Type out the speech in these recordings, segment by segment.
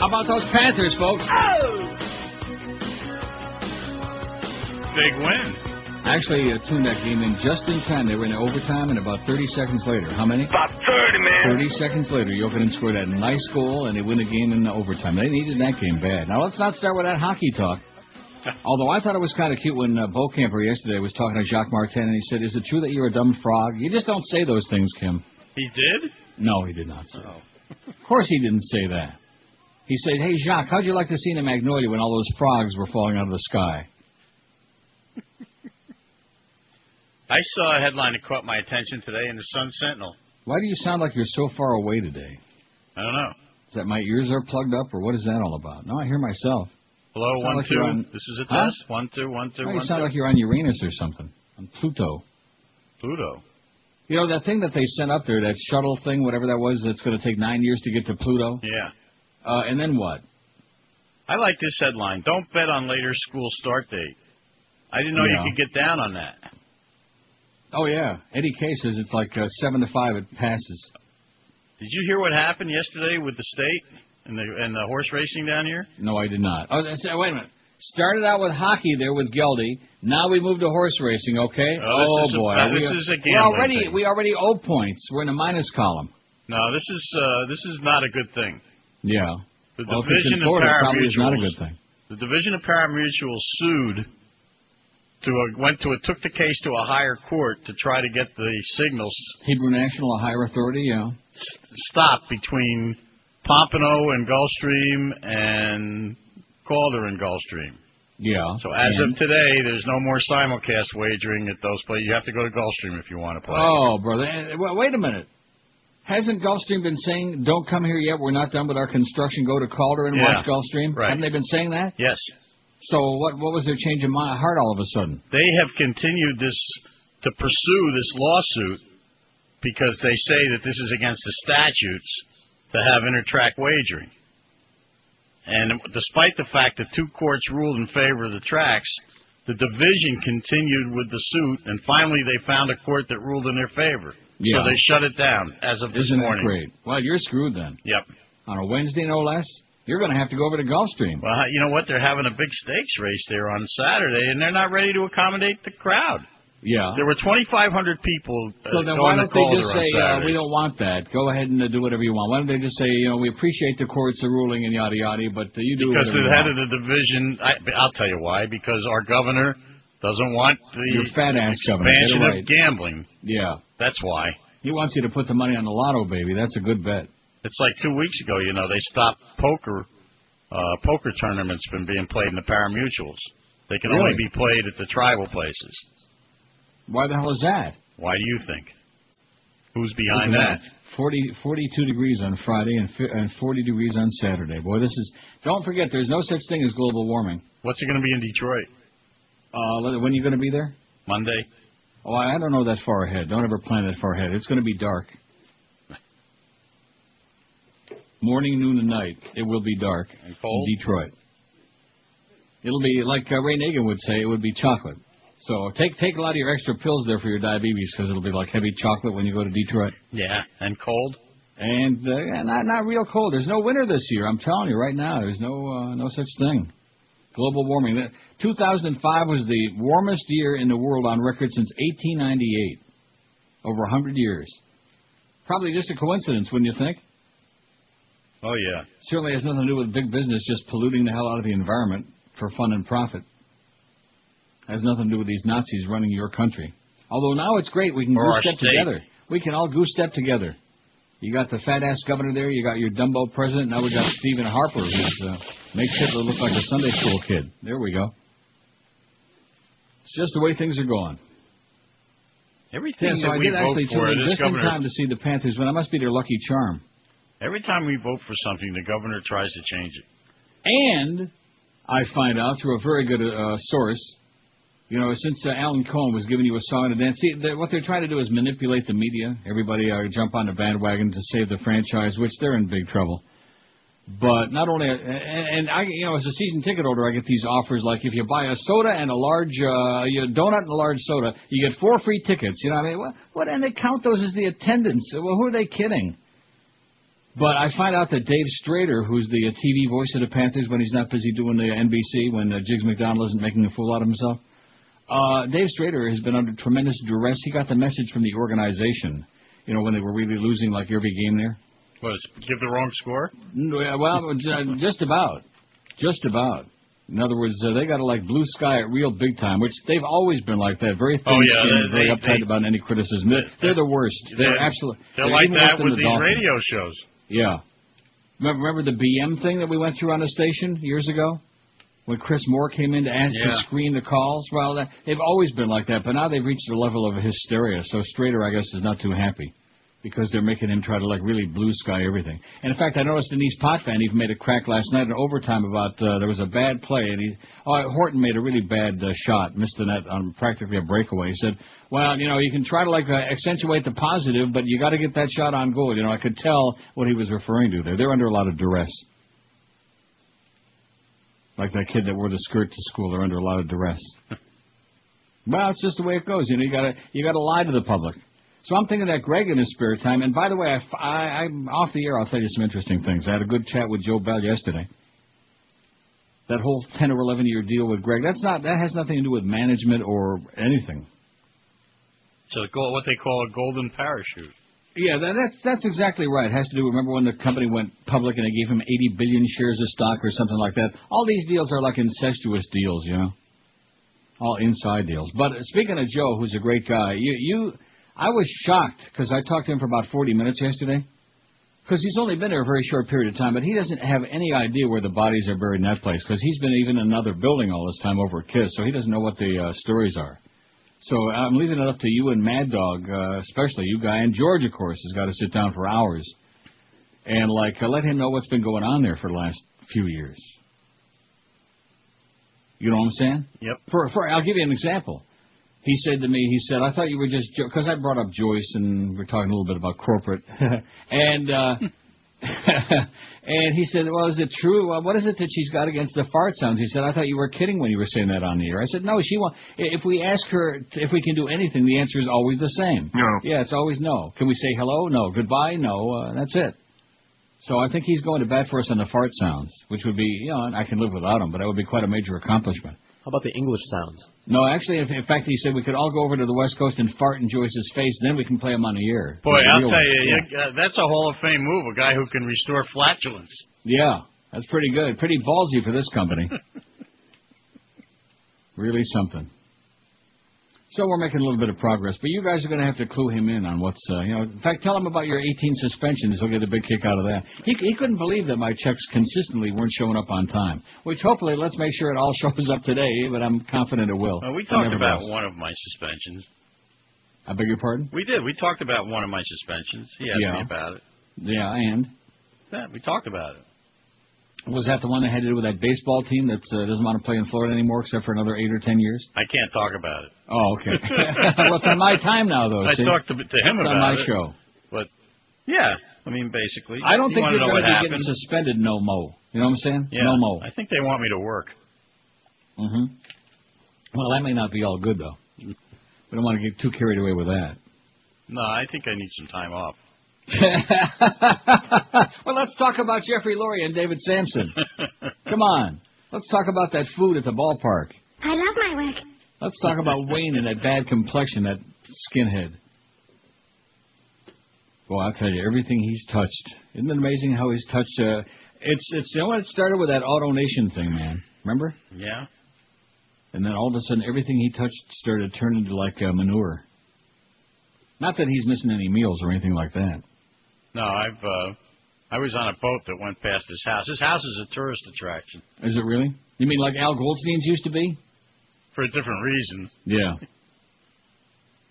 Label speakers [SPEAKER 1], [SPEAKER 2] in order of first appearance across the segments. [SPEAKER 1] How about those Panthers, folks?
[SPEAKER 2] Big win.
[SPEAKER 1] Actually, uh, tuned that game in just in time. They were in overtime, and about 30 seconds later, how many?
[SPEAKER 3] About 30, man.
[SPEAKER 1] 30 seconds later, Jokinen scored that nice goal, and they win the game in overtime. They needed that game bad. Now, let's not start with that hockey talk. Although I thought it was kind of cute when uh, Bo Camper yesterday was talking to Jacques Martin, and he said, Is it true that you're a dumb frog? You just don't say those things, Kim.
[SPEAKER 2] He did?
[SPEAKER 1] No, he did not say that. Of course, he didn't say that. He said, Hey, Jacques, how'd you like to see in a magnolia when all those frogs were falling out of the sky?
[SPEAKER 2] I saw a headline that caught my attention today in the Sun Sentinel.
[SPEAKER 1] Why do you sound like you're so far away today?
[SPEAKER 2] I don't know.
[SPEAKER 1] Is that my ears are plugged up, or what is that all about? No, I hear myself.
[SPEAKER 2] Hello,
[SPEAKER 1] Sound
[SPEAKER 2] one,
[SPEAKER 1] like
[SPEAKER 2] two.
[SPEAKER 1] you're on-
[SPEAKER 2] This is a
[SPEAKER 1] Huh?
[SPEAKER 2] test. One, two, one, two,
[SPEAKER 1] Why
[SPEAKER 2] one,
[SPEAKER 1] do you sound
[SPEAKER 2] two.
[SPEAKER 1] like you're on Uranus or something? On Pluto.
[SPEAKER 2] Pluto.
[SPEAKER 1] You know, that thing that they sent up there, that shuttle thing, whatever that was, that's going to take nine years to get to Pluto?
[SPEAKER 2] Yeah.
[SPEAKER 1] Uh, and then what?
[SPEAKER 2] I like this headline. Don't bet on later school start date. I didn't know
[SPEAKER 1] Yeah.
[SPEAKER 2] you could get down on that.
[SPEAKER 1] Oh, yeah. Eddie K says it's like uh, 7 to 5, it passes.
[SPEAKER 2] Did you hear what happened yesterday with the state and the and the horse racing down here?
[SPEAKER 1] No, I did not. Oh, that's, wait a minute. Started out with hockey there with Geldy. Now we move to horse racing, okay?
[SPEAKER 2] Oh, this is a-
[SPEAKER 1] boy.
[SPEAKER 2] uh,
[SPEAKER 1] we,
[SPEAKER 2] this is
[SPEAKER 1] we
[SPEAKER 2] a gambling
[SPEAKER 1] already
[SPEAKER 2] thing.
[SPEAKER 1] we already owe points. We're in the minus column.
[SPEAKER 2] No, this is uh, this is not a good thing.
[SPEAKER 1] Yeah.
[SPEAKER 2] The
[SPEAKER 1] well, if it's in
[SPEAKER 2] division
[SPEAKER 1] Florida, it
[SPEAKER 2] of paramutuals.
[SPEAKER 1] probably is not a good thing.
[SPEAKER 2] The division of paramutuals sued to a, went to a, took the case to a higher court to try to get the signals
[SPEAKER 1] Hebrew National, a higher authority, yeah.
[SPEAKER 2] stopped between Pompano and Gulfstream and Calder and Gulfstream.
[SPEAKER 1] Yeah.
[SPEAKER 2] So as
[SPEAKER 1] and,
[SPEAKER 2] of today, there's no more simulcast wagering at those places. You have to go to Gulfstream if you want to play.
[SPEAKER 1] Oh, brother. Eh, wa- Wait a minute. Hasn't Gulfstream been saying, don't come here yet, we're not done with our construction, go to Calder and
[SPEAKER 2] Yeah.
[SPEAKER 1] watch Gulfstream?
[SPEAKER 2] Right.
[SPEAKER 1] Haven't they been saying that?
[SPEAKER 2] Yes,
[SPEAKER 1] So what what was their change of mi- heart all of a sudden?
[SPEAKER 2] they have continued this to pursue this lawsuit because they say that this is against the statutes to have intertrack wagering. And despite the fact that two courts ruled in favor of the tracks, the division continued with the suit, and finally they found a court that ruled in their favor.
[SPEAKER 1] Yeah.
[SPEAKER 2] So they shut it down as of this
[SPEAKER 1] Isn't that
[SPEAKER 2] morning.
[SPEAKER 1] great? Well, you're screwed then.
[SPEAKER 2] Yep.
[SPEAKER 1] On a Wednesday, no less, you're going to have to go over to Gulfstream.
[SPEAKER 2] Well, you know what? They're having a big stakes race there on Saturday, and they're not ready to accommodate the crowd.
[SPEAKER 1] Yeah.
[SPEAKER 2] There were 2,500 people. Uh,
[SPEAKER 1] So then
[SPEAKER 2] on
[SPEAKER 1] why
[SPEAKER 2] the
[SPEAKER 1] don't they
[SPEAKER 2] Calder
[SPEAKER 1] just
[SPEAKER 2] on
[SPEAKER 1] say, uh,
[SPEAKER 2] Saturday.
[SPEAKER 1] we don't want that. Go ahead and uh, do whatever you want. Why don't they just say, you know, we appreciate the courts, the ruling, and yada, yada, but uh, you do
[SPEAKER 2] Because
[SPEAKER 1] whatever
[SPEAKER 2] the
[SPEAKER 1] you
[SPEAKER 2] head
[SPEAKER 1] want.
[SPEAKER 2] of the division, I, I'll tell you why. Because our governor doesn't want the
[SPEAKER 1] Your fat ass governor, get it
[SPEAKER 2] expansion
[SPEAKER 1] right.
[SPEAKER 2] of gambling.
[SPEAKER 1] Yeah.
[SPEAKER 2] That's why.
[SPEAKER 1] He wants you to put the money on the lotto, baby. That's a good bet.
[SPEAKER 2] It's like two weeks ago, you know, they stopped poker uh, poker tournaments from being played in the paramutuals. They can only
[SPEAKER 1] Really?
[SPEAKER 2] be played at the tribal places.
[SPEAKER 1] Why the hell is that?
[SPEAKER 2] Why do you think? Who's
[SPEAKER 1] Look
[SPEAKER 2] behind
[SPEAKER 1] at
[SPEAKER 2] that?
[SPEAKER 1] that. 40, 42 degrees on Friday and, fi- and 40 degrees on Saturday. Boy, this is. Don't forget, there's no such thing as global warming.
[SPEAKER 2] What's it going to be in Detroit?
[SPEAKER 1] Uh, let- when are you going to be there?
[SPEAKER 2] Monday?
[SPEAKER 1] Oh, I I don't know that far ahead. Don't ever plan that far ahead. It's going to be dark. Morning, noon, and night. It will be dark
[SPEAKER 2] And cold?
[SPEAKER 1] in Detroit. It'll be like uh, Ray Nagin would say, it would be chocolate. So take take a lot of your extra pills there for your diabetes because it'll be like heavy chocolate when you go to Detroit.
[SPEAKER 2] Yeah. And cold?
[SPEAKER 1] And uh, yeah, not not real cold. There's no winter this year. I'm telling you right now. There's no uh, no such thing. Global warming. That- 2005 was the warmest year in the world on record since 1898. Over 100 years. Probably just a coincidence, wouldn't you think?
[SPEAKER 2] Oh, yeah.
[SPEAKER 1] Certainly has nothing to do with big business just polluting the hell out of the environment for fun and profit. Has nothing to do with these Nazis running your country. Although now it's great. We can
[SPEAKER 2] Or our
[SPEAKER 1] goose step
[SPEAKER 2] state.
[SPEAKER 1] together. We can all goose step together. You got the fat ass governor there. You got your Dumbo president. Now we got Stephen Harper, who's uh, makes Hitler look like a Sunday school kid. There we go. It's just the way things are going.
[SPEAKER 2] Everything
[SPEAKER 1] Yeah, so
[SPEAKER 2] that
[SPEAKER 1] I
[SPEAKER 2] we
[SPEAKER 1] did actually
[SPEAKER 2] vote for,
[SPEAKER 1] tune in
[SPEAKER 2] this
[SPEAKER 1] just in
[SPEAKER 2] governor
[SPEAKER 1] time to see the Panthers win. I must be their lucky charm.
[SPEAKER 2] Every time we vote for something, the governor tries to change it.
[SPEAKER 1] And I find out through a very good uh, source, you know, since uh, Alan Cohen was giving you a song and a dance, see, they what they're trying to do is manipulate the media. Everybody uh, jump on the bandwagon to save the franchise, which they're in big trouble. But not only, and, and I, you know, as a season ticket holder, I get these offers like if you buy a soda and a large uh, you know, donut and a large soda, you get four free tickets. You know, what I mean, what, what and they count those as the attendance. Well, who are they kidding? But I find out that Dave Strader, who's the uh, TV voice of the Panthers when he's not busy doing the NBC, when uh, Jigs McDonald isn't making a fool out of himself, uh, Dave Strader has been under tremendous duress. He got the message from the organization, you know, when they were really losing like every game there.
[SPEAKER 2] What, is- give the wrong score?
[SPEAKER 1] Mm, Well, ju- just about, just about. In other words, uh, they got to like blue sky it real big time, which they've always been like that. Very thin
[SPEAKER 2] Oh, yeah,
[SPEAKER 1] skinned,
[SPEAKER 2] they-
[SPEAKER 1] very
[SPEAKER 2] they-
[SPEAKER 1] uptight
[SPEAKER 2] they-
[SPEAKER 1] about any criticism. They're, they're the worst. They're,
[SPEAKER 2] They're-
[SPEAKER 1] absolutely.
[SPEAKER 2] They're, like
[SPEAKER 1] even worse
[SPEAKER 2] that
[SPEAKER 1] than
[SPEAKER 2] with
[SPEAKER 1] the
[SPEAKER 2] these
[SPEAKER 1] Dolphins.
[SPEAKER 2] radio shows.
[SPEAKER 1] Yeah. Remember, remember the BM thing that we went through on the station years ago? When Chris Moore came in to answer
[SPEAKER 2] Yeah.
[SPEAKER 1] and screen the calls? Well, that, they've always been like that, but now they've reached a level of hysteria. So Strader, I guess, is not too happy because they're making him try to, like, really blue sky everything. And in fact, I noticed Denise Potvin even made a crack last night in overtime about uh, there was a bad play, and he, oh, Horton made a really bad uh, shot, missed the net on practically a breakaway. He said, "Well, you know, you can try to like uh, accentuate the positive, but you got to get that shot on goal." You know, I could tell what he was referring to there. They're under a lot of duress. Like that kid that wore the skirt to school, they're under a lot of duress. well, it's just the way it goes. You know, you gotta you gotta lie to the public. So I'm thinking that Greg in his spare time. And by the way, I, f- I, am off the air. I'll tell you some interesting things. I had a good chat with Joe Bell yesterday. That whole ten or eleven year deal with Greg. That's not that has nothing to do with management or anything.
[SPEAKER 2] So the goal, what they call a golden parachute.
[SPEAKER 1] Yeah, that, that's that's exactly right. It has to do. Remember when the company went public and they gave him 80 billion shares of stock or something like that? All these deals are like incestuous deals, you know, all inside deals. But speaking of Joe, who's a great guy, you you, I was shocked because I talked to him for about 40 minutes yesterday, because he's only been there a very short period of time, but he doesn't have any idea where the bodies are buried in that place because he's been even in another building all this time over at Kiss, so he doesn't know what the uh, stories are. So uh, I'm leaving it up to you and Mad Dog, uh, especially you guy, and George, of course, has got to sit down for hours and like uh, let him know what's been going on there for the last few years. You know what I'm saying?
[SPEAKER 2] Yep.
[SPEAKER 1] For for I'll give you an example. He said to me, he said, I thought you were just because I brought up Joyce and we're talking a little bit about corporate, and uh, and he said, well, is it true? Well, what is it that she's got against the fart sounds? He said, I thought you were kidding when you were saying that on the air. I said, no, she won't. i- If we ask her t- if we can do anything, the answer is always the same.
[SPEAKER 3] No.
[SPEAKER 1] Yeah, it's always no. Can we say hello? No. Goodbye? No. Uh, that's it. So I think he's going to bat for us on the fart sounds, which would be, you know, and I can live without them, but that would be quite a major accomplishment.
[SPEAKER 4] How about the English sounds?
[SPEAKER 1] No, actually, in in fact, he said we could all go over to the West Coast and fart in Joyce's face, then we can play him on the air.
[SPEAKER 2] Boy,
[SPEAKER 1] The
[SPEAKER 2] I'll
[SPEAKER 1] real
[SPEAKER 2] tell
[SPEAKER 1] one.
[SPEAKER 2] you,
[SPEAKER 1] yeah.
[SPEAKER 2] you- uh, that's a Hall of Fame move, a guy who can restore flatulence.
[SPEAKER 1] Yeah, that's pretty good. Pretty ballsy for this company. really something. So we're making a little bit of progress, but you guys are going to have to clue him in on what's, uh, you know. In fact, tell him about your 18 suspensions. He'll get a big kick out of that. He, he couldn't believe that my checks consistently weren't showing up on time, which hopefully let's make sure it all shows up today. But I'm confident it will.
[SPEAKER 2] Well, we
[SPEAKER 1] And
[SPEAKER 2] talked
[SPEAKER 1] everybody
[SPEAKER 2] about
[SPEAKER 1] else.
[SPEAKER 2] one of my suspensions.
[SPEAKER 1] I beg your pardon.
[SPEAKER 2] We did. We talked about one of my suspensions. He asked
[SPEAKER 1] Yeah.
[SPEAKER 2] me about it.
[SPEAKER 1] Yeah, and
[SPEAKER 2] Yeah, we talked about it.
[SPEAKER 1] was that the one that had to do with that baseball team that uh, doesn't want to play in Florida anymore, except for another eight or ten years?
[SPEAKER 2] I can't talk about it.
[SPEAKER 1] Oh, okay. well, it's on my time now, though.
[SPEAKER 2] I
[SPEAKER 1] Oh, see?
[SPEAKER 2] talked to, to him
[SPEAKER 1] it's
[SPEAKER 2] about
[SPEAKER 1] on my
[SPEAKER 2] it.
[SPEAKER 1] show.
[SPEAKER 2] Yeah, I mean, basically.
[SPEAKER 1] I don't
[SPEAKER 2] You
[SPEAKER 1] think
[SPEAKER 2] wanna
[SPEAKER 1] you're
[SPEAKER 2] know
[SPEAKER 1] going
[SPEAKER 2] what
[SPEAKER 1] to be
[SPEAKER 2] happened.
[SPEAKER 1] getting suspended no mo. You know what I'm saying?
[SPEAKER 2] yeah.
[SPEAKER 1] No mo.
[SPEAKER 2] I think they want me to work.
[SPEAKER 1] hmm Well, that may not be all good though. We don't want to get too carried away with that.
[SPEAKER 2] No, I think I need some time off.
[SPEAKER 1] well, let's talk about Jeffrey Lurie and David Sampson. Come on, let's talk about that food at the ballpark.
[SPEAKER 5] I love my work.
[SPEAKER 1] Let's talk about Wayne and that bad complexion, that skinhead. Well, I'll tell you, everything he's touched. Isn't it amazing how he's touched? Uh, it's it's you know it started with that Auto Nation thing, man. Remember?
[SPEAKER 2] yeah.
[SPEAKER 1] And then all of a sudden, everything he touched started turning to like uh, manure. Not that he's missing any meals or anything like that.
[SPEAKER 2] No, I've. Uh, I was on a boat that went past his house. His house is a tourist attraction
[SPEAKER 1] Is it really? You mean like Al Goldstein's used to be?
[SPEAKER 2] for a different reason.
[SPEAKER 1] Yeah.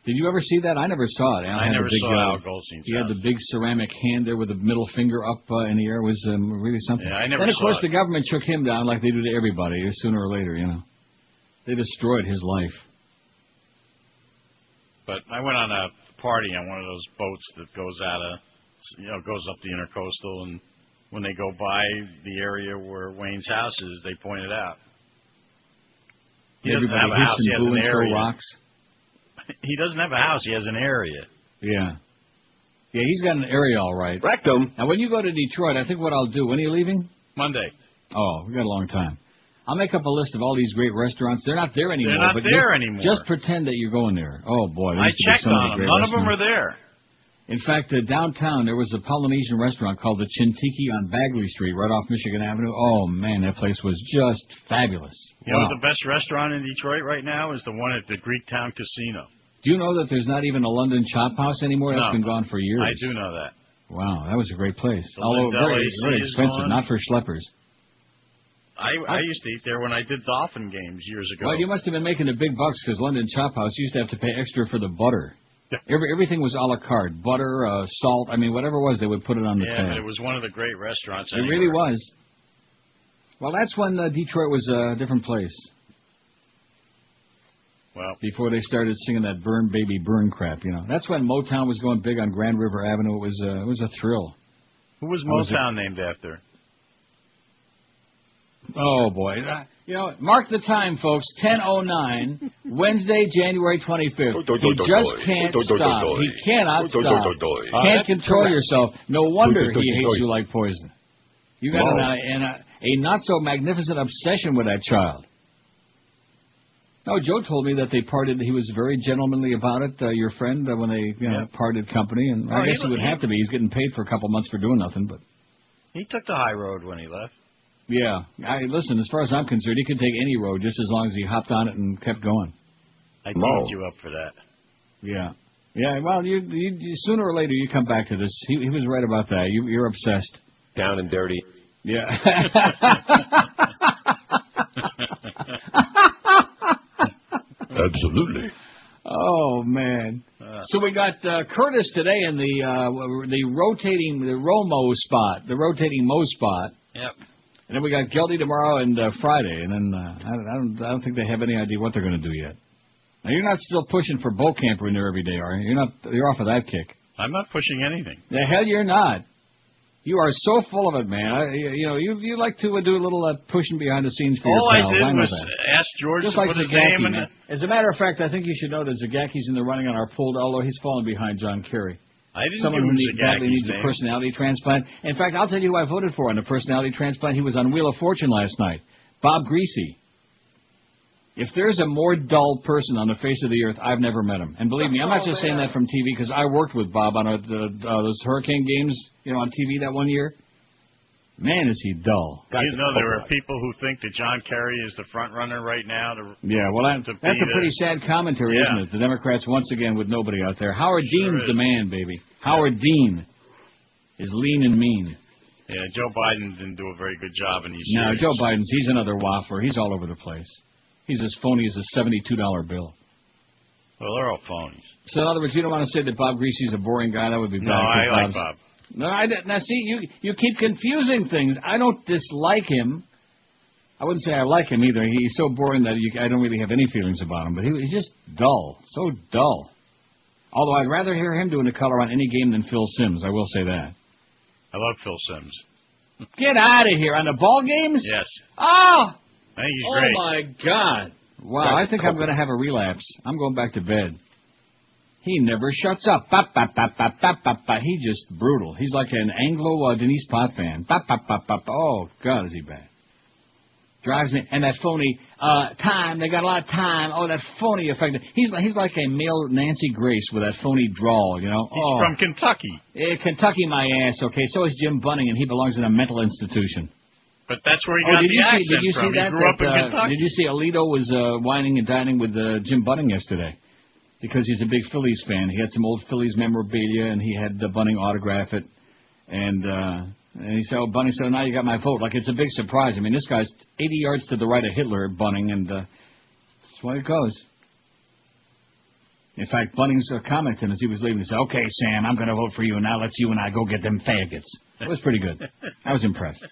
[SPEAKER 1] Did you ever see that? I never saw it. Al
[SPEAKER 2] I,
[SPEAKER 1] had the
[SPEAKER 2] never
[SPEAKER 1] big,
[SPEAKER 2] saw
[SPEAKER 1] uh,
[SPEAKER 2] Al Goldstein's
[SPEAKER 1] He had
[SPEAKER 2] house.
[SPEAKER 1] the big ceramic hand there with the middle finger up uh, in the air. It was um, really something.
[SPEAKER 2] Yeah, I never
[SPEAKER 1] Then of
[SPEAKER 2] saw
[SPEAKER 1] course
[SPEAKER 2] it.
[SPEAKER 1] the government shook him down like they do to everybody uh, sooner or later. You know, they destroyed his life.
[SPEAKER 2] But I went on a party on one of those boats that goes out of, you know, goes up the intercoastal, and when they go by the area where Wayne's house is, they point it out. He doesn't
[SPEAKER 1] everybody
[SPEAKER 2] have a house.
[SPEAKER 1] hissed
[SPEAKER 2] He
[SPEAKER 1] and
[SPEAKER 2] has an
[SPEAKER 1] blew and threw
[SPEAKER 2] area.
[SPEAKER 1] rocks.
[SPEAKER 2] He doesn't have a house. He has an area.
[SPEAKER 1] Yeah. Yeah, he's got an area all right.
[SPEAKER 3] Rectum.
[SPEAKER 1] Now, when you go to Detroit, I think what I'll do. When are you leaving?
[SPEAKER 2] Monday.
[SPEAKER 1] Oh, we got a long time. I'll make up a list of all these great restaurants. They're not there anymore.
[SPEAKER 2] not
[SPEAKER 1] but
[SPEAKER 2] there
[SPEAKER 1] just-
[SPEAKER 2] anymore.
[SPEAKER 1] Just pretend that you're going there. Oh boy, there
[SPEAKER 2] I
[SPEAKER 1] used to be
[SPEAKER 2] checked
[SPEAKER 1] so many
[SPEAKER 2] on them.
[SPEAKER 1] great
[SPEAKER 2] None of them
[SPEAKER 1] restaurants.
[SPEAKER 2] are there.
[SPEAKER 1] In fact, uh, downtown there was a Polynesian restaurant called the Chintiki on Bagley Street, right off Michigan Avenue. Oh man, that place was just fabulous.
[SPEAKER 2] You
[SPEAKER 1] wow.
[SPEAKER 2] know the best restaurant in Detroit right now is the one at the Greek Town Casino.
[SPEAKER 1] Do you know that there's not even a London Chop House anymore?
[SPEAKER 2] No.
[SPEAKER 1] That's been gone for years.
[SPEAKER 2] I do know that.
[SPEAKER 1] Wow, that was a great place.
[SPEAKER 2] The
[SPEAKER 1] Although
[SPEAKER 2] Lindell
[SPEAKER 1] very,
[SPEAKER 2] AC
[SPEAKER 1] very
[SPEAKER 2] is
[SPEAKER 1] expensive,
[SPEAKER 2] gone.
[SPEAKER 1] not for schleppers.
[SPEAKER 2] I, I used to eat there when I did Dolphin games years ago.
[SPEAKER 1] Well, you must have been making the big bucks because London Chop House used to have to pay extra for the butter. Every, everything was a la carte. Butter, uh, salt, I mean, whatever it was, they would put it on the
[SPEAKER 2] yeah,
[SPEAKER 1] tab.
[SPEAKER 2] but it was one of the great restaurants.
[SPEAKER 1] It really was. Well, that's when uh, Detroit was a different place
[SPEAKER 2] Well,
[SPEAKER 1] before they started singing that "Burn Baby Burn" crap. You know, that's when Motown was going big on Grand River Avenue. It was uh, it was a thrill.
[SPEAKER 2] who was
[SPEAKER 1] was
[SPEAKER 2] Motown named after?
[SPEAKER 1] Oh boy! Uh, you know, mark the time, folks. Ten oh nine, Wednesday, January twenty fifth. He just can't stop. He cannot stop. Uh, Can't control yourself. No wonder he hates you like poison. You got an, uh, an, uh, a not so magnificent obsession with that child. No, Joe told me that they parted. He was very gentlemanly about it. Uh, your friend uh, when they you know, parted company, and
[SPEAKER 2] Oh,
[SPEAKER 1] I
[SPEAKER 2] he
[SPEAKER 1] guess he
[SPEAKER 2] was-
[SPEAKER 1] would have to be. He's getting paid for a couple months for doing nothing, but.
[SPEAKER 2] He took the high road when he left.
[SPEAKER 1] Yeah. I listen, as far as I'm concerned, he could take any road just as long as he hopped on it and kept going.
[SPEAKER 2] I
[SPEAKER 3] No.
[SPEAKER 2] teed you up for that.
[SPEAKER 1] Yeah. Yeah, well, you, you, you sooner or later you come back to this. He, he was right about that. You, you're obsessed.
[SPEAKER 3] Down and dirty.
[SPEAKER 1] Yeah.
[SPEAKER 3] Absolutely.
[SPEAKER 1] oh man. So we got uh, Curtis today in the uh, the rotating the Romo spot, the rotating Mo spot,
[SPEAKER 2] Yep.
[SPEAKER 1] and then we got Geldy tomorrow and uh, Friday, and then uh, I, don't- I don't I don't think they have any idea what they're going to do yet. Now you're not still pushing for Bull Camper in there every day, are you? You're not. You're off of that kick.
[SPEAKER 2] I'm not pushing anything.
[SPEAKER 1] The hell you're not. You are so full of it, man. I, you you know, you you like to uh, do a little uh, pushing behind the scenes for
[SPEAKER 2] All
[SPEAKER 1] your
[SPEAKER 2] I
[SPEAKER 1] pals.
[SPEAKER 2] did
[SPEAKER 1] know
[SPEAKER 2] was
[SPEAKER 1] that.
[SPEAKER 2] ask George
[SPEAKER 1] just
[SPEAKER 2] to
[SPEAKER 1] like
[SPEAKER 2] put his name
[SPEAKER 1] Zagacki.
[SPEAKER 2] in.
[SPEAKER 1] man. As a matter of fact, I think you should know that Zagacki's in the running on our poll, although he's fallen behind John Kerry.
[SPEAKER 2] I didn't
[SPEAKER 1] Someone who
[SPEAKER 2] give him
[SPEAKER 1] need, badly
[SPEAKER 2] Zagacki's
[SPEAKER 1] needs a
[SPEAKER 2] name.
[SPEAKER 1] personality transplant. In fact, I'll tell you who I voted for on the personality transplant. He was on Wheel of Fortune last night. Bob Greasy. If there's a more dull person on the face of the earth, I've never met him. And believe me, I'm not just saying that from TV because I worked with Bob on a, the, uh, those hurricane games, you know, on TV that one year. Man, is he dull.
[SPEAKER 2] You know, there are people who think that John Kerry is the front runner right now. To,
[SPEAKER 1] Yeah, well, that,
[SPEAKER 2] To be
[SPEAKER 1] that's a pretty sad commentary,
[SPEAKER 2] Yeah.
[SPEAKER 1] isn't it? The Democrats once again with nobody out there. Howard
[SPEAKER 2] Sure
[SPEAKER 1] Dean's
[SPEAKER 2] is.
[SPEAKER 1] the man, baby. Howard Dean is lean and mean.
[SPEAKER 2] yeah, Joe Biden didn't do a very good job in these.
[SPEAKER 1] No,
[SPEAKER 2] series.
[SPEAKER 1] Joe Biden's he's another waffler. He's all over the place. He's as phony as a seventy-two dollar bill.
[SPEAKER 2] Well, they're all phonies.
[SPEAKER 1] So in other words, you don't want to say that Bob Greasy's a boring guy. That would be bad.
[SPEAKER 2] No, I
[SPEAKER 1] for
[SPEAKER 2] like
[SPEAKER 1] Bob's-
[SPEAKER 2] Bob.
[SPEAKER 1] No, I don't- now see you you keep confusing things. I don't dislike him. I wouldn't say I like him either. He's so boring that you, I don't really have any feelings about him. But he, he's just dull, so dull. Although I'd rather hear him doing the color on any game than Phil Sims. I will say that.
[SPEAKER 2] I love Phil Sims.
[SPEAKER 1] Get out of here on the ball games.
[SPEAKER 2] Yes,
[SPEAKER 1] Oh,
[SPEAKER 2] I think he's
[SPEAKER 1] oh
[SPEAKER 2] great.
[SPEAKER 1] my God! Wow, I think I'm going to have a relapse. I'm going back to bed. He never shuts up. Ba, ba, ba, ba, ba, ba, ba. He just brutal. He's like an Anglo uh, Denise Pot fan. Ba, ba, ba, ba, ba. Oh God, is he bad? Drives me and that phony uh, time. They got a lot of time. Oh, that phony effect. He's like he's like a male Nancy Grace with that phony drawl. You know.
[SPEAKER 2] He's
[SPEAKER 1] oh,
[SPEAKER 2] from Kentucky,
[SPEAKER 1] eh, Kentucky, my ass. Okay, so is Jim Bunning, and he belongs in a mental institution.
[SPEAKER 2] but that's where he
[SPEAKER 1] Oh,
[SPEAKER 2] got
[SPEAKER 1] did
[SPEAKER 2] the
[SPEAKER 1] you
[SPEAKER 2] accent
[SPEAKER 1] see? Did you
[SPEAKER 2] from.
[SPEAKER 1] see that?
[SPEAKER 2] he grew
[SPEAKER 1] that,
[SPEAKER 2] up in
[SPEAKER 1] uh,
[SPEAKER 2] Kentucky.
[SPEAKER 1] Did you see Alito was uh, whining and dining with uh, Jim Bunning yesterday? Because he's a big Phillies fan. He had some old Phillies memorabilia, and he had the Bunning autograph it. And uh, and he said, "Oh, Bunning said, now you got my vote." Like it's a big surprise. I mean, this guy's 80 yards to the right of Hitler, Bunning, and uh, that's why it goes. In fact, Bunning's uh, comment to him as he was leaving, he said, "Okay, Sam, I'm going to vote for you, and now let's you and I go get them faggots." It was pretty good. I was impressed.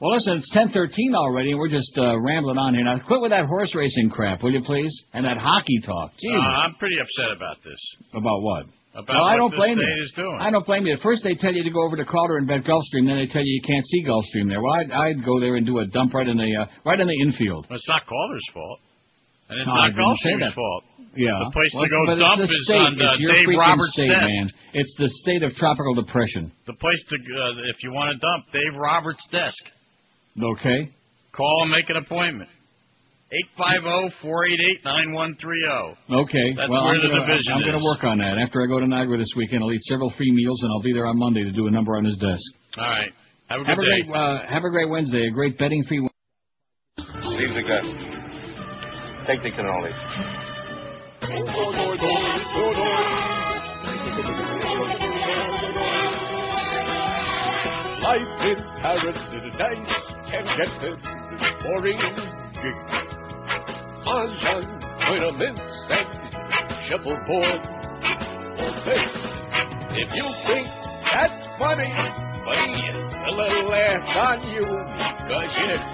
[SPEAKER 1] Well, listen, it's ten thirteen already, and we're just uh, rambling on here. Now, quit with that horse racing crap, will you please? And that hockey talk. Gee,
[SPEAKER 2] Uh, I'm pretty upset about this.
[SPEAKER 1] about what?
[SPEAKER 2] About
[SPEAKER 1] No,
[SPEAKER 2] what
[SPEAKER 1] I don't
[SPEAKER 2] the
[SPEAKER 1] blame
[SPEAKER 2] state
[SPEAKER 1] you.
[SPEAKER 2] is doing.
[SPEAKER 1] I don't blame you. At first, they tell you to go over to Calder and bet Gulfstream, then they tell you you can't see Gulfstream there. Well, I'd, I'd go there and do a dump right in the uh, right in the infield.
[SPEAKER 2] Well, it's not Calder's fault. And it's
[SPEAKER 1] No, I didn't
[SPEAKER 2] not Gulf
[SPEAKER 1] say
[SPEAKER 2] Stream's
[SPEAKER 1] that.
[SPEAKER 2] fault.
[SPEAKER 1] Yeah.
[SPEAKER 2] The place to
[SPEAKER 1] Well,
[SPEAKER 2] go
[SPEAKER 1] but it's
[SPEAKER 2] dump
[SPEAKER 1] the
[SPEAKER 2] is
[SPEAKER 1] state.
[SPEAKER 2] on, uh,
[SPEAKER 1] it's your
[SPEAKER 2] Dave
[SPEAKER 1] freaking
[SPEAKER 2] Roberts'
[SPEAKER 1] state,
[SPEAKER 2] desk.
[SPEAKER 1] man. It's the state of tropical depression.
[SPEAKER 2] The place to, uh, if you want to dump, Dave Roberts' desk.
[SPEAKER 1] Okay.
[SPEAKER 2] Call and make an appointment. oh, 850-488-9130.
[SPEAKER 1] Okay.
[SPEAKER 2] That's
[SPEAKER 1] well,
[SPEAKER 2] where
[SPEAKER 1] I'm
[SPEAKER 2] the
[SPEAKER 1] gonna,
[SPEAKER 2] division
[SPEAKER 1] I'm going
[SPEAKER 2] is.
[SPEAKER 1] to work on that. After I go to Niagara this weekend, I'll eat several free meals, and I'll be there on Monday to do a number on his desk.
[SPEAKER 2] All right. Have a good
[SPEAKER 1] Have a
[SPEAKER 2] day.
[SPEAKER 1] great, uh, have a great Wednesday. A great betting free.
[SPEAKER 6] Leave the gun. Take the cannoli.
[SPEAKER 4] Life in paradise can get boring. Mahjong, tournaments, and shuffleboard. Okay. If you think that's funny, buddy, a little laugh on you, cause you're,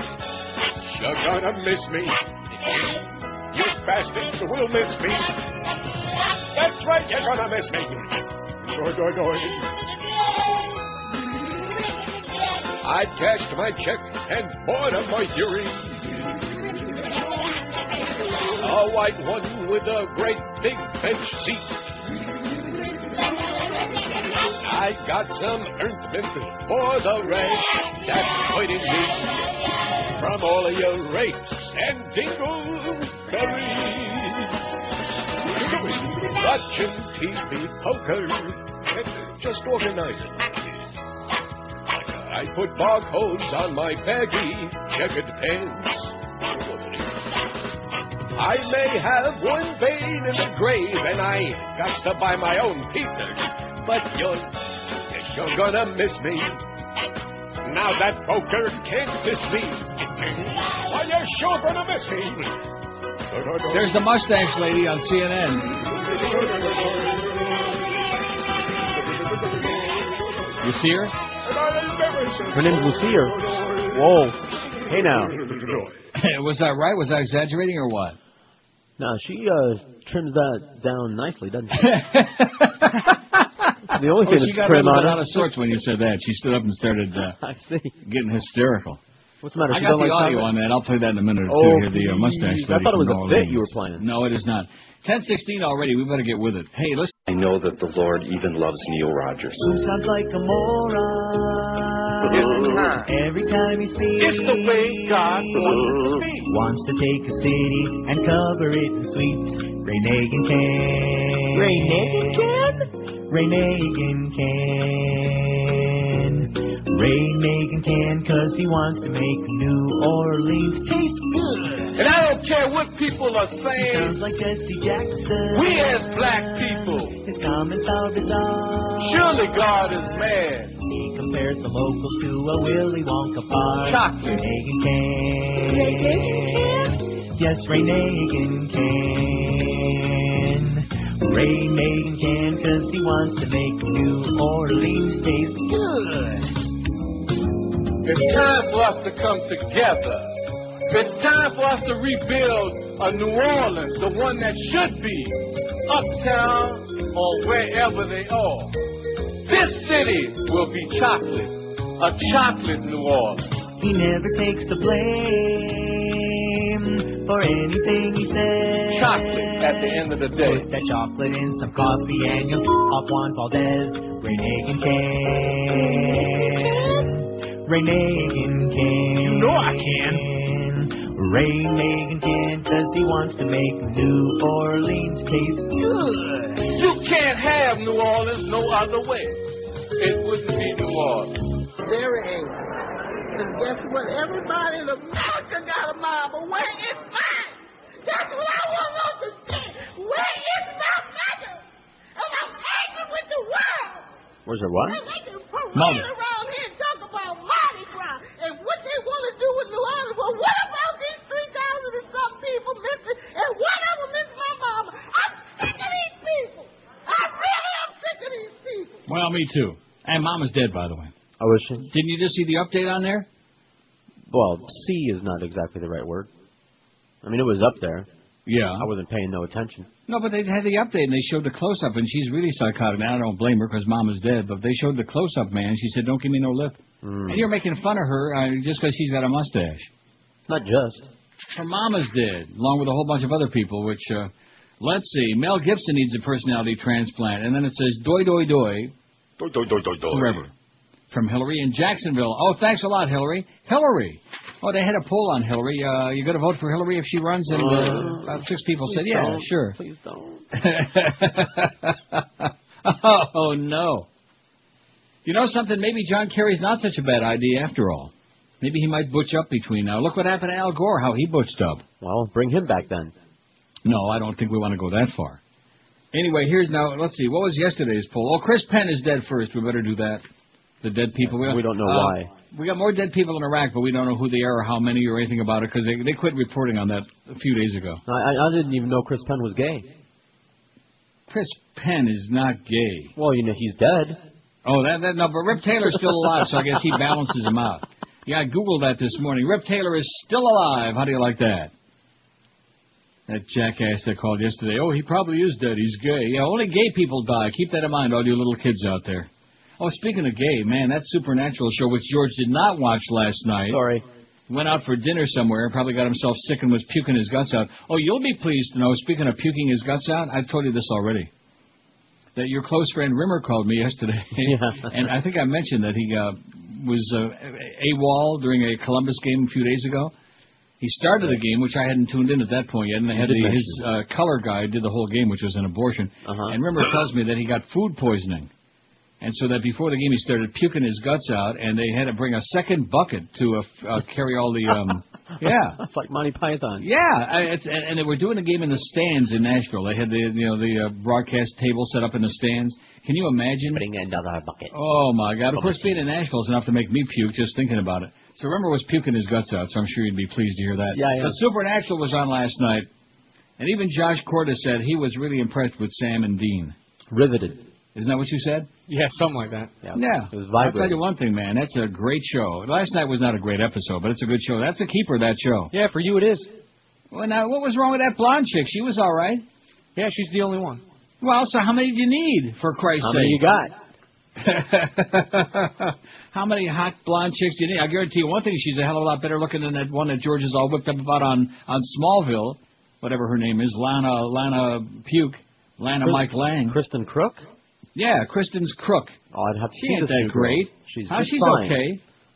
[SPEAKER 4] you're gonna miss me. You bastards will miss me. That's right, you're gonna miss me. Go, go, go. I cashed my check and bought a Mercury. A white one with a great big bench seat. I got some ointment for the rash that's biting me from all of your rakes and dingleberries. Watching TV poker, just organize it. I put barcodes on my baggy checkered pants. I may have one vein in the grave, and I got to buy my own pizza. But you're, you're gonna miss me. Now that poker can't miss me. Why, you're sure gonna miss me.
[SPEAKER 1] There's the mustache lady on CNN. You see her?
[SPEAKER 5] Her name's Lucia. Whoa. Hey now.
[SPEAKER 1] Was I right? Was I exaggerating or what?
[SPEAKER 5] Now she uh, trims that down nicely, doesn't she? the only
[SPEAKER 1] Oh,
[SPEAKER 5] thing
[SPEAKER 1] she got a
[SPEAKER 5] that's trim
[SPEAKER 1] little
[SPEAKER 5] on
[SPEAKER 1] bit
[SPEAKER 5] her.
[SPEAKER 1] out of sorts when you said that. She stood up and started uh,
[SPEAKER 5] I see.
[SPEAKER 1] getting hysterical.
[SPEAKER 5] What's the matter?
[SPEAKER 1] I
[SPEAKER 5] She
[SPEAKER 1] got
[SPEAKER 5] don't
[SPEAKER 1] the
[SPEAKER 5] like
[SPEAKER 1] audio on
[SPEAKER 5] chocolate?
[SPEAKER 1] that. I'll play that in a minute or two.
[SPEAKER 5] Oh,
[SPEAKER 1] here, the uh, mustache.
[SPEAKER 5] please. I
[SPEAKER 1] lady
[SPEAKER 5] thought it was
[SPEAKER 1] from
[SPEAKER 5] a
[SPEAKER 1] New Orleans.
[SPEAKER 5] bit you were playing.
[SPEAKER 1] No, it is not. Ten sixteen already. We better get with it. Hey, listen.
[SPEAKER 6] I know that the Lord even loves Neil Rogers.
[SPEAKER 7] Sounds like a moron. Every time he speaks,
[SPEAKER 4] It's the way God wants it to be.
[SPEAKER 7] wants to take a city and cover it in sweets. Renegan can. Renegan can. Renegan can. Renegan can, cause he wants to make New Orleans taste good.
[SPEAKER 4] And I don't care what people are saying,
[SPEAKER 7] Sounds like Jesse Jackson.
[SPEAKER 4] we as black people,
[SPEAKER 7] His comments are bizarre.
[SPEAKER 4] surely God is mad.
[SPEAKER 7] He compares the locals to a Willy Wonka bar.
[SPEAKER 4] Chocolate.
[SPEAKER 7] Renegan can. Yes, Renegan can. Renegan can, cause he wants to make New Orleans taste good.
[SPEAKER 4] It's time for us to come together. It's time for us to rebuild a New Orleans, the one that should be uptown or wherever they are. This city will be chocolate, a chocolate New Orleans.
[SPEAKER 7] He never takes the blame for anything he says.
[SPEAKER 4] Chocolate at the end of the
[SPEAKER 7] Put
[SPEAKER 4] day.
[SPEAKER 7] that chocolate in some coffee and you'll off Juan Valdez. Renegan can. Renegan can. You know I can. Renegan can, cause he wants to make New Orleans taste good.
[SPEAKER 4] You can't have New Orleans no other way. It wouldn't be New Orleans.
[SPEAKER 8] There it ain't. Cause guess what? Everybody in America got a mind, but where is mine? That's what I want to understand. Where is my mother? And I'm angry with the world.
[SPEAKER 5] Where's her what?
[SPEAKER 8] They can parade
[SPEAKER 1] Mother.
[SPEAKER 8] around here and talk about Mardi Gras and what they want to do with New Orleans. Well, what about these 3,000 and some people missing? And one of them is my mama. I'm sick of these people. I really am sick of these people.
[SPEAKER 1] Well, me too. And Mama's dead, by the way.
[SPEAKER 5] I wish. Oh, she-
[SPEAKER 1] Didn't you just see the update on there?
[SPEAKER 5] Well, C is not exactly the right word. I mean, it was up there.
[SPEAKER 1] Yeah.
[SPEAKER 5] I wasn't paying no attention.
[SPEAKER 1] No, but they had the update and they showed the close up, and she's really psychotic. Now I don't blame her because Mama's dead, but they showed the close up, man. She said, "Don't
[SPEAKER 5] Mm.
[SPEAKER 1] give me no lip." And you're making fun of her uh, just because she's got a mustache.
[SPEAKER 5] Not just.
[SPEAKER 1] Her mamas did, along with a whole bunch of other people, which, uh, let's see, Mel Gibson needs a personality transplant. And then it says, doi, doi, doi,
[SPEAKER 3] Doi, doi, doi, doi, doi.
[SPEAKER 1] forever. From Hillary in Jacksonville. Oh, thanks a lot, Hillary. Hillary! Oh, they had a poll on Hillary. Uh, you going to vote for Hillary if she runs? And uh, about six people said, yeah,
[SPEAKER 5] don't.
[SPEAKER 1] sure.
[SPEAKER 5] Please don't.
[SPEAKER 1] oh, no. You know something? Maybe John Kerry's not such a bad idea after all. Maybe he might butch up between now. Look what happened to Al Gore, how he butched up.
[SPEAKER 5] Well, bring him back then.
[SPEAKER 1] No, I don't think we want to go that far. Anyway, here's now, let's see, what was yesterday's poll? Oh, Chris Penn is dead first. We better do that. The dead people.
[SPEAKER 5] We don't know
[SPEAKER 1] uh,
[SPEAKER 5] why.
[SPEAKER 1] We got more dead people in Iraq, but we don't know who they are or how many or anything about it because they, they quit reporting on that a few days ago.
[SPEAKER 5] I, I I didn't even know Chris Penn was gay.
[SPEAKER 1] Chris Penn is not gay.
[SPEAKER 5] Well, you know he's dead.
[SPEAKER 1] Oh, that, that no, but Rip Taylor's still alive, so I guess he balances him out. Yeah, I Googled that this morning. Rip Taylor is still alive. How do you like that? That jackass that called yesterday. Oh, he probably is dead. He's gay. Yeah, only gay people die. Keep that in mind, all you little kids out there. Oh, speaking of gay, man, that supernatural show which George did not watch last night.
[SPEAKER 5] Sorry.
[SPEAKER 1] Went out for dinner somewhere and probably got himself sick and was puking his guts out. Oh, you'll be pleased to know, speaking of puking his guts out, I've told you this already. That your close friend Rimmer called me yesterday.
[SPEAKER 5] Yeah.
[SPEAKER 1] and I think I mentioned that he uh, was uh, AWOL during a Columbus game a few days ago. He started the game, which I hadn't tuned in at that point yet, and they had
[SPEAKER 5] did
[SPEAKER 1] the,
[SPEAKER 5] mention
[SPEAKER 1] his uh, color guy did the whole game, which was an abortion.
[SPEAKER 5] Uh-huh.
[SPEAKER 1] And Rimmer tells me that he got food poisoning. And so that before the game, he started puking his guts out, and they had to bring a second bucket to uh, f- uh, carry all the. Um, yeah.
[SPEAKER 5] It's like Monty Python.
[SPEAKER 1] Yeah, I, it's, and, and they were doing a game in the stands in Nashville. They had the you know the uh, broadcast table set up in the stands. Can you imagine?
[SPEAKER 5] Bring another bucket.
[SPEAKER 1] Oh my God! Of course, being in Nashville is enough to make me puke just thinking about it. So Remember was puking his guts out, so I'm sure you'd be pleased to hear that.
[SPEAKER 5] Yeah, yeah.
[SPEAKER 1] The Supernatural was on last night, and even Josh Corda said he was really impressed with Sam and Dean.
[SPEAKER 5] Riveted.
[SPEAKER 1] Isn't that what you said?
[SPEAKER 9] Yeah, something like that.
[SPEAKER 1] Yeah.
[SPEAKER 5] It
[SPEAKER 1] I'll
[SPEAKER 5] was
[SPEAKER 1] tell you
[SPEAKER 5] vibrating.
[SPEAKER 1] one thing, man. That's a great show. Last night was not a great episode, but it's a good show. That's a keeper, that show.
[SPEAKER 9] Yeah, for you it is.
[SPEAKER 1] Well, now, what was wrong with that blonde chick? She was all right.
[SPEAKER 9] Yeah, she's the only one.
[SPEAKER 1] Well, so how many do you need, for Christ's
[SPEAKER 5] How
[SPEAKER 1] sake?
[SPEAKER 5] many you got?
[SPEAKER 1] How many hot blonde chicks do you need? I guarantee you one thing: she's a hell of a lot better looking than that one that George is all whipped up about on on Smallville, whatever her name is, Lana Lana Puke, Lana
[SPEAKER 5] Chris-
[SPEAKER 1] Mike Lang.
[SPEAKER 5] Kristen Crook?
[SPEAKER 1] Yeah, Kristen's crook.
[SPEAKER 5] Oh, I'd have to
[SPEAKER 1] She
[SPEAKER 5] see
[SPEAKER 1] ain't
[SPEAKER 5] this
[SPEAKER 1] that
[SPEAKER 5] new girl.
[SPEAKER 1] great.
[SPEAKER 5] She's
[SPEAKER 1] How
[SPEAKER 5] just
[SPEAKER 1] she's
[SPEAKER 5] fine.
[SPEAKER 1] okay.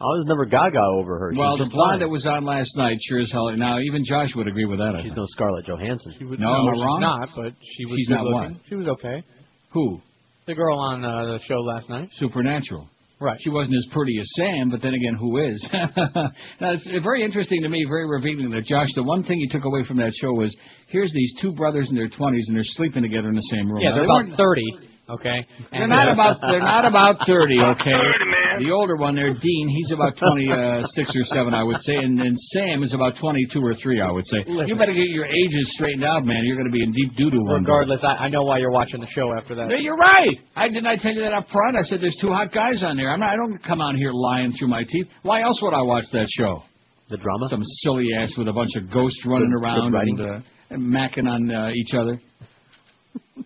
[SPEAKER 5] I was never gaga over her.
[SPEAKER 1] Well, the
[SPEAKER 5] she's just
[SPEAKER 1] blonde
[SPEAKER 5] fine.
[SPEAKER 1] that was on last night sure as hell. Now even Josh would agree with that. I
[SPEAKER 5] She's
[SPEAKER 1] think.
[SPEAKER 5] no Scarlett Johansson.
[SPEAKER 9] She was,
[SPEAKER 1] No, am I
[SPEAKER 9] she's
[SPEAKER 1] wrong?
[SPEAKER 9] Not, but she was.
[SPEAKER 1] She's
[SPEAKER 9] good
[SPEAKER 1] not
[SPEAKER 9] looking.
[SPEAKER 1] what?
[SPEAKER 9] She was okay.
[SPEAKER 1] Who?
[SPEAKER 9] The girl on uh, the show last night.
[SPEAKER 1] Supernatural.
[SPEAKER 9] Right.
[SPEAKER 1] She wasn't as pretty as Sam, but then again, who is? now, it's very interesting to me, very revealing that Josh, the one thing he took away from that show was here's these two brothers in their 20s and they're sleeping together in the same room.
[SPEAKER 9] yeah,
[SPEAKER 1] Now,
[SPEAKER 9] they're
[SPEAKER 1] they
[SPEAKER 9] about
[SPEAKER 1] weren't-
[SPEAKER 9] thirty. Okay.
[SPEAKER 1] They're not
[SPEAKER 9] uh,
[SPEAKER 1] about they're not about thirty, okay.
[SPEAKER 3] man.
[SPEAKER 1] The older one there, Dean, he's about twenty uh, six or seven, I would say, and then Sam is about twenty two or three, I would say. You better get your ages straightened out, man. You're going to be in deep doo doo one day.
[SPEAKER 9] Regardless, I, I know why you're watching the show after that.
[SPEAKER 1] No, you're right. I didn't I tell you that up front. I said there's two hot guys on there. I'm not. I don't come out here lying through my teeth. Why else would I watch that show?
[SPEAKER 5] The drama?
[SPEAKER 1] Some silly ass with a bunch of ghosts running
[SPEAKER 5] Good- good
[SPEAKER 1] around
[SPEAKER 5] writing.
[SPEAKER 1] and, uh, and macking on uh, each other.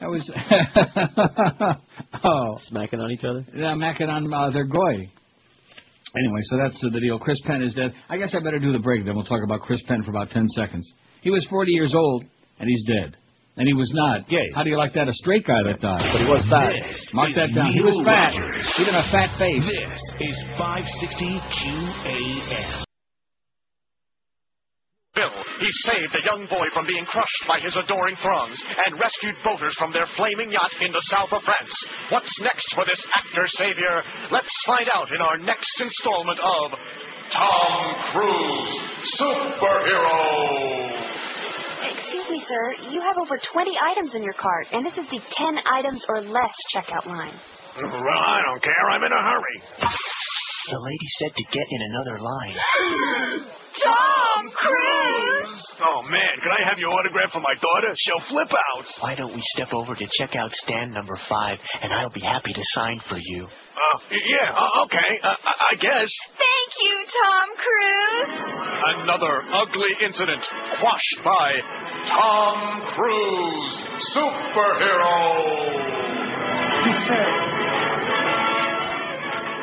[SPEAKER 1] That was oh,
[SPEAKER 5] Smacking on each other?
[SPEAKER 1] yeah, macking on uh, their goy. Anyway, so that's uh, the deal. Chris Penn is dead. I guess I better do the break. Then we'll talk about Chris Penn for about ten seconds. He was 40 years old and he's dead. And he was not
[SPEAKER 5] Gay.
[SPEAKER 1] How do you like that? A straight guy that died.
[SPEAKER 5] But he was fat.
[SPEAKER 1] Mark that down. He was fat. Even a fat face.
[SPEAKER 10] This is 560 QAM.
[SPEAKER 11] Bill, he saved a young boy from being crushed by his adoring throngs and rescued boaters from their flaming yacht in the south of France. What's next for this actor savior? Let's find out in our next installment of Tom Cruise Superhero.
[SPEAKER 12] Excuse me, sir. You have over 20 items in your cart, and this is the 10 items or less checkout line.
[SPEAKER 11] Well, I don't care. I'm in a hurry.
[SPEAKER 10] The lady said to get in another line.
[SPEAKER 11] Tom Cruise! Oh, man, can I have your autograph for my daughter? She'll flip out.
[SPEAKER 10] Why don't we step over to checkout stand number five, and I'll be happy to sign for you.
[SPEAKER 11] Uh, yeah, uh, okay, uh, I I guess.
[SPEAKER 12] Thank you, Tom Cruise.
[SPEAKER 11] Another ugly incident quashed by Tom Cruise, superhero.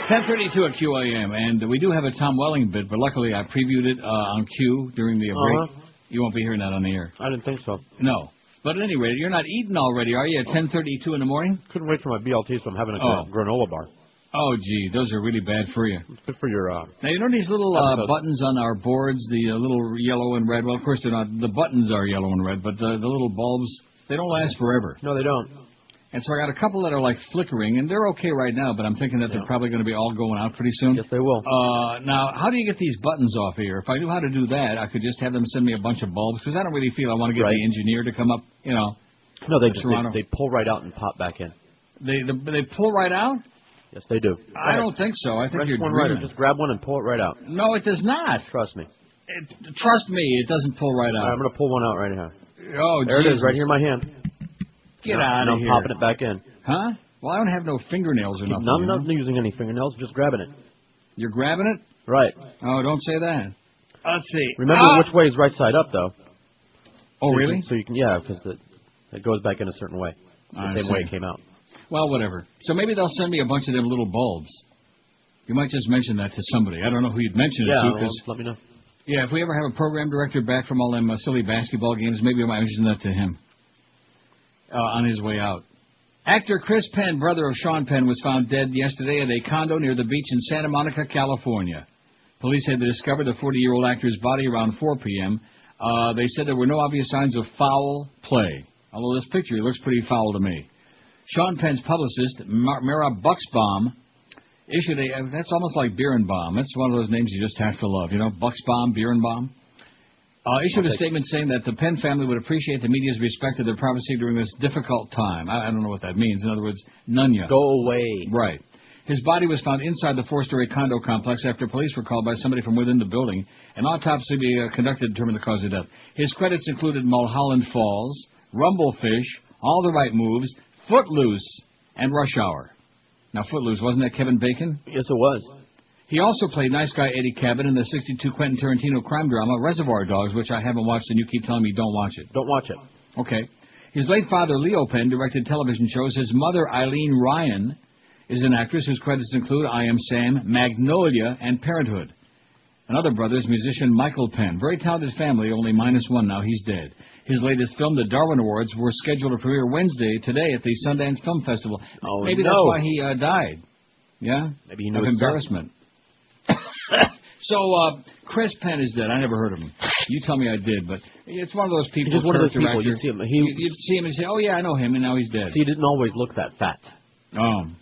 [SPEAKER 1] 1032 at QAM, and we do have a Tom Welling bit, but luckily I previewed it uh, on Q during the break.
[SPEAKER 5] Uh-huh.
[SPEAKER 1] You won't be hearing that on the air.
[SPEAKER 5] I didn't think so.
[SPEAKER 1] No. But at any rate, you're not eating already, are you, at 1032 in the morning?
[SPEAKER 5] Couldn't wait for my BLT, so I'm having a
[SPEAKER 1] Oh.
[SPEAKER 5] gran- granola bar.
[SPEAKER 1] Oh, gee, those are really bad for you.
[SPEAKER 5] It's good for your. Uh,
[SPEAKER 1] Now, you know these little uh, buttons on our boards, the uh, little yellow and red? Well, of course, they're not. The buttons are yellow and red, but the, the little bulbs, they don't last forever.
[SPEAKER 5] No, they don't.
[SPEAKER 1] And so I got a couple that are like flickering, and they're okay right now, but I'm thinking that they're probably going to be all going out pretty soon. Yes,
[SPEAKER 5] they will.
[SPEAKER 1] Uh, now, how do you get these buttons off here? If I knew how to do that, I could just have them send me a bunch of bulbs, because I don't really feel I want to get
[SPEAKER 5] Right.
[SPEAKER 1] the engineer to come up, you know.
[SPEAKER 5] no, they
[SPEAKER 1] the
[SPEAKER 5] just
[SPEAKER 1] Serrano.
[SPEAKER 5] they, they pull right out and pop back in.
[SPEAKER 1] They, the, they pull right out?
[SPEAKER 5] Yes, they do.
[SPEAKER 1] I don't think so. I think
[SPEAKER 5] Wrench
[SPEAKER 1] you're
[SPEAKER 5] one right,
[SPEAKER 1] dreaming.
[SPEAKER 5] just grab one and pull it right out.
[SPEAKER 1] No, it does not.
[SPEAKER 5] Trust me.
[SPEAKER 1] It, trust me, it doesn't pull right out.
[SPEAKER 5] I'm gonna pull one out right here.
[SPEAKER 1] oh,
[SPEAKER 5] Um, there it is,
[SPEAKER 1] Jesus.
[SPEAKER 5] right here in my hand.
[SPEAKER 1] Get
[SPEAKER 5] And I'm-
[SPEAKER 1] out
[SPEAKER 5] and
[SPEAKER 1] of
[SPEAKER 5] I'm
[SPEAKER 1] here.
[SPEAKER 5] popping it back in.
[SPEAKER 1] Huh? Well, I don't have no fingernails or nothing.
[SPEAKER 5] No, I'm
[SPEAKER 1] you know?
[SPEAKER 5] not using any fingernails. Just grabbing it.
[SPEAKER 1] You're grabbing it?
[SPEAKER 5] Right.
[SPEAKER 1] Oh, don't say that. Let's see.
[SPEAKER 5] Remember
[SPEAKER 1] Ah!
[SPEAKER 5] which way is right side up, though.
[SPEAKER 1] Oh,
[SPEAKER 5] So you
[SPEAKER 1] really?
[SPEAKER 5] can- so you can, yeah, because it it goes back in a certain way, the
[SPEAKER 1] I
[SPEAKER 5] same way it
[SPEAKER 1] see.
[SPEAKER 5] came out.
[SPEAKER 1] Well, whatever. So maybe they'll send me a bunch of them little bulbs. You might just mention that to somebody. I don't know who you'd mention
[SPEAKER 5] yeah,
[SPEAKER 1] it to.
[SPEAKER 5] well,
[SPEAKER 1] 'cause-
[SPEAKER 5] let me know.
[SPEAKER 1] yeah, if we ever have a program director back from all them uh, silly basketball games, maybe I might mention that to him uh, on his way out. Actor Chris Penn, brother of Sean Penn, was found dead yesterday at a condo near the beach in Santa Monica, California. Police said they discovered the 40 year old actor's body around 4 p.m. Uh, they said there were no obvious signs of foul play, although this picture looks pretty foul to me. Sean Penn's publicist, Mar- Mara Buxbaum, issued a. uh, That's almost like Bierenbaum. That's one of those names you just have to love, you know, Buxbaum, Bierenbaum. Uh, issued a statement saying that the Penn family would appreciate the media's respect to their privacy during this difficult time. I, I don't know what that means. In other words, Nunya.
[SPEAKER 5] Go away.
[SPEAKER 1] Right. His body was found inside the four-story condo complex after police were called by somebody from within the building. An autopsy be uh, conducted to determine the cause of death. His credits included Mulholland Falls, Rumblefish, All the Right Moves, Footloose, and Rush Hour. Now, Footloose wasn't that Kevin Bacon?
[SPEAKER 5] Yes, it was.
[SPEAKER 1] He also played nice guy Eddie Cabot in the '62 Quentin Tarantino crime drama Reservoir Dogs, which I haven't watched, and you keep telling me don't watch it.
[SPEAKER 5] Don't watch it.
[SPEAKER 1] Okay. His late father, Leo Penn, directed television shows. His mother, Eileen Ryan, is an actress whose credits include I Am Sam, Magnolia, and Parenthood. Another brother is musician Michael Penn. Very talented family, only minus one now. He's dead. His latest film, The Darwin Awards, were scheduled to premiere Wednesday today at the Sundance Film Festival.
[SPEAKER 5] Oh,
[SPEAKER 1] Maybe
[SPEAKER 5] no.
[SPEAKER 1] that's why he uh, died. Yeah?
[SPEAKER 5] Maybe he knew
[SPEAKER 1] Of
[SPEAKER 5] it sucked.
[SPEAKER 1] embarrassment. so, uh, Chris Penn is dead. I never heard of him. You tell me I did, but it's one of those people.
[SPEAKER 5] He's just one of those
[SPEAKER 1] character
[SPEAKER 5] people.
[SPEAKER 1] actor.
[SPEAKER 5] You'd see him. He,
[SPEAKER 1] You- You'd see him and say, "Oh yeah, I know him," and now he's dead.
[SPEAKER 5] so he didn't always look that fat.
[SPEAKER 1] Um,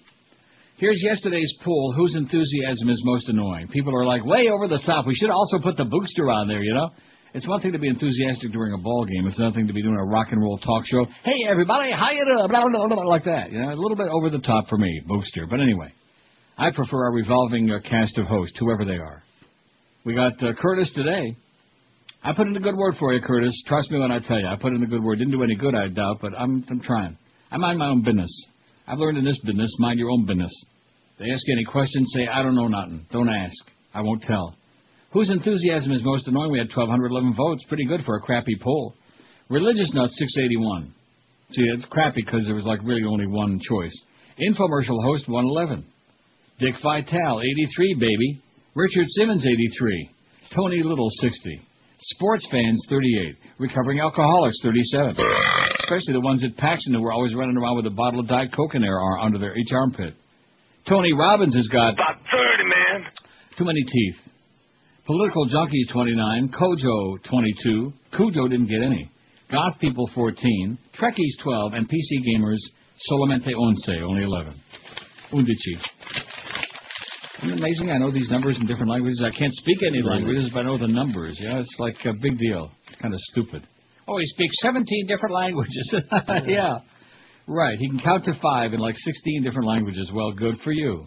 [SPEAKER 1] here's yesterday's poll. Whose enthusiasm is most annoying? People are like, "Way over the top." We should also put the booster on there. You know, it's one thing to be enthusiastic during a ball game. It's another thing to be doing a rock and roll talk show. Hey everybody, how you doing? Blah, blah, blah, blah, like that. You know, a little bit over the top for me, booster. But anyway, I prefer our revolving uh, cast of hosts, whoever they are. We got uh, Curtis today. I put in a good word for you, Curtis. Trust me when I tell you. I put in a good word. Didn't do any good, I doubt, but I'm, I'm trying. I mind my own business. I've learned in this business, mind your own business. They ask you any questions, say, I don't know nothing. Don't ask. I won't tell. Whose enthusiasm is most annoying? We had 1,211 votes. Pretty good for a crappy poll. Religious Nuts, 681. See, it's crappy because there was like really only one choice. Infomercial host, 111. Dick Vitale, 83, baby. Richard Simmons, 83. Tony Little, 60. Sports fans, 38. Recovering alcoholics, 37. Especially the ones at Paxton who were always running around with a bottle of Diet Coke in their arm, under their each armpit. Tony Robbins has got
[SPEAKER 3] About 30, man.
[SPEAKER 1] too many teeth. Political Junkies 29, Kojo 22, Cujo didn't get any. Goth People 14, Trekkies 12, and PC Gamers solamente once, only 11. Undici. Isn't it amazing? I know these numbers in different languages. I can't speak any languages, but I know the numbers. Yeah, it's like a big deal. It's kind of stupid. Oh, he speaks 17 different languages. yeah. Right. He can count to five in like 16 different languages. Well, good for you.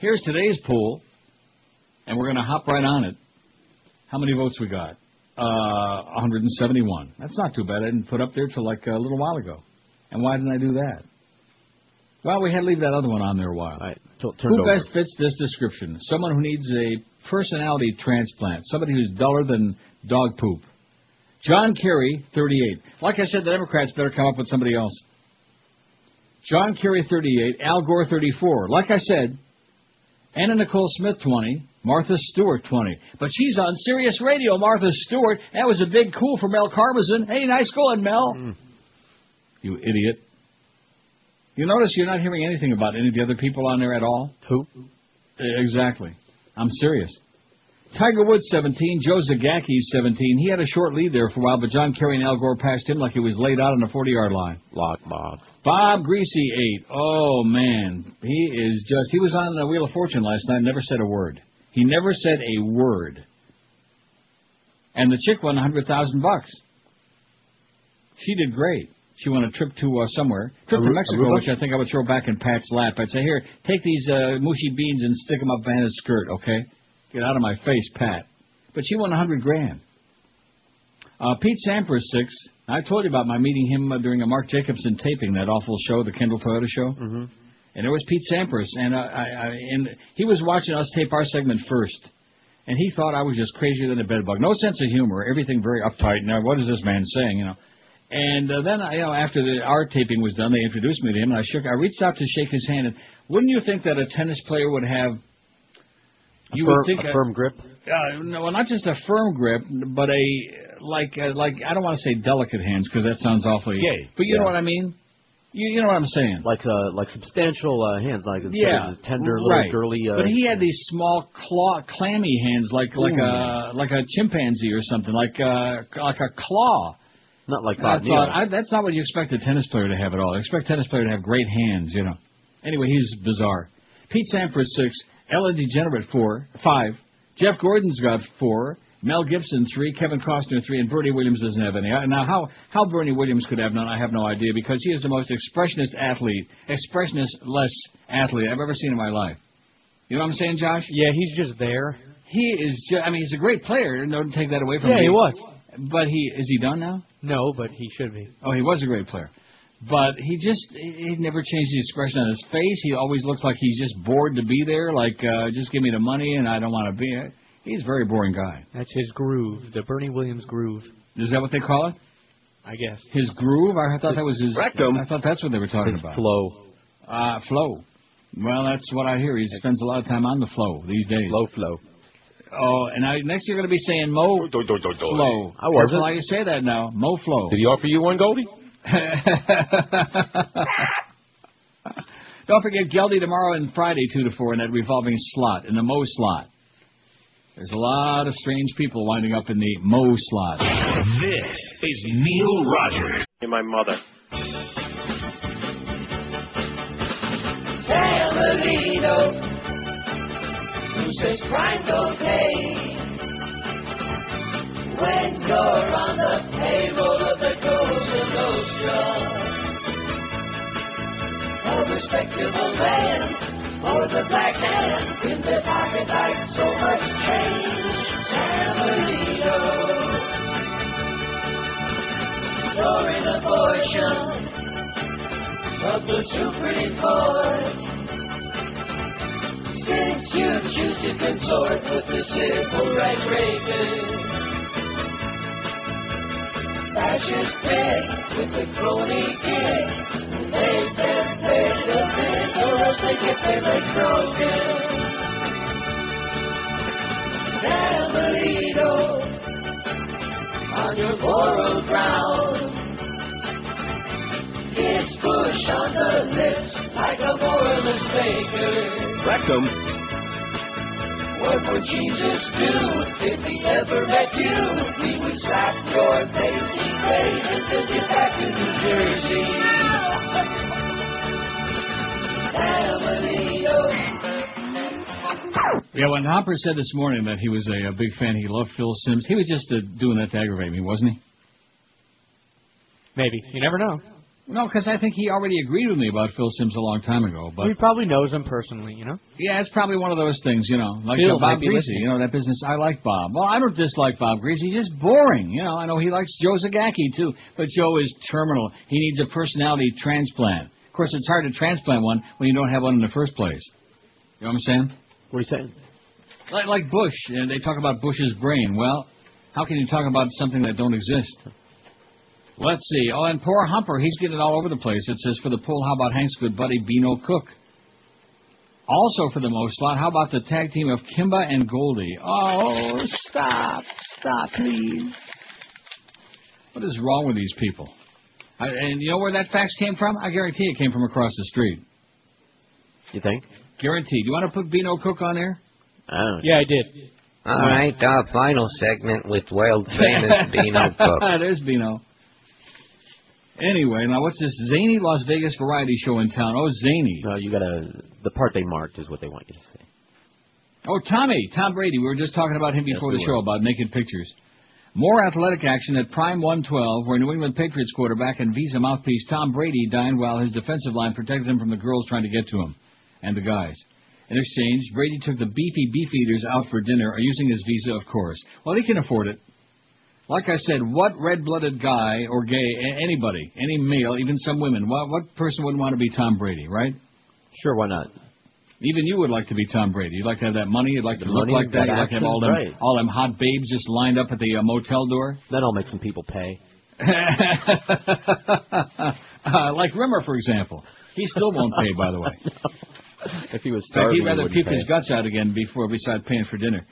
[SPEAKER 1] Here's today's pool, and we're going to hop right on it. How many votes we got? Uh, 171. That's not too bad. I didn't put up there till like a little while ago. And why didn't I do that? Well, we had to leave that other one on there a while.
[SPEAKER 5] Right. Till it turned
[SPEAKER 1] Who
[SPEAKER 5] over.
[SPEAKER 1] best fits this description? Someone who needs a personality transplant. Somebody who's duller than dog poop. John Kerry, 38. Like I said, the Democrats better come up with somebody else. John Kerry, 38. Al Gore, 34. Like I said, Anna Nicole Smith, 20. Martha Stewart, 20. But she's on Sirius Radio, Martha Stewart. That was a big coup for Mel Karmazin. Hey, nice going, Mel.
[SPEAKER 5] Hmm.
[SPEAKER 1] Mm. You idiot. You notice you're not hearing anything about any of the other people on there at all?
[SPEAKER 7] Who?
[SPEAKER 1] Exactly. I'm serious. Tiger Woods, 17. Joe Zagacki, 17. He had a short lead there for a while, but John Kerry and Al Gore passed him like he was laid out on the 40 yard line.
[SPEAKER 5] Lock Bob.
[SPEAKER 1] Bob Greasy, 8. Oh, man. He is just. He was on the Wheel of Fortune last night, never said a word. He never said a word. And the chick won a 100000 bucks. She did great. She won a trip to uh, somewhere, trip Aru- to Mexico, Aruba? which I think I would throw back in Pat's lap. I'd say, here, take these uh, mushy beans and stick them up Anna's skirt, okay? Get out of my face, Pat. But she won a hundred grand. Uh, Pete Sampras six. I told you about my meeting him uh, during a Mark Jacobson taping, that awful show, the Kendall Toyota show.
[SPEAKER 5] Mm-hmm.
[SPEAKER 1] And there was Pete Sampras, and uh, I, I, and he was watching us tape our segment first, and he thought I was just crazier than a bedbug. No sense of humor, everything very uptight. Now, what is this man saying? You know. And uh, then, you know, after the, our taping was done, they introduced me to him, and I shook. I reached out to shake his hand, and wouldn't you think that a tennis player would have
[SPEAKER 5] you firm, would think a firm
[SPEAKER 1] a,
[SPEAKER 5] grip.
[SPEAKER 1] Uh, no, not just a firm grip, but a like uh, like I don't want to say delicate hands because that sounds awfully.
[SPEAKER 5] Yeah.
[SPEAKER 1] But you
[SPEAKER 5] yeah.
[SPEAKER 1] know what I mean. You you know what I'm saying.
[SPEAKER 5] Like uh like substantial uh, hands, like
[SPEAKER 1] yeah,
[SPEAKER 5] tender little
[SPEAKER 1] right.
[SPEAKER 5] girly. Uh,
[SPEAKER 1] but he had these small claw clammy hands, like like Ooh. a like a chimpanzee or something, like uh like a claw.
[SPEAKER 5] Not like
[SPEAKER 1] Bob
[SPEAKER 5] I Neal.
[SPEAKER 1] thought I, that's not what you expect a tennis player to have at all. You expect tennis player to have great hands, you know. Anyway, he's bizarre. Pete Sampras six. Ellen Degenerate four, five. Jeff Gordon's got four. Mel Gibson three. Kevin Costner three. And Bernie Williams doesn't have any. Now how how Bernie Williams could have none, I have no idea because he is the most expressionist athlete, expressionist less athlete I've ever seen in my life. You know what I'm saying, Josh?
[SPEAKER 7] Yeah, he's just there.
[SPEAKER 1] He is. Ju- I mean, he's a great player. Don't take that away from
[SPEAKER 7] yeah,
[SPEAKER 1] him.
[SPEAKER 7] Yeah, he was.
[SPEAKER 1] But he is he done now?
[SPEAKER 7] No, but he should be.
[SPEAKER 1] Oh, he was a great player. But he just he never changed the expression on his face. He always looks like he's just bored to be there. Like uh, just give me the money and I don't want to be it. He's a very boring guy.
[SPEAKER 7] That's his groove, the Bernie Williams groove.
[SPEAKER 1] Is that what they call it?
[SPEAKER 7] I guess
[SPEAKER 1] his groove. I thought that was his.
[SPEAKER 5] Rectum.
[SPEAKER 1] I thought that's what they were talking
[SPEAKER 5] his
[SPEAKER 1] about.
[SPEAKER 5] Flow.
[SPEAKER 1] Uh, flow. Well, that's what I hear. He spends a lot of time on the flow these days.
[SPEAKER 5] Slow flow.
[SPEAKER 1] Oh, and I, next you're going to be saying Mo do, do, do, Flow.
[SPEAKER 5] I wasn't.
[SPEAKER 1] Careful how you say that now. Mo Flow.
[SPEAKER 5] Did he offer you one, Goldie?
[SPEAKER 1] Don't forget Geldy tomorrow and Friday, 2 to 4, in that revolving slot, in the Mo slot. There's a lot of strange people winding up in the Mo slot.
[SPEAKER 2] This
[SPEAKER 9] Uh,
[SPEAKER 2] is Neil Rogers.
[SPEAKER 13] My mother.
[SPEAKER 4] Samuelito, who says crime don't pay. When you're on the payroll of the Cosa Nostra, a respectable man, or the black man in the pocket like so much change. Samuelito, you're an abortion of the Supreme Court. Since you choose to consort with the civil rights races, fascist pig with the crony gig, they them play the bit, or else they get their legs broken. Samarino, on your moral ground, gives push on the lips like a moralist baker.
[SPEAKER 2] Rectum.
[SPEAKER 4] What would Jesus do if he ever met you? He would slap your lazy face until you back to New Jersey. Salamito.
[SPEAKER 1] Yeah, when Hopper said this morning that he was a, a big fan, he loved Phil Sims. He was just uh, doing that to aggravate me, wasn't he?
[SPEAKER 7] maybe you never know.
[SPEAKER 1] No, because I think he already agreed with me about Phil Sims a long time ago. But
[SPEAKER 7] he probably knows him personally, you know.
[SPEAKER 1] Yeah, it's probably one of those things, you know, like
[SPEAKER 7] Phil
[SPEAKER 1] uh, Bob
[SPEAKER 7] might be
[SPEAKER 1] Greasy.
[SPEAKER 7] listening.
[SPEAKER 1] You know that business. I like Bob. Well, I don't dislike Bob Greasy. He's just boring. You know, I know he likes Joe Zagacki too, but Joe is terminal. He needs a personality transplant. Of course, it's hard to transplant one when you don't have one in the first place. You know what I'm saying?
[SPEAKER 5] What are you saying?
[SPEAKER 1] Like, like Bush, and they talk about Bush's brain. Well, how can you talk about something that don't exist? Let's see. Oh, and poor Humper, he's getting all over the place. It says for the pool, how about Hank's good buddy Beano Cook? Also for the most slot, how about the tag team of Kimba and Goldie? Oh, stop. Stop, please. What is wrong with these people? I, and you know where that fax came from? I guarantee it came from across the street.
[SPEAKER 5] You think?
[SPEAKER 1] Guaranteed. You want to put Beano Cook on there?
[SPEAKER 5] Oh.
[SPEAKER 9] Yeah, I did.
[SPEAKER 14] All right, our final segment with world famous Beano Cook.
[SPEAKER 1] There's Beano. Anyway, now what's this zany Las Vegas variety show in town? Oh, zany.
[SPEAKER 5] No, you gotta. The part they marked is what they want you to say.
[SPEAKER 1] Oh, Tommy, Tom Brady. We were just talking about him before
[SPEAKER 5] Yes, we
[SPEAKER 1] the
[SPEAKER 5] were.
[SPEAKER 1] show about naked pictures. More athletic action at Prime 112, where New England Patriots quarterback and Visa mouthpiece Tom Brady dined while his defensive line protected him from the girls trying to get to him, and the guys. In exchange, Brady took the beefy beef eaters out for dinner, uh, using his Visa, of course. Well, he can afford it. Like I said, what red-blooded guy or gay, a- anybody, any male, even some women, what, what person wouldn't want to be Tom Brady, right?
[SPEAKER 5] Sure, why not?
[SPEAKER 1] Even you would like to be Tom Brady. You'd like to have that money. You'd like
[SPEAKER 5] The
[SPEAKER 1] to look
[SPEAKER 5] money,
[SPEAKER 1] like that.
[SPEAKER 5] that
[SPEAKER 1] You'd like to have
[SPEAKER 5] action,
[SPEAKER 1] all them,
[SPEAKER 5] right.
[SPEAKER 1] all them hot babes just lined up at the uh, motel door.
[SPEAKER 5] That'll make some people pay.
[SPEAKER 1] uh, like Rimmer, for example. He still won't pay, by the way.
[SPEAKER 5] If he
[SPEAKER 1] In
[SPEAKER 5] was
[SPEAKER 1] fact,
[SPEAKER 5] starving,
[SPEAKER 1] he'd rather
[SPEAKER 5] wouldn't
[SPEAKER 1] puke
[SPEAKER 5] pay.
[SPEAKER 1] his guts out again before beside paying for dinner.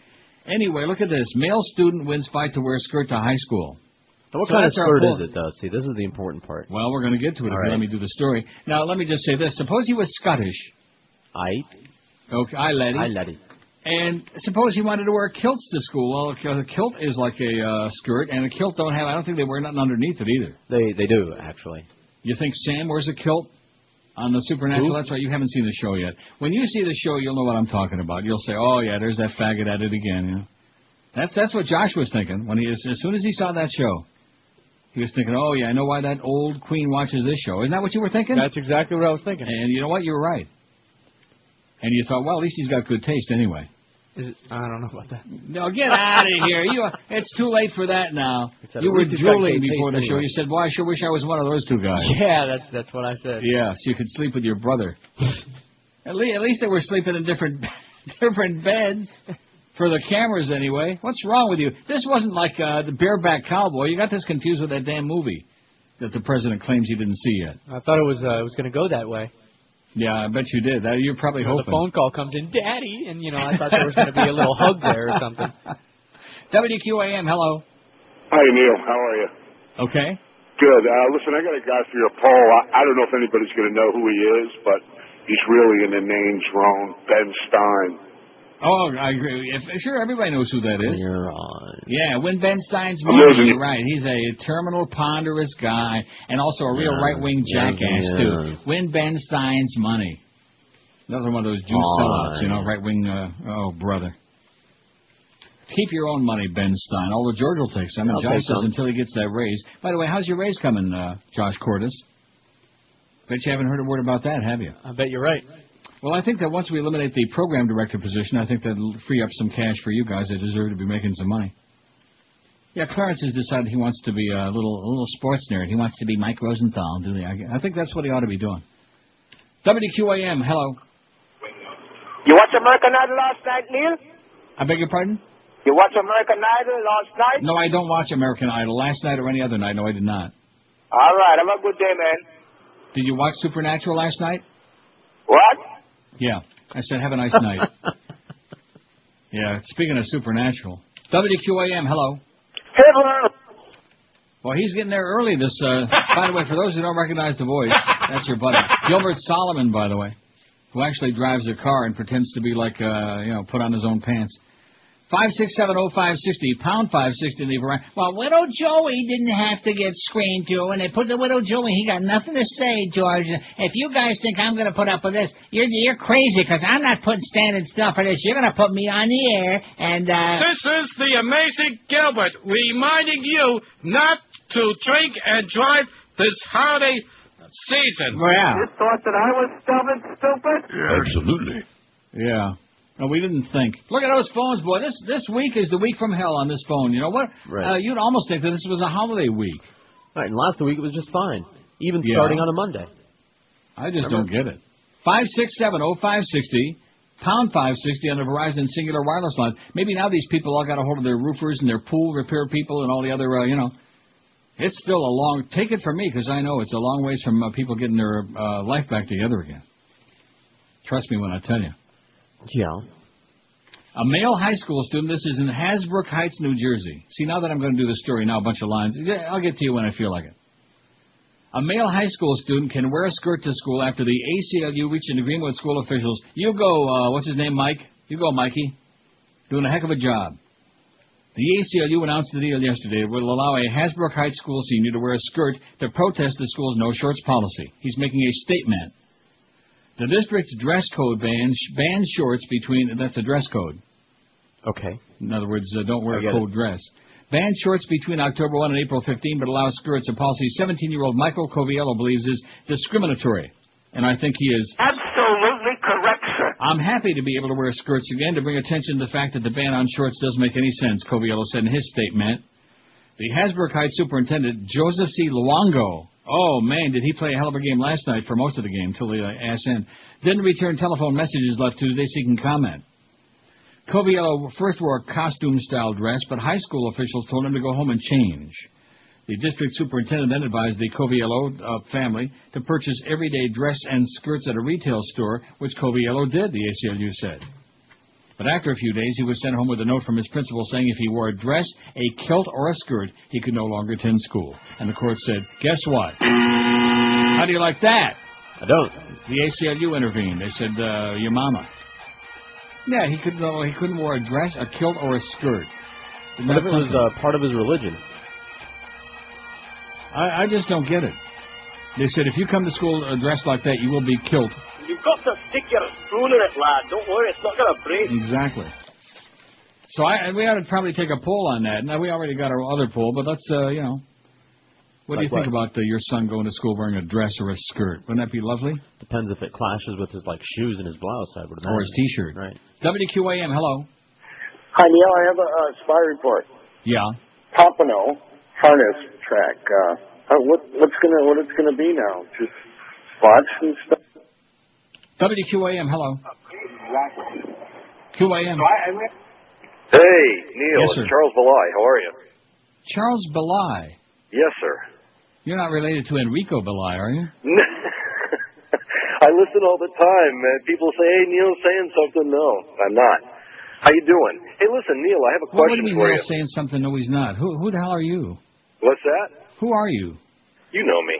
[SPEAKER 1] Anyway, look at this. Male student wins fight to wear skirt to high school.
[SPEAKER 5] So what
[SPEAKER 1] So
[SPEAKER 5] kind of
[SPEAKER 1] that's our
[SPEAKER 5] skirt
[SPEAKER 1] poll.
[SPEAKER 5] is it, though? See, this is the important part.
[SPEAKER 1] Well, we're going to get to it if
[SPEAKER 5] All
[SPEAKER 1] you let
[SPEAKER 5] right.
[SPEAKER 1] me do the story. Now, let me just say this. Suppose he was Scottish.
[SPEAKER 5] I,
[SPEAKER 1] Okay, I let it.
[SPEAKER 5] I let it.
[SPEAKER 1] And suppose he wanted to wear kilts to school. Well, a kilt is like a uh, skirt, and a kilt don't have. I don't think they wear nothing underneath it either.
[SPEAKER 5] They they do actually.
[SPEAKER 1] You think Sam wears a kilt on the Supernatural?
[SPEAKER 5] Who?
[SPEAKER 1] That's right. You haven't seen the show yet. When you see the show, you'll know what I'm talking about. You'll say, "Oh yeah, there's that faggot at it again." You know? That's that's what Josh was thinking when he as soon as he saw that show. He was thinking, "Oh yeah, I know why that old queen watches this show." Isn't that what you were thinking?
[SPEAKER 9] That's exactly what I was thinking.
[SPEAKER 1] And you know what? You were right. And you thought, well, at least he's got good taste anyway.
[SPEAKER 9] Is it, I don't know about that.
[SPEAKER 1] No, get out of here. You, are- it's too late for that now.
[SPEAKER 9] said,
[SPEAKER 1] You
[SPEAKER 9] at
[SPEAKER 1] were
[SPEAKER 9] least he's got
[SPEAKER 1] drooling
[SPEAKER 9] good taste
[SPEAKER 1] before the show.
[SPEAKER 9] anyway.
[SPEAKER 1] You said, "Boy, I sure wish I was one of those two guys."
[SPEAKER 9] Yeah, that's that's what I said.
[SPEAKER 1] Yeah, so you could sleep with your brother. at, le- at least they were sleeping in different different beds for the cameras anyway. What's wrong with you? This wasn't like uh, the bareback cowboy. You got this confused with that damn movie that the president claims he didn't see yet.
[SPEAKER 9] I thought it was uh, it was going to go that way.
[SPEAKER 1] Yeah, I bet you did. That, you're probably
[SPEAKER 9] You know, the
[SPEAKER 1] hoping.
[SPEAKER 9] phone call comes in, Daddy, and you know I thought there was going to be a little hug there or something.
[SPEAKER 1] WQAM, hello.
[SPEAKER 15] Hi, Neil. How are you?
[SPEAKER 1] Okay.
[SPEAKER 15] Good. Uh, listen, I got a guy for your poll. I, I don't know if anybody's going to know who he is, but he's really in the names wrong. Ben Stein.
[SPEAKER 1] Oh, I agree. If, sure, everybody knows who that is.
[SPEAKER 5] You're on.
[SPEAKER 1] Yeah, when Ben Stein's
[SPEAKER 15] I'm
[SPEAKER 1] money,
[SPEAKER 15] losing
[SPEAKER 1] you're
[SPEAKER 15] it.
[SPEAKER 1] right. He's a terminal, ponderous guy, and also a real
[SPEAKER 5] Yeah,
[SPEAKER 1] right-wing
[SPEAKER 5] yeah,
[SPEAKER 1] jackass
[SPEAKER 5] yeah.
[SPEAKER 1] too. Win Ben Stein's money. Another one of those Jew
[SPEAKER 5] Aw,
[SPEAKER 1] sellouts, you know,
[SPEAKER 5] yeah.
[SPEAKER 1] right-wing. Uh, oh, brother. Keep your own money, Ben Stein. Although George will take some, and
[SPEAKER 5] I'll
[SPEAKER 1] Josh
[SPEAKER 5] take
[SPEAKER 1] says
[SPEAKER 5] some.
[SPEAKER 1] until he gets that raise. By the way, how's your raise coming, uh, Josh Cordes? Bet you haven't heard a word about that, have you?
[SPEAKER 9] I bet you're right.
[SPEAKER 1] Well, I think that once we eliminate the program director position, I think that'll free up some cash for you guys. that deserve to be making some money. Yeah, Clarence has decided he wants to be a little a little sports nerd. He wants to be Mike Rosenthal. Do they? I I think that's what he ought to be doing. WQAM, hello.
[SPEAKER 16] You watch American Idol last night, Neil?
[SPEAKER 1] I beg your pardon?
[SPEAKER 16] You watch American Idol last night?
[SPEAKER 1] No, I don't watch American Idol. Last night or any other night? No, I did not.
[SPEAKER 16] All right, have a good day, man.
[SPEAKER 1] Did you watch Supernatural last night?
[SPEAKER 16] What?
[SPEAKER 1] Yeah. I said, have a nice night. yeah. Speaking of Supernatural, WQAM, hello.
[SPEAKER 16] Hitler!
[SPEAKER 1] Well, he's getting there early. This, uh, by the way, for those who don't recognize the voice, that's your buddy Gilbert Solomon, by the way, who actually drives a car and pretends to be like, uh, you know, put on his own pants. Five six seven oh five sixty pound five sixty in the Iran. Well, Widow Joey didn't have to get screamed to, and they put the Widow Joey. He got nothing to say, George. If you guys think I'm going to put up with this, you're you're crazy because I'm not putting standing stuff for this. You're going to put me on the air, and uh,
[SPEAKER 17] This is the amazing Gilbert reminding you not to drink and drive this holiday season.
[SPEAKER 1] Oh, yeah.
[SPEAKER 16] thought that I was dumb and stupid?
[SPEAKER 1] Absolutely. Yeah. No, we didn't think. Look at those phones, boy. This this week is the week from hell on this phone. You know what?
[SPEAKER 5] Right.
[SPEAKER 1] Uh, you'd almost think that this was a holiday week.
[SPEAKER 5] All right, and last week it was just fine, even
[SPEAKER 1] Yeah.
[SPEAKER 5] starting on a Monday.
[SPEAKER 1] I just
[SPEAKER 5] Remember?
[SPEAKER 1] don't get it. Five six seven oh five sixty pound five sixty on the Verizon Singular Wireless line. Maybe now these people all got a hold of their roofers and their pool repair people and all the other uh, you know. It's still a long. Take it from me because I know it's a long ways from uh, people getting their uh, life back together again. Trust me when I tell you.
[SPEAKER 5] Yeah.
[SPEAKER 1] A male high school student. This is in Hasbrook Heights, New Jersey. See, now that I'm going to do the story, now a bunch of lines. Yeah, I'll get to you when I feel like it. A male high school student can wear a skirt to school after the ACLU reached an agreement with school officials. You go, uh, what's his name, Mike? You go, Mikey. Doing a heck of a job. The ACLU announced the deal yesterday. It will allow a Hasbrook High School senior to wear a skirt to protest the school's no shorts policy. He's making a statement. The district's dress code bans bans shorts between that's a dress code.
[SPEAKER 5] Okay.
[SPEAKER 1] In other words, uh, don't wear
[SPEAKER 5] I get
[SPEAKER 1] a cold dress. Banned shorts between October 1 and April 15, but allow skirts. A policy 17-year-old Michael Coviello believes is discriminatory, and I think he is.
[SPEAKER 18] Absolutely correct, sir.
[SPEAKER 1] I'm happy to be able to wear skirts again to bring attention to the fact that the ban on shorts doesn't make any sense. Coviello said in his statement. The Hasbrook Heights superintendent Joseph C. Luongo. Oh man, did he play a hell of a game last night for most of the game till the uh, ass end? Didn't return telephone messages left Tuesday seeking comment. Coviello first wore a costume-style dress, but high school officials told him to go home and change. The district superintendent then advised the Coviello uh, family to purchase everyday dress and skirts at a retail store, which Coviello did, the ACLU said. But after a few days, he was sent home with a note from his principal saying if he wore a dress, a kilt, or a skirt, he could no longer attend school. And the court said, guess what? How do you like that?
[SPEAKER 5] I don't.
[SPEAKER 1] The ACLU intervened. They said, uh, your mama. Yeah, he couldn't. He couldn't wear a dress, a kilt, or a skirt. Isn't
[SPEAKER 5] What if
[SPEAKER 1] that
[SPEAKER 5] it was
[SPEAKER 1] something?
[SPEAKER 5] uh, part of his religion? uh,
[SPEAKER 1] I, I just don't get it. They said if you come to school uh, dressed like that, you will be killed.
[SPEAKER 18] You've got to stick your spoon in it, lad. Don't worry, it's not going to break.
[SPEAKER 1] Exactly. So I, we ought to probably take a poll on that. Now we already got our other poll, but let's, uh, you know, what do
[SPEAKER 5] Like
[SPEAKER 1] you think
[SPEAKER 5] what?
[SPEAKER 1] about uh, your son going to school wearing a dress or a skirt? Wouldn't that be lovely?
[SPEAKER 5] Depends if it clashes with his like shoes and his blouse. I
[SPEAKER 1] Or
[SPEAKER 5] would
[SPEAKER 1] his
[SPEAKER 5] imagine.
[SPEAKER 1] T-shirt.
[SPEAKER 5] Right.
[SPEAKER 1] WQAM. Hello.
[SPEAKER 19] Hi, Neil. I have a uh, spy report.
[SPEAKER 1] Yeah.
[SPEAKER 19] Pompano harness track. Uh, uh, what what's gonna what it's gonna be now? Just spots and stuff.
[SPEAKER 1] WQAM. Hello. QAM.
[SPEAKER 20] Hey, Neil,
[SPEAKER 1] Yes, sir.
[SPEAKER 20] it's Charles Belay. How are you?
[SPEAKER 1] Charles Belay.
[SPEAKER 20] Yes, sir.
[SPEAKER 1] You're not related to Enrico Belay, are you?
[SPEAKER 20] I listen all the time, and people say, "Hey, Neil's saying something." No, I'm not. How you doing? Hey, listen, Neil, I have a
[SPEAKER 1] What do you
[SPEAKER 20] question
[SPEAKER 1] mean
[SPEAKER 20] for
[SPEAKER 1] you're
[SPEAKER 20] you.
[SPEAKER 1] saying something? No, he's not. Who, who the hell are you?
[SPEAKER 20] What's that?
[SPEAKER 1] Who are you?
[SPEAKER 20] You know me,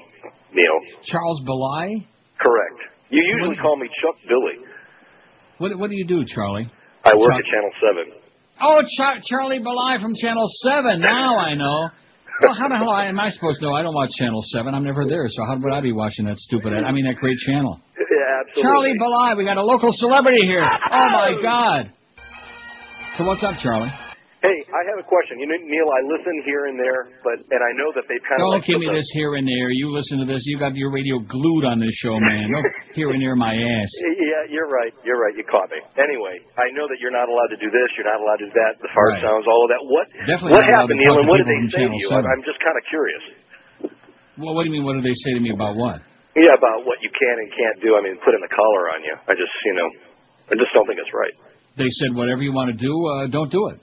[SPEAKER 20] Neil.
[SPEAKER 1] Charles Belay?
[SPEAKER 20] Correct. You usually call me Chuck Billy.
[SPEAKER 1] What, what do you do, Charlie?
[SPEAKER 20] I work
[SPEAKER 1] Chuck.
[SPEAKER 20] at Channel Seven.
[SPEAKER 1] Oh, Char- Charlie Belay from Channel 7. Now I know. Well, how the hell am I supposed to know? I don't watch Channel 7. I'm never there, so how would I be watching that stupid ad? I mean, that great channel.
[SPEAKER 20] Yeah, absolutely.
[SPEAKER 1] Charlie Belay, we got a local celebrity here. Oh, my God. So what's up, Charlie?
[SPEAKER 20] Hey, I have a question. You know, Neil, I listen here and there, but and I know that they've kind
[SPEAKER 1] Don't
[SPEAKER 20] of like
[SPEAKER 1] give me
[SPEAKER 20] put the-
[SPEAKER 1] this here and there. You listen to this. You got your radio glued on this show, man. Don't here and there my ass.
[SPEAKER 20] Yeah, you're right. You're right. You caught me. Anyway, I know that you're not allowed to do this. You're not allowed to do that. The fart
[SPEAKER 1] Right.
[SPEAKER 20] sounds, all of that. What
[SPEAKER 1] Definitely
[SPEAKER 20] what
[SPEAKER 1] not allowed
[SPEAKER 20] happened,
[SPEAKER 1] to talk to
[SPEAKER 20] Neil? And what did
[SPEAKER 1] people
[SPEAKER 20] they
[SPEAKER 1] from
[SPEAKER 20] say to
[SPEAKER 1] Channel 7.
[SPEAKER 20] you? I- I'm just kind of curious.
[SPEAKER 1] Well, what do you mean? What do they say to me about what?
[SPEAKER 20] Yeah, about what you can and can't do. I mean, putting the collar on you. I just, you know, I just don't think it's right.
[SPEAKER 1] They said whatever you want to do, uh, don't do it.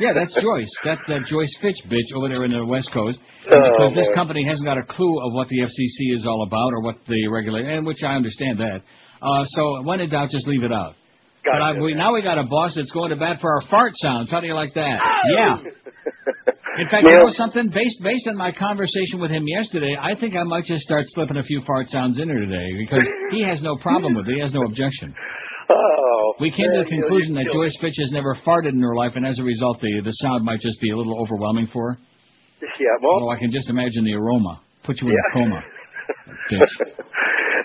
[SPEAKER 1] Yeah, that's Joyce. That's that Joyce Fitch bitch over there in the West Coast. And
[SPEAKER 20] Oh,
[SPEAKER 1] because this
[SPEAKER 20] man.
[SPEAKER 1] company hasn't got a clue of what the FCC is all about or what the regulate, and which I understand that. Uh, so when in doubt, just leave it out. but I, we, now we got a boss that's going to bat for our fart sounds. How do you like that? Yeah. In fact, you
[SPEAKER 20] Neil-
[SPEAKER 1] know something? Based based on my conversation with him yesterday, I think I might just start slipping a few fart sounds in there today because he has no problem with it. He has no objection.
[SPEAKER 20] Oh,
[SPEAKER 1] We came to
[SPEAKER 20] man,
[SPEAKER 1] the
[SPEAKER 20] Neil,
[SPEAKER 1] conclusion
[SPEAKER 20] you
[SPEAKER 1] that
[SPEAKER 20] killed
[SPEAKER 1] Joyce Fitch has never farted in her life, and as a result, the the sound might just be a little overwhelming for her.
[SPEAKER 20] me. Yeah, well,
[SPEAKER 1] Although I can just imagine the aroma. Put you in a
[SPEAKER 20] Yeah.
[SPEAKER 1] coma. Bitch.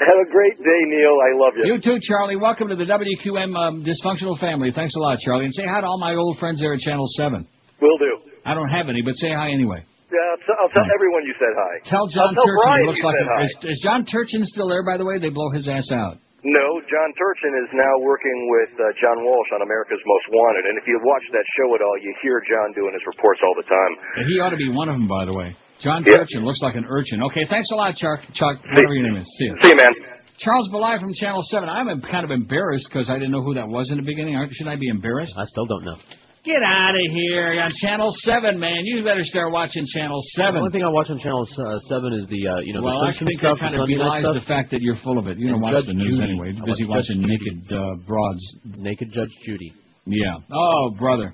[SPEAKER 20] have a great day, Neil. I love you.
[SPEAKER 1] You too, Charlie. Welcome to the WQM um, dysfunctional family. Thanks a lot, Charlie, and say hi to all my old friends there at Channel Seven.
[SPEAKER 20] Will do.
[SPEAKER 1] I don't have any, but say hi anyway.
[SPEAKER 20] Yeah, I'll, t- I'll tell everyone you said hi.
[SPEAKER 1] Tell John
[SPEAKER 20] I'll tell
[SPEAKER 1] Turchin
[SPEAKER 20] Oh, Brian
[SPEAKER 1] he looks
[SPEAKER 20] you
[SPEAKER 1] like
[SPEAKER 20] said
[SPEAKER 1] a,
[SPEAKER 20] hi.
[SPEAKER 1] is, is John Turchin still there? By the way, they blow his ass out.
[SPEAKER 20] No, John Turchin is now working with uh, John Walsh on America's Most Wanted, and if you watch that show at all, you hear John doing his reports all the time.
[SPEAKER 1] And he ought to be one of them, by the way. John
[SPEAKER 20] Yeah.
[SPEAKER 1] Turchin looks like an urchin. Okay, thanks a lot, Chuck. Chuck, whatever your name is. See you.
[SPEAKER 20] See you, man.
[SPEAKER 1] Charles Belay from Channel 7. I'm kind of embarrassed because I didn't know who that was in the beginning. Aren't- Should I be embarrassed?
[SPEAKER 5] I still don't know.
[SPEAKER 1] Get out of here. On Channel 7, man. You better start watching Channel 7.
[SPEAKER 5] The only thing I watch on Channel uh, 7 is the, uh, you know,
[SPEAKER 1] well,
[SPEAKER 5] the
[SPEAKER 1] I
[SPEAKER 5] Simpsons
[SPEAKER 1] think
[SPEAKER 5] stuff.
[SPEAKER 1] that kind
[SPEAKER 5] the
[SPEAKER 1] of
[SPEAKER 5] Sunday night
[SPEAKER 1] belies
[SPEAKER 5] stuff.
[SPEAKER 1] the fact that you're full of it. You don't
[SPEAKER 5] And
[SPEAKER 1] watch
[SPEAKER 5] Judge
[SPEAKER 1] the news
[SPEAKER 5] Judy.
[SPEAKER 1] anyway.
[SPEAKER 5] I
[SPEAKER 1] You're
[SPEAKER 5] watch
[SPEAKER 1] busy
[SPEAKER 5] Judge
[SPEAKER 1] watching
[SPEAKER 5] Judy.
[SPEAKER 1] naked uh, broads.
[SPEAKER 5] Naked Judge Judy.
[SPEAKER 1] Yeah. Oh, brother.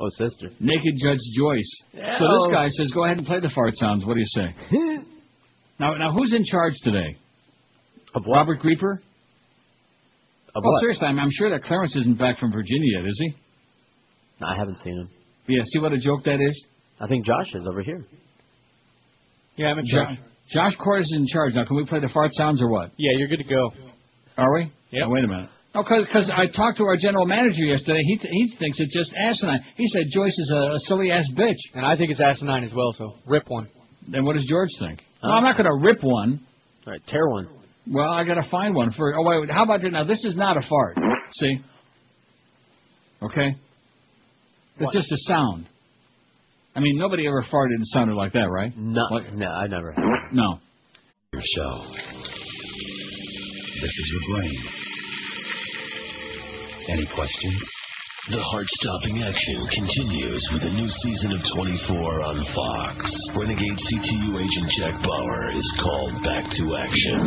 [SPEAKER 5] Oh, sister.
[SPEAKER 1] Naked Judge Joyce. So this
[SPEAKER 5] Oh.
[SPEAKER 1] guy says, go ahead and play the fart sounds. What do you say? now, now who's in charge today?
[SPEAKER 5] Of
[SPEAKER 1] Robert Grieper?
[SPEAKER 5] Of
[SPEAKER 1] well,
[SPEAKER 5] what?
[SPEAKER 1] Oh, seriously, I'm, I'm sure that Clarence isn't back from Virginia yet, is he?
[SPEAKER 5] No, I haven't seen him.
[SPEAKER 1] Yeah, see what a joke that is?
[SPEAKER 5] I think Josh is over here.
[SPEAKER 1] Yeah, I'm in charge. Josh Cordes is in charge. Now, can we play the fart sounds or what?
[SPEAKER 9] Yeah, you're good to go.
[SPEAKER 1] Are we? Yeah. wait a minute. No, because I talked to our general manager yesterday. He, th- he thinks it's just asinine. He said Joyce is a, a silly ass bitch.
[SPEAKER 9] And I think it's asinine as well, so rip one.
[SPEAKER 1] Then what does George think? Well, I'm not going to rip one.
[SPEAKER 5] All right, tear one.
[SPEAKER 1] Well, I got to find one for. Oh wait, how about this? Now this is not a fart. See? Okay. It's
[SPEAKER 5] What?
[SPEAKER 1] just a sound. I mean, nobody ever farted and sounded like that, right?
[SPEAKER 5] No, no, I never have.
[SPEAKER 9] Mm.
[SPEAKER 1] No.
[SPEAKER 21] Yourself. This is your brain. Any questions?
[SPEAKER 22] The heart-stopping action continues with a new season of 24 on Fox. Renegade CTU agent Jack Bauer is called back to action.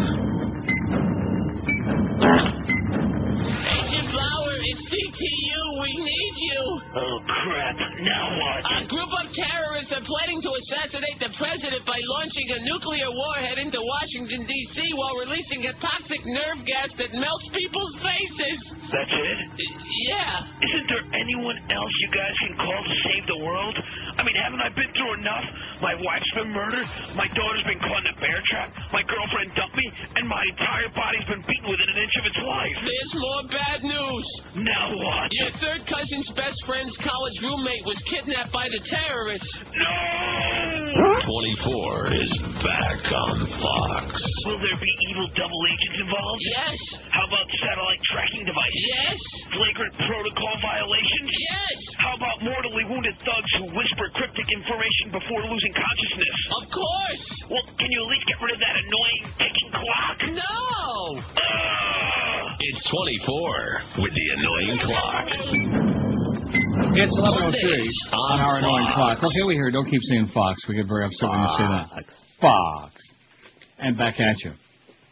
[SPEAKER 23] Agent Bauer, it's CTU. We need you.
[SPEAKER 22] Oh crap! Now what?
[SPEAKER 23] A group of terrorists are planning to assassinate the president by launching a nuclear warhead into Washington, D.C. while releasing a toxic nerve gas that melts people's faces.
[SPEAKER 22] That's it?
[SPEAKER 23] Yeah.
[SPEAKER 22] Isn't there anyone else you guys can call to save the world? I mean, haven't I been through enough? My wife's been murdered, my daughter's been caught in a bear trap, my girlfriend dumped me, and my entire body's been beaten within an inch of its life.
[SPEAKER 23] There's more bad news.
[SPEAKER 22] Now what?
[SPEAKER 23] Your third cousin's best friend's college roommate was kidnapped by the terrorists. No!
[SPEAKER 22] 24 is back on Fox. Will there be evil double agents involved?
[SPEAKER 23] Yes.
[SPEAKER 22] How about satellite tracking devices?
[SPEAKER 23] Yes.
[SPEAKER 22] Flagrant protocol violations?
[SPEAKER 23] Yes.
[SPEAKER 22] How about mortally wounded thugs who whisper cryptic information before losing consciousness?
[SPEAKER 23] Of course.
[SPEAKER 22] Well, can you at least get rid of that annoying ticking clock?
[SPEAKER 23] No!
[SPEAKER 22] It's 24 with the annoying clock.
[SPEAKER 1] It's 11:03 on our annoying
[SPEAKER 22] Fox.
[SPEAKER 1] clock. Okay, we hear. Don't keep saying Fox. We get very upset when you say that. Fox. And back at you.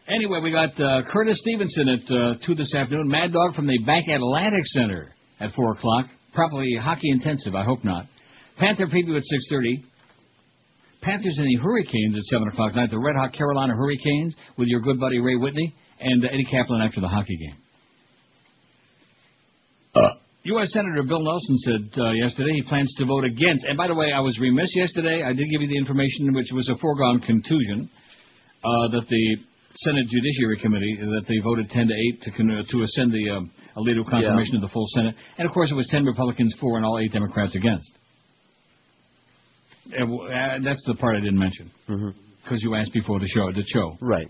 [SPEAKER 1] Anyway, we got uh, Curtis Stevenson at uh, two this afternoon. Mad Dog from the Bank Atlantic Center at four o'clock. Probably hockey intensive. I hope not. Panther preview at six thirty. Panthers and the Hurricanes at seven o'clock tonight. The Red Hot Carolina Hurricanes with your good buddy Ray Whitney and uh, Eddie Kaplan after the hockey game. U.S. Senator Bill Nelson said uh, yesterday he plans to vote against. And by the way, I was remiss yesterday. I did give you the information, which was a foregone conclusion, uh, that the Senate Judiciary Committee that they voted 10 to 8 to con- to ascend the um, Alito confirmation to the full Senate. And of course, it was 10 Republicans for and all eight Democrats against. And w- uh, that's the part I didn't mention because you asked before the show. The show.
[SPEAKER 5] Right.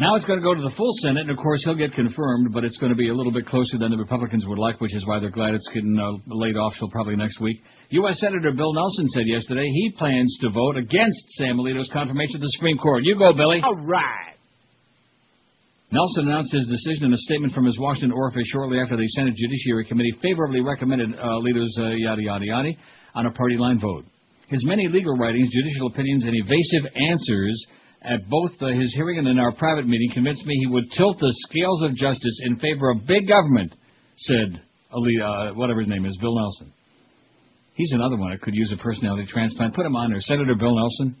[SPEAKER 1] Now it's going to go to the full Senate, and of course he'll get confirmed, but it's going to be a little bit closer than the Republicans would like, which is why they're glad it's getting uh, laid off till probably next week. U.S. Senator Bill Nelson said yesterday he plans to vote against Sam Alito's confirmation to the Supreme Court. You go, Billy. All
[SPEAKER 9] right.
[SPEAKER 1] Nelson announced his decision in a statement from his Washington office shortly after the Senate Judiciary Committee favorably recommended uh, Alito's uh, yada yada yada on a party line vote. His many legal writings, judicial opinions, and evasive answers at both uh, his hearing and in our private meeting convinced me he would tilt the scales of justice in favor of big government, said Ali, uh, whatever his name is, Bill Nelson. He's another one that could use a personality transplant. Put him on there, Senator Bill Nelson.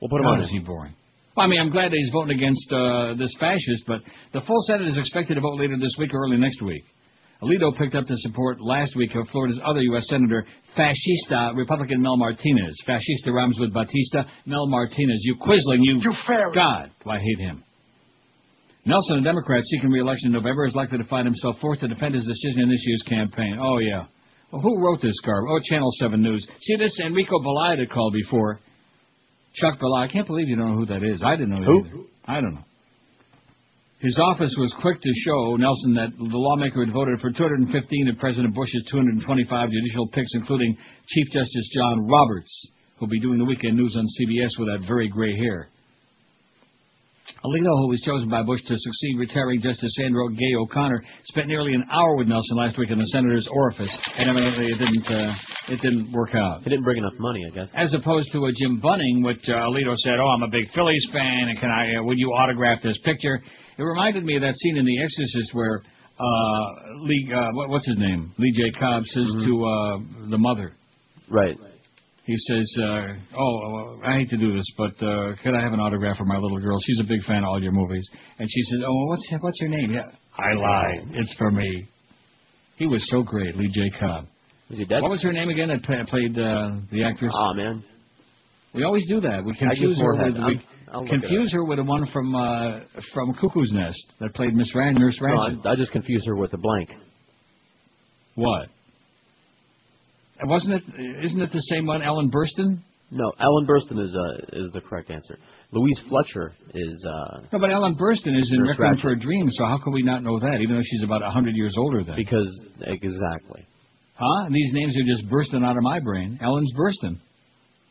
[SPEAKER 5] We'll put him
[SPEAKER 1] God,
[SPEAKER 5] on.
[SPEAKER 1] Is he boring? Well, I mean, I'm glad that he's voting against uh, this fascist, but the full Senate is expected to vote later this week or early next week. Alito picked up the support last week of Florida's other U.S. Senator, fascista Republican Mel Martinez. Fascista rhymes with Batista. Mel Martinez, you quisling, you. You fairy. God, do I hate him. Nelson, a Democrat seeking re-election in November, is likely to find himself forced to defend his decision in this year's campaign. Oh yeah. Well, who wrote this garbage? Oh, Channel Seven News. See this Enrico Belaya called before. Chuck Belaya. I can't believe you don't know who that is. I didn't know
[SPEAKER 5] Who?
[SPEAKER 1] Either. I don't know. His office was quick to show Nelson that the lawmaker had voted for 215 of President Bush's 225 judicial picks, including Chief Justice John Roberts, who'll be doing the weekend news on CBS with that very gray hair. Alito, who was chosen by Bush to succeed retiring Justice Sandra Gay O'Connor, spent nearly an hour with Nelson last week in the senator's orifice, and evidently it didn't uh, it didn't work out.
[SPEAKER 5] They didn't bring enough money, I guess.
[SPEAKER 1] As opposed to a Jim Bunning, which uh, Alito said, "Oh, I'm a big Phillies fan, and can I? Uh, would you autograph this picture?" It reminded me of that scene in The Exorcist where uh, Lee, uh, what, what's his name, Lee J. Cobb says mm-hmm. to uh, the mother,
[SPEAKER 5] right?
[SPEAKER 1] he says, uh, "Oh, I hate to do this, but uh, could I have an autograph for my little girl? She's a big fan of all your movies." And she says, "Oh, what's what's your name?" Yeah, I lied. It's for me. He was so great, Lee J. Cobb.
[SPEAKER 5] Was he dead?
[SPEAKER 1] What was her name again? That play, played uh, the actress.
[SPEAKER 5] Oh man,
[SPEAKER 1] we always do that. We confuse her with we I'll confuse her with the one from uh, from Cuckoo's Nest that played Miss Rand, Nurse Ratched.
[SPEAKER 5] No, I, I just confuse her with a blank.
[SPEAKER 1] What? wasn't it? Isn't it the same one, Ellen Burstyn?
[SPEAKER 5] No, Ellen Burstyn is uh, is the correct answer. Louise Fletcher is. Uh,
[SPEAKER 1] no, but Ellen Burstyn is in Requiem for a Dream, so how can we not know that? Even though she's about hundred years older than.
[SPEAKER 5] Because exactly.
[SPEAKER 1] Huh? And these names are just bursting out of my brain. Ellen's Burstyn.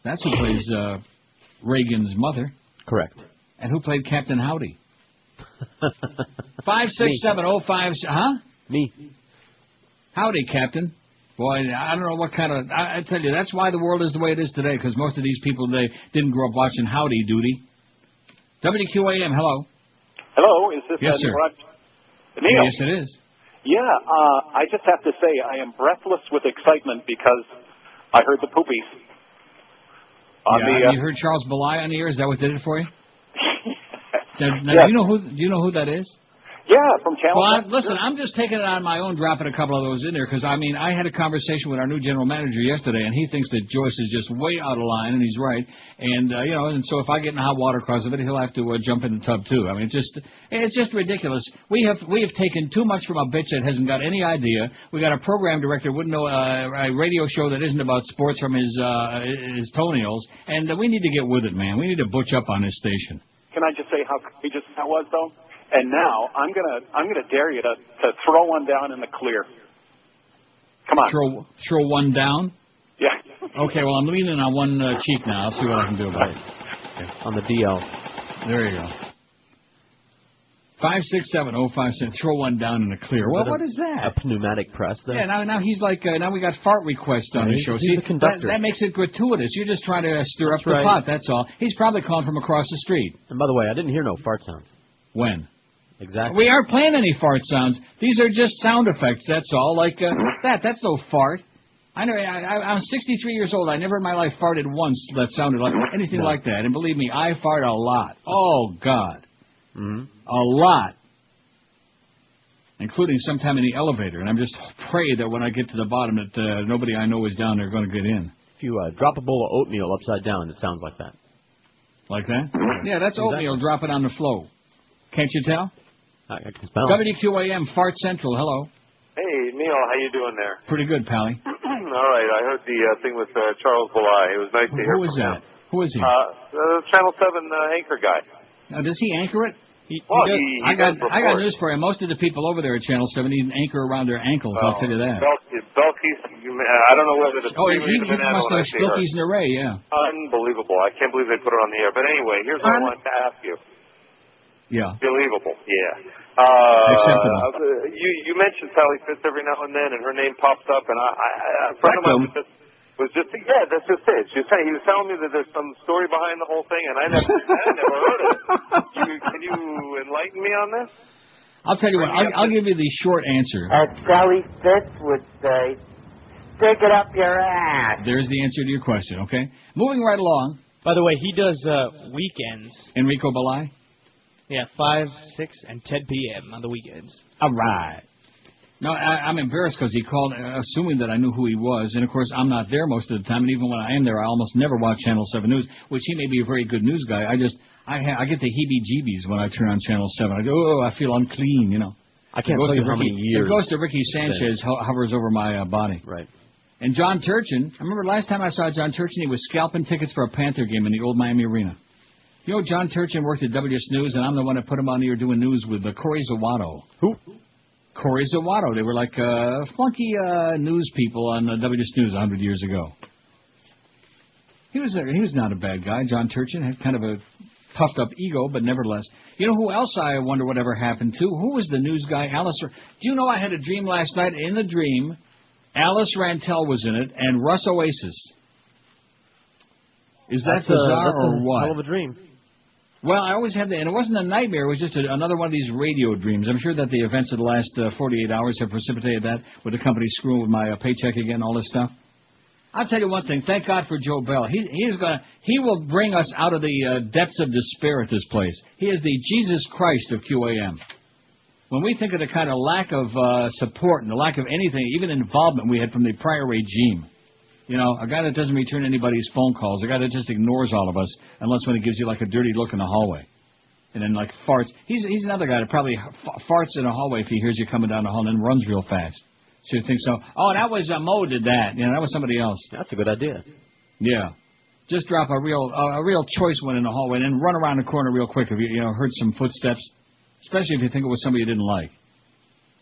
[SPEAKER 1] That's who plays uh, Reagan's mother.
[SPEAKER 5] Correct.
[SPEAKER 1] And who played Captain Howdy? five six Me. seven oh five. Huh?
[SPEAKER 5] Me.
[SPEAKER 1] Howdy, Captain. Boy, I don't know what kind of. I, I tell you, that's why the world is the way it is today, because most of these people today didn't grow up watching Howdy Doody. WQAM, hello.
[SPEAKER 2] Hello, is this
[SPEAKER 1] yes,
[SPEAKER 2] sir.
[SPEAKER 1] Rod-
[SPEAKER 2] Neil?
[SPEAKER 1] Yes, it is.
[SPEAKER 2] Yeah, uh, I just have to say I am breathless with excitement because I heard the poopies.
[SPEAKER 1] On yeah, the, uh, you heard Charles Belay on the air. Is that what did it for you? now, now yes. do you know who? Do you know who that is?
[SPEAKER 2] Yeah, from Channel.
[SPEAKER 1] Well, I, listen, I'm just taking it on my own, dropping a couple of those in there because I mean, I had a conversation with our new general manager yesterday, and he thinks that Joyce is just way out of line, and he's right. And uh, you know, and so if I get in hot water because of it, he'll have to uh, jump in the tub too. I mean, it's just it's just ridiculous. We have we have taken too much from a bitch that hasn't got any idea. We got a program director wouldn't know uh, a radio show that isn't about sports from his uh, his toenails, and uh, we need to get with it, man. We need to butch up on this station.
[SPEAKER 2] Can I just say how courageous that was, though? And now I'm gonna I'm gonna dare you to, to throw one down in the clear. Come on.
[SPEAKER 1] Throw throw one down.
[SPEAKER 2] Yeah.
[SPEAKER 1] okay. Well, I'm leaning on one uh, cheek now. I'll see what I can do about it.
[SPEAKER 5] Okay. On the DL.
[SPEAKER 1] There you go. Five six seven oh five cent. Throw one down in the clear. Well,
[SPEAKER 5] a,
[SPEAKER 1] what is that?
[SPEAKER 5] A pneumatic press. There.
[SPEAKER 1] Yeah. Now, now he's like. Uh, now we got fart requests on
[SPEAKER 5] yeah,
[SPEAKER 1] the show.
[SPEAKER 5] He's
[SPEAKER 1] See,
[SPEAKER 5] the conductor.
[SPEAKER 1] That, that, makes it gratuitous. You're just trying to uh, stir
[SPEAKER 5] that's
[SPEAKER 1] up the
[SPEAKER 5] right.
[SPEAKER 1] pot. That's all. He's probably calling from across the street.
[SPEAKER 5] And by the way, I didn't hear no fart sounds.
[SPEAKER 1] When?
[SPEAKER 5] Exactly.
[SPEAKER 1] We aren't playing any fart sounds. These are just sound effects. That's all. Like uh, that. That's no fart. I know. I, am 63 years old. I never in my life farted once that sounded like anything no. like that. And believe me, I fart a lot. Oh God,
[SPEAKER 5] mm-hmm.
[SPEAKER 1] a lot. Including sometime in the elevator. And I'm just pray that when I get to the bottom, that uh, nobody I know is down there going to get in.
[SPEAKER 5] If you uh, drop a bowl of oatmeal upside down, it sounds like that.
[SPEAKER 1] Like that? Yeah, that's exactly. oatmeal dropping on the floor. Can't you tell?
[SPEAKER 5] I can spell.
[SPEAKER 1] WQAM Fart Central. Hello.
[SPEAKER 24] Hey Neil, how you doing there?
[SPEAKER 1] Pretty good, Pally.
[SPEAKER 24] All right, I heard the uh, thing with uh, Charles Belay. It was nice to
[SPEAKER 1] Who
[SPEAKER 24] hear.
[SPEAKER 1] Who is
[SPEAKER 24] from
[SPEAKER 1] that?
[SPEAKER 24] Him.
[SPEAKER 1] Who is he?
[SPEAKER 24] Uh, Channel Seven anchor guy.
[SPEAKER 1] Now, does he anchor it?
[SPEAKER 24] He, well, he, he
[SPEAKER 1] I got
[SPEAKER 24] reports.
[SPEAKER 1] I got news for you. Most of the people over there at Channel Seven need an anchor around their ankles.
[SPEAKER 24] Oh,
[SPEAKER 1] I'll tell you that.
[SPEAKER 24] Belkis, Belkis, I don't know whether the
[SPEAKER 1] oh, he, he
[SPEAKER 24] even
[SPEAKER 1] must know Spilky's an array. Yeah.
[SPEAKER 24] Unbelievable! I can't believe they put it on the air. But anyway, here's what I wanted to ask you.
[SPEAKER 1] Yeah.
[SPEAKER 24] Believable. Yeah. Uh,
[SPEAKER 1] Acceptable.
[SPEAKER 24] Uh, you you mentioned Sally Fitz every now and then, and her name pops up, and I, I, I a friend of mine was just, was just yeah, that's just it. She was saying, he was telling me that there's some story behind the whole thing, and I never I never heard it. Can you, can you enlighten me on this?
[SPEAKER 1] I'll tell you what. I'll, I'll give you the short answer.
[SPEAKER 25] Uh, Sally Fitz would say, "Stick it up your ass."
[SPEAKER 1] There's the answer to your question. Okay, moving right along.
[SPEAKER 9] By the way, he does uh, weekends.
[SPEAKER 1] Enrico Balai.
[SPEAKER 9] Yeah, 5, 6, and 10 p.m. on the weekends.
[SPEAKER 1] All right. No, I, I'm embarrassed because he called, uh, assuming that I knew who he was. And of course, I'm not there most of the time. And even when I am there, I almost never watch Channel 7 News, which he may be a very good news guy. I just, I, ha- I get the heebie-jeebies when I turn on Channel 7. I go, oh, I feel unclean, you know.
[SPEAKER 5] I can't tell you how
[SPEAKER 1] Ricky,
[SPEAKER 5] many years.
[SPEAKER 1] The ghost of Ricky Sanchez ho- hovers over my uh, body.
[SPEAKER 5] Right.
[SPEAKER 1] And John Turchin, I remember last time I saw John Turchin, he was scalping tickets for a Panther game in the old Miami Arena. You know, John Turchin worked at WS News, and I'm the one that put him on here doing news with uh, Corey Zawato.
[SPEAKER 5] Who?
[SPEAKER 1] Corey Zawato. They were like uh, funky uh, news people on uh, WS News 100 years ago. He was a, he was not a bad guy. John Turchin had kind of a puffed up ego, but nevertheless. You know who else I wonder whatever happened to? Who was the news guy, Alice? Do you know I had a dream last night? In the dream, Alice Rantel was in it and Russ Oasis. Is that
[SPEAKER 5] that's
[SPEAKER 1] bizarre
[SPEAKER 5] a, that's
[SPEAKER 1] or
[SPEAKER 5] a
[SPEAKER 1] what?
[SPEAKER 5] Hell of a dream.
[SPEAKER 1] Well, I always had that, and it wasn't a nightmare. It was just a, another one of these radio dreams. I'm sure that the events of the last uh, 48 hours have precipitated that, with the company screwing with my uh, paycheck again, all this stuff. I'll tell you one thing. Thank God for Joe Bell. He he's gonna he will bring us out of the uh, depths of despair at this place. He is the Jesus Christ of QAM. When we think of the kind of lack of uh, support and the lack of anything, even involvement we had from the prior regime, you know, a guy that doesn't return anybody's phone calls, a guy that just ignores all of us, unless when he gives you like a dirty look in the hallway, and then like farts. He's he's another guy that probably f- farts in a hallway if he hears you coming down the hall and then runs real fast. So you think so? Oh, that was uh, Mo did that. You know, that was somebody else.
[SPEAKER 5] That's a good idea.
[SPEAKER 1] Yeah, just drop a real uh, a real choice one in the hallway and then run around the corner real quick if you you know heard some footsteps, especially if you think it was somebody you didn't like.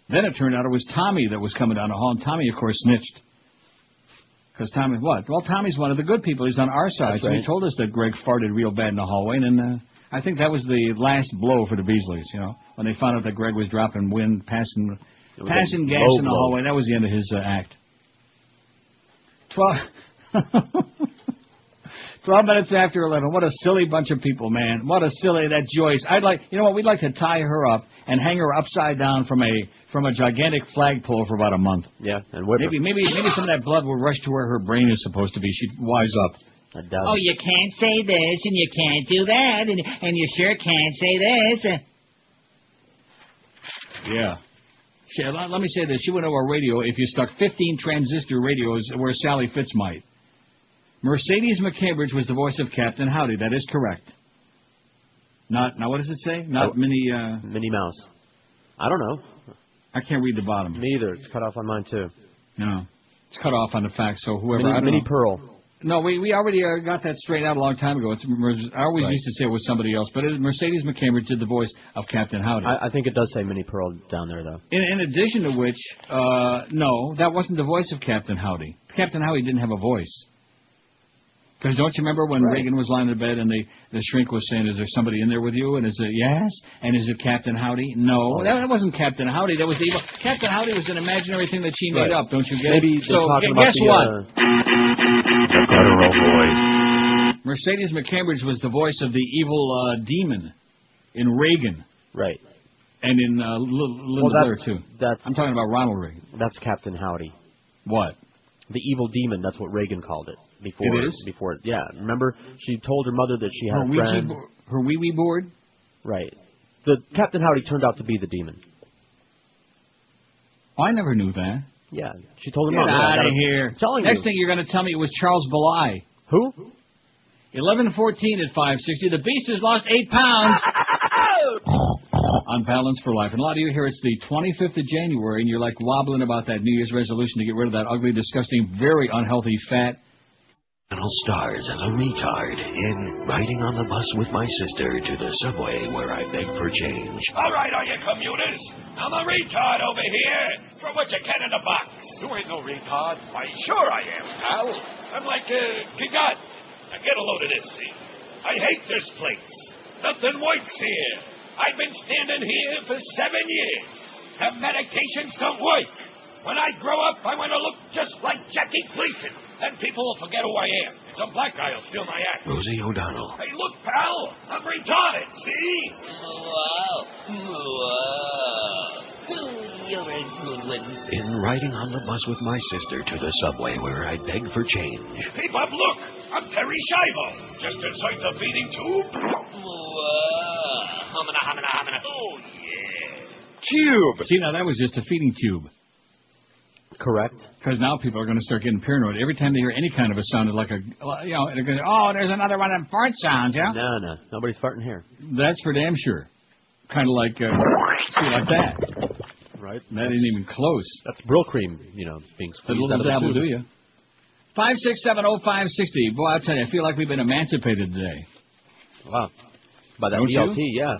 [SPEAKER 1] Then it turned out it was Tommy that was coming down the hall, and Tommy of course snitched. Because Tommy, what? Well, Tommy's one of the good people. He's on our side,
[SPEAKER 5] That's
[SPEAKER 1] so he
[SPEAKER 5] right.
[SPEAKER 1] told us that Greg farted real bad in the hallway, and then, uh, I think that was the last blow for the Beasleys. You know, when they found out that Greg was dropping wind, passing,
[SPEAKER 5] was
[SPEAKER 1] passing
[SPEAKER 5] a
[SPEAKER 1] gas
[SPEAKER 5] low
[SPEAKER 1] in the
[SPEAKER 5] blow.
[SPEAKER 1] hallway. That was the end of his uh, act. Twelve. 12 minutes after 11. What a silly bunch of people, man. What a silly that Joyce. I'd like, you know what? We'd like to tie her up and hang her upside down from a from a gigantic flagpole for about a month.
[SPEAKER 5] Yeah, and whip
[SPEAKER 1] Maybe maybe maybe some of that blood will rush to where her brain is supposed to be. She'd wise up.
[SPEAKER 5] I doubt
[SPEAKER 4] Oh, you can't say this, and you can't do that, and and you sure can't say this. Uh,
[SPEAKER 1] Yeah. She, let let me say this. She wouldn't know our radio if you stuck 15 transistor radios where Sally Fitz might. Mercedes McCambridge was the voice of Captain Howdy. That is correct. Not now. What does it say? Not Minnie. Uh,
[SPEAKER 5] Minnie Mouse. I don't know.
[SPEAKER 1] I can't read the bottom.
[SPEAKER 5] Neither. It's cut off on mine too.
[SPEAKER 1] No, it's cut off on the facts. So whoever.
[SPEAKER 5] Minnie,
[SPEAKER 1] I don't
[SPEAKER 5] Minnie
[SPEAKER 1] know.
[SPEAKER 5] Pearl.
[SPEAKER 1] No, we we already uh, got that straight out a long time ago. It's Mer- I always
[SPEAKER 5] Right.
[SPEAKER 1] used to say it was somebody else, but it, Mercedes McCambridge did the voice of Captain Howdy.
[SPEAKER 5] I, I think it does say Minnie Pearl down there though.
[SPEAKER 1] In, in addition to which, uh, no, that wasn't the voice of Captain Howdy. Captain Howdy didn't have a voice. Because don't you remember when
[SPEAKER 5] Right.
[SPEAKER 1] Reagan was lying in bed and the, the shrink was saying, Is there somebody in there with you? And is it yes? And is it Captain Howdy? No.
[SPEAKER 5] Oh,
[SPEAKER 1] that,
[SPEAKER 5] yeah.
[SPEAKER 1] that wasn't Captain Howdy. That was the evil. Captain Howdy was an imaginary thing that she made
[SPEAKER 5] Right.
[SPEAKER 1] up, don't you get
[SPEAKER 5] Maybe
[SPEAKER 1] it?
[SPEAKER 5] they're
[SPEAKER 1] So
[SPEAKER 5] talking
[SPEAKER 1] gu-
[SPEAKER 5] about
[SPEAKER 1] guess
[SPEAKER 5] the,
[SPEAKER 1] what?
[SPEAKER 5] uh,
[SPEAKER 3] guttural voice.
[SPEAKER 1] Mercedes McCambridge was the voice of the evil uh, demon in Reagan.
[SPEAKER 5] Right.
[SPEAKER 1] And in uh, L- Linda
[SPEAKER 5] Well, that's-
[SPEAKER 1] Blair, too.
[SPEAKER 5] that's-
[SPEAKER 1] I'm talking about Ronald Reagan.
[SPEAKER 5] That's Captain Howdy.
[SPEAKER 1] What?
[SPEAKER 5] The evil demon. That's what Reagan called it before.
[SPEAKER 1] It is?
[SPEAKER 5] Before. Yeah. Remember, she told her mother that she had
[SPEAKER 1] Her
[SPEAKER 5] a
[SPEAKER 1] Ouija,
[SPEAKER 5] friend.
[SPEAKER 1] bo- her wee wee board?
[SPEAKER 5] Right. The Captain Howdy turned out to be the demon.
[SPEAKER 1] I never knew that.
[SPEAKER 5] Yeah. She told her
[SPEAKER 1] Get
[SPEAKER 5] mother. "I
[SPEAKER 1] out
[SPEAKER 5] gotta-
[SPEAKER 1] of here.
[SPEAKER 5] I'm telling
[SPEAKER 1] Next
[SPEAKER 5] you.
[SPEAKER 1] thing you're going to tell me it was Charles Belay.
[SPEAKER 5] Who?
[SPEAKER 1] 1114 at 560. The beast has lost eight pounds. On balance for life. And a lot of you here, it's the 25th of January, and you're like wobbling about that New Year's resolution to get rid of that ugly, disgusting, very unhealthy fat.
[SPEAKER 21] Channel stars as a retard in riding on the bus with my sister to the subway where I beg for change.
[SPEAKER 3] All right, all you commuters. I'm a retard over here. For what you can in the box. You ain't no retard. Why, sure I am, pal. I'm like, uh, Gigot. Now get a load of this, see? I hate this place. Nothing works here. I've been standing here for seven years. The medications don't work. When I grow up, I want to look just like Jackie Gleason. Then people will forget who I am. Some black guy will steal my act.
[SPEAKER 21] Rosie O'Donnell.
[SPEAKER 3] Hey, look, pal, I'm retarded, see? Wow.
[SPEAKER 4] You're a good one.
[SPEAKER 21] In riding on the bus with my sister to the subway where I beg for change.
[SPEAKER 3] Keep up, look! I'm Terry Shivo. Just inside the feeding tube. Humana, humana, humana. Oh, yeah.
[SPEAKER 1] Tube. See, now that was just a feeding tube.
[SPEAKER 5] Correct.
[SPEAKER 1] Because now people are going to start getting paranoid. Every time they hear any kind of a sound, like a, you know, they're going to, oh, there's another one of them fart sounds, yeah?
[SPEAKER 5] No, no. Nobody's farting here.
[SPEAKER 1] That's for damn sure. Kind of like, uh, see, like that.
[SPEAKER 5] Right.
[SPEAKER 1] That isn't even close.
[SPEAKER 5] That's Brill Cream, you know, being
[SPEAKER 1] A
[SPEAKER 5] squeezed
[SPEAKER 1] little
[SPEAKER 5] out of the
[SPEAKER 1] dabble, do
[SPEAKER 5] tube.
[SPEAKER 1] you? Five six seven oh five sixty. Boy, I tell you, I feel like we've been emancipated today.
[SPEAKER 5] Wow. By that
[SPEAKER 1] Don't you?
[SPEAKER 5] BLT, yeah.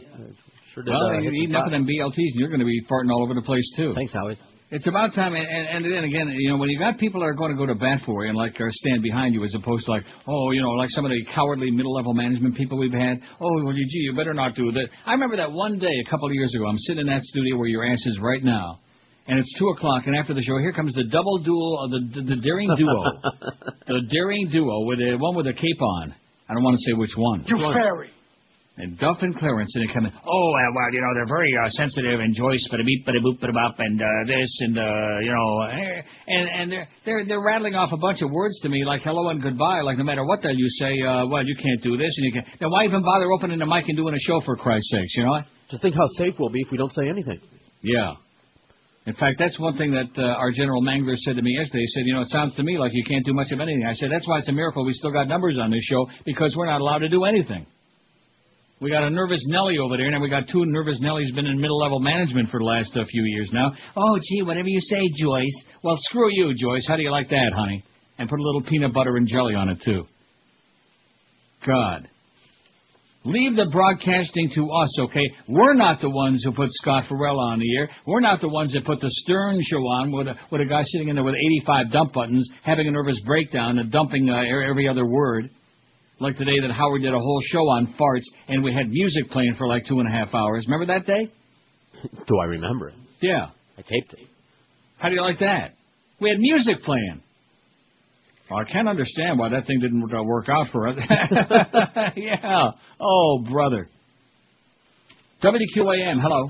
[SPEAKER 5] Sure did.
[SPEAKER 1] Well,
[SPEAKER 5] uh,
[SPEAKER 1] you
[SPEAKER 5] hit the
[SPEAKER 1] eat enough
[SPEAKER 5] spot.
[SPEAKER 1] of them BLTs, and you're going to be farting all over the place too.
[SPEAKER 5] Thanks, Howie.
[SPEAKER 1] It's about time, and, and, and then again, you know, when you got people that are going to go to bat for you and like or stand behind you, as opposed to like, oh, you know, like some of the cowardly middle-level management people we've had. Oh, well, you, gee, you better not do that. I remember that one day a couple of years ago. I'm sitting in that studio where your ass is right now, and it's two o'clock. And after the show, here comes the double duel, uh, the, the the daring duo, the daring duo with the one with the cape on. I don't want to say which one.
[SPEAKER 8] You fairy.
[SPEAKER 1] And Duff and Clarence and they come in. Oh uh, well, you know they're very uh, sensitive and Joyce, but a beep, but a boop, but a bop, and uh, this and uh, you know, eh, and and they're they're they're rattling off a bunch of words to me like hello and goodbye. Like no matter what the hell you say, uh, well you can't do this and you can't. Then why even bother opening the mic and doing a show for Christ's sakes? You know.
[SPEAKER 5] Just think how safe we'll be if we don't say anything.
[SPEAKER 1] Yeah. In fact, that's one thing that uh, our general mangler said to me yesterday. He said, "You know, it sounds to me like you can't do much of anything." I said, "That's why it's a miracle we still got numbers on this show because we're not allowed to do anything." We got a nervous Nelly over there, and then we got two nervous Nellies been in middle level management for the last uh, few years now. Oh, gee, whatever you say, Joyce. Well, screw you, Joyce. How do you like that, honey? And put a little peanut butter and jelly on it too. God. Leave the broadcasting to us, okay? We're not the ones who put Scott Farrell on the air. We're not the ones that put the Stern show on with a, with a guy sitting in there with 85 dump buttons, having a nervous breakdown and dumping uh, every other word. Like the day that Howard did a whole show on farts and we had music playing for like two and a half hours. Remember that day?
[SPEAKER 5] Do I remember it?
[SPEAKER 1] Yeah.
[SPEAKER 5] I taped it.
[SPEAKER 1] How do you like that? We had music playing. Well, I can't understand why that thing didn't uh, work out for us. yeah. Oh, brother. WQAM, hello.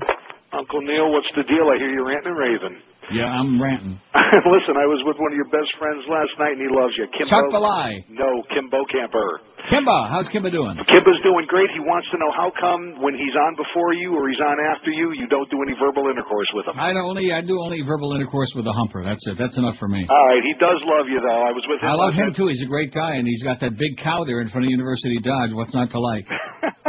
[SPEAKER 10] Uncle Neil, what's the deal? I hear you ranting and raving.
[SPEAKER 1] Yeah, I'm ranting.
[SPEAKER 10] Listen, I was with one of your best friends last night, and he loves you. Kimbo.
[SPEAKER 1] Chuck Belay.
[SPEAKER 10] No, Kimbo Camper.
[SPEAKER 1] Kimba, how's Kimba doing?
[SPEAKER 10] Kimba's doing great. He wants to know how come when he's on before you or he's on after you, you don't do any verbal intercourse with him.
[SPEAKER 1] I don't only I do only verbal intercourse with a humper. That's it. That's enough for me.
[SPEAKER 10] All right, he does love you though. I was with him.
[SPEAKER 1] I love
[SPEAKER 10] last
[SPEAKER 1] him
[SPEAKER 10] night.
[SPEAKER 1] too. He's a great guy, and he's got that big cow there in front of University Dodge. What's not to like?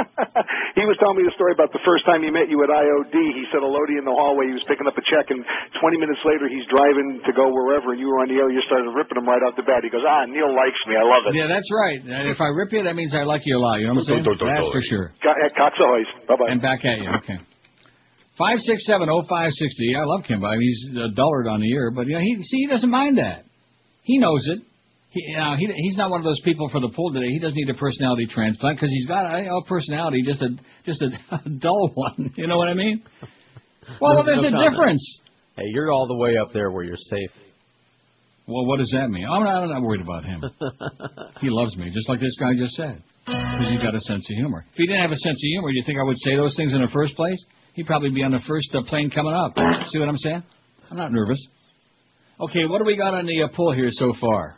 [SPEAKER 10] He was telling me the story about the first time he met you at IOD. He said hello to you in the hallway. He was picking up a check, and 20 minutes later, he's driving to go wherever, and you were on the air. You started ripping him right out the bat. He goes, Ah, Neil likes me. I love it.
[SPEAKER 1] Yeah, that's right. And If I rip you, that means I like you a lot. You know what I'm saying? That's for sure.
[SPEAKER 10] Co- uh, Cox always. Bye bye.
[SPEAKER 1] And back at you. Okay. Five six seven oh five sixty. I love Kimba. I mean, he's a dullard on the ear, but yeah, he see he doesn't mind that. He knows it. He, now he he's not one of those people for the pool today. He doesn't need a personality transplant because he's got a, a personality, just a just a dull one. You know what I mean? Well,
[SPEAKER 5] No-
[SPEAKER 1] there's
[SPEAKER 5] no
[SPEAKER 1] a
[SPEAKER 5] comment.
[SPEAKER 1] difference.
[SPEAKER 5] Hey, you're all the way up there where you're safe.
[SPEAKER 1] Well, what does that mean? I'm not, I'm not worried about him. he loves me, just like this guy just said. Because he's got a sense of humor. If he didn't have a sense of humor, do you think I would say those things in the first place? He'd probably be on the first uh, plane coming up. See what I'm saying? I'm not nervous. Okay, what do we got on the uh, poll here so far?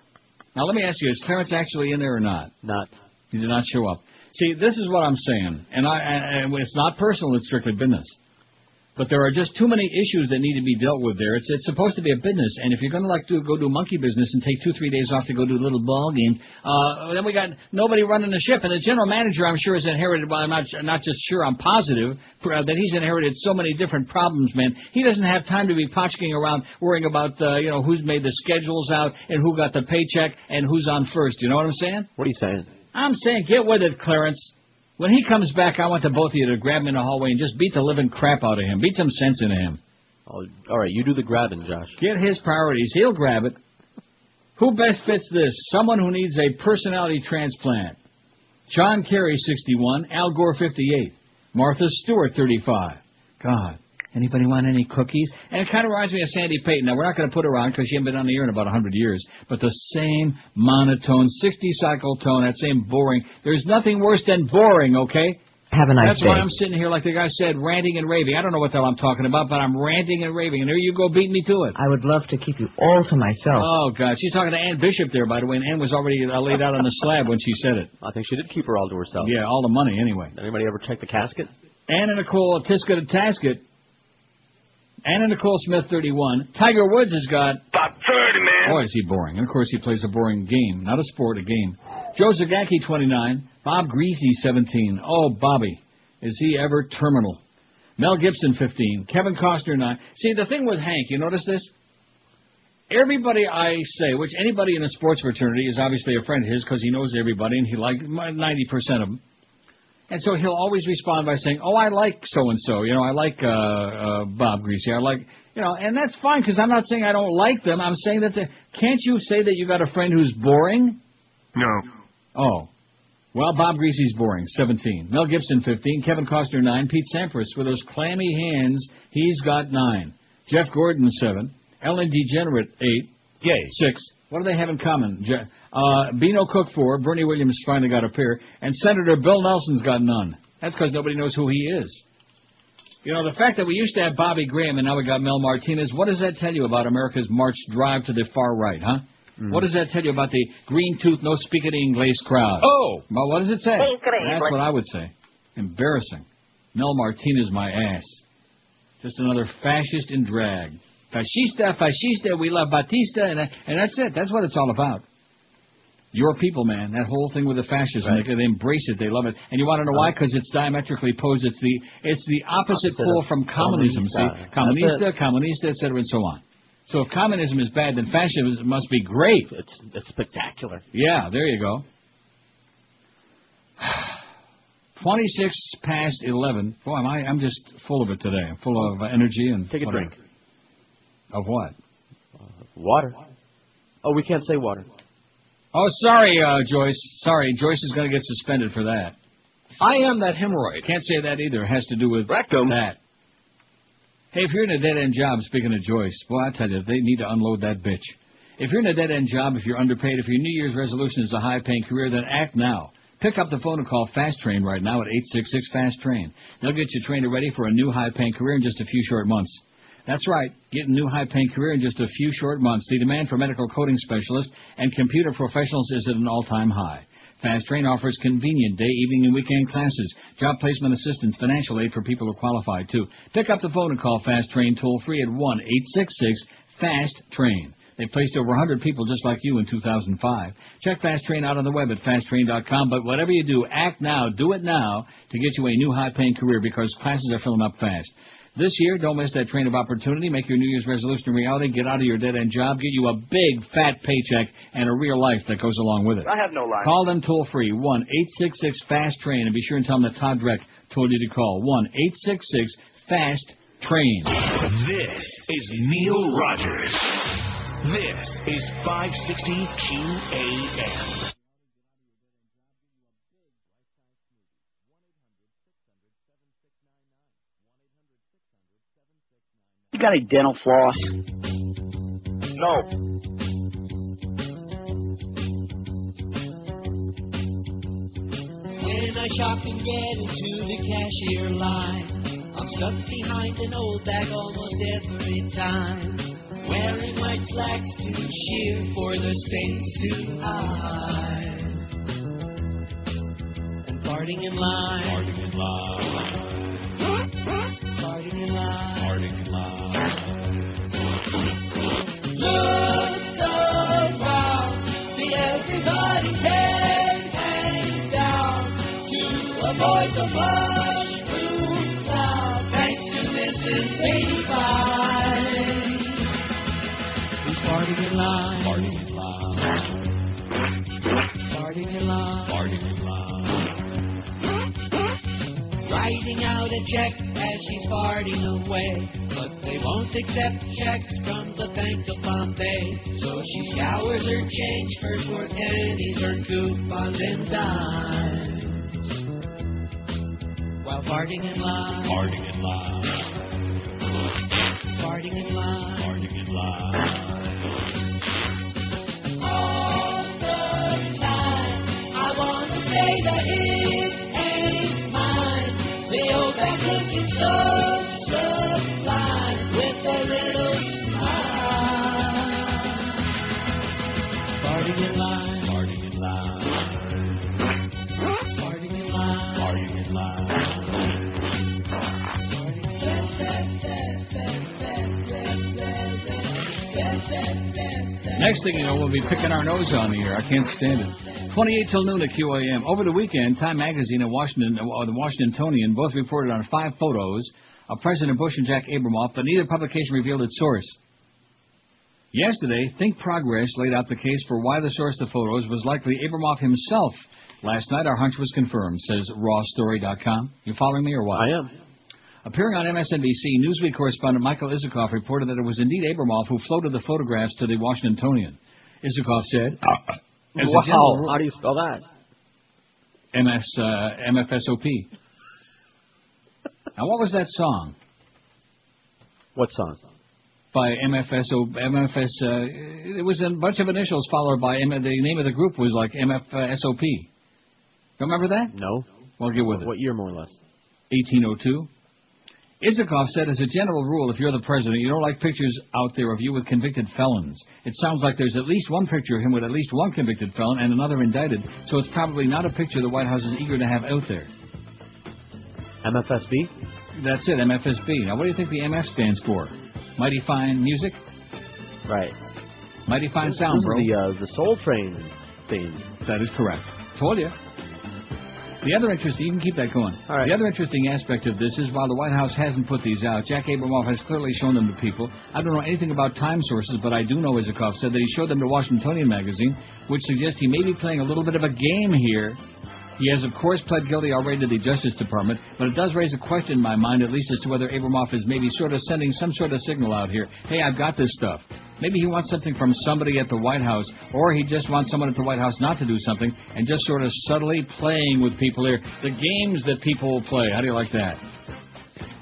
[SPEAKER 1] Now, let me ask you, is Clarence actually in there or not?
[SPEAKER 5] Not.
[SPEAKER 1] He did not show up. See, this is what I'm saying, and I, I, I- it's not personal, it's strictly business. But there are just too many issues that need to be dealt with there. It's, it's supposed to be a business, and if you're going to like do, go do monkey business and take two, three days off to go do a little ball game, uh, then we got nobody running the ship. And the general manager, I'm sure, has inherited, well, I'm not, not just sure, I'm positive, uh, that he's inherited so many different problems, man. He doesn't have time to be potchking around worrying about, uh, you know, who's made the schedules out and who got the paycheck and who's on first. You know what I'm saying?
[SPEAKER 5] What are you saying?
[SPEAKER 1] I'm saying get with it, Clarence. When he comes back, I want the both of you to grab him in the hallway and just beat the living crap out of him. Beat some sense into him.
[SPEAKER 5] Oh, all right, you do the grabbing, Josh.
[SPEAKER 1] Get his priorities. He'll grab it. Who best fits this? Someone who needs a personality transplant. John Kerry, 61. Al Gore, 58. Martha Stewart, 35. God. Anybody want any cookies? And it kind of reminds me of Sandy Payton. Now, we're not going to put her on because she hasn't been on the air in about 100 years. But the same monotone, 60 cycle tone, that same boring. There's nothing worse than boring, okay?
[SPEAKER 12] Have a nice
[SPEAKER 1] That's
[SPEAKER 12] day.
[SPEAKER 1] why I'm sitting here, like the guy said, ranting and raving. I don't know what the hell I'm talking about, but I'm ranting and raving. And there you go, beat me to it.
[SPEAKER 12] I would love to keep you all to myself.
[SPEAKER 1] Oh, God. She's talking to Ann Bishop there, by the way, and Ann was already uh, laid out on the slab when she said it.
[SPEAKER 5] I think she did keep her all to herself.
[SPEAKER 1] Yeah, all the money, anyway.
[SPEAKER 5] Anybody ever check the casket?
[SPEAKER 1] Ann and Nicole Tiska to Tasket. Anna Nicole Smith, 31. Tiger Woods has got.
[SPEAKER 10] About 30, man.
[SPEAKER 1] Boy, is he boring. And of course, he plays a boring game. Not a sport, a game. Joe Zagacki, 29. Bob Greasy, 17. Oh, Bobby. Is he ever terminal? Mel Gibson, 15. Kevin Costner, 9. See, the thing with Hank, you notice this? Everybody I say, which anybody in the sports fraternity is obviously a friend of his because he knows everybody and he likes 90% of them. And so he'll always respond by saying, "Oh, I like so and so. You know, I like uh, uh, Bob Greasy. I like you know." And that's fine because I'm not saying I don't like them. I'm saying that the, can't you say that you got a friend who's boring?
[SPEAKER 8] No.
[SPEAKER 1] Oh. Well, Bob Greasy's boring, 17. Mel Gibson, 15. Kevin Costner, 9. Pete Sampras, with those clammy hands, he's got 9. Jeff Gordon, 7. Ellen DeGenerate, 8.
[SPEAKER 5] Gay.
[SPEAKER 1] 6. What do they have in common? Je- Uh, Beano Cook, 4. Bernie Williams finally got a pair. And Senator Bill Nelson's got none. That's because nobody knows who he is. You know, the fact that we used to have Bobby Graham and now we got Mel Martinez, what does that tell you about America's march drive to the far right, huh? What does that tell you about the green tooth, no speaking English crowd?
[SPEAKER 5] Oh!
[SPEAKER 1] Well, what does it say?
[SPEAKER 8] Incredible.
[SPEAKER 1] That's what I would say. Embarrassing. Mel Martinez, my ass. Just another fascist in drag. Fascista, fascista, we love Batista, and, and that's it. That's what it's all about. Your people, man. That whole thing with the fascism, they, they embrace it, they love it, and you want to know why? Because it's diametrically posed. It's the it's the opposite,
[SPEAKER 5] Opposite
[SPEAKER 1] pole
[SPEAKER 5] of
[SPEAKER 1] from communism. See,
[SPEAKER 5] comunista.
[SPEAKER 1] communista,
[SPEAKER 5] That's
[SPEAKER 1] communista, etc., and so on. So if communism is bad, then fascism must be great.
[SPEAKER 5] It's, it's spectacular.
[SPEAKER 1] Yeah, there you go. 26 past 11. Boy, am I, I'm just full of it today. I'm full of uh, energy and.
[SPEAKER 5] Take a
[SPEAKER 1] whatever.
[SPEAKER 5] drink.
[SPEAKER 1] Of what?
[SPEAKER 5] Water. Oh, we can't say water.
[SPEAKER 1] Oh, sorry, uh, Joyce. Sorry, Joyce is going to get suspended for that.
[SPEAKER 8] I am that hemorrhoid.
[SPEAKER 1] Can't say that either. It has to do with
[SPEAKER 8] Rectum.
[SPEAKER 1] that. Hey, if you're in a dead end job, speaking of Joyce, boy, I tell you, they need to unload that bitch. If you're in a dead end job, if you're underpaid, if your New Year's resolution is a high paying career, then act now. Pick up the phone and call Fast Train right now at 866 Fast Train. They'll get you trained and ready for a new high paying career in just a few short months. That's right. Get a new high paying career in just a few short months. The demand for medical coding specialists and computer professionals is at an all time high. Fast Train offers convenient day, evening, and weekend classes, job placement assistance, financial aid for people who qualify too. Pick up the phone and call Fast Train toll free at 1 866 Fast Train. They placed over 100 people just like you in 2005. Check Fast Train out on the web at fasttrain.com. But whatever you do, act now, do it now to get you a new high paying career because classes are filling up fast. This year, don't miss that train of opportunity. Make your New Year's resolution a reality. Get out of your dead end job. Get you a big, fat paycheck and a real life that goes along with it.
[SPEAKER 8] I have no line.
[SPEAKER 1] Call them toll free, 1 866 Fast Train, and be sure and tell them that Todd Dreck told you to call 1 866 Fast Train.
[SPEAKER 8] This is Neil Rogers. This is 560 QAM.
[SPEAKER 11] You got a dental floss?
[SPEAKER 8] No.
[SPEAKER 7] When I shop and get into the cashier line, I'm stuck behind an old bag almost every time. Wearing white slacks to sheer for the stains to hide. And farting in line. Farting in line. farting in line. Farting in line. Look around, see everybody's head hanging down to avoid the mushroom cloud. Thanks to Mrs. 85. Who's farting in line? Farting in line. Farting in line. Farting in line. Writing out a check as she's farting away, but they won't accept checks from the Bank of Bombay. So she scours her change first for pennies, her coupons and dimes, while farting in line. Farting in line. Farting in line. Farting in line. All the time, I want to say that it ain't mine. The old back looking so sublime with their little smile. Farting in line. Farting in line. Farting in line. Farting in line.
[SPEAKER 1] Next thing you know, we'll be picking our nose on the air. I can't stand it. 28 till noon at QAM. Over the weekend, Time Magazine and Washington, or the Washingtonian both reported on five photos of President Bush and Jack Abramoff, but neither publication revealed its source. Yesterday, Think Progress laid out the case for why the source of the photos was likely Abramoff himself, Last night, our hunch was confirmed, says RawStory.com. You following me or what?
[SPEAKER 5] I am.
[SPEAKER 1] Appearing on MSNBC, Newsweek correspondent Michael Isikoff reported that it was indeed Abramoff who floated the photographs to the Washingtonian. Isikoff said, as a
[SPEAKER 5] wow.
[SPEAKER 1] general rule-
[SPEAKER 5] How do you spell that?
[SPEAKER 1] MS, uh, MFSOP. now, what was that song?
[SPEAKER 5] What song?
[SPEAKER 1] By MFSO, MFS. Uh, it was a bunch of initials followed by M- the name of the group was like MFSOP. Remember that?
[SPEAKER 5] No.
[SPEAKER 1] Well, get with it.
[SPEAKER 5] What year, more or less?
[SPEAKER 1] 1802. Isakoff oh said, as a general rule, if you're the president, you don't like pictures out there of you with convicted felons. It sounds like there's at least one picture of him with at least one convicted felon and another indicted, so it's probably not a picture the White House is eager to have out there.
[SPEAKER 5] MFSB?
[SPEAKER 1] That's it, MFSB. Now, what do you think the MF stands for? Mighty Fine Music?
[SPEAKER 5] Right.
[SPEAKER 1] Mighty Fine
[SPEAKER 5] This-
[SPEAKER 1] Sound,
[SPEAKER 5] this
[SPEAKER 1] bro.
[SPEAKER 5] Is the, uh, the Soul Train thing.
[SPEAKER 1] That is correct. Told you. The other interesting, you can keep that going. The other interesting aspect of this is while the White House hasn't put these out, Jack Abramoff has clearly shown them to people. I don't know anything about time sources, but I do know Isikoff said that he showed them to Washingtonian magazine, which suggests he may be playing a little bit of a game here. He has, of course, pled guilty already to the Justice Department, but it does raise a question in my mind, at least as to whether Abramoff is maybe sort of sending some sort of signal out here. Hey, I've got this stuff. Maybe he wants something from somebody at the White House, or he just wants someone at the White House not to do something and just sort of subtly playing with people here. The games that people play. How do you like that?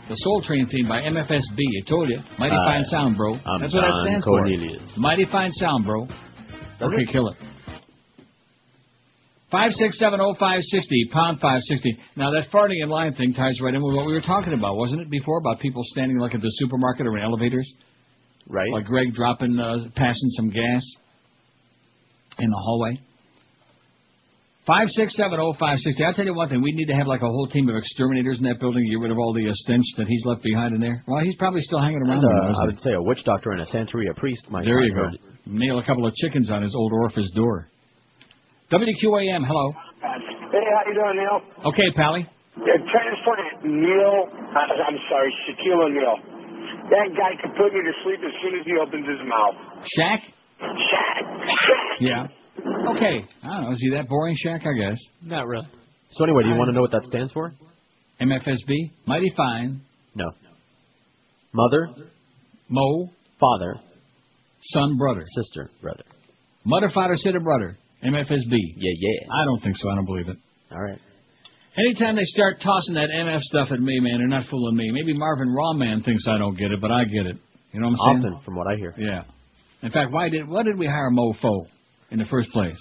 [SPEAKER 1] The Soul Train theme by MFSB. I told you. Mighty
[SPEAKER 5] Uh,
[SPEAKER 1] fine sound, bro.
[SPEAKER 5] I'm
[SPEAKER 1] That's what
[SPEAKER 5] Don
[SPEAKER 1] that stands
[SPEAKER 5] Cornelius.
[SPEAKER 1] for. Mighty fine sound, bro. okay,
[SPEAKER 5] it?
[SPEAKER 1] kill it. Five six seven oh five sixty pound five sixty. Now that farting in line thing ties right in with what we were talking about, wasn't it before about people standing like at the supermarket or in elevators,
[SPEAKER 5] right?
[SPEAKER 1] Like Greg dropping, uh, passing some gas in the hallway. Five six seven oh five sixty. I'll tell you one thing: we need to have like a whole team of exterminators in that building to get rid of all the uh, stench that he's left behind in there. Well, he's probably still hanging around.
[SPEAKER 5] And,
[SPEAKER 1] there,
[SPEAKER 5] uh,
[SPEAKER 1] isn't
[SPEAKER 5] I
[SPEAKER 1] he?
[SPEAKER 5] would say a witch doctor and a Santeria priest might
[SPEAKER 1] There
[SPEAKER 5] might
[SPEAKER 1] you go.
[SPEAKER 5] hurt.
[SPEAKER 1] Nail a couple of chickens on his old orifice door. WQAM, hello.
[SPEAKER 14] Hey, how you doing, Neil?
[SPEAKER 1] Okay, Pally.
[SPEAKER 14] Yeah, transplant Neil. I, I'm sorry, Shaquille O'Neal. That guy could put me to sleep as soon as he opens his mouth.
[SPEAKER 1] Shaq?
[SPEAKER 14] Shaq.
[SPEAKER 1] Yeah. Okay. I don't know. Is he that boring, Shaq? I guess.
[SPEAKER 9] Not really.
[SPEAKER 5] So anyway, do you want to know what that stands for?
[SPEAKER 1] MFSB? Mighty fine.
[SPEAKER 5] No. Mother.
[SPEAKER 1] Mo.
[SPEAKER 5] Father.
[SPEAKER 1] Son, brother.
[SPEAKER 5] Sister, brother.
[SPEAKER 1] Mother, father, sitter, brother. MFSB.
[SPEAKER 5] Yeah, yeah.
[SPEAKER 1] I don't think so. I don't believe it.
[SPEAKER 5] All right.
[SPEAKER 1] Anytime they start tossing that MF stuff at me, man, they're not fooling me. Maybe Marvin Rawman thinks I don't get it, but I get it. You know what I'm saying?
[SPEAKER 5] Often, from what I hear.
[SPEAKER 1] Yeah. In fact, why did why did we hire Mofo in the first place?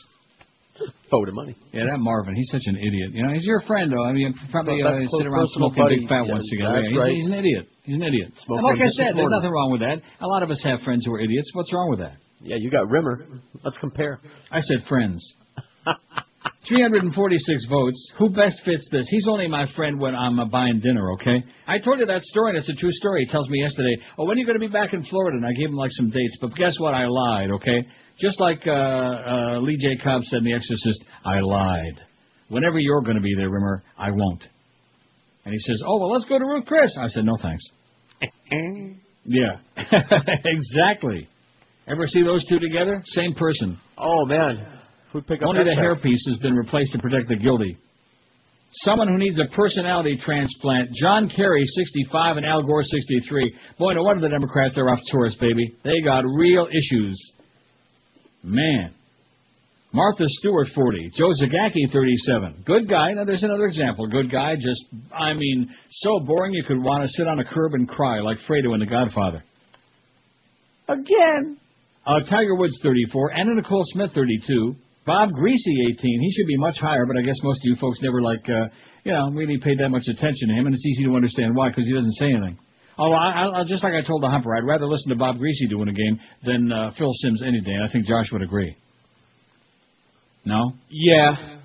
[SPEAKER 5] Forward money.
[SPEAKER 1] Yeah, that Marvin, he's such an idiot. You know, he's your friend though. I mean, probably
[SPEAKER 5] Well,
[SPEAKER 1] uh,
[SPEAKER 5] that's
[SPEAKER 1] sit
[SPEAKER 5] close
[SPEAKER 1] around
[SPEAKER 5] personal
[SPEAKER 1] smoking big
[SPEAKER 5] buddy.
[SPEAKER 1] fat
[SPEAKER 5] Yeah,
[SPEAKER 1] ones together.
[SPEAKER 5] that's
[SPEAKER 1] Yeah, he's,
[SPEAKER 5] right.
[SPEAKER 1] he's an idiot. He's an idiot.
[SPEAKER 5] Smoke
[SPEAKER 1] And like
[SPEAKER 5] like
[SPEAKER 1] I
[SPEAKER 5] this
[SPEAKER 1] said,
[SPEAKER 5] this
[SPEAKER 1] there's
[SPEAKER 5] morning.
[SPEAKER 1] nothing wrong with that. A lot of us have friends who are idiots. What's wrong with that?
[SPEAKER 5] Yeah, you got Rimmer. Let's compare.
[SPEAKER 1] I said friends. 346 votes. Who best fits this? He's only my friend when I'm uh, buying dinner, okay? I told you that story, and it's a true story. He tells me yesterday, oh, when are you going to be back in Florida? And I gave him, like, some dates. But guess what? I lied, okay? Just like uh, uh, Lee J. Cobb said in The Exorcist, I lied. Whenever you're going to be there, Rimmer, I won't. And he says, oh, well, let's go to Ruth Chris. I said, no, thanks. Yeah, exactly. Ever see those two together? Same person.
[SPEAKER 5] Oh man, if we pick up
[SPEAKER 1] Only
[SPEAKER 5] that
[SPEAKER 1] the hairpiece has been replaced to protect the guilty. Someone who needs a personality transplant. John Kerry, 65, and Al Gore, 63. Boy, no wonder the Democrats are off tourist, baby. They got real issues. Man. Martha Stewart, 40. Joe Zagacki, 37. Good guy. Now, there's another example. Good guy, just, I mean, so boring you could want to sit on a curb and cry like Fredo in The Godfather.
[SPEAKER 4] Again.
[SPEAKER 1] Uh, Tiger Woods, 34. Anna Nicole Smith, 32. Bob Greasy, 18. He should be much higher, but I guess most of you folks never, like, uh, you know, really paid that much attention to him, and it's easy to understand why, because he doesn't say anything. Oh, I, I, I- just like I told the Humper, I'd rather listen to Bob Greasy doing a game than uh, Phil Sims any day, and I think Josh would agree. No?
[SPEAKER 9] Yeah.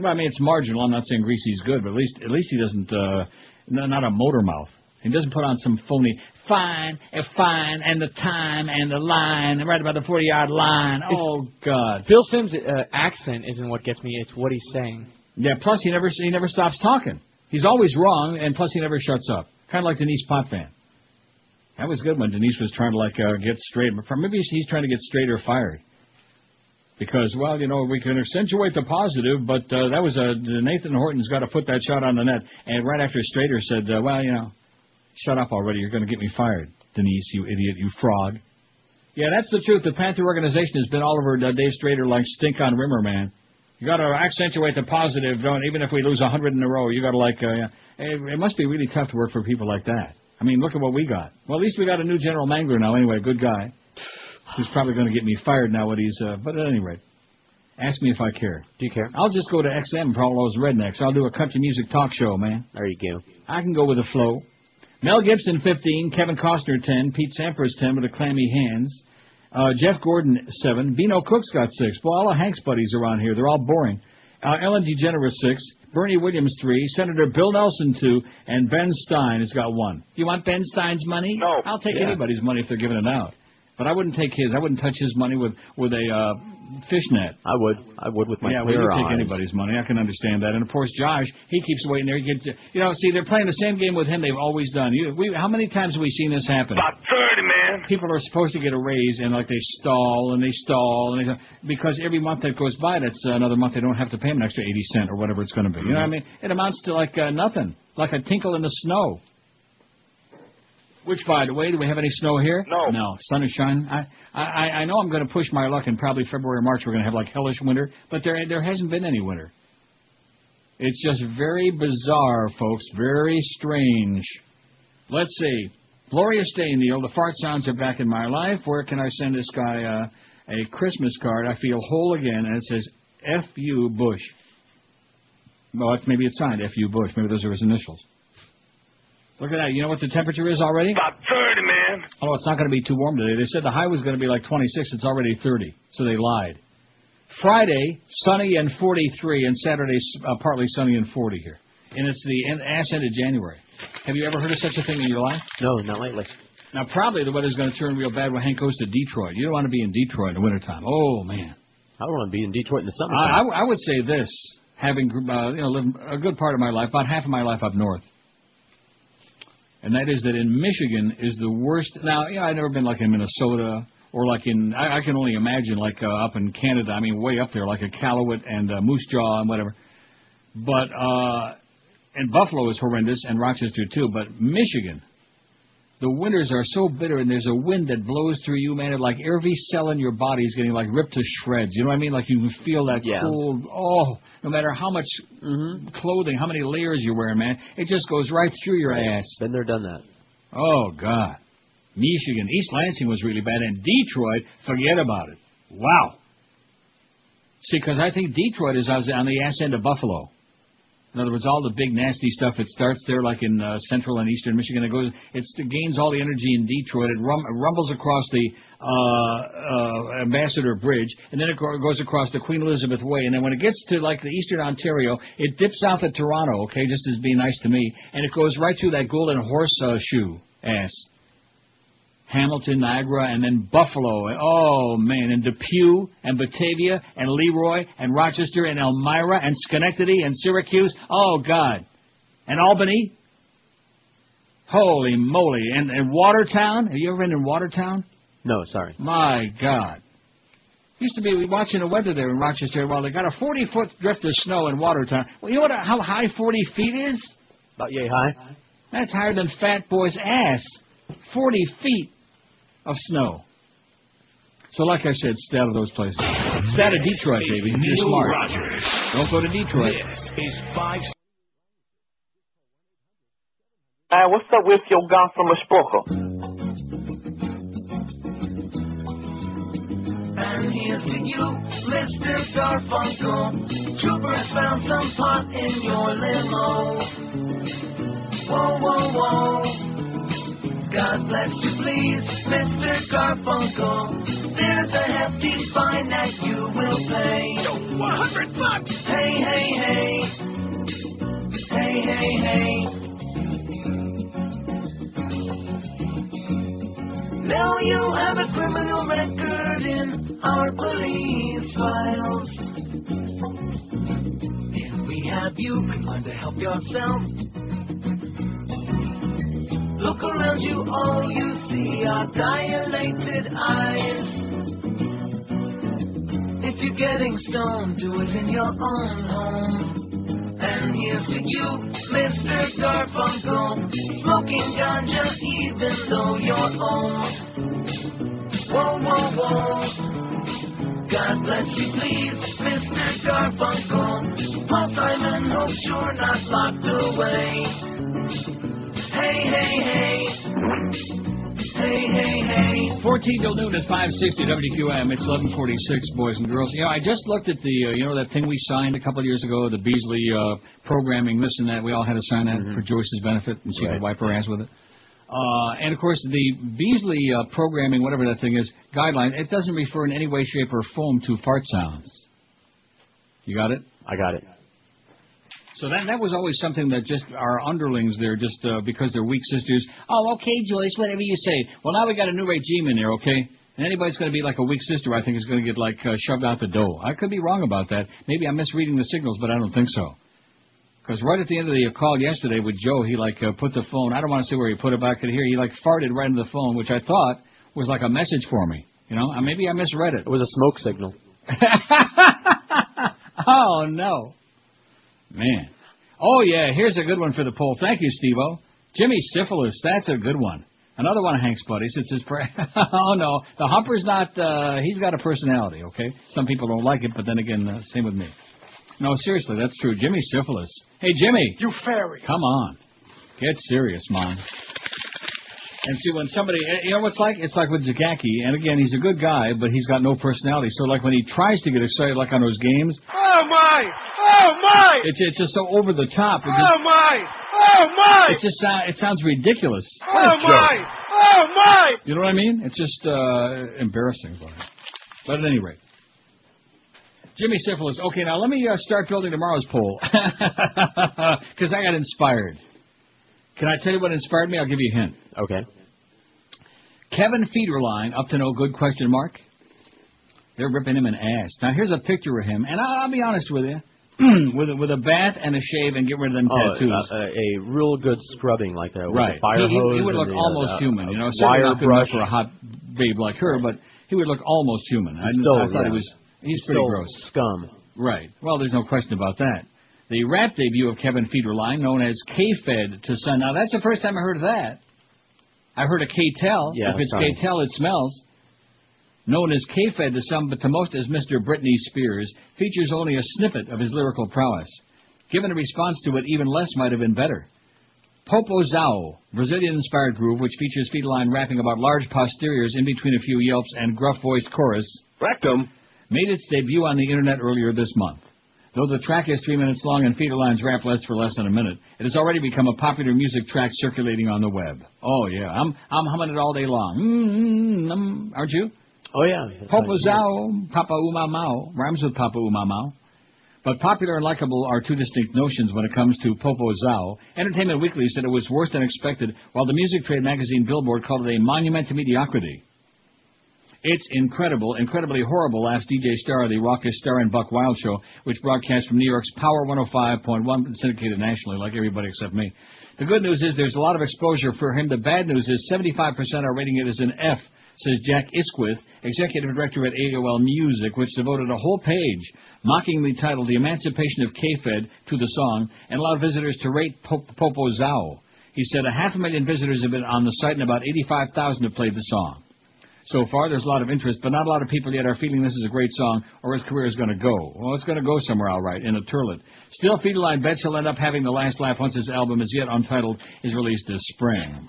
[SPEAKER 1] Well, I mean, it's marginal. I'm not saying Greasy's good, but at least at least he doesn't, uh, n- not a motor mouth. He doesn't put on some phony, fine, and fine, and the time, and the line, right about the 40 yard line. Oh, God.
[SPEAKER 9] Bill Sims' uh, accent isn't what gets me. It's what he's saying.
[SPEAKER 1] Yeah. Plus, he never he never stops talking. He's always wrong, and plus he never shuts up. Kind of like Denise Potvin. That was good when Denise was trying to like uh, get straight. Maybe he's, he's trying to get straight or fired. because, well, you know, we can accentuate the positive, but uh, that was a Nathan Horton's got to put that shot on the net. And right after Strader said, uh, well, you know, shut up already. You're going to get me fired, Denise, you idiot, you fraud. Yeah, that's the truth. The Panther organization has been all over uh, Dave Strader like stink on Rimmer, man. You got to accentuate the positive, don't, even if we lose a hundred in a row. You got to like, uh, it, it must be really tough to work for people like that. I mean, look at what we got. Well, at least we got a new General Mangler now. Anyway, good guy. He's probably going to get me fired now. What he's, uh, but at any rate, ask me if I care.
[SPEAKER 5] Do you care?
[SPEAKER 1] I'll just go to XM for all those rednecks. I'll do a country music talk show, man.
[SPEAKER 5] There you go.
[SPEAKER 1] I can go with the flow. Mel Gibson, 15. Kevin Costner, 10. Pete Sampras, 10 with the clammy hands. Uh, Jeff Gordon, 7. Beano Cook's got 6. Well, all the Hanks buddies around here, they're all boring. Uh, Ellen DeGeneres, 6. Bernie Williams, 3. Senator Bill Nelson, 2. And Ben Stein has got 1. You want Ben Stein's money?
[SPEAKER 10] No.
[SPEAKER 1] I'll take
[SPEAKER 10] Yeah.
[SPEAKER 1] anybody's money if they're giving it out. But I wouldn't take his. I wouldn't touch his money with, with a uh, fishnet.
[SPEAKER 5] I would. I would with my
[SPEAKER 1] yeah, well,
[SPEAKER 5] clear
[SPEAKER 1] you take
[SPEAKER 5] eyes.
[SPEAKER 1] anybody's money. I can understand that. And of course, Josh, he keeps waiting there. He gets, you know, see, they're playing the same game with him they've always done. You, we, how many times have we seen this happen? About
[SPEAKER 22] thirty, man.
[SPEAKER 1] People are supposed to get a raise, and like they stall and they stall, and they, because every month that goes by, that's another month they don't have to pay him an extra eighty cent or whatever it's going to be. You know what I
[SPEAKER 5] Mm-hmm.
[SPEAKER 1] mean? It amounts to like uh, nothing, like a tinkle in the snow. Which, by the way, do we have any snow here? No. No. Sun is shining. I, I, I know I'm going to push my luck, and probably February, March, we're going to have like hellish winter. But there, there hasn't been any winter. It's just very bizarre, folks. Very strange. Let's see. Gloria Stayneal, the fart sounds are back in my life. Where can I send this guy uh, a Christmas card? I feel whole again, and it says F U Bush. Well, it's, maybe it's signed F U Bush. Maybe those are his initials. Look at that. You know what the temperature is already?
[SPEAKER 22] About 30, man.
[SPEAKER 1] Oh, it's not going to be too warm today. They said the high was going to be like 26. It's already 30, so they lied. Friday, sunny and 43, and Saturday, s- uh, partly sunny and 40 here. And it's the end, ass end of January. Have you ever heard of such a thing in your life?
[SPEAKER 5] No, not lately.
[SPEAKER 1] Now, probably the weather's going to turn real bad when Hank goes to Detroit. You don't want to be in Detroit in the wintertime. Oh, man.
[SPEAKER 5] I don't want to be in Detroit in the summer.
[SPEAKER 1] I, I, I would say this, having uh, you know lived a good part of my life, about half of my life up north, and that is that in Michigan is the worst. Now, you know, I've never been like in Minnesota or like in. I, I can only imagine like uh, up in Canada. I mean, way up there, like a Callowit and uh, Moose Jaw and whatever. But uh, and Buffalo is horrendous, and Rochester too. But Michigan. The winters are so bitter, and there's a wind that blows through you, man. It like every cell in your body is getting like ripped to shreds. You know what I mean? Like you can feel that
[SPEAKER 5] Yeah.
[SPEAKER 1] cold. Oh, no matter how much clothing, how many layers you're wearing, man, it just goes right through your ass.
[SPEAKER 5] Been there, done that.
[SPEAKER 1] Oh God, Michigan, East Lansing was really bad, and Detroit, forget about it. Wow. See, because I think Detroit is on on the ass end of Buffalo. In other words, all the big nasty stuff. It starts there, like in uh, central and eastern Michigan. It goes. It's, it gains all the energy in Detroit. It rum, rumbles across the uh, uh, Ambassador Bridge, and then it go- goes across the Queen Elizabeth Way. And then when it gets to like the eastern Ontario, it dips out to Toronto. Okay, just as being nice to me, and it goes right through that Golden Horse uh, shoe ass. Hamilton, Niagara, and then Buffalo. And, oh man, and Depew, and Batavia, and Leroy, and Rochester, and Elmira, and Schenectady, and Syracuse. Oh God, and Albany. Holy moly, and, and Watertown. Have you ever been in Watertown?
[SPEAKER 5] No, sorry.
[SPEAKER 1] My God. Used to be we watching the weather there in Rochester. Well, they got a 40 foot drift of snow in Watertown. Well, you know what, how high 40 feet is?
[SPEAKER 5] About yay high.
[SPEAKER 1] That's higher than Fat Boy's ass. 40 feet of snow. So, like I said, stay out of those places. Stay out of Detroit, baby. You're
[SPEAKER 8] Neil
[SPEAKER 1] smart.
[SPEAKER 8] Rogers.
[SPEAKER 1] Don't go to Detroit.
[SPEAKER 8] This is five.
[SPEAKER 15] Uh, what's up with your guy from Espoco?
[SPEAKER 7] And here's to you, Mr. Garfunkel. Troopers found some pot in your limo. Whoa, whoa, whoa. God bless you, please, Mr. Garfunkel. There's a hefty fine that you will pay. 100 bucks! Hey, hey, hey. Hey, hey, hey. Now you have a criminal record in our police files. And we have you on to help yourself. Look around you, all you see are dilated eyes. If you're getting stoned, do it in your own home. And here's to you, Mr. Garfunkel, smoking ganja even though you're old. Whoa, whoa, whoa. God bless you, please, Mr. Garfunkel. Multi-man, hope you're not locked away. Hey, hey, hey. Hey, hey, hey.
[SPEAKER 1] 14 till noon at 560 WQM. It's 1146, boys and girls. You know, I just looked at the, uh, you know, that thing we signed a couple of years ago, the Beasley uh, programming, this and that. We all had to sign that for Joyce's benefit, and she could wipe her ass with it. Uh, and of course, the Beasley uh, programming, whatever that thing is, guideline, it doesn't refer in any way, shape, or form to fart sounds. You got it?
[SPEAKER 5] I got it.
[SPEAKER 1] So that that was always something that just our underlings there, just uh, because they're weak sisters. Oh, okay, Joyce, whatever you say. Well, now we got a new regime in there, okay? And anybody's going to be like a weak sister, I think, is going to get like uh, shoved out the door. I could be wrong about that. Maybe I'm misreading the signals, but I don't think so. Because right at the end of the call yesterday with Joe, he like uh, put the phone. I don't want to say where he put it, but I could hear he like farted right into the phone, which I thought was like a message for me. You know, Uh, maybe I misread it. It
[SPEAKER 5] was a smoke signal.
[SPEAKER 1] oh no, man. Oh yeah, here's a good one for the poll. Thank you, Steve-O. Jimmy syphilis. That's a good one. Another one of Hank's buddies. It's his. Pra- oh no, the humper's not. Uh, he's got a personality. Okay, some people don't like it, but then again, uh, same with me. No, seriously, that's true. Jimmy syphilis. Hey, Jimmy. You fairy. Come on, get serious, mom. And see, when somebody, eh, you know what's like? It's like with Zagacki, and again, he's a good guy, but he's got no personality. So, like, when he tries to get excited, like on those games,
[SPEAKER 16] Oh my! Oh my!
[SPEAKER 1] it's, it's just so over the top.
[SPEAKER 16] Oh
[SPEAKER 1] It just,
[SPEAKER 16] my! Oh my!
[SPEAKER 1] it just sou- it sounds ridiculous.
[SPEAKER 16] Oh my! Oh my!
[SPEAKER 1] You know what I mean? It's just uh, embarrassing. About it. But at any rate, Jimmy Syphilis. Okay, now let me uh, start building tomorrow's poll because I got inspired. Can I tell you what inspired me? I'll give you a hint.
[SPEAKER 5] Okay.
[SPEAKER 1] Kevin Federline, up to no good question mark. They're ripping him an ass. Now here's a picture of him, and I'll, I'll be honest with you, with a, with a bath and a shave, and get rid of them
[SPEAKER 5] Oh,
[SPEAKER 1] tattoos.
[SPEAKER 5] uh, a, a real good scrubbing like that. With
[SPEAKER 1] Right.
[SPEAKER 5] A fire
[SPEAKER 1] he,
[SPEAKER 5] hose
[SPEAKER 1] he- he would
[SPEAKER 5] and
[SPEAKER 1] look
[SPEAKER 5] the, uh,
[SPEAKER 1] almost
[SPEAKER 5] uh,
[SPEAKER 1] human, you know.
[SPEAKER 5] a
[SPEAKER 1] Certainly
[SPEAKER 5] Wire
[SPEAKER 1] not good enough
[SPEAKER 5] brush.
[SPEAKER 1] for a hot babe like her, but he would look almost human. I,
[SPEAKER 5] Still,
[SPEAKER 1] I thought he
[SPEAKER 5] yeah.
[SPEAKER 1] was. He's
[SPEAKER 5] He's
[SPEAKER 1] pretty
[SPEAKER 5] still
[SPEAKER 1] gross.
[SPEAKER 5] Scum.
[SPEAKER 1] Right. Well, there's no question about that. The rap debut of Kevin Federline, known as K-Fed to Sun. Now that's the first time I heard of that. I heard of K-Tel.
[SPEAKER 5] Yeah,
[SPEAKER 1] if it's
[SPEAKER 5] sorry.
[SPEAKER 1] K-Tel, it smells. Known as K-Fed to some, but to most as Mr. Britney Spears, features only a snippet of his lyrical prowess. Given a response to it, even less might have been better. Popo Zao, Brazilian-inspired groove which features Federline rapping about large posteriors in between a few yelps and gruff-voiced chorus. Rectum. Made its debut on the internet earlier this month. Though the track is three minutes long and Federline's rap lasts for less than a minute, it has already become a popular music track circulating on the web. Oh yeah, I'm I'm humming it all day long. Mm, mm, mm, aren't you?
[SPEAKER 5] Oh yeah.
[SPEAKER 1] Popo Zao, Papa Umamao rhymes with Papa Umamao. But popular and likable are two distinct notions when it comes to Popo Zao. Entertainment Weekly said it was worse than expected, while the music trade magazine Billboard called it a monument to mediocrity. It's incredible, incredibly horrible, asked DJ Star, the raucous Star and Buck Wild show, which broadcasts from New York's Power 105.1, but syndicated nationally, like everybody except me. The good news is there's a lot of exposure for him. The bad news is 75% are rating it as an F, says Jack Isquith, executive director at AOL Music, which devoted a whole page mockingly titled The Emancipation of K-Fed to the song and allowed visitors to rate Po- Popo Zao. He said a half a million visitors have been on the site and about 85,000 have played the song so far. There's a lot of interest, but not a lot of people yet are feeling this is a great song or his career is going to go. Well, it's going to go somewhere, all right, in a turlet. Still, Fedeline bets he'll end up having the last laugh once his album is yet untitled is released this spring.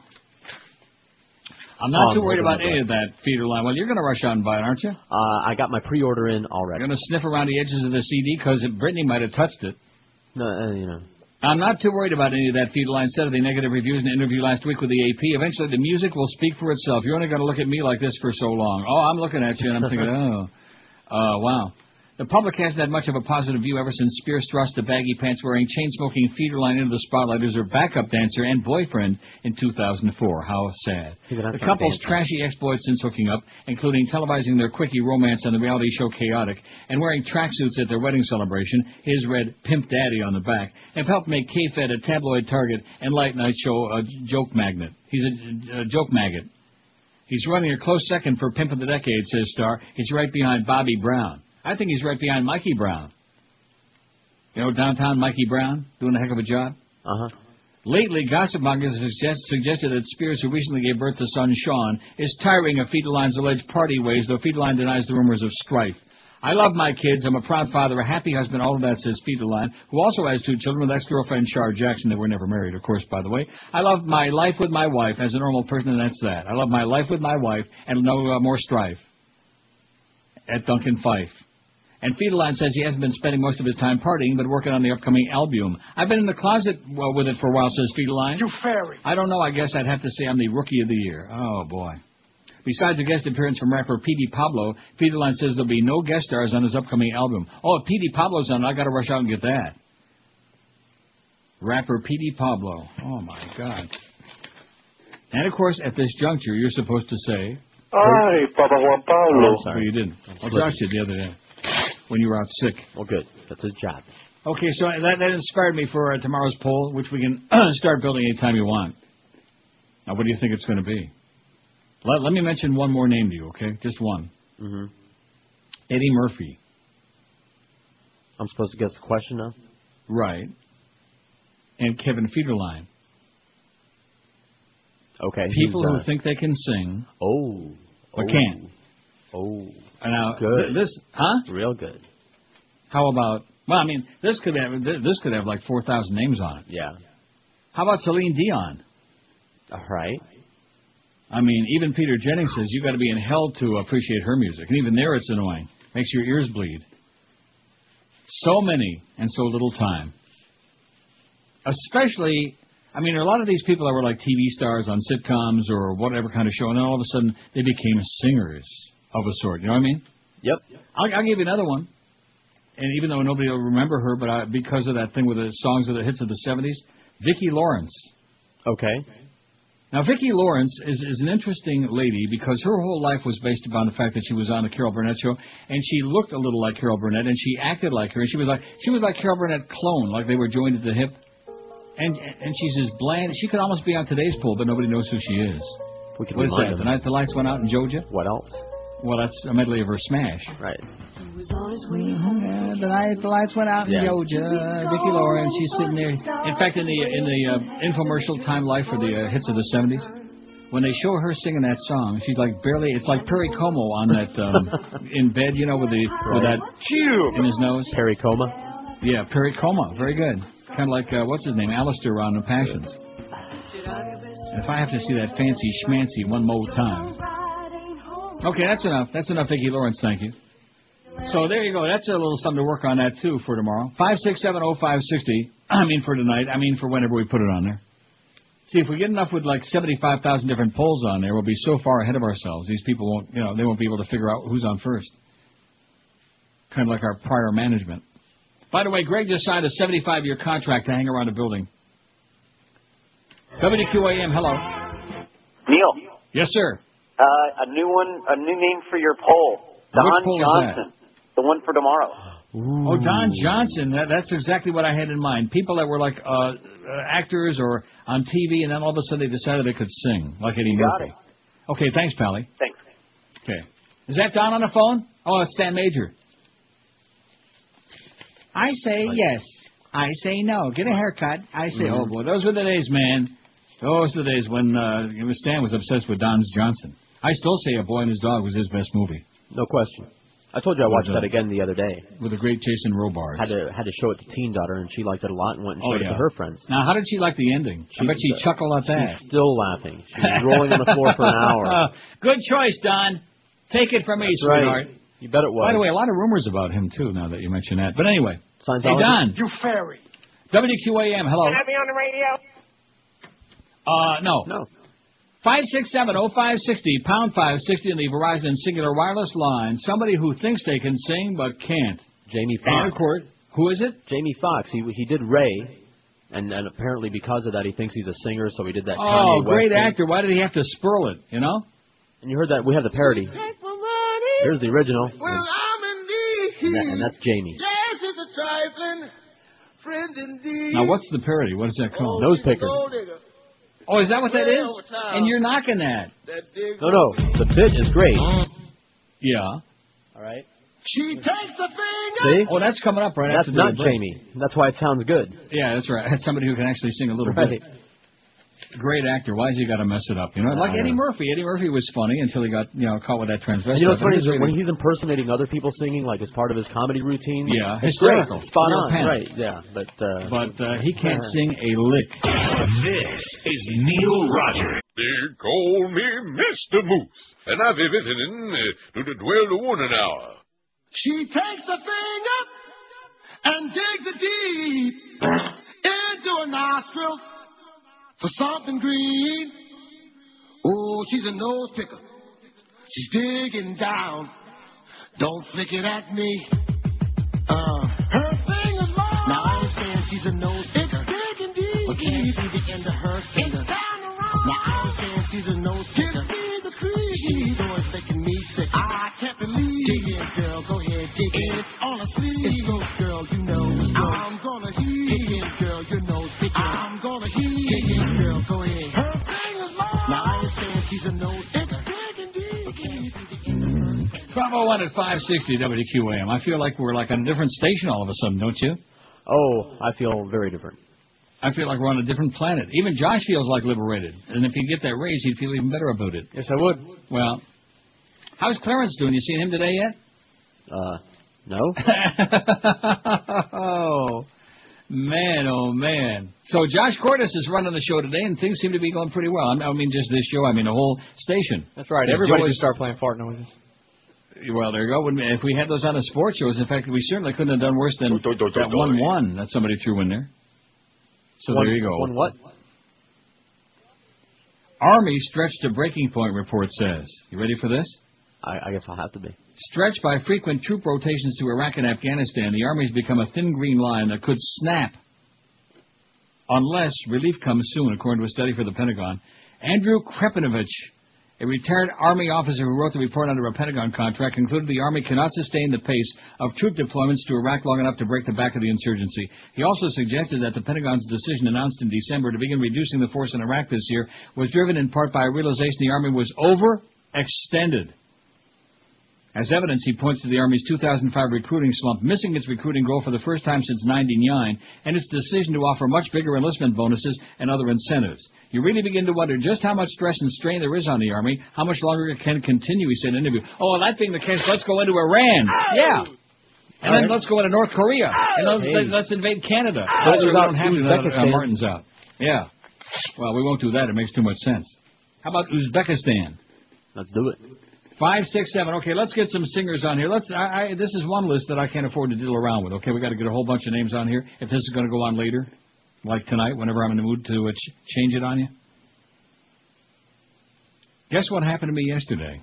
[SPEAKER 1] I'm not
[SPEAKER 5] Um,
[SPEAKER 1] too worried
[SPEAKER 5] we're gonna
[SPEAKER 1] about any
[SPEAKER 5] buy-
[SPEAKER 1] of that, Fedeline. Well, you're going to rush out and buy it, aren't you?
[SPEAKER 5] Uh, I got my pre-order in already.
[SPEAKER 1] You're going to sniff around the edges of the CD because Brittany might have touched it.
[SPEAKER 5] No, uh, you know.
[SPEAKER 1] I'm not too worried about any of that feedline said of the negative reviews in an interview last week with the AP. Eventually, the music will speak for itself. You're only going to look at me like this for so long. Oh, I'm looking at you, and I'm thinking, oh, uh, wow. The public hasn't had much of a positive view ever since Spears thrust the baggy pants wearing, chain smoking Federline into the spotlight as her backup dancer and boyfriend in 2004. How sad. The
[SPEAKER 5] that's not
[SPEAKER 1] couple's
[SPEAKER 5] bad.
[SPEAKER 1] trashy exploits since hooking up, including televising their quickie romance on the reality show Chaotic and wearing tracksuits at their wedding celebration, his read Pimp Daddy on the back, have helped make K-Fed a tabloid target and late night show a j- joke magnet. He's a, a joke maggot. He's running a close second for Pimp of the Decade, says Star. He's right behind Bobby Brown. I think he's right behind Mikey Brown. You know, downtown Mikey Brown doing a heck of a job.
[SPEAKER 5] Uh huh.
[SPEAKER 1] Lately, gossip mongers have suggest- suggested that Spears, who recently gave birth to son Sean, is tiring of Feteline's alleged party ways, though Feteline denies the rumors of strife. I love my kids. I'm a proud father, a happy husband, all of that, says Feteline, who also has two children with ex-girlfriend Shar Jackson. They were never married, of course, by the way. I love my life with my wife as a normal person, and that's that. I love my life with my wife and no uh, more strife. At Duncan Fife. And Fedeline says he hasn't been spending most of his time partying, but working on the upcoming album. I've been in the closet well, with it for a while, says Fedeline.
[SPEAKER 16] You fairy.
[SPEAKER 1] I don't know. I guess I'd have to say I'm the rookie of the year. Oh, boy. Besides a guest appearance from rapper P.D. Pablo, Fedeline says there'll be no guest stars on his upcoming album. Oh, if P.D. Pablo's on, i got to rush out and get that. Rapper P.D. Pablo. Oh, my God. And, of course, at this juncture, you're supposed to say...
[SPEAKER 17] Ay, Papa Juan Pablo.
[SPEAKER 1] Oh, you didn't. I Josh did the other day when you were out sick.
[SPEAKER 5] Well, good. That's his job.
[SPEAKER 1] Okay, so that, that inspired me for uh, tomorrow's poll, which we can start building anytime you want. Now, what do you think it's going to be? Let, let me mention one more name to you, okay? Just one.
[SPEAKER 5] Mm-hmm.
[SPEAKER 1] Eddie Murphy.
[SPEAKER 5] I'm supposed to guess the question now.
[SPEAKER 1] Right. And Kevin Federline.
[SPEAKER 5] Okay.
[SPEAKER 1] People
[SPEAKER 5] who's,
[SPEAKER 1] who
[SPEAKER 5] uh,
[SPEAKER 1] think they can sing
[SPEAKER 5] Oh.
[SPEAKER 1] but
[SPEAKER 5] oh,
[SPEAKER 1] can't.
[SPEAKER 5] Oh.
[SPEAKER 1] Now, th-
[SPEAKER 5] Good.
[SPEAKER 1] this, huh?
[SPEAKER 5] Real good.
[SPEAKER 1] How about? Well, I mean, this could have th- this could have like four thousand names on it.
[SPEAKER 5] Yeah.
[SPEAKER 1] How about Celine Dion?
[SPEAKER 5] All right.
[SPEAKER 1] I mean, even Peter Jennings says you got to be in hell to appreciate her music, and even there, it's annoying. Makes your ears bleed. So many and so little time. Especially, I mean, there are a lot of these people that were like TV stars on sitcoms or whatever kind of show, and then all of a sudden they became singers of a sort. You know what I mean?
[SPEAKER 5] Yep.
[SPEAKER 1] I'll, I'll give you another one. And even though nobody will remember her, but I, because of that thing with the songs of the hits of the 70s, Vicki Lawrence.
[SPEAKER 5] Okay.
[SPEAKER 1] Now, Vicki Lawrence is, is an interesting lady because her whole life was based upon the fact that she was on the Carol Burnett show, and she looked a little like Carol Burnett, and she acted like her, and she was like she was like Carol Burnett clone, like they were joined at the hip. And and she's as bland. She could almost be on today's poll, but nobody knows who she is.
[SPEAKER 5] We can
[SPEAKER 1] What is
[SPEAKER 5] remind
[SPEAKER 1] that? The
[SPEAKER 5] him.
[SPEAKER 1] night the lights went out in Georgia.
[SPEAKER 5] What else?
[SPEAKER 1] Well, that's a medley of her smash.
[SPEAKER 5] Right.
[SPEAKER 1] The night the lights went out in
[SPEAKER 5] Yeah.
[SPEAKER 1] Georgia, Vicki Lawrence, she's sitting there. In fact, in the in the uh, infomercial Time Life for the uh, hits of the '70s, when they show her singing that song, she's like barely. It's like Perry Como on that um, in bed, you know, with the with that
[SPEAKER 5] Cube
[SPEAKER 1] in his nose.
[SPEAKER 5] Perry Coma.
[SPEAKER 1] Yeah, Perry Como, very good. Kind of like uh, what's his name, Alistair on The Passions. And if I have to see that fancy schmancy one more time. Okay, that's enough. That's enough, Vicki Lawrence. Thank you. So there you go. That's a little something to work on that too for tomorrow. Five six seven oh five sixty. I mean for tonight. I mean for whenever we put it on there. See if we get enough with like seventy five thousand different polls on there, we'll be so far ahead of ourselves. These people won't, you know, they won't be able to figure out who's on first. Kind of like our prior management. By the way, Greg just signed a seventy five year contract to hang around a building. WQAM. Hello.
[SPEAKER 18] Neil,
[SPEAKER 1] Yes, sir.
[SPEAKER 18] uh, a new one, a new name for your poll.
[SPEAKER 1] Which
[SPEAKER 18] Don
[SPEAKER 1] poll is that?
[SPEAKER 18] Johnson, the one for tomorrow.
[SPEAKER 1] Oh, Don Johnson. That, that's exactly what I had in mind. People that were like uh, uh, actors or on TV, and then all of a sudden they decided they could sing, like Eddie
[SPEAKER 18] Got
[SPEAKER 1] Murphy. Okay, thanks, Pally.
[SPEAKER 18] Thanks.
[SPEAKER 1] Okay. Is that Don on the phone? Oh, it's Stan Major.
[SPEAKER 4] I say yes. I say no. Get a haircut. I say,
[SPEAKER 1] Oh, boy. Those were the days, man. Those were the days when uh, it was- Stan was obsessed with Don Johnson. I still say A Boy and His Dog was his best movie,
[SPEAKER 5] No question. I told you I
[SPEAKER 1] Well
[SPEAKER 5] watched
[SPEAKER 1] done.
[SPEAKER 5] that again the other day.
[SPEAKER 1] with the great Jason Robards.
[SPEAKER 5] Had to had to show it to teen daughter, and she liked it a lot and went and
[SPEAKER 1] Oh,
[SPEAKER 5] showed it
[SPEAKER 1] yeah.
[SPEAKER 5] to her friends.
[SPEAKER 1] Now, how did she like the ending? I bet she
[SPEAKER 5] uh,
[SPEAKER 1] chuckled at that.
[SPEAKER 5] She's still laughing. She's rolling on the floor for an hour.
[SPEAKER 1] Good choice, Don. Take it from me,
[SPEAKER 5] That's
[SPEAKER 1] sweetheart.
[SPEAKER 5] right. You bet it was.
[SPEAKER 1] By the way, a lot of rumors about him too. Now that you mention that, but anyway, hey
[SPEAKER 5] Scientology?
[SPEAKER 1] Don,
[SPEAKER 16] You fairy.
[SPEAKER 1] WQAM, hello.
[SPEAKER 25] Can I be on the radio?
[SPEAKER 1] Uh, no,
[SPEAKER 5] no.
[SPEAKER 1] Five six seven oh five sixty pound five sixty in the Verizon Singular Wireless line. Somebody who thinks they can sing but can't.
[SPEAKER 5] Jamie
[SPEAKER 1] And
[SPEAKER 5] Foxx.
[SPEAKER 1] of course, who is it?
[SPEAKER 5] Jamie Foxx. He he did Ray, and and apparently because of that he thinks he's a singer, so he did that.
[SPEAKER 1] Oh,
[SPEAKER 5] Kanye West
[SPEAKER 1] great
[SPEAKER 5] thing.
[SPEAKER 1] actor. Why did he have to spurl it? You know.
[SPEAKER 5] And you heard that we had the parody.
[SPEAKER 16] Take my money.
[SPEAKER 5] Here's the original,
[SPEAKER 16] Well, I'm in
[SPEAKER 5] and,
[SPEAKER 16] need.
[SPEAKER 5] that, and that's Jamie.
[SPEAKER 16] Yes, it's a trifling friend indeed.
[SPEAKER 1] Now, what's the parody? What is that called?
[SPEAKER 5] Nose picker.
[SPEAKER 16] Gold digger.
[SPEAKER 1] Oh, is that what that is?
[SPEAKER 16] Well, now.
[SPEAKER 1] And you're knocking that.
[SPEAKER 16] That dig
[SPEAKER 5] No, no, the bit is great.
[SPEAKER 1] Yeah.
[SPEAKER 5] All right,
[SPEAKER 7] She takes the finger.
[SPEAKER 5] See?
[SPEAKER 1] Oh, that's coming up right
[SPEAKER 5] That's
[SPEAKER 1] after
[SPEAKER 5] not
[SPEAKER 1] the break.
[SPEAKER 5] Jamie. That's why it sounds good.
[SPEAKER 1] Yeah, that's right. That's somebody who can actually sing a little
[SPEAKER 5] Right.
[SPEAKER 1] bit. Great actor. Why's he got to mess it up? You know, like
[SPEAKER 5] Uh,
[SPEAKER 1] Eddie Murphy. Eddie Murphy was funny until he got you know caught with that transvestite.
[SPEAKER 5] And you know what's funny
[SPEAKER 1] I'm
[SPEAKER 5] is
[SPEAKER 1] just
[SPEAKER 5] that when
[SPEAKER 1] reading-
[SPEAKER 5] he's impersonating other people singing, like as part of his comedy routine.
[SPEAKER 1] Yeah,
[SPEAKER 5] it's
[SPEAKER 1] hysterical.
[SPEAKER 5] great. Spot
[SPEAKER 1] Real
[SPEAKER 5] on.
[SPEAKER 1] panic.
[SPEAKER 5] Right. Yeah. But uh,
[SPEAKER 1] but uh, he can't
[SPEAKER 5] uh,
[SPEAKER 1] sing a lick.
[SPEAKER 26] This is Neil Rogers.
[SPEAKER 2] They call me Mr. Moose, and I've been visiting uh, to the 12 to 1 an hour.
[SPEAKER 7] She takes the finger and digs it deep into a nostril for something green. Oh, she's a nose picker. She's digging down. Don't flick it at me. Uh, her finger's long. Now I understand she's a nose picker. It's digging deep. But can you see the end of her finger? It's down around. Now I understand she's a nose picker. Give me the creep. She's always making me sick. I can't believe. Dig it, girl. Go ahead, dig it. It's on a sleeve. It's gross, girl. You know it's gross. I'm gonna heat. Dig it, girl. You know it's picker. I'm gonna heat. Dig it, girl. Go ahead. Her finger's long. Now I understand she's a nose picker. It's digging deep. Okay.
[SPEAKER 1] Bravo oh one at 560 WQAM. I feel like we're like on a different station all of a sudden, don't you?
[SPEAKER 5] Oh, I feel very different.
[SPEAKER 1] I feel like we're on a different planet. Even Josh feels like liberated. And if he'd get that raise, he'd feel even better about it.
[SPEAKER 5] Yes, I would.
[SPEAKER 1] Well, how's Clarence doing? You seen him today yet?
[SPEAKER 5] Uh, no.
[SPEAKER 1] oh, man, oh, man. So Josh Cordes is running the show today, and things seem to be going pretty well. I'm- I mean, just this show, I mean, the whole station.
[SPEAKER 27] That's right.
[SPEAKER 1] Joe
[SPEAKER 27] Everybody
[SPEAKER 1] is-
[SPEAKER 27] should start playing fart noises.
[SPEAKER 1] Well, there you go. Wouldn't- If we had those on the sports shows, in fact, we certainly couldn't have done worse than that one one that somebody threw in there. So
[SPEAKER 5] One-
[SPEAKER 1] there you go.
[SPEAKER 5] One what?
[SPEAKER 1] Army stretched to breaking point, report says. You ready for this?
[SPEAKER 5] I, I guess I'll have to be.
[SPEAKER 1] Stretched by frequent troop rotations to Iraq and Afghanistan, the Army's become a thin green line that could snap unless relief comes soon, according to a study for the Pentagon. Andrew Krepinovich, a retired Army officer who wrote the report under a Pentagon contract, concluded the Army cannot sustain the pace of troop deployments to Iraq long enough to break the back of the insurgency. He also suggested that the Pentagon's decision announced in December to begin reducing the force in Iraq this year was driven in part by a realization the Army was overextended. As evidence, he points to the Army's 2005 recruiting slump, missing its recruiting goal for the first time since 99, and its decision to offer much bigger enlistment bonuses and other incentives. You really begin to wonder just how much stress and strain there is on the Army, how much longer it can continue, he said in an interview. Oh, well, that being the case, let's go into Iran. Yeah. And then
[SPEAKER 5] All right.
[SPEAKER 1] let's go into North Korea. And let's,
[SPEAKER 5] Hey.
[SPEAKER 1] let's invade Canada. That's what
[SPEAKER 5] Those are
[SPEAKER 1] we
[SPEAKER 5] not
[SPEAKER 1] don't have to now that, uh,
[SPEAKER 5] Uzbekistan.
[SPEAKER 1] Martin's out. Yeah. Well, we won't do that. It makes too much sense. How about Uzbekistan?
[SPEAKER 5] Let's do it.
[SPEAKER 1] Five, six, seven. Okay, let's get some singers on here. Let's. I, I, this is one list that I can't afford to diddle around with. Okay, we got to get a whole bunch of names on here. If this is going to go on later, like tonight, whenever I'm in the mood to uh, ch- change it on you. Guess what happened to me yesterday?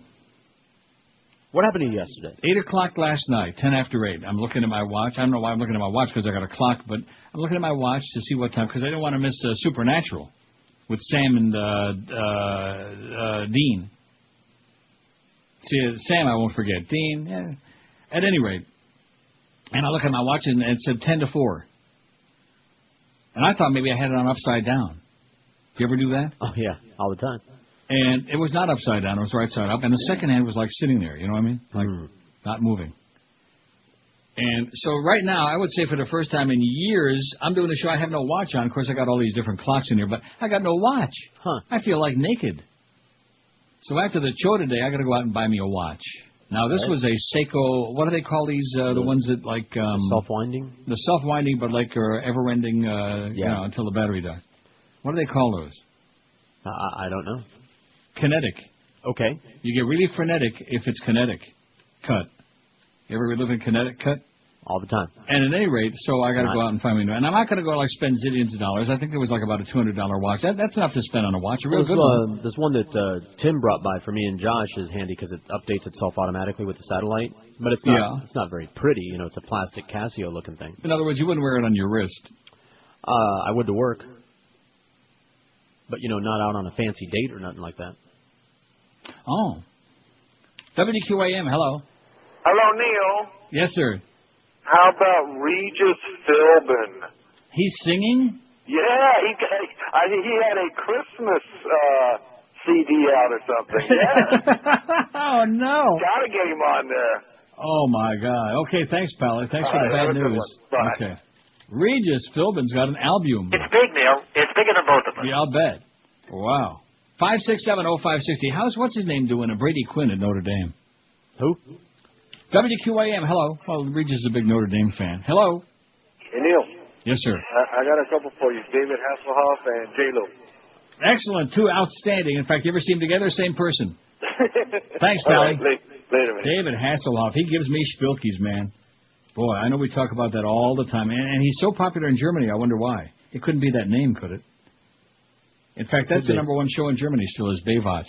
[SPEAKER 5] What happened to you yesterday?
[SPEAKER 1] Eight o'clock last night, ten after eight. I'm looking at my watch. I don't know why I'm looking at my watch because I got a clock, but I'm looking at my watch to see what time because I don't want to miss uh, Supernatural with Sam and uh, uh, uh, Dean. See, uh, Sam, I won't forget. Dean, yeah. At any rate, and I look at my watch and it said ten to four, and I thought maybe I had it on upside down. Do you ever do that?
[SPEAKER 5] Oh yeah, all the time.
[SPEAKER 1] And it was not upside down; it was right side up. And the second hand was like sitting there. You know what I mean? Like not moving. And so right now, I would say for the first time in years, I'm doing a show. I have no watch on. Of course, I got all these different clocks in here, but I got no watch.
[SPEAKER 5] Huh.
[SPEAKER 1] I feel like naked. So after the show today, I got to go out and buy me a watch. Now this
[SPEAKER 5] Right.
[SPEAKER 1] was a Seiko. What do they call these? Uh, the ones that like um,
[SPEAKER 5] Self-winding.
[SPEAKER 1] the self winding, but like are ever ending. Uh, You
[SPEAKER 5] Yeah.
[SPEAKER 1] know, until the battery dies. What do they call those?
[SPEAKER 5] I- I, I don't know.
[SPEAKER 1] Kinetic.
[SPEAKER 5] Okay.
[SPEAKER 1] You get really frenetic if it's kinetic cut. You ever live in kinetic cut?
[SPEAKER 5] All the time.
[SPEAKER 1] And at any rate, so I got to go out and find me. a new- And I'm not going to go like spend zillions of dollars. I think it was like about a two hundred dollar watch. That, that's enough to spend on a watch. A real
[SPEAKER 5] There's
[SPEAKER 1] good one.
[SPEAKER 5] one, there's one that uh, Tim brought by for me and Josh is handy because it updates itself automatically with the satellite, but it's not
[SPEAKER 1] Yeah.
[SPEAKER 5] it's not very pretty. You know, it's a plastic Casio looking thing.
[SPEAKER 1] In other words, you wouldn't wear it on your wrist.
[SPEAKER 5] Uh, I would to work, but you know, not out on a fancy date or nothing like that.
[SPEAKER 1] Oh. WQAM. Hello.
[SPEAKER 20] Hello, Neil.
[SPEAKER 1] Yes, sir.
[SPEAKER 20] How about Regis Philbin?
[SPEAKER 1] He's singing.
[SPEAKER 20] Yeah, he I think he had a Christmas uh, CD out or something. Yeah,
[SPEAKER 1] oh no.
[SPEAKER 20] got a game on there.
[SPEAKER 1] Oh my God. Okay, thanks, Pally. Thanks for the
[SPEAKER 2] All right, have
[SPEAKER 1] bad
[SPEAKER 2] a good
[SPEAKER 1] news.
[SPEAKER 2] one. Bye.
[SPEAKER 1] Okay. Regis Philbin's got an album.
[SPEAKER 2] It's big, Neil. It's bigger than both of us.
[SPEAKER 1] Yeah, I'll bet. Wow. Five six seven oh five sixty. How's what's his name doing? A Brady Quinn at Notre Dame. Who? WQAM. Hello. Well, Regis is a big Notre Dame fan. Hello.
[SPEAKER 20] Hey, Neil,
[SPEAKER 1] Yes, sir.
[SPEAKER 20] I, I got a couple for you. David Hasselhoff and J Lo.
[SPEAKER 1] Excellent. Two outstanding. In fact, you ever see them together? Same person. Thanks, Pally.
[SPEAKER 20] later, man.
[SPEAKER 1] David Hasselhoff, he gives me spilkies, man. Boy, I know we talk about that all the time, and, and he's so popular in Germany. I wonder why. It couldn't be that name, could it? In fact, that's
[SPEAKER 5] Could
[SPEAKER 1] the
[SPEAKER 5] be.
[SPEAKER 1] number one show in Germany still is Baywatch.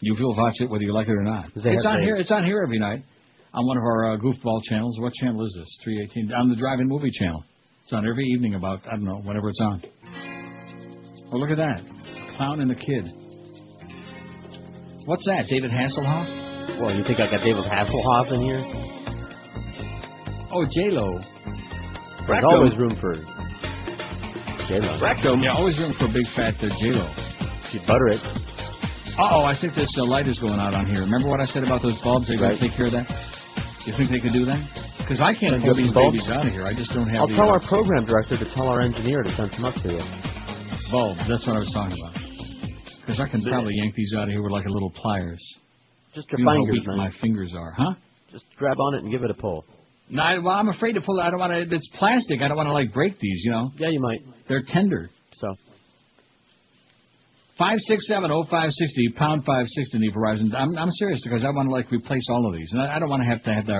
[SPEAKER 1] You will watch it whether you like it or not.
[SPEAKER 5] it
[SPEAKER 1] It's
[SPEAKER 5] have
[SPEAKER 1] on
[SPEAKER 5] names?
[SPEAKER 1] here. It's on here every night on one of our uh, goofball channels. What channel is this? Three eighteen on the Drive-In Movie Channel. It's on every evening about I don't know whenever it's on. Oh, look at that clown and the kid. What's that? David Hasselhoff?
[SPEAKER 5] Well, you think I got David Hasselhoff in here?
[SPEAKER 1] Oh, J Lo.
[SPEAKER 5] There's always room for J-Lo.
[SPEAKER 1] Yeah, always room for big fat uh, J-Lo.
[SPEAKER 5] You butter it.
[SPEAKER 1] Uh-oh, I think this uh, light is going out on here. Remember what I said about those bulbs? They're going
[SPEAKER 5] Right.
[SPEAKER 1] to take care of that? You think they could do that? Because I can't
[SPEAKER 5] Send
[SPEAKER 1] pull
[SPEAKER 5] you up
[SPEAKER 1] these
[SPEAKER 5] bulbs?
[SPEAKER 1] babies out of here. I just don't have
[SPEAKER 5] I'll
[SPEAKER 1] the
[SPEAKER 5] tell
[SPEAKER 1] uh,
[SPEAKER 5] our program director to tell our engineer to send some up to you.
[SPEAKER 1] bulbs. That's what I was talking about. Because I can probably yank these out of here with like a little pliers.
[SPEAKER 5] Just your
[SPEAKER 1] you know
[SPEAKER 5] fingers,
[SPEAKER 1] how weak
[SPEAKER 5] man.
[SPEAKER 1] my fingers are, huh?
[SPEAKER 5] Just grab on it and give it a pull.
[SPEAKER 1] No, I, well, I'm afraid to pull it. I don't want to. It's plastic. I don't want to like break these. You know.
[SPEAKER 5] Yeah, you might.
[SPEAKER 1] They're tender.
[SPEAKER 5] So.
[SPEAKER 1] Five six seven oh five sixty pound five sixty in the Verizon. I'm I'm serious because I want to like replace all of these, and I, I don't want to have to have the,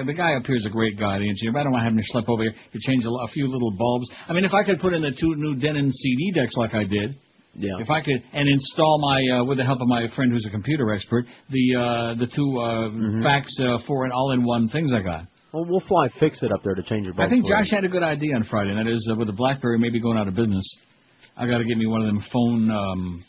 [SPEAKER 1] uh, the guy up here is a great guy, the engineer. But I don't want to have him schlep over here to change a, lo- a few little bulbs. I mean, if I could put in the two new Denon CD decks like I did,
[SPEAKER 5] yeah.
[SPEAKER 1] If I could and install my uh, with the help of my friend who's a computer expert, the uh, the two uh, fax uh, four and all in one things I got.
[SPEAKER 5] Well, we'll fly fix it up there to change your bulb.
[SPEAKER 1] I think
[SPEAKER 5] for you.
[SPEAKER 1] Josh had a good idea on Friday, and that is uh, with the BlackBerry maybe going out of business. I got to get me one of them phone, um,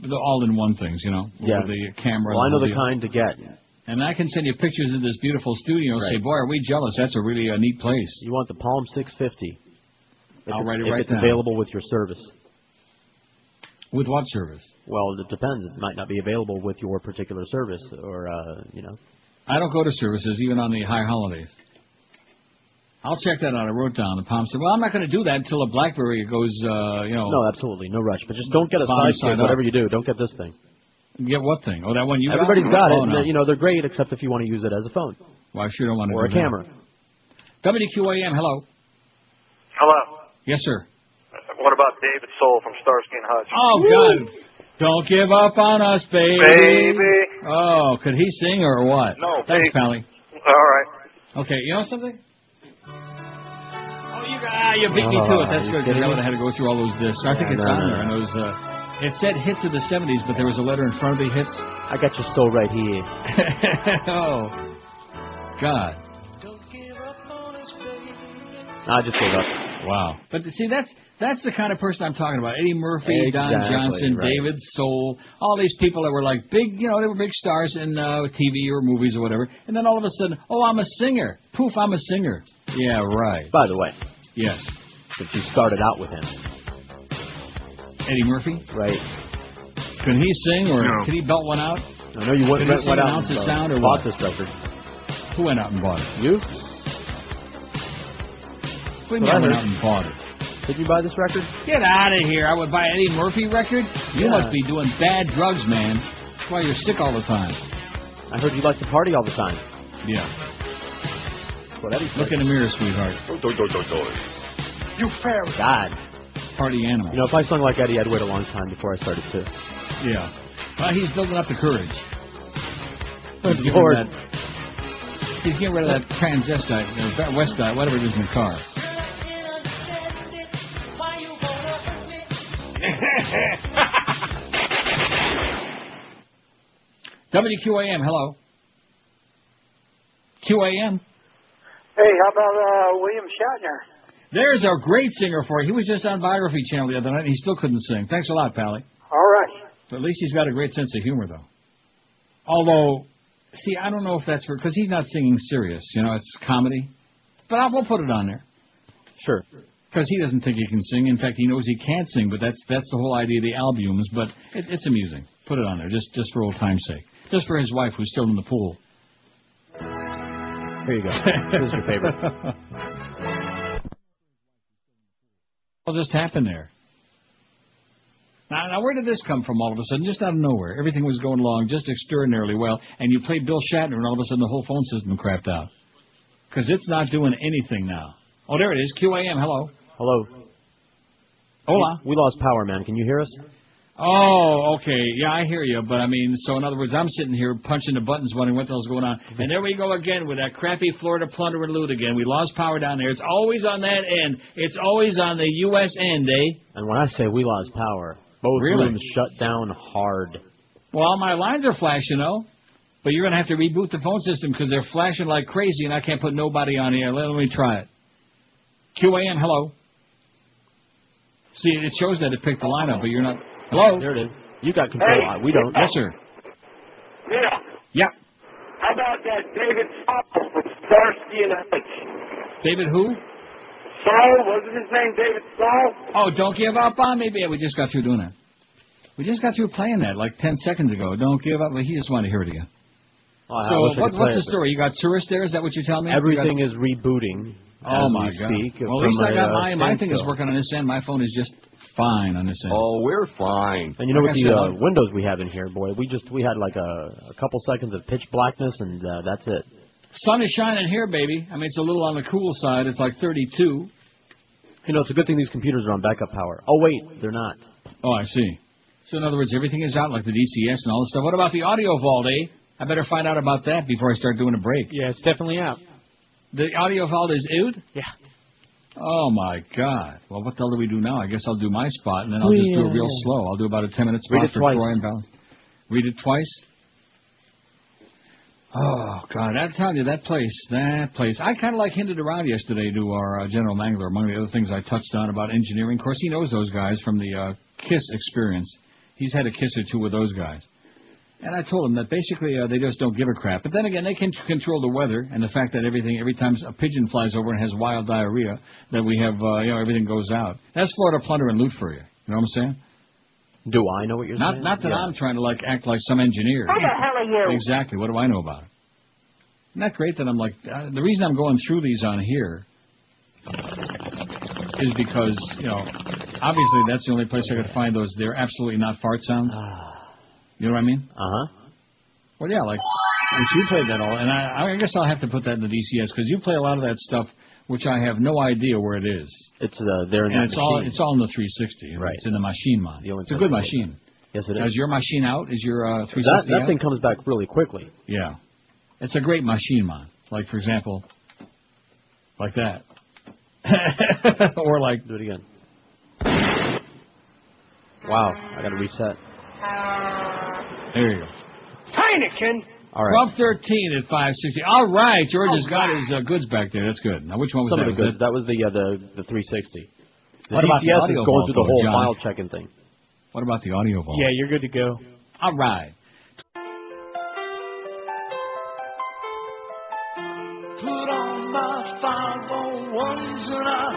[SPEAKER 1] the all-in-one things, you know,
[SPEAKER 5] Yeah.
[SPEAKER 1] with the camera.
[SPEAKER 5] Well, I
[SPEAKER 1] and
[SPEAKER 5] know
[SPEAKER 1] the
[SPEAKER 5] the kind to get.
[SPEAKER 1] And I can send you pictures of this beautiful studio and say,
[SPEAKER 5] Right.
[SPEAKER 1] boy, are we jealous? That's a really uh, neat place.
[SPEAKER 5] You want the Palm 650. If
[SPEAKER 1] I'll
[SPEAKER 5] it's,
[SPEAKER 1] write it
[SPEAKER 5] if
[SPEAKER 1] right
[SPEAKER 5] it's
[SPEAKER 1] down.
[SPEAKER 5] available with your service.
[SPEAKER 1] With what service?
[SPEAKER 5] Well, it depends. It might not be available with your particular service, or uh, you know.
[SPEAKER 1] I don't go to services even on the high holidays. I'll check that out. I wrote down the Palm said, well, I'm not going to do that until a BlackBerry goes, uh, you know.
[SPEAKER 5] No, absolutely, no rush. But just don't get a
[SPEAKER 1] Bottom
[SPEAKER 5] side
[SPEAKER 1] side
[SPEAKER 5] stick. Whatever
[SPEAKER 1] up.
[SPEAKER 5] you do, don't get this thing.
[SPEAKER 1] Get what thing? Oh, that one you
[SPEAKER 5] Everybody's
[SPEAKER 1] got?
[SPEAKER 5] got it.
[SPEAKER 1] Oh,
[SPEAKER 5] and
[SPEAKER 1] no.
[SPEAKER 5] they- you know, they're great, except if you want to use it as a phone
[SPEAKER 1] Well, I sure don't want to
[SPEAKER 5] or a
[SPEAKER 1] do that.
[SPEAKER 5] camera.
[SPEAKER 1] WQAM, hello.
[SPEAKER 20] Hello.
[SPEAKER 1] Yes, sir.
[SPEAKER 20] What about David Soul from Starsky and Hutch?
[SPEAKER 1] Oh God! Don't give up on us, baby.
[SPEAKER 20] Baby.
[SPEAKER 1] Oh, could he sing or what?
[SPEAKER 20] No,
[SPEAKER 1] Thanks,
[SPEAKER 20] baby.
[SPEAKER 1] Pally.
[SPEAKER 20] All right.
[SPEAKER 1] Okay, you know something? Oh, you ah, you beat me to it. That's good. 'cause I would have had to go through all those discs. I think
[SPEAKER 5] Yeah,
[SPEAKER 1] it's
[SPEAKER 5] no,
[SPEAKER 1] on
[SPEAKER 5] no,
[SPEAKER 1] there. And those, uh, it said hits of the '70s, but there was a letter in front of the hits.
[SPEAKER 5] I got your soul right here.
[SPEAKER 1] oh, God!
[SPEAKER 5] I just gave up.
[SPEAKER 1] Wow. But see, that's that's the kind of person I'm talking about. Eddie Murphy, Don
[SPEAKER 5] Exactly,
[SPEAKER 1] Johnson,
[SPEAKER 5] right.
[SPEAKER 1] David Soul, all these people that were like big, you know, they were big stars in uh, TV or movies or whatever. And then all of a sudden, oh, I'm a singer. Poof, I'm a singer. Yeah, right.
[SPEAKER 5] By the way,
[SPEAKER 1] Yes,
[SPEAKER 5] since you started out with him,
[SPEAKER 1] Eddie Murphy.
[SPEAKER 5] right?
[SPEAKER 1] Can he sing or
[SPEAKER 5] No.
[SPEAKER 1] can he belt one out?
[SPEAKER 5] I know you went,
[SPEAKER 1] Can
[SPEAKER 5] went,
[SPEAKER 1] he sing
[SPEAKER 5] went
[SPEAKER 1] an
[SPEAKER 5] out
[SPEAKER 1] ounce
[SPEAKER 5] and
[SPEAKER 1] of
[SPEAKER 5] uh,
[SPEAKER 1] sound or
[SPEAKER 5] bought
[SPEAKER 1] what?
[SPEAKER 5] this record.
[SPEAKER 1] Who went out and bought it?
[SPEAKER 5] You?
[SPEAKER 1] We
[SPEAKER 5] Well, I
[SPEAKER 1] went
[SPEAKER 5] heard.
[SPEAKER 1] out and bought it.
[SPEAKER 5] Did you buy this record?
[SPEAKER 1] Get out of here! I would buy Eddie Murphy record. You
[SPEAKER 5] Yeah.
[SPEAKER 1] must be doing bad drugs, man. That's why you're sick all the time.
[SPEAKER 5] I heard you like to party all the time.
[SPEAKER 1] Yeah.
[SPEAKER 5] Well, that'd be
[SPEAKER 1] Look in the mirror, sweetheart.
[SPEAKER 5] You fair "Oh, God.
[SPEAKER 1] Party animal.
[SPEAKER 5] You know, if I sung like Eddie, I'd wait a long time before I started too.
[SPEAKER 1] Yeah. Well, he's building up the courage.
[SPEAKER 5] Good
[SPEAKER 1] he's getting
[SPEAKER 5] Lord.
[SPEAKER 1] rid of that. He's getting rid of that transvestite, uh, that westite, whatever it is in the car. WQAM, hello. QAM.
[SPEAKER 23] Hey, how about uh, William Shatner?
[SPEAKER 1] There's a great singer for you. He was just on Biography Channel the other night, and he still couldn't sing. Thanks a lot, Pally.
[SPEAKER 23] All right.
[SPEAKER 1] So at least he's got a great sense of humor, though. Although, see, I don't know if that's because he's not singing serious. You know, it's comedy. But I will put it on there.
[SPEAKER 5] Sure.
[SPEAKER 1] Because he doesn't think he can sing. In fact, he knows he can't sing. But that's that's the whole idea of the albums. But it, it's amusing. Put it on there just just for old time's sake. Just for his wife who's still in the pool.
[SPEAKER 5] Here you go. this is your favorite.
[SPEAKER 1] What just happened there? Now, now, where did this come from all of a sudden? Just out of nowhere. Everything was going along just extraordinarily well, and you played Bill Shatner, and all of a sudden the whole phone system crapped out. Because it's not doing anything now. Oh, there it is. QAM, hello.
[SPEAKER 5] Hello.
[SPEAKER 1] Hola.
[SPEAKER 5] We lost power, man. Can you hear us?
[SPEAKER 1] Oh, okay. Yeah, I hear you. But I mean, so in other words, I'm sitting here punching the buttons, wondering what the hell's going on. And there we go again with that crappy Florida plunder and loot again. We lost power down there. It's always on that end. It's always on the U.S. end, eh?
[SPEAKER 5] And when I say we lost power, both
[SPEAKER 1] Really?
[SPEAKER 5] rooms shut down hard.
[SPEAKER 1] Well, my lines are flashing, though. But you're going to have to reboot the phone system because they're flashing like crazy, and I can't put nobody on here. Let, let me try it. QAN, hello. See, it shows that it picked the line up, but you're not. Hello.
[SPEAKER 5] There it is. You got control.
[SPEAKER 1] Hey.
[SPEAKER 5] Uh, We don't.
[SPEAKER 1] Yes, sir.
[SPEAKER 20] Yeah.
[SPEAKER 1] Yeah.
[SPEAKER 20] How about that David Soul from Starsky and Hutch?
[SPEAKER 1] David, who?
[SPEAKER 20] Soul, wasn't his name David Soul?
[SPEAKER 1] Oh, don't give up on me, baby. We just got through doing that. We just got through playing that like ten seconds ago. Don't give up. Well, He just wanted to hear it again.
[SPEAKER 5] Oh, I wish I
[SPEAKER 1] so
[SPEAKER 5] could
[SPEAKER 1] what,
[SPEAKER 5] play
[SPEAKER 1] what's
[SPEAKER 5] it,
[SPEAKER 1] the
[SPEAKER 5] but
[SPEAKER 1] story? You got tourists there? Is that what you're telling me? You got-
[SPEAKER 5] Everything is rebooting.
[SPEAKER 1] Oh
[SPEAKER 5] as
[SPEAKER 1] my
[SPEAKER 5] we
[SPEAKER 1] god!
[SPEAKER 5] Speak
[SPEAKER 1] well, at least
[SPEAKER 5] from
[SPEAKER 1] I
[SPEAKER 5] a,
[SPEAKER 1] got
[SPEAKER 5] uh,
[SPEAKER 1] my my thing is
[SPEAKER 5] standstill.
[SPEAKER 1] working on this end. My phone is just fine on this end.
[SPEAKER 5] Oh,
[SPEAKER 28] we're fine.
[SPEAKER 5] And you know
[SPEAKER 1] Like
[SPEAKER 5] what
[SPEAKER 1] I
[SPEAKER 5] the uh,
[SPEAKER 1] said,
[SPEAKER 5] windows we have in here, boy? We just we had like a, a couple seconds of pitch blackness, and uh, that's it.
[SPEAKER 1] Sun is shining here, baby. I mean, it's a little on the cool side. It's like 32.
[SPEAKER 5] You know, it's a good thing these computers are on backup power. Oh wait, they're not.
[SPEAKER 1] Oh, I see. So in other words, everything is out, like the DCS and all this stuff. What about the audio vault, eh? I better find out about that before I start doing a break.
[SPEAKER 29] Yeah, it's definitely out.
[SPEAKER 1] The audio vault is out.
[SPEAKER 29] Yeah.
[SPEAKER 1] Oh my God! Well, what the hell do we do now? I guess I'll do my spot and then I'll just do it real
[SPEAKER 5] Yeah.
[SPEAKER 1] slow. I'll do about a ten-minute spot
[SPEAKER 5] Read it
[SPEAKER 1] for
[SPEAKER 5] twice.
[SPEAKER 1] Troy and Balance. Read it twice. Oh God! I tell you, that place, that place. I kind of like hinted around yesterday to our uh, general mangler. Among the other things I touched on about engineering, of course, he knows those guys from the uh, Kiss experience. He's had a kiss or two with those guys. And I told him that basically uh, they just don't give a crap. But then again, they can control the weather and the fact that everything, every time a pigeon flies over and has wild diarrhea, that we have, uh, you know, everything goes out. That's Florida plunder and loot for you. You know what I'm saying?
[SPEAKER 5] Do I know what you're
[SPEAKER 1] Not,
[SPEAKER 5] saying?
[SPEAKER 1] not that
[SPEAKER 5] Yeah.
[SPEAKER 1] I'm trying to like act like some engineer.
[SPEAKER 5] Who the hell are you?
[SPEAKER 1] Exactly. What do I know about it? Isn't that great that I'm like uh, the reason I'm going through these on here is because you know obviously that's the only place I could find those. They're absolutely not fart sounds.
[SPEAKER 5] Ah.
[SPEAKER 1] You know what I mean?
[SPEAKER 5] Uh huh.
[SPEAKER 1] Well, yeah, like which you played that all, and I, I guess I'll have to put that in the DCS because you play a lot of that stuff, which I have no idea where it is.
[SPEAKER 5] It's uh, there in
[SPEAKER 1] and
[SPEAKER 5] that
[SPEAKER 1] it's all
[SPEAKER 5] machine.
[SPEAKER 1] it's all in the 360. Right. It's in the machine mod. It's a good
[SPEAKER 5] place to
[SPEAKER 1] machine.
[SPEAKER 5] Yes, it
[SPEAKER 1] Now,
[SPEAKER 5] is.
[SPEAKER 1] Is your machine out? Is your uh, 360
[SPEAKER 5] That, that
[SPEAKER 1] out?
[SPEAKER 5] thing comes back really quickly.
[SPEAKER 1] Yeah. It's a great machine mod. Like, for example, like that. or like.
[SPEAKER 5] Do it again. Wow, I got to reset.
[SPEAKER 1] There you go.
[SPEAKER 20] Heineken!
[SPEAKER 5] All right.
[SPEAKER 1] 1213 at 560. All right. George has got his uh, goods back there. That's good. Now, which one was
[SPEAKER 5] Some
[SPEAKER 1] that?
[SPEAKER 5] of the
[SPEAKER 1] Was
[SPEAKER 5] goods. That was the uh, the the 360. The
[SPEAKER 1] What about the
[SPEAKER 5] DCS is
[SPEAKER 1] audio
[SPEAKER 5] going through the
[SPEAKER 1] vault,
[SPEAKER 5] whole
[SPEAKER 1] John?
[SPEAKER 5] file checking thing.
[SPEAKER 1] that- what about the audio vault?
[SPEAKER 29] Yeah, you're good to go.
[SPEAKER 1] All right.
[SPEAKER 7] Put on my 501s oh, and I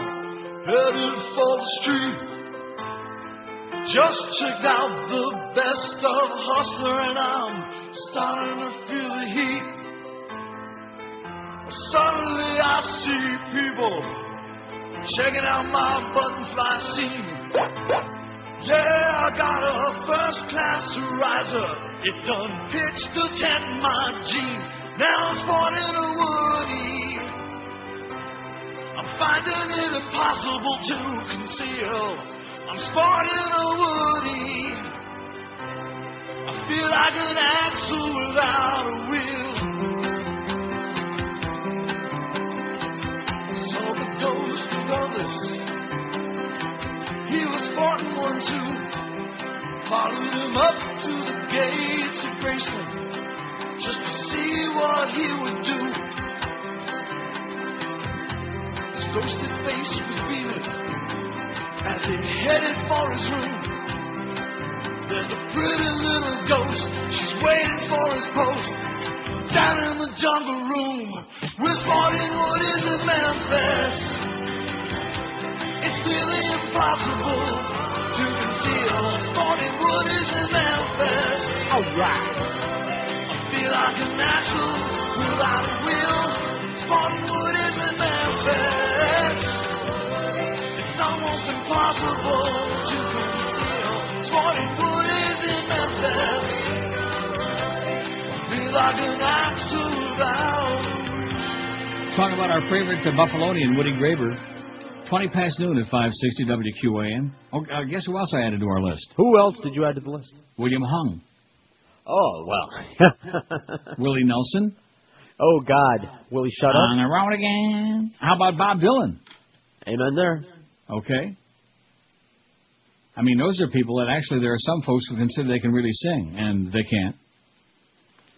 [SPEAKER 7] headed for the street. Just checked out the best of Hustler and I'm starting to feel the heat. Suddenly I see people checking out my buttonfly scene. Yeah, I got a first class riser. It done pitched to tent my jeans. Now I'm sporting a woody. I'm finding it impossible to conceal. I'm sporting a woody. I feel like an axle without a wheel. So the ghost of others. He was sporting one too. Followed him up to the gates of Graceland just to see what he would do. His ghostly face was beaming as he headed for his room. There's a pretty little ghost, she's waiting for his post. Down in the jungle room, we're starting what is a manifest. It's really impossible to conceal. Starting what is a manifest. Alright. I feel like a natural without a will.
[SPEAKER 16] Sparkwood is in Memphis. It's almost impossible to conceal. Sparkwood is in Memphis. Be like an axe to round.
[SPEAKER 1] Song about our favorite uh, Buffalonian, Woody Graber. 20 past noon at 560 WQAM. Oh, uh, guess who else I added to our list?
[SPEAKER 5] Who else did you add to the list?
[SPEAKER 1] William Hung.
[SPEAKER 5] Oh, well.
[SPEAKER 1] Willie Nelson.
[SPEAKER 5] Oh, God. Willie, shut up.
[SPEAKER 1] On the road again. How about Bob Dylan?
[SPEAKER 5] Amen there.
[SPEAKER 1] Okay. I mean, those are people that actually there are some folks who consider they can really sing, and they can't.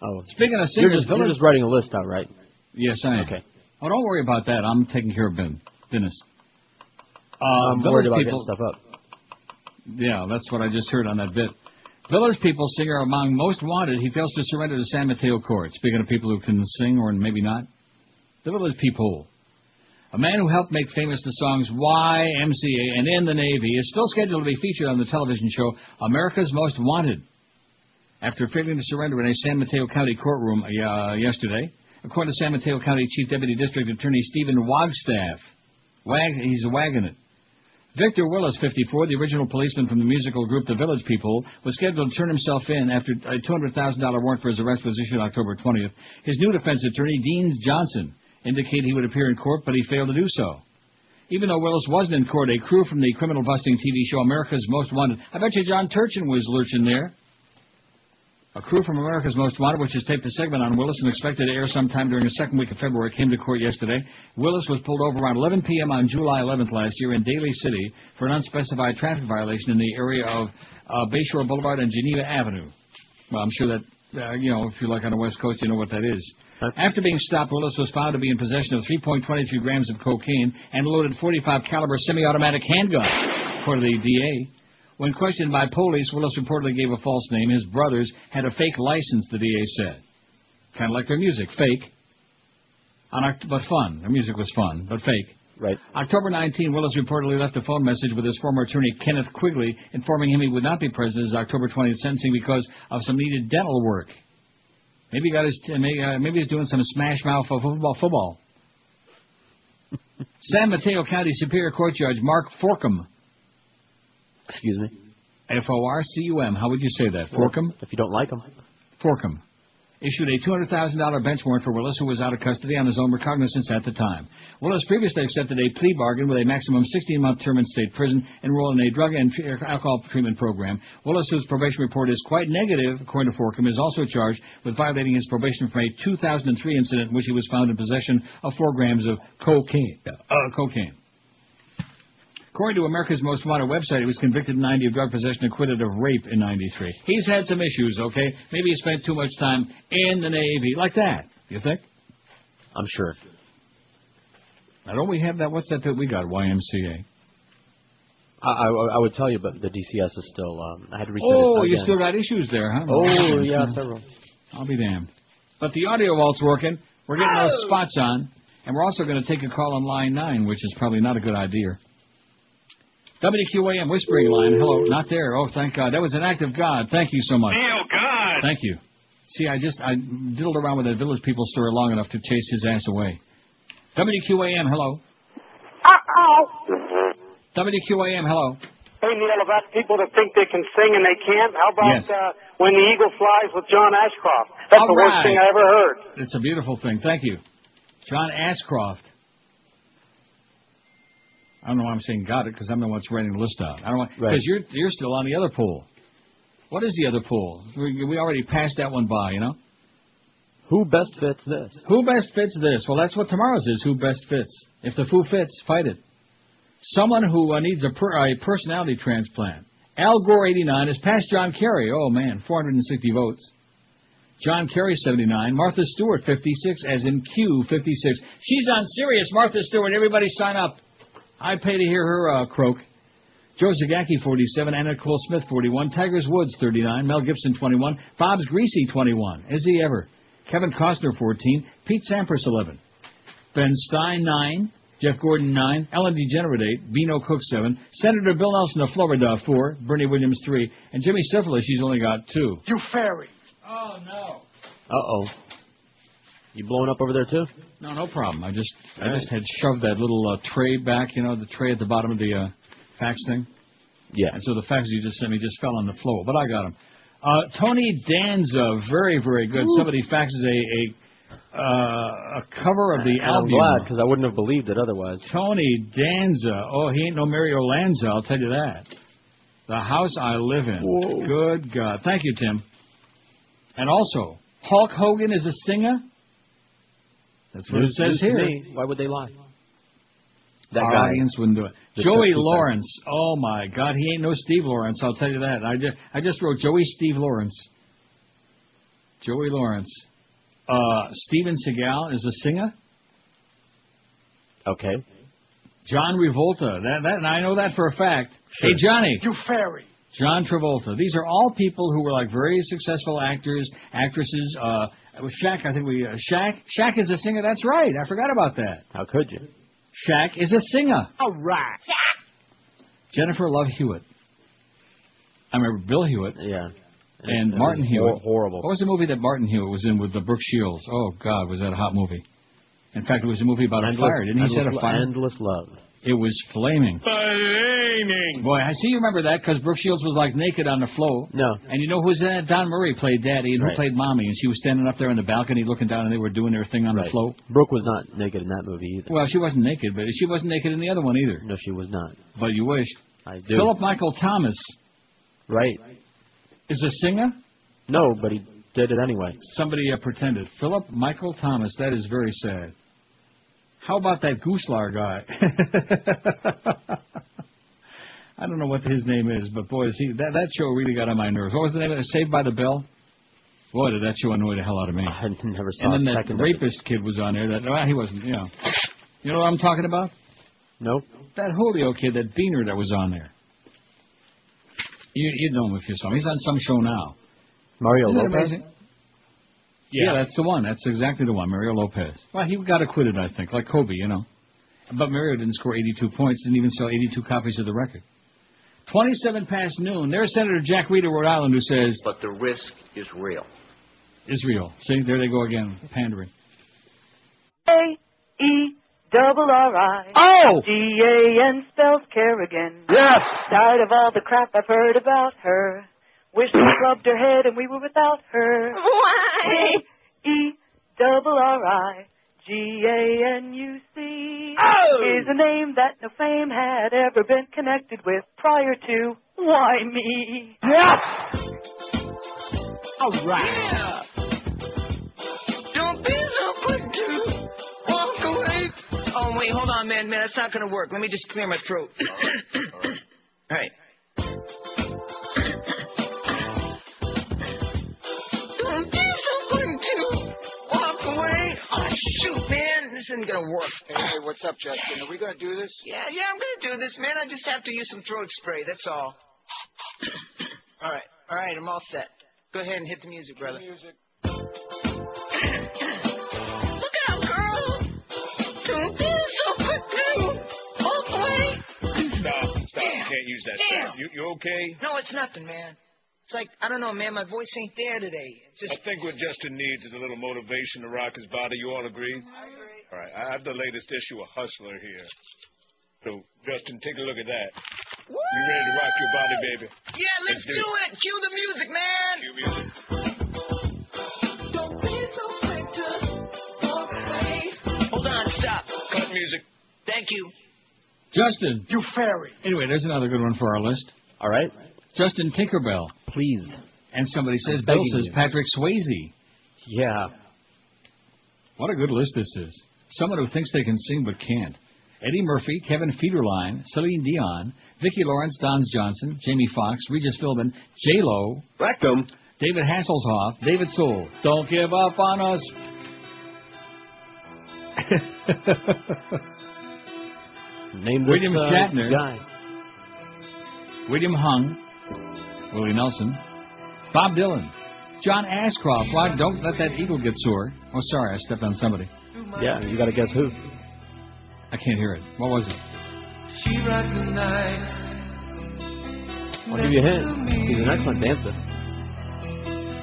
[SPEAKER 5] Oh,
[SPEAKER 1] Speaking of
[SPEAKER 5] you're
[SPEAKER 1] singers,
[SPEAKER 5] just, you're
[SPEAKER 1] Village-
[SPEAKER 5] just writing a list out, right?
[SPEAKER 1] Yes, I am.
[SPEAKER 5] Okay.
[SPEAKER 1] Oh, don't worry about that. I'm taking care of Ben, Dennis. Uh,
[SPEAKER 5] I'm
[SPEAKER 1] village
[SPEAKER 5] worried about
[SPEAKER 1] people,
[SPEAKER 5] getting stuff up.
[SPEAKER 1] Yeah, that's what I just heard on that bit. Village people singer among most wanted. He fails to surrender to San Mateo Court. Speaking of people who can sing or maybe not, the village people. A man who helped make famous the songs Why, MCA, and In the Navy is still scheduled to be featured on the television show America's Most Wanted after failing to surrender in a San Mateo County courtroom uh, yesterday, according to San Mateo County Chief Deputy District Attorney Stephen Wagstaff. Wag, he's wagging it. Victor Willis, 54, the original policeman from the musical group The Village People, was scheduled to turn himself in after a $200,000 warrant for his arrest was issued October 20th. His new defense attorney, Dean Johnson, indicated he would appear in court, but he failed to do so. Even though Willis wasn't in court, a crew from the criminal busting TV show America's Most Wanted, I bet you John Turchin was lurching there. A crew from America's Most Wanted, which has taped a segment on Willis and expected to air sometime during the second week of February, came to court yesterday. Willis was pulled over around 11 p.m. on July 11th last year in Daly City for an unspecified traffic violation in the area of uh, Bayshore Boulevard and Geneva Avenue. Well, I'm sure that, uh, you know, if you're like on the West Coast, you know what that is. After being stopped, Willis was found to be in possession of 3.23 grams of cocaine and a loaded 45 caliber semi-automatic handgun, according to the DA. When questioned by police, Willis reportedly gave a false name. His brothers had a fake license, the DA said. Kind of like their music, fake. On Oct- but fun. Their music was fun, but fake.
[SPEAKER 5] Right.
[SPEAKER 1] October 19, Willis reportedly left a phone message with his former attorney, Kenneth Quigley, informing him he would not be present at his October 20th sentencing because of some needed dental work. Maybe he got his, maybe, uh, maybe he's doing some smash mouth of football. football. San Mateo County Superior Court Judge Mark Forkum
[SPEAKER 5] Excuse me.
[SPEAKER 1] F O R C U M. How would you say that? Forkum?
[SPEAKER 5] If you don't like them.
[SPEAKER 1] Forkum. Issued a $200,000 bench warrant for Willis, who was out of custody on his own recognizance at the time. Willis previously accepted a plea bargain with a maximum 16 month term in state prison, enrolled in a drug and tr- alcohol treatment program. Willis, whose probation report is quite negative, according to Forkum, is also charged with violating his probation from a 2003 incident in which he was found in possession of 4 grams of cocaine. Uh, cocaine. According to America's Most Wanted website, he was convicted in 90 of drug possession, acquitted of rape in 93. He's had some issues, okay? Maybe he spent too much time in the Navy, like that. You think?
[SPEAKER 5] I'm sure.
[SPEAKER 1] Now, don't we have that? What's that that we got? YMCA.
[SPEAKER 5] I, I, I would tell you, but the DCS is still. Um, I had to resubmit
[SPEAKER 1] Oh,
[SPEAKER 5] again.
[SPEAKER 1] you still got issues there, huh?
[SPEAKER 5] Oh, yeah, several.
[SPEAKER 1] I'll be damned. But the audio vault's working. We're getting those spots on. And we're also going to take a call on line 9, which is probably not a good idea. WQAM whispering line. Hello. Not there. Oh, thank God. That was an act of God. Thank you so much.
[SPEAKER 22] Oh, God.
[SPEAKER 1] Thank you. See, I just I diddled around with that village people story long enough to chase his ass away. WQAM, hello.
[SPEAKER 23] Uh-oh.
[SPEAKER 1] WQAM, hello.
[SPEAKER 14] Hey, Neil, about people that think they can sing and they can't, how about
[SPEAKER 1] Yes.
[SPEAKER 14] uh, When the Eagle Flies with John Ashcroft? That's
[SPEAKER 1] All
[SPEAKER 14] the worst
[SPEAKER 1] right.
[SPEAKER 14] thing I ever heard.
[SPEAKER 1] It's a beautiful thing. Thank you, John Ashcroft. I don't know why I'm saying got it because I'm the one that's writing the list out. I don't want because
[SPEAKER 5] Right.
[SPEAKER 1] you're you're still on the other pool. What is the other pool? We, we already passed that one by, you know.
[SPEAKER 5] Who best fits this?
[SPEAKER 1] Who best fits this? Well, that's what tomorrow's is. Who best fits? If the foo fits, fight it. Someone who uh, needs a, per, a personality transplant. Al Gore, 89, has passed John Kerry. Oh, man, 460 votes. John Kerry, 79. Martha Stewart, 56, as in Q, 56. She's on serious, Martha Stewart. Everybody sign up. I pay to hear her uh, croak. Joe Zagacki, 47. Anna Nicole Smith, 41. Tigers Woods, 39. Mel Gibson, 21. Bob's Greasy, 21. Is he ever? Kevin Costner, 14. Pete Sampras, 11. Ben Stein, 9. Jeff Gordon, 9. Ellen DeGenerate, 8. Beano Cook, 7. Senator Bill Nelson of Florida, 4. Bernie Williams, 3. And Jimmy Syphilis, she's only got 2.
[SPEAKER 14] You fairy.
[SPEAKER 1] Oh, no.
[SPEAKER 5] Uh oh. You blowing up over there too?
[SPEAKER 1] No, no problem. I just I just had shoved that little uh, tray back, you know, the tray at the bottom of the uh, fax thing.
[SPEAKER 5] Yeah.
[SPEAKER 1] And so the faxes you just sent me just fell on the floor, but I got them. Uh, Tony Danza, very very good. Somebody faxes a a, uh, a cover of the
[SPEAKER 5] And I'm
[SPEAKER 1] album.
[SPEAKER 5] glad because I wouldn't have believed it otherwise.
[SPEAKER 1] Tony Danza. Oh, he ain't no Mario Lanza, I'll tell you that. The house I live in. Good God. Thank you, Tim. And also, Hulk Hogan is a singer? That's what it
[SPEAKER 5] News- news
[SPEAKER 1] says
[SPEAKER 5] to
[SPEAKER 1] here.
[SPEAKER 5] me. Why would they lie? That
[SPEAKER 1] Our
[SPEAKER 5] guy.
[SPEAKER 1] audience wouldn't do it.
[SPEAKER 5] The
[SPEAKER 1] Joey
[SPEAKER 5] Chuck
[SPEAKER 1] Lawrence. Oh my God, he ain't no Steve Lawrence. I'll tell you that. I just, I just wrote Joey Steve Lawrence. Joey Lawrence. Uh, Steven Seagal is a singer.
[SPEAKER 5] Okay.
[SPEAKER 1] John Revolta. That, that, and I know that for a fact. Hey Johnny.
[SPEAKER 30] You fairy.
[SPEAKER 1] John Travolta. These are all people who were like very successful actors, actresses. Uh, with Shaq, I think we uh, Shaq. Shaq is a singer. That's right. I forgot about that.
[SPEAKER 5] How could you?
[SPEAKER 1] Shaq is a singer.
[SPEAKER 7] Oh.
[SPEAKER 31] All right.
[SPEAKER 1] Jennifer Love Hewitt. I remember Bill Hewitt.
[SPEAKER 5] Yeah.
[SPEAKER 1] And
[SPEAKER 5] That
[SPEAKER 1] Martin
[SPEAKER 5] was
[SPEAKER 1] Hewitt.
[SPEAKER 5] hor- horrible.
[SPEAKER 1] What was the movie that Martin Hewitt was in with the Brooke Shields? Oh God, was that a hot movie? In fact, it was a movie about a
[SPEAKER 5] Endless-
[SPEAKER 1] fire. Didn't he set
[SPEAKER 5] endless
[SPEAKER 1] a
[SPEAKER 5] lo-
[SPEAKER 1] fire?
[SPEAKER 5] Endless love.
[SPEAKER 1] It was flaming. Boy, I see you remember that because Brooke Shields was like naked on the floor.
[SPEAKER 5] No.
[SPEAKER 1] And you know who's in that? Don Murray played Daddy, and
[SPEAKER 5] Right.
[SPEAKER 1] who played Mommy, and she was standing up there on the balcony looking down, and they were doing their thing on the
[SPEAKER 5] Right.
[SPEAKER 1] float.
[SPEAKER 5] Brooke was not naked in that movie either.
[SPEAKER 1] Well, she wasn't naked, but she wasn't naked in the other one either.
[SPEAKER 5] No, she was not.
[SPEAKER 1] But you wished.
[SPEAKER 5] I do.
[SPEAKER 1] Philip Michael Thomas
[SPEAKER 5] Right.
[SPEAKER 1] is a singer.
[SPEAKER 5] No, but he did it anyway.
[SPEAKER 1] Somebody uh, pretended. Philip Michael Thomas. That is very sad. How about that Gooslar guy? I don't know what his name is, but boy, is he that that show really got on my nerves. What was the name of it? Saved by the Bell. Boy, did that show annoy the hell out of me.
[SPEAKER 5] I never saw
[SPEAKER 1] And then
[SPEAKER 5] a
[SPEAKER 1] that
[SPEAKER 5] second. of it.
[SPEAKER 1] rapist kid was on there. That well, he wasn't. You know. You know what I'm talking about?
[SPEAKER 5] No.
[SPEAKER 1] That Julio kid, that Beaner that was on there. You you know him if you saw him. He's on some show now.
[SPEAKER 5] Mario
[SPEAKER 1] Isn't that
[SPEAKER 5] Lopez.
[SPEAKER 1] amazing? Yeah. that's the one. That's exactly the one, Mario Lopez. Well, he got acquitted, I think, like Kobe, you know. But Mario didn't score 82 points, didn't even sell 82 copies of the record. 27 past noon, there's Senator Jack Reed of Rhode Island who says,
[SPEAKER 32] But the risk is real.
[SPEAKER 1] Israel. See, there they go again, pandering.
[SPEAKER 7] A E double R I.
[SPEAKER 32] Oh!
[SPEAKER 7] D A N spells Kerrigan.
[SPEAKER 32] Yes.
[SPEAKER 7] Tired of all the crap I've heard about her. Wish she clubbed her head and we were without her.
[SPEAKER 4] Why?
[SPEAKER 7] A E double R I. G A N U C
[SPEAKER 4] Oh!
[SPEAKER 7] is a name that no fame had ever been connected with prior to why me?
[SPEAKER 4] Yes!
[SPEAKER 7] All right.
[SPEAKER 4] Don't be so quick to walk away. Oh, wait, hold on, man, man. That's not going to work. Let me just clear my throat. All right. Don't be so quick to walk away. Oh, shoot, man. This isn't going to work.
[SPEAKER 32] Hey, what's up, Justin? Are we going to do this?
[SPEAKER 4] Yeah, yeah, I'm going to do this, man. I just have to use some throat spray. That's all. all right. All right, I'm all set. Go ahead and hit the music, brother. Look out, girl! Don't be so quick to walk away.
[SPEAKER 2] Stop, stop. You
[SPEAKER 4] Damn.
[SPEAKER 2] can't use that
[SPEAKER 4] Damn.
[SPEAKER 2] stuff. You, you okay?
[SPEAKER 4] No, it's nothing, man. It's like I don't know, man. My voice ain't there today. It's just
[SPEAKER 2] I think what Justin needs is a little motivation to rock his body. You all agree? I agree. All right, I have the latest issue of Hustler here. So, Justin, take a look at that. You ready to rock your body, baby?
[SPEAKER 4] yeah. Let's
[SPEAKER 2] Let's do
[SPEAKER 4] do it. Cue the music, man. Don't be so quick to walk away. Hold on, stop.
[SPEAKER 2] Cut music.
[SPEAKER 4] Thank you.
[SPEAKER 1] Justin. You fairy. Anyway, there's another good one for our list.
[SPEAKER 5] All right.
[SPEAKER 1] Justin Tinkerbell.
[SPEAKER 5] Please.
[SPEAKER 1] And somebody says,
[SPEAKER 5] I'm
[SPEAKER 1] Bill
[SPEAKER 5] begging
[SPEAKER 1] says
[SPEAKER 5] you.
[SPEAKER 1] Patrick Swayze.
[SPEAKER 5] Yeah.
[SPEAKER 1] What a good list this is. Someone who thinks they can sing but can't. Eddie Murphy, Kevin Federline, Celine Dion, Vicki Lawrence, Don Johnson, Jamie Foxx, Regis Philbin, J Lo,
[SPEAKER 5] Rectum,
[SPEAKER 1] David Hasselhoff, David Soul. Don't give up on us.
[SPEAKER 5] Name this
[SPEAKER 1] William
[SPEAKER 5] uh,
[SPEAKER 1] Shatner.
[SPEAKER 5] guy.
[SPEAKER 1] William Hung, Willie Nelson, Bob Dylan, John Ashcroft. Why don't let that eagle get sore? Oh, sorry, I stepped on somebody.
[SPEAKER 5] Yeah, you got to guess who.
[SPEAKER 1] I can't hear it. What was it?
[SPEAKER 4] She rides the night.
[SPEAKER 5] I'll give you a hint. He's an excellent dancer.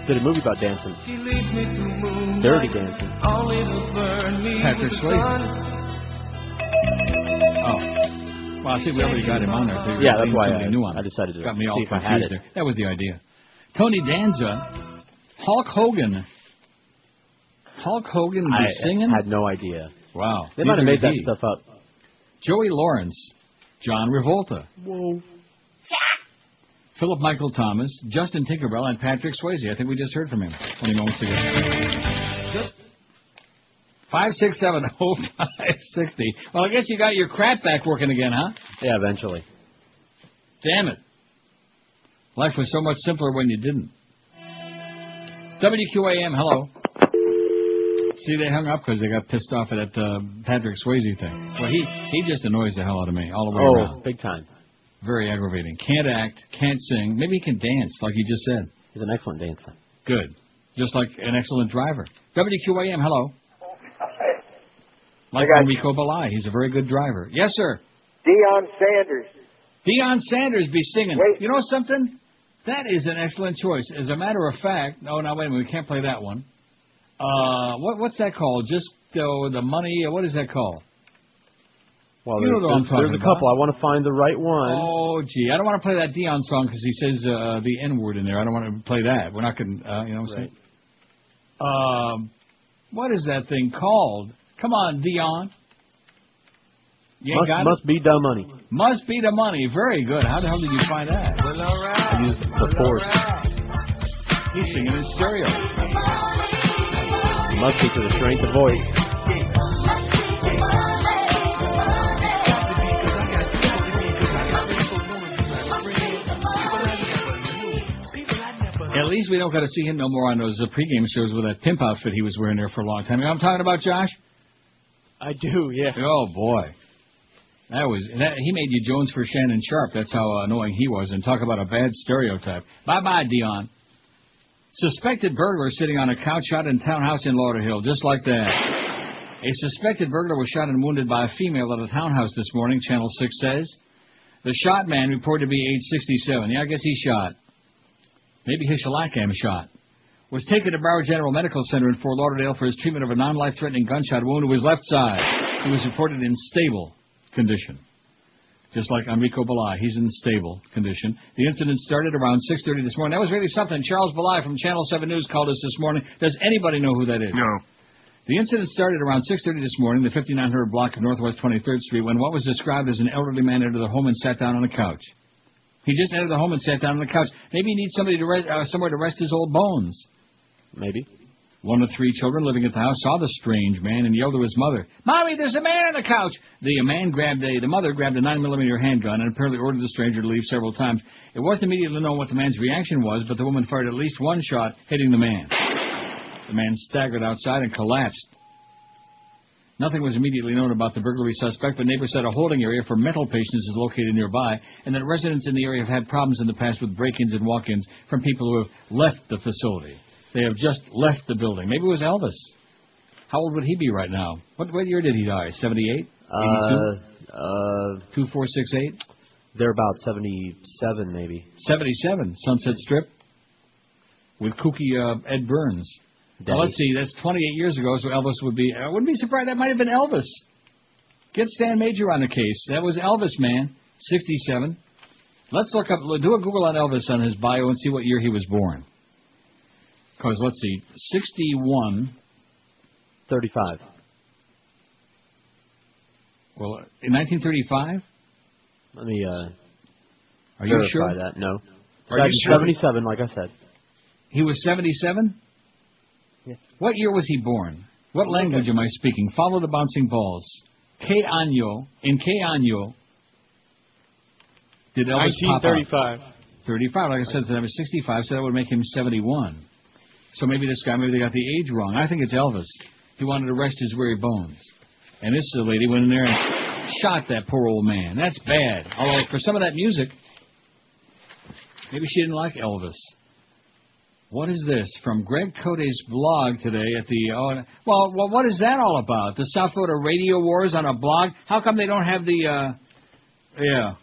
[SPEAKER 5] Did a movie about dancing.
[SPEAKER 10] She leads me to moonlight.
[SPEAKER 5] Dirty dancing.
[SPEAKER 10] Only to burn me with
[SPEAKER 1] Patrick
[SPEAKER 10] the
[SPEAKER 1] Swayze.
[SPEAKER 10] sun.
[SPEAKER 1] Oh. Well, I think we already got him on there. I think we
[SPEAKER 5] Yeah, that's
[SPEAKER 1] named
[SPEAKER 5] why
[SPEAKER 1] somebody
[SPEAKER 5] I-
[SPEAKER 1] new on
[SPEAKER 5] I decided to
[SPEAKER 1] got me all
[SPEAKER 5] see if I
[SPEAKER 1] confused
[SPEAKER 5] had it.
[SPEAKER 1] there. That was the idea. Tony Danza, Hulk Hogan. Hulk Hogan
[SPEAKER 5] I
[SPEAKER 1] was singing.
[SPEAKER 5] had no idea.
[SPEAKER 1] Wow,
[SPEAKER 5] They might have
[SPEAKER 1] Neither
[SPEAKER 5] made that
[SPEAKER 1] did he.
[SPEAKER 5] stuff up.
[SPEAKER 1] Joey Lawrence, John Revolta,
[SPEAKER 5] Whoa.
[SPEAKER 1] Philip Michael Thomas, Justin Tinkerbell, and Patrick Swayze. I think we just heard from him 20 moments ago. Five six seven oh five sixty. Well, I guess you got your crap back working again, huh?
[SPEAKER 5] Yeah, eventually.
[SPEAKER 1] Damn it! Life was so much simpler when you didn't. WQAM, hello. See, they hung up because they got pissed off at that uh, Patrick Swayze thing. Well, he he just annoys the hell out of me all the way
[SPEAKER 5] Oh,
[SPEAKER 1] around.
[SPEAKER 5] big time.
[SPEAKER 1] Very aggravating. Can't act, can't sing. Maybe he can dance, like you just said.
[SPEAKER 5] He's an excellent dancer.
[SPEAKER 1] Good. Just like an excellent driver. WQAM, hello. Like Enrico Balai, he's a very good driver. Yes, sir.
[SPEAKER 23] Deion Sanders.
[SPEAKER 1] Deion Sanders be singing. You know something? That is an excellent choice. As a matter of fact, oh no, wait a minute, we can't play that one. Uh, what what's that called? Just uh, the money? What is that called?
[SPEAKER 5] Well,
[SPEAKER 1] You
[SPEAKER 5] there's,
[SPEAKER 1] know what I'm
[SPEAKER 5] there's- there's
[SPEAKER 1] talking
[SPEAKER 5] a couple. I want to find the right one.
[SPEAKER 1] Oh gee, I don't want to play that Dion song because he says uh, the N word in there. I don't want to play that. We're not going. to, Uh, you know what I'm saying? Um, what is that thing called? Come on, Dion. You ain't
[SPEAKER 5] must,
[SPEAKER 1] got it?
[SPEAKER 5] must be dumb money.
[SPEAKER 1] Must be the money. Very good. How the hell did you find that? Well, all right.
[SPEAKER 5] I used the force.
[SPEAKER 1] He's singing in stereo.
[SPEAKER 5] Must be to the strength of voice.
[SPEAKER 1] At least we don't got to see him no more on those uh, pregame shows with that pimp outfit he was wearing there for a long time. You know what I'm talking about, Josh?
[SPEAKER 5] I do, yeah.
[SPEAKER 1] Oh boy, that was that. He made you Jones for Shannon Sharp. That's how annoying he was. And talk about a bad stereotype. Bye bye, Dion. Suspected burglar sitting on a couch shot in townhouse in Lauderhill, just like that. A suspected burglar was shot and wounded by a female at a townhouse this morning. Channel Six says the shot man reported to be age 67. Yeah, I guess he shot. Maybe his shellacam shot was taken to Broward General Medical Center in Fort Lauderdale for his treatment of a non-life threatening gunshot wound to his left side. He was reported in stable condition. Just like Enrico Balai, he's in stable condition. The incident started around 6:30 this morning. That was really something. Charles Balai from Channel 7 News called us this morning. Does anybody know who that is?
[SPEAKER 19] No.
[SPEAKER 1] The incident started around 6:30 this morning, the 5900 block of Northwest 23rd Street, when what was described as an elderly man entered the home and sat down on a couch. He just entered the home and sat down on the couch. Maybe he needs somebody to rest, uh, somewhere to rest his old bones.
[SPEAKER 5] Maybe.
[SPEAKER 1] One of three children living at the house saw the strange man and yelled to his mother, "Mommy, there's a man on the couch." The man grabbed a the mother grabbed a nine millimeter handgun and apparently ordered the stranger to leave several times. It wasn't immediately known what the man's reaction was, but the woman fired at least one shot, hitting the man. The man staggered outside and collapsed. Nothing was immediately known about the burglary suspect, but neighbors said a holding area for mental patients is located nearby, and that residents in the area have had problems in the past with break-ins and walk-ins from people who have left the facility. They have just left the building. Maybe it was Elvis. How old would he be right now? What, what year did he die? 78?
[SPEAKER 5] Uh,
[SPEAKER 1] 82?
[SPEAKER 5] uh,
[SPEAKER 1] 2468?
[SPEAKER 5] They're about 77, maybe.
[SPEAKER 1] 77, Sunset Strip, with kooky uh, Ed Burns. Now,
[SPEAKER 5] Daddy.
[SPEAKER 1] let's see, that's 28 years ago, so Elvis would be. I wouldn't be surprised. That might have been Elvis. Get Stan Major on the case. That was Elvis, man. 67. Let's look up, do a Google on Elvis on his bio and see what year he was born. Because, let's see, 61.
[SPEAKER 5] 35.
[SPEAKER 1] Well, in 1935?
[SPEAKER 5] Let me, uh,
[SPEAKER 1] Are you
[SPEAKER 5] verify
[SPEAKER 1] sure?
[SPEAKER 5] that. No.
[SPEAKER 1] Are you
[SPEAKER 5] That's
[SPEAKER 1] sure?
[SPEAKER 5] 77, like I said.
[SPEAKER 1] He was 77?
[SPEAKER 5] Yes.
[SPEAKER 1] What year was he born? What language am I speaking? Follow the bouncing balls. Que año? In que año did Elvis pop up?
[SPEAKER 9] 1935.
[SPEAKER 1] 35. Like I said, so that was 65, so that would make him 71. So maybe this guy, maybe they got the age wrong. I think it's Elvis. He wanted to rest his weary bones. And this lady went in there and shot that poor old man. That's bad. Although, for some of that music, maybe she didn't like Elvis. What is this? From Greg Cote's blog today at the. Oh, well, well, what is that all about? The South Florida radio wars on a blog? How come they don't have the. Uh, yeah.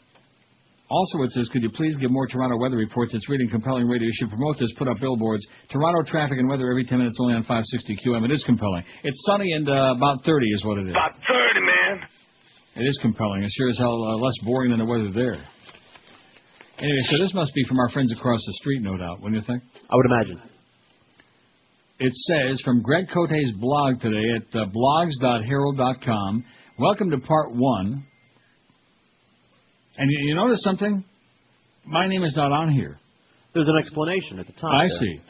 [SPEAKER 1] Also, it says, could you please give more Toronto weather reports? It's reading compelling radio. You should promote this. Put up billboards. Toronto traffic and weather every 10 minutes only on 560 QM. It is compelling. It's sunny and uh, about 30 is what it is.
[SPEAKER 22] About 30, man.
[SPEAKER 1] It is compelling. It sure is hell uh, less boring than the weather there. Anyway, so this must be from our friends across the street, no doubt. Wouldn't you think?
[SPEAKER 5] I would imagine.
[SPEAKER 1] It says from Greg Cote's blog today at uh, blogs.herald.com. Welcome to part one. And you, you notice something? My name is not on here.
[SPEAKER 5] There's an explanation at the top.
[SPEAKER 1] I
[SPEAKER 5] there.
[SPEAKER 1] see.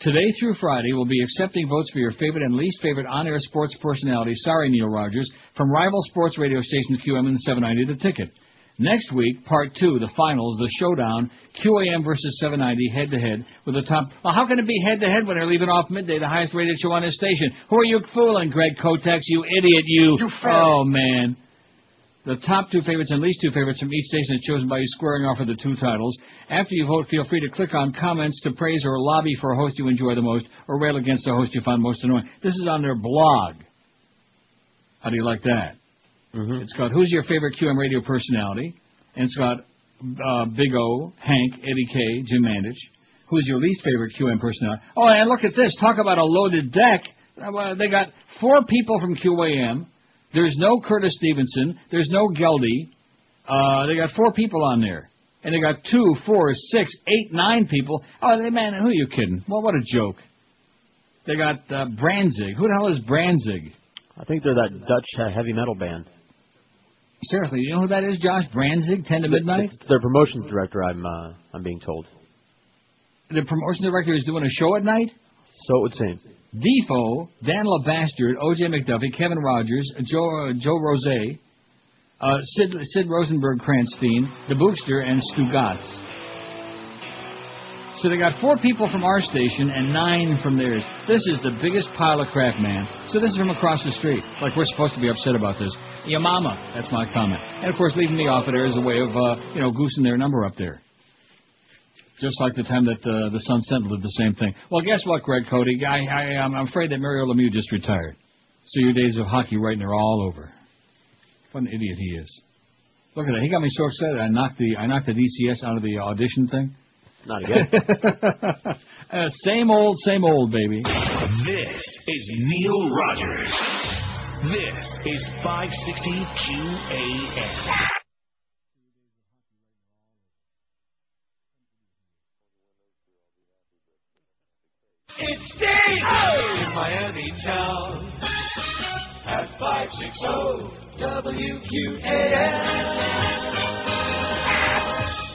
[SPEAKER 1] Today through Friday, we'll be accepting votes for your favorite and least favorite on-air sports personality. Sorry, Neil Rogers, from rival sports radio stations QM and 790 The Ticket. Next week, part two, the finals, the showdown, QAM versus 790 head-to-head with the top. Well, how can it be head-to-head when they're leaving off midday, the highest-rated show on this station? Who are you fooling, Greg Kotex? You idiot! You. oh man. The top two favorites and least two favorites from each station is chosen by you squaring off for the two titles. After you vote, feel free to click on comments to praise or lobby for a host you enjoy the most or rail against the host you found most annoying. This is on their blog. How do you like that? Mm-hmm. It's called Who's Your Favorite QM Radio Personality? And it's got uh, Big O, Hank, Eddie K, Jim Mandich. Who's your least favorite QM personality? Oh, and look at this. Talk about a loaded deck. Uh, well, They got four people from QAM. There's no Curtis Stevenson. There's no Geldy. Uh, they got four people on there. And they got two, four, six, eight, nine people. Oh, they, man, who are you kidding? Well, what a joke. They got uh, Branzig. Who the hell is Branzig?
[SPEAKER 5] I think they're that Dutch uh, heavy metal band.
[SPEAKER 1] Seriously, you know who that is, Josh? Branzig, 10 to midnight?
[SPEAKER 5] It's their promotions director. I'm uh, I'm being told.
[SPEAKER 1] The promotion director is doing a show at night?
[SPEAKER 5] So it would seem.
[SPEAKER 1] Defoe, Dan LeBastard, O.J. McDuffie, Kevin Rogers, Joe, uh, Joe Rose, uh, Sid, Sid Rosenberg Cranstein, The Bookster, and Stugatz. So they got four people from our station and nine from theirs. This is the biggest pile of crap, man. So this is from across the street. Like we're supposed to be upset about this. Your mama. That's my comment. And of course, leaving me off at air is a way of, uh, you know, goosing their number up there. Just like the time that uh, the Sun Sentinel did the same thing. Well, guess what, Greg Cody? I, I, I'm afraid that Mario Lemieux just retired. So your days of hockey writing are all over. What an idiot he is. Look at that. He got me so upset. I knocked the I knocked the DCS out of the audition thing.
[SPEAKER 5] Not again.
[SPEAKER 1] uh, same old, same old, baby.
[SPEAKER 8] This is Neil Rogers. This is 560 QAM.
[SPEAKER 10] It stays in Miami town at 560 WQAM.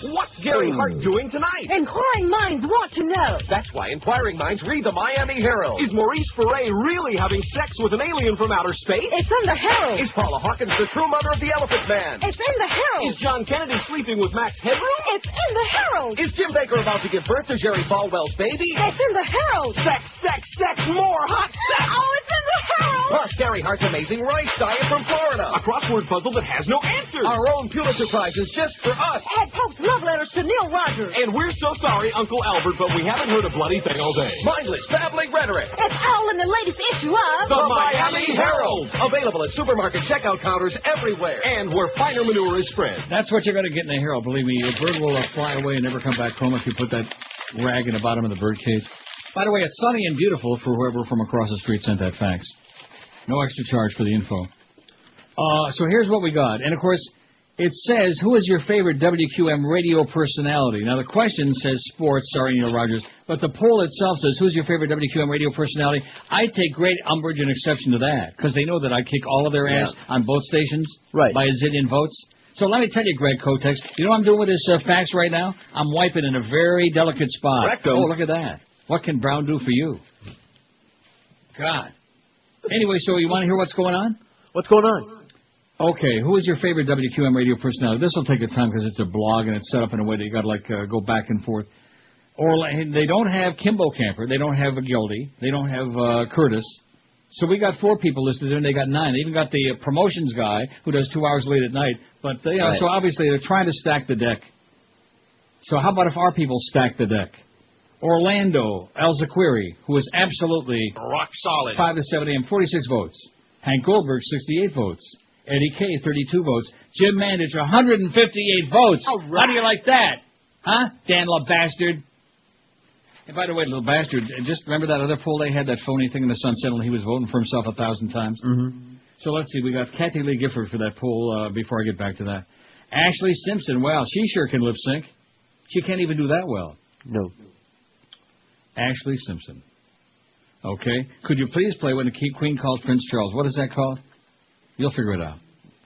[SPEAKER 11] What's Gary Hart doing tonight?
[SPEAKER 7] Inquiring minds want to know.
[SPEAKER 11] That's why inquiring minds read the Miami Herald. Is Maurice Ferre really having sex with an alien from outer space?
[SPEAKER 7] It's in the Herald.
[SPEAKER 11] Is Paula Hawkins the true mother of the Elephant Man?
[SPEAKER 7] It's in the Herald.
[SPEAKER 11] Is John Kennedy sleeping with Max Headroom?
[SPEAKER 7] It's in the Herald.
[SPEAKER 11] Is Jim Baker about to give birth to Jerry Falwell's baby?
[SPEAKER 7] It's in the Herald.
[SPEAKER 11] Sex, sex, sex, more hot sex!
[SPEAKER 7] Oh, it's in the Herald.
[SPEAKER 11] Plus Gary Hart's amazing rice diet from Florida. A crossword puzzle that has no answers. Our own Pulitzer Prizes just for us.
[SPEAKER 7] Ed Pope's love letters to Neil Rogers.
[SPEAKER 11] And we're so sorry, Uncle Albert, but we haven't heard a bloody thing all day. Mindless, babbling rhetoric.
[SPEAKER 7] It's all in the latest issue of
[SPEAKER 11] The Miami Herald. Available at supermarket checkout counters everywhere. And where finer manure is spread.
[SPEAKER 1] That's what you're going to get in the Herald. Believe me, your bird will uh, fly away and never come back home if you put that rag in the bottom of the bird cage. By the way, it's sunny and beautiful for whoever from across the street sent that fax. No extra charge for the info. Uh, so here's what we got. And of course, it says, Who is your favorite WQM radio personality? Now, the question says sports, sorry, Neil Rogers, but the poll itself says, Who's your favorite WQM radio personality? I take great umbrage and exception to that because they know that I kick all of their ass on both stations
[SPEAKER 5] Right.
[SPEAKER 1] by a zillion votes. So let me tell you, Greg Kotex, you know what I'm doing with this uh, fax right now? I'm wiping in a very delicate spot.
[SPEAKER 5] Rectum.
[SPEAKER 1] Oh, look at that. What can Brown do for you? God. Anyway, so you want to hear what's going on?
[SPEAKER 5] What's going on?
[SPEAKER 1] Okay, who is your favorite WQM radio personality? This will take a time because it's a blog and it's set up in a way that you got to like uh, go back and forth. Or like, and they don't have Kimbo Camper, they don't have a Gildy, they don't have uh, Curtis. So we got four people listed there, and they got nine. They even got the uh, promotions guy who does two hours late at night. But they are
[SPEAKER 5] Right.
[SPEAKER 1] so obviously they're trying to stack the deck. So how about if our people stack the deck? Orlando Alzaquiri, who is absolutely
[SPEAKER 15] Rock solid.
[SPEAKER 1] Five to seven a.m. Forty-six votes. Hank Goldberg, sixty-eight votes. Eddie K, 32 votes. Jim Mandich, 158 votes. How do you like that? Huh? Dan La Bastard. And by the way, little bastard, just remember that other poll they had that phony thing in the Sun Sentinel. He was voting for himself a thousand times. Mm-hmm. So let's see. We got Kathy Lee Gifford for that poll. Uh, before I get back to that, Ashley Simpson. Wow, she sure can lip sync. She can't even do that well.
[SPEAKER 5] No.
[SPEAKER 1] Ashley Simpson. Okay. Could you please play when the Ke- Queen calls Prince Charles? What is that called? You'll figure it out.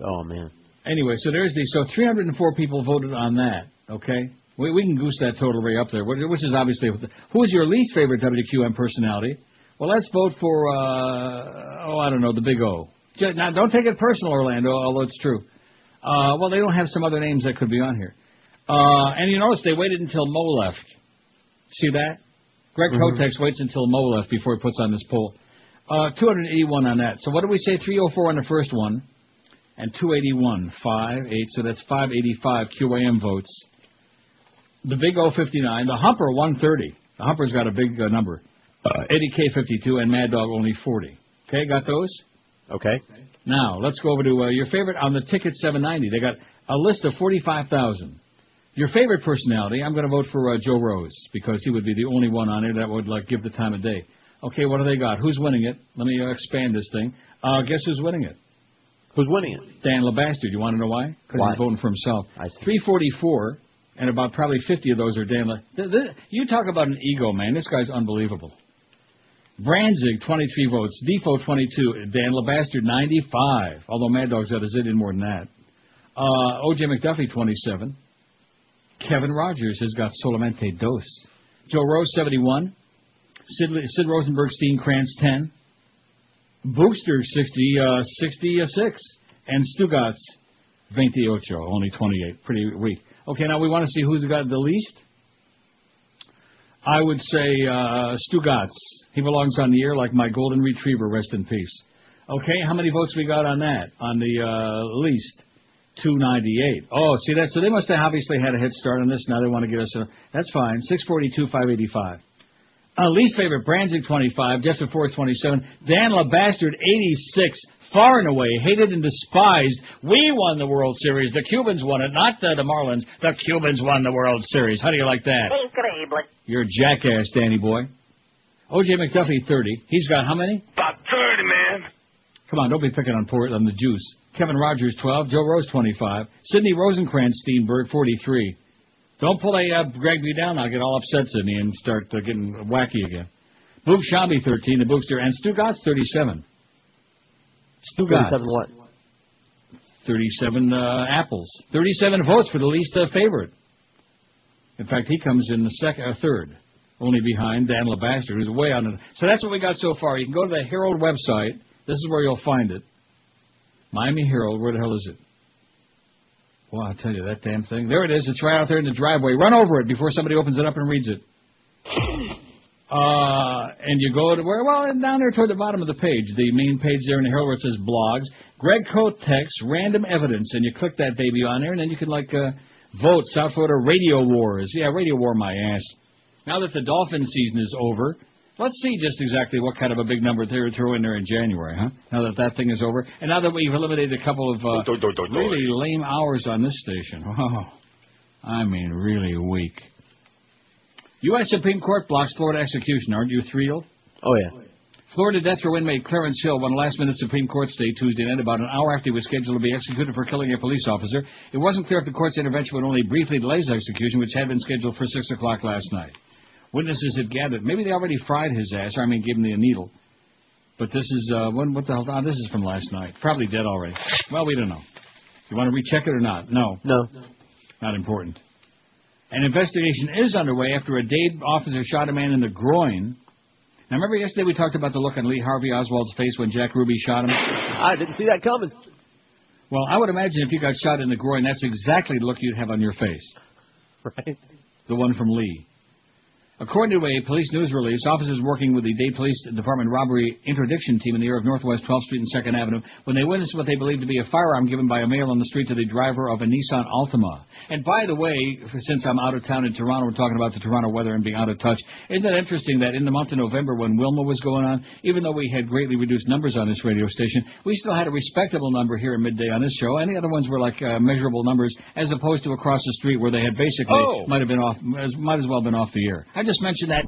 [SPEAKER 5] Oh man.
[SPEAKER 1] Anyway, so there's the so 304 people voted on that. Okay, we we can goose that total way up there, wh- which is obviously who is your least favorite WQM personality? Well, let's vote for uh, oh I don't know the Big O. Ju- Now don't take it personal, Orlando, although it's true. Uh, well, they don't have some other names that could be on here. Uh, and you notice they waited until Mo left. See that? Greg
[SPEAKER 5] Mhm.
[SPEAKER 1] Kotex waits until Mo left before he puts on this poll. Uh, 281 on that. So what do we say? 304 on the first one, and 281, 5, 8. So that's 585 QAM votes. The big O 59, the Humper 130. The Humper's got a big uh, number. Uh, Eddie K 52 and Mad Dog only 40. Okay, got those?
[SPEAKER 5] Okay.
[SPEAKER 1] Now let's go over to uh, your favorite on the ticket 790. They got a list of 45,000. Your favorite personality, I'm going to vote for uh, Joe Rose because he would be the only one on there that would like give the time of day. Okay, what do they got? Who's winning it? Let me uh, expand this thing. Uh, guess who's winning it?
[SPEAKER 5] Who's winning it?
[SPEAKER 1] Dan LeBastard. You want to know why? Because
[SPEAKER 5] Why?
[SPEAKER 1] he's voting for himself. I see. 344, and about probably 50 of those are Dan. Le- th- th- you talk about an ego, man. This guy's unbelievable. Branzig, 23 votes. Defoe, 22. Dan LeBastard, 95. Although Mad Dog's got a zillion more than that. Uh, O.J. McDuffie, 27. Kevin Rogers has got Solamente Dos. Joe Rose, 71. Sid, Sid Rosenberg, Steen Kranz, 10. Bookster, 60, uh, 66. And Stugatz, 28, e only 28. Pretty weak. Okay, now we want to see who's got the least. I would say uh, Stugatz. He belongs on the air like my golden retriever. Rest in peace. Okay, how many votes we got on that? On the uh, least, 298. Oh, see that? So they must have obviously had a head start on this. Now they want to get us. A, that's fine. 642, 585. Uh, least favorite, Branzig 25, Jeff DeFore 27, Dan LaBastard 86, far and away, hated and despised. We won the World Series. The Cubans won it, not the, the Marlins. The Cubans won the World Series. How do you like that?
[SPEAKER 10] Incredible.
[SPEAKER 1] You're a jackass, Danny boy. O.J. McDuffie, 30. He's got how many?
[SPEAKER 22] About 30, man.
[SPEAKER 1] Come on, don't be picking on poor on the juice. Kevin Rogers, 12. Joe Rose, 25. Sidney Rosencrantz Steenberg, 43. Don't pull a uh, Greg me down. I'll get all upset, Sidney, and start uh, getting wacky again. Boog Shambi, 13. The Boogster. And Stugatz, 37. Stugatz.
[SPEAKER 5] 37 what?
[SPEAKER 1] 37 uh, apples. 37 votes for the least uh, favorite. In fact, he comes in the second, uh, third, only behind Dan LeBastard, who's way on it. So that's what we got so far. You can go to the Herald website. This is where you'll find it. Miami Herald. Where the hell is it? Well, I'll tell you that damn thing. There it is. It's right out there in the driveway. Run over it before somebody opens it up and reads it. Uh, and you go to where? Well, down there toward the bottom of the page, the main page there in the Herald where it says blogs. Greg Kotex, random evidence, and you click that baby on there, and then you can like uh, vote South Florida radio wars. Yeah, radio war my ass. Now that the dolphin season is over, let's see just exactly what kind of a big number they would throw in there in January, huh? Now that that thing is over, and now that we've eliminated a couple of uh, really lame hours on this station. Wow, I mean really weak. U.S. Supreme Court blocks Florida execution. Aren't you thrilled?
[SPEAKER 5] Oh, yeah.
[SPEAKER 1] Florida death row inmate Clarence Hill won a last-minute Supreme Court stay Tuesday night, about an hour after he was scheduled to be executed for killing a police officer. It wasn't clear if the court's intervention would only briefly delay his execution, which had been scheduled for six o'clock last night. Witnesses had gathered. Maybe they already fried his ass, or I mean, gave him the needle. But this is uh, when, what the hell? Oh, this is from last night. Probably dead already. Well, we don't know. You want to recheck it or not? No.
[SPEAKER 5] No.
[SPEAKER 1] Not important. An investigation is underway after a Dade officer shot a man in the groin. Now, remember yesterday we talked about the look on Lee Harvey Oswald's face when Jack Ruby shot him? I
[SPEAKER 5] didn't see that coming.
[SPEAKER 1] Well, I would imagine if you got shot in the groin, that's exactly the look you'd have on your face.
[SPEAKER 5] Right.
[SPEAKER 1] The one from Lee. According to a police news release, officers working with the Day Police Department robbery interdiction team in the area of Northwest 12th Street and 2nd Avenue, when they witnessed what they believed to be a firearm given by a male on the street to the driver of a Nissan Altima. And by the way, for- since I'm out of town in Toronto, we're talking about the Toronto weather and being out of touch. Isn't it interesting that in the month of November, when Wilma was going on, even though we had greatly reduced numbers on this radio station, we still had a respectable number here at midday on this show. And the other ones were like uh, measurable numbers, as opposed to across the street where they had basically
[SPEAKER 24] Oh.
[SPEAKER 1] might have been off, as- might as well have been off the air. I just mentioned that.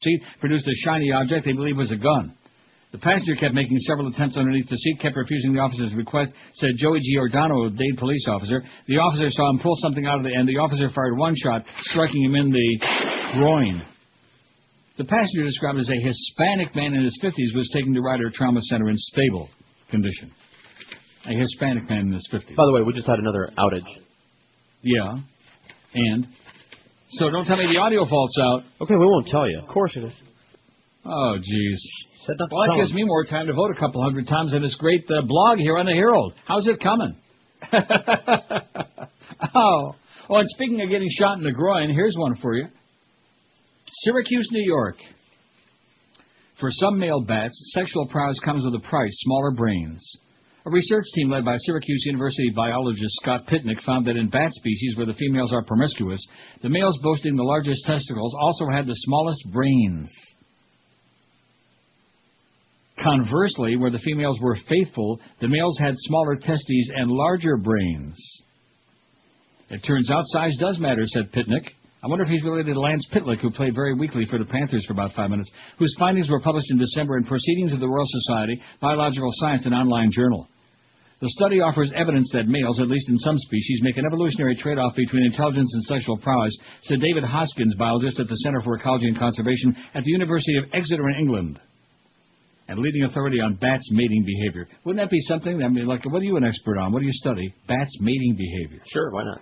[SPEAKER 1] seat, produced a shiny object they believed was a gun. The passenger kept making several attempts underneath the seat, kept refusing the officer's request, said Joey Giordano, a Dade police officer. The officer saw him pull something out of the end. The officer fired one shot, striking him in the groin. The passenger described as a Hispanic man in his 50s was taken to Ryder Trauma Center in stable condition. A Hispanic man in his 50s.
[SPEAKER 5] By the way, we just had another outage.
[SPEAKER 1] Yeah. And? So don't tell me the audio faults out.
[SPEAKER 5] Okay, we won't tell you. Of course it is.
[SPEAKER 1] Oh, jeez.
[SPEAKER 5] not to
[SPEAKER 1] Well, that
[SPEAKER 5] tell
[SPEAKER 1] gives
[SPEAKER 5] him.
[SPEAKER 1] me more time to vote a couple hundred times on this great uh, blog here on the Herald. How's it coming? oh. Oh, and speaking of getting shot in the groin, here's one for you. Syracuse, New York. For some male bats, sexual prowess comes with a price, smaller brains. A research team led by Syracuse University biologist Scott Pitnick found that in bat species where the females are promiscuous, the males boasting the largest testicles also had the smallest brains. Conversely, where the females were faithful, the males had smaller testes and larger brains. It turns out size does matter, said Pitnick. I wonder if he's related to Lance Pitlick, who played very weakly for the Panthers for about five minutes, whose findings were published in December in Proceedings of the Royal Society, Biological Science, an online journal. The study offers evidence that males, at least in some species, make an evolutionary trade-off between intelligence and sexual prowess, said David Hoskins, biologist at the Center for Ecology and Conservation at the University of Exeter in England and leading authority on bats' mating behavior. Wouldn't that be something? I mean, like, what are you an expert on? What do you study? Bats' mating behavior.
[SPEAKER 5] Sure, why not?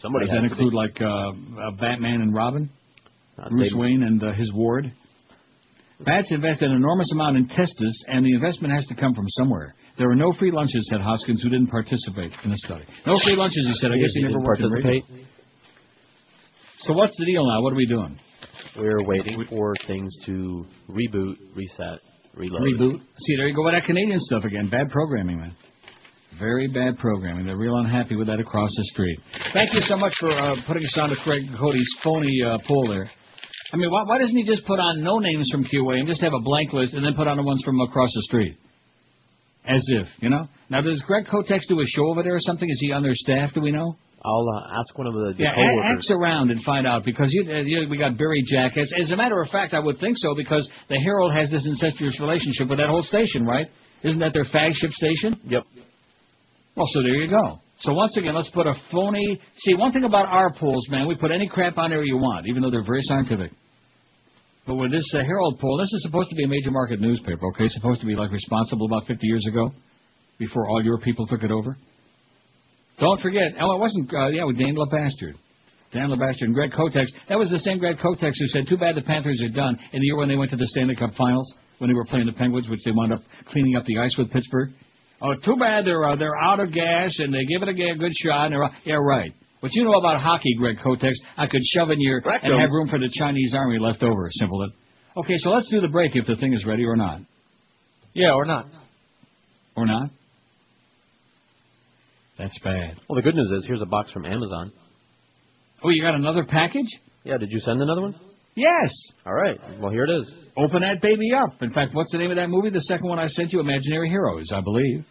[SPEAKER 5] Somebody
[SPEAKER 1] Does that
[SPEAKER 5] has to be.
[SPEAKER 1] include like uh, uh, Batman and Robin, Bruce
[SPEAKER 5] maybe.
[SPEAKER 1] Wayne and uh, his ward? Bats invest an enormous amount in testes, and the investment has to come from somewhere. There were no free lunches, said Hoskins, who didn't participate in the study. No free lunches, he said. I
[SPEAKER 5] Yes,
[SPEAKER 1] guess he
[SPEAKER 5] he
[SPEAKER 1] never
[SPEAKER 5] didn't
[SPEAKER 1] worked in radio.
[SPEAKER 5] participate.
[SPEAKER 1] So what's the deal now? What are we doing?
[SPEAKER 5] We're waiting for things to reboot, reset, reload.
[SPEAKER 1] Reboot. See, there you go with that Canadian stuff again. Bad programming, man. Very bad programming. They're real unhappy with that across the street. Thank you so much for uh, putting us on to Craig Cody's phony uh, poll there. I mean, why, why doesn't he just put on no names from QA and just have a blank list and then put on the ones from across the street? As if, you know? Now, does Greg Kotex do a show over there or something? Is he on their staff? Do we know?
[SPEAKER 5] I'll uh, ask one of the, the
[SPEAKER 1] Yeah, a-
[SPEAKER 5] coworkers.
[SPEAKER 1] ask around and find out because you, uh, you we got Barry Jack. As, as a matter of fact, I would think so because the Herald has this incestuous relationship with that whole station, right? Isn't that their flagship station?
[SPEAKER 5] Yep.
[SPEAKER 1] Well, so there you go. So once again, let's put a phony. See, one thing about our polls, man, we put any crap on there you want, even though they're very scientific. But with this uh, Herald poll, this is supposed to be a major market newspaper, okay? Supposed to be like responsible about 50 years ago, before all your people took it over. Don't forget, oh, it wasn't, uh, yeah, with Dan LeBastard. Dan LeBastard and Greg Kotex. That was the same Greg Kotex who said, too bad the Panthers are done in the year when they went to the Stanley Cup Finals, when they were playing the Penguins, which they wound up cleaning up the ice with Pittsburgh. Oh, too bad they're, uh, they're out of gas and they give it a, g- a good shot. And they're, out." yeah, right. What you know about hockey, Greg Kotex, I could shove in your and
[SPEAKER 15] Rectum.
[SPEAKER 1] have room for the Chinese army left over. Simple. that. Okay, so let's do the break if the thing is ready or not. Yeah, or not. Or not. That's bad.
[SPEAKER 5] Well, the good news is here's a box from Amazon.
[SPEAKER 1] Oh, you got another package?
[SPEAKER 5] Yeah, did you send another one?
[SPEAKER 1] Yes.
[SPEAKER 5] All right. Well, here it is.
[SPEAKER 1] Open that baby up. In fact, what's the name of that movie? The second one I sent you, Imaginary Heroes, I believe.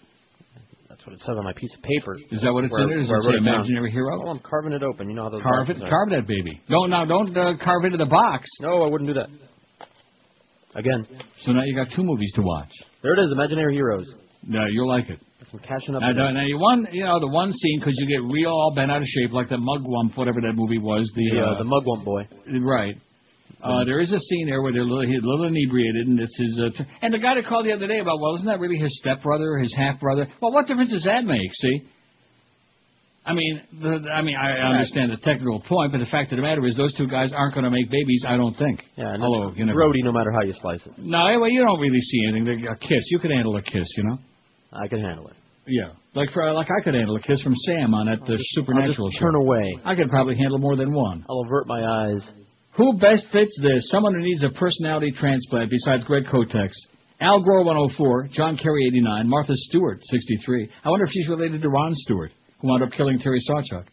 [SPEAKER 5] That's what it says on my piece of paper.
[SPEAKER 1] Is that what it's
[SPEAKER 5] Where-
[SPEAKER 1] in there? Does
[SPEAKER 5] where
[SPEAKER 1] it
[SPEAKER 5] I wrote
[SPEAKER 1] say
[SPEAKER 5] down.
[SPEAKER 1] Imaginary Hero?
[SPEAKER 5] Well, I'm carving it open. You know how those
[SPEAKER 1] Carve it,
[SPEAKER 5] boxes are.
[SPEAKER 1] carve that baby. Don't now, don't uh, carve into the box.
[SPEAKER 5] No, I wouldn't do that. Again.
[SPEAKER 1] So now you got two movies to watch.
[SPEAKER 5] There it is, Imaginary Heroes.
[SPEAKER 1] No, you'll like it.
[SPEAKER 5] I'm cashing up.
[SPEAKER 1] Now,
[SPEAKER 5] on
[SPEAKER 1] now,
[SPEAKER 5] that.
[SPEAKER 1] now you one, you know the one scene because you get real all bent out of shape like the mugwump, whatever that movie was. The
[SPEAKER 5] The,
[SPEAKER 1] uh,
[SPEAKER 5] uh, the mugwump boy.
[SPEAKER 1] Right. Uh, there is a scene there where they're little, he's a little inebriated, and it's his. Uh, t- and the guy that called the other day about, well, isn't that really his stepbrother or his half brother? Well, what difference does that make? See, I mean, the, I mean, I understand the technical point, but the fact of the matter is, those two guys aren't going to make babies. I don't think.
[SPEAKER 5] Yeah, and
[SPEAKER 1] Hello,
[SPEAKER 5] it's
[SPEAKER 1] you never-
[SPEAKER 5] grody no matter how you slice it.
[SPEAKER 1] No, well, you don't really see anything. They- A kiss, you could handle a kiss, you know.
[SPEAKER 5] I can handle it.
[SPEAKER 1] Yeah, like for, like I could handle a kiss from Sam on that uh, supernatural
[SPEAKER 5] I'll just turn
[SPEAKER 1] show.
[SPEAKER 5] away.
[SPEAKER 1] I could probably handle more than one.
[SPEAKER 5] I'll avert my eyes.
[SPEAKER 1] Who best fits this? Someone who needs a personality transplant besides Greg Kotex. Al Gore 104, John Kerry 89, Martha Stewart 63. I wonder if she's related to Ron Stewart, who wound up killing Terry Sawchuk.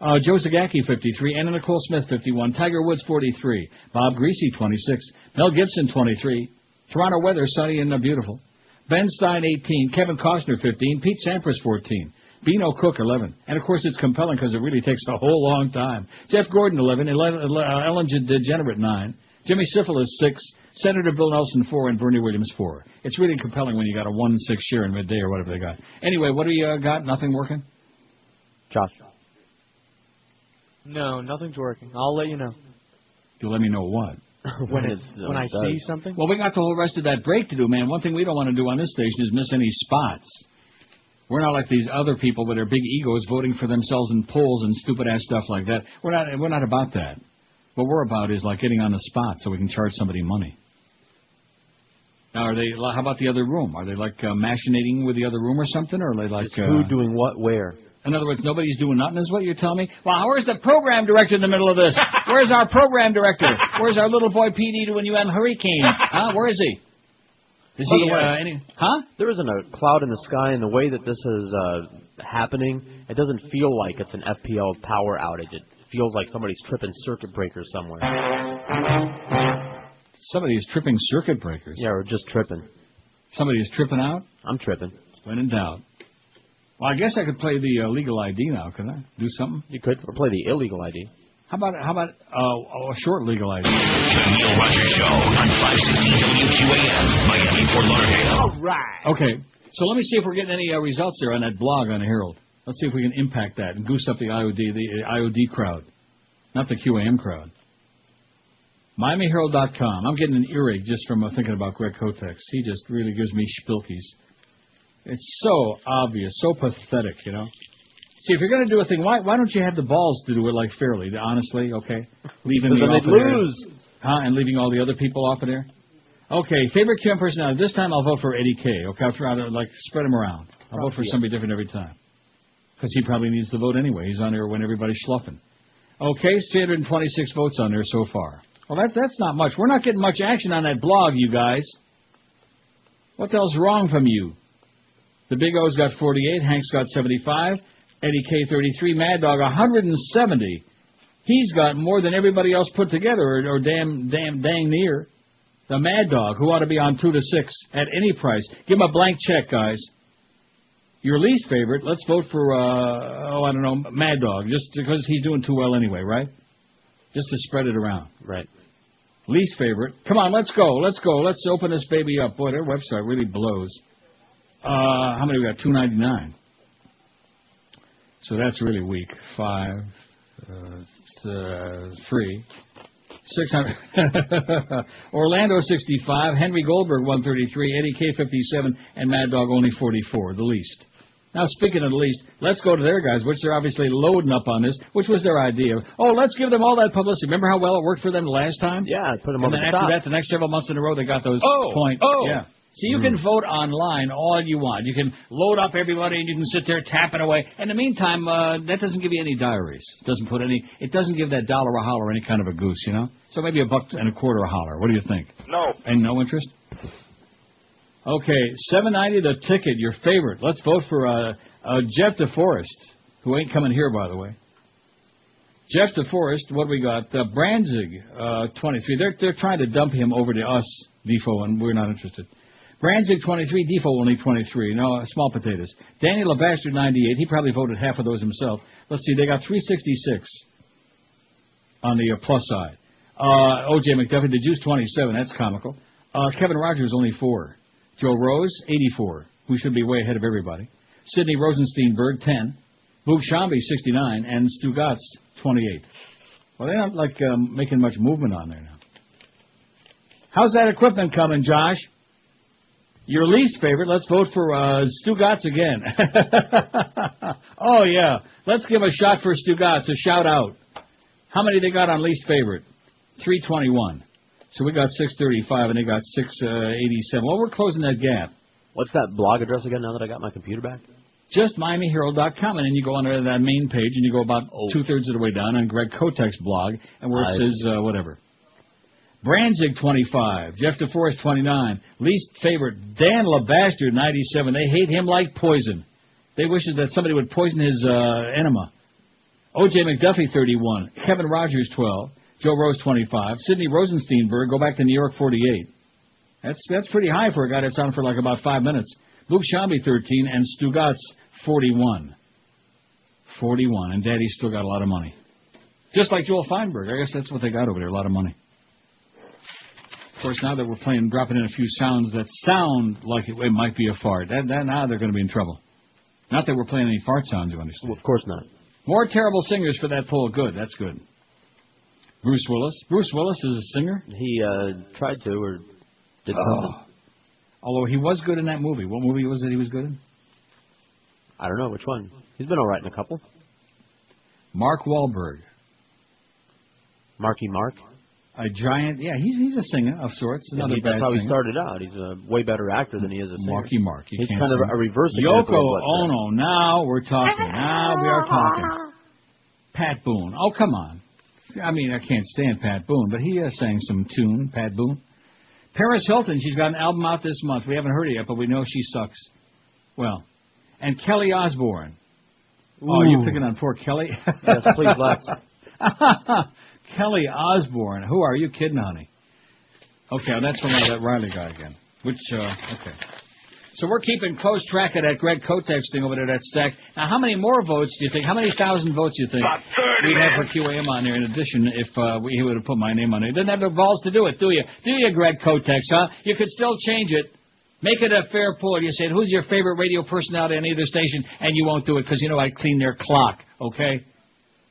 [SPEAKER 1] Uh, Joe Zagacki 53, Anna Nicole Smith 51, Tiger Woods 43, Bob Greasy 26, Mel Gibson 23, Toronto weather sunny and uh, beautiful, Ben Stein 18, Kevin Costner 15, Pete Sampras 14, Beano Cook 11, and of course it's compelling because it really takes a whole long time. Jeff Gordon 11, Ele- Ele- uh, Ellen Degenerate 9, Jimmy Syphilis 6, Senator Bill Nelson 4, and Bernie Williams 4. It's really compelling when you got a 1 6 share in midday or whatever they got. Anyway, what do you uh, got? Nothing working?
[SPEAKER 5] Josh.
[SPEAKER 9] No, nothing's working. I'll let you know.
[SPEAKER 1] You let me know what.
[SPEAKER 9] When it's- when I see something?
[SPEAKER 1] Well, we got the whole rest of that break to do, man. One thing we don't want to do on this station is miss any spots. We're not like these other people with their big egos voting for themselves in polls and stupid ass stuff like that. We're not we're not about that. What we're about is like getting on the spot so we can charge somebody money. Now, are they? How about the other room? Are they like uh, machinating with the other room or something, or are they like uh,
[SPEAKER 5] Who doing what where?
[SPEAKER 1] in other words, nobody's doing nothing, is what you're telling me? Well, where's the program director in the middle of this? Where's our program director? Where's our little boy PD doing you on Hurricane? Huh? Where is he? Is
[SPEAKER 5] By
[SPEAKER 1] he,
[SPEAKER 5] the way-
[SPEAKER 1] uh, any, huh?
[SPEAKER 5] There isn't a cloud in the sky, and the way that this is uh, happening, it doesn't feel like it's an FPL power outage. It feels like somebody's tripping circuit breakers somewhere.
[SPEAKER 1] Somebody is tripping circuit breakers.
[SPEAKER 5] Yeah, or just tripping.
[SPEAKER 1] Somebody is tripping out?
[SPEAKER 5] I'm tripping.
[SPEAKER 1] When in doubt. Well, I guess I could play the uh, legal ID now, could I? Do something?
[SPEAKER 5] You could, or play the illegal ID.
[SPEAKER 1] How about how about uh, a short legal ID?
[SPEAKER 8] The Neil Rogers Show on 560 WQAM, Miami, Fort Lauderdale.
[SPEAKER 1] All right. Okay. So let me see if we're getting any uh, results there on that blog on the Herald. Let's see if we can impact that and goose up the IOD, the uh, IOD crowd, not the QAM crowd. MiamiHerald.com. I'm getting an earache just from uh, thinking about Greg Kotex. He just really gives me spilkies. It's so obvious, so pathetic, you know. See, if you're going to do a thing, why why don't you have the balls to do it like fairly, honestly? Okay, leaving me
[SPEAKER 5] Then
[SPEAKER 1] off
[SPEAKER 5] they'd
[SPEAKER 1] of there.
[SPEAKER 5] lose.
[SPEAKER 1] huh? And leaving all the other people off of there. Okay, favorite QM personality. This time I'll vote for Eddie K. Okay, I'll try to like spread him around. I'll vote for
[SPEAKER 5] Yeah.
[SPEAKER 1] somebody different every time, because he probably needs the vote anyway. He's on there when everybody's schluffing. Okay, 326 votes on there so far. Well, that that's not much. We're not getting much action on that blog, you guys. What the hell's wrong from you? The Big O's got 48, Hank's got 75, Eddie K 33, Mad Dog 170. He's got more than everybody else put together, or, or damn, damn, dang near. The Mad Dog, who ought to be on two to six at any price, give him a blank check, guys. Your least favorite, let's vote for uh, oh I don't know, Mad Dog, just because he's doing too well anyway, right? Just to spread it around.
[SPEAKER 5] Right.
[SPEAKER 1] Least favorite. Come on, let's go, let's go, let's open this baby up. Boy, their website really blows. Uh, how many we got? Two ninety nine. So that's really weak. Five, uh, th- uh, three, six hundred. Orlando sixty five, Henry Goldberg one thirty three, Eddie K fifty seven, and Mad Dog only forty four, the least. Now speaking of the least, let's go to their guys, which they're obviously loading up on this, which was their idea. Oh, let's give them all that publicity. Remember how well it worked for them last time?
[SPEAKER 5] Yeah, put
[SPEAKER 1] and
[SPEAKER 5] them over
[SPEAKER 1] then
[SPEAKER 5] the
[SPEAKER 1] after
[SPEAKER 5] top.
[SPEAKER 1] that, the next several months in a row, they got those
[SPEAKER 5] Oh,
[SPEAKER 1] points.
[SPEAKER 5] oh.
[SPEAKER 1] yeah. So you can vote online all you want. You can load up everybody, and you can sit there tapping away. In the meantime, uh, that doesn't give you any diaries. It doesn't put any. It doesn't give that dollar a holler any kind of a goose, you know. So maybe a buck and a quarter a holler. What do you think?
[SPEAKER 20] No.
[SPEAKER 1] And no interest. Okay, seven ninety the ticket. Your favorite. Let's vote for uh, uh, Jeff DeForest, who ain't coming here, by the way. Jeff DeForest, what we got? Uh, Branzig, uh, 23. They're, they're trying to dump him over to us, Defo, and we're not interested. Branzig, 23. Defo, only 23. No, uh, small potatoes. Danny Labastard, 98. He probably voted half of those himself. Let's see, they got 366 on the uh, plus side. Uh, O.J. McDuffie, the Juice, 27. That's comical. Uh, Kevin Rogers, only 4. Joe Rose, 84, who should be way ahead of everybody. Sidney Rosensteinberg, 10. Boog Shambi, 69, and Stu Gatz, 28. Well, they're not like um, making much movement on there now. How's that equipment coming, Josh? Your least favorite. Let's vote for uh, Stu Gatz again. oh yeah, let's give a shot for Stu Gatz. A shout out. How many they got on least favorite? Three twenty-one. So we got six thirty-five, and they got six uh, eighty-seven. Well, we're closing that gap.
[SPEAKER 5] What's that blog address again? Now that I got my computer back.
[SPEAKER 1] Just MiamiHerald.com, and then you go under that main page, and you go about two thirds of the way down on Greg Kotek's blog, and where it
[SPEAKER 5] I
[SPEAKER 1] says uh, whatever. Branzig 25, Jeff DeForest 29, least favorite Dan LaBastard 97. They hate him like poison. They wishes that somebody would poison his uh, enema. O.J. McDuffie 31, Kevin Rogers 12, Joe Rose 25, Sidney Rosensteinberg go back to New York 48. That's that's pretty high for a guy that's on for like about five minutes. Luke Shambi 13 and Stugatz 41. 41 and Daddy's still got a lot of money. Just like Joel Feinberg, I guess that's what they got over there, a lot of money. Of course, now that we're playing, dropping in a few sounds that sound like it, it might be a fart. That, that now they're going to be in trouble. Not that we're playing any fart sounds, you understand? Well,
[SPEAKER 5] of course not.
[SPEAKER 1] More terrible singers for that poll. Good, that's good. Bruce Willis. Bruce Willis is a singer.
[SPEAKER 5] He uh, tried to or did
[SPEAKER 1] Oh.
[SPEAKER 5] something.
[SPEAKER 1] Although he was good in that movie. What movie was it he was good in?
[SPEAKER 5] I don't know which one. He's been all right in a couple.
[SPEAKER 1] Mark Wahlberg.
[SPEAKER 5] Marky Mark.
[SPEAKER 1] A giant. Yeah, he's he's a singer of sorts.
[SPEAKER 5] And
[SPEAKER 1] Another
[SPEAKER 5] he-
[SPEAKER 1] bad
[SPEAKER 5] that's how he
[SPEAKER 1] singer.
[SPEAKER 5] started out. He's a way better actor than he is a singer.
[SPEAKER 1] Marky Mark. You
[SPEAKER 5] He's
[SPEAKER 1] can't
[SPEAKER 5] kind of
[SPEAKER 1] sing.
[SPEAKER 5] a reverse. example of
[SPEAKER 1] Yoko
[SPEAKER 5] what-
[SPEAKER 1] Ono. Now we're talking. Now we are talking. Pat Boone. Oh come on. I mean, I can't stand Pat Boone, but he uh, sang some tune. Pat Boone. Paris Hilton. She's got an album out this month. We haven't heard it yet, but we know she sucks. Well, and Kelly Osbourne. Oh,
[SPEAKER 5] Ooh.
[SPEAKER 1] you're picking on poor Kelly.
[SPEAKER 5] Yes, please, Lex.
[SPEAKER 1] Kelly Osborne. Who are you kidding, honey? Okay, well, that's from uh, that Riley guy again. Which, uh, okay. So we're keeping close track of that Greg Kotex thing over there, that stack. Now, how many more votes do you think? How many thousand votes do you think
[SPEAKER 10] About 30,
[SPEAKER 1] we'd have
[SPEAKER 10] man.
[SPEAKER 1] for QAM on there in addition if uh, we, he would have put my name on it? He doesn't have the balls to do it, do you? Do you, Greg Kotex, huh? You could still change it. Make it a fair poll. You said, who's your favorite radio personality on either station? And you won't do it because you know I clean their clock, okay?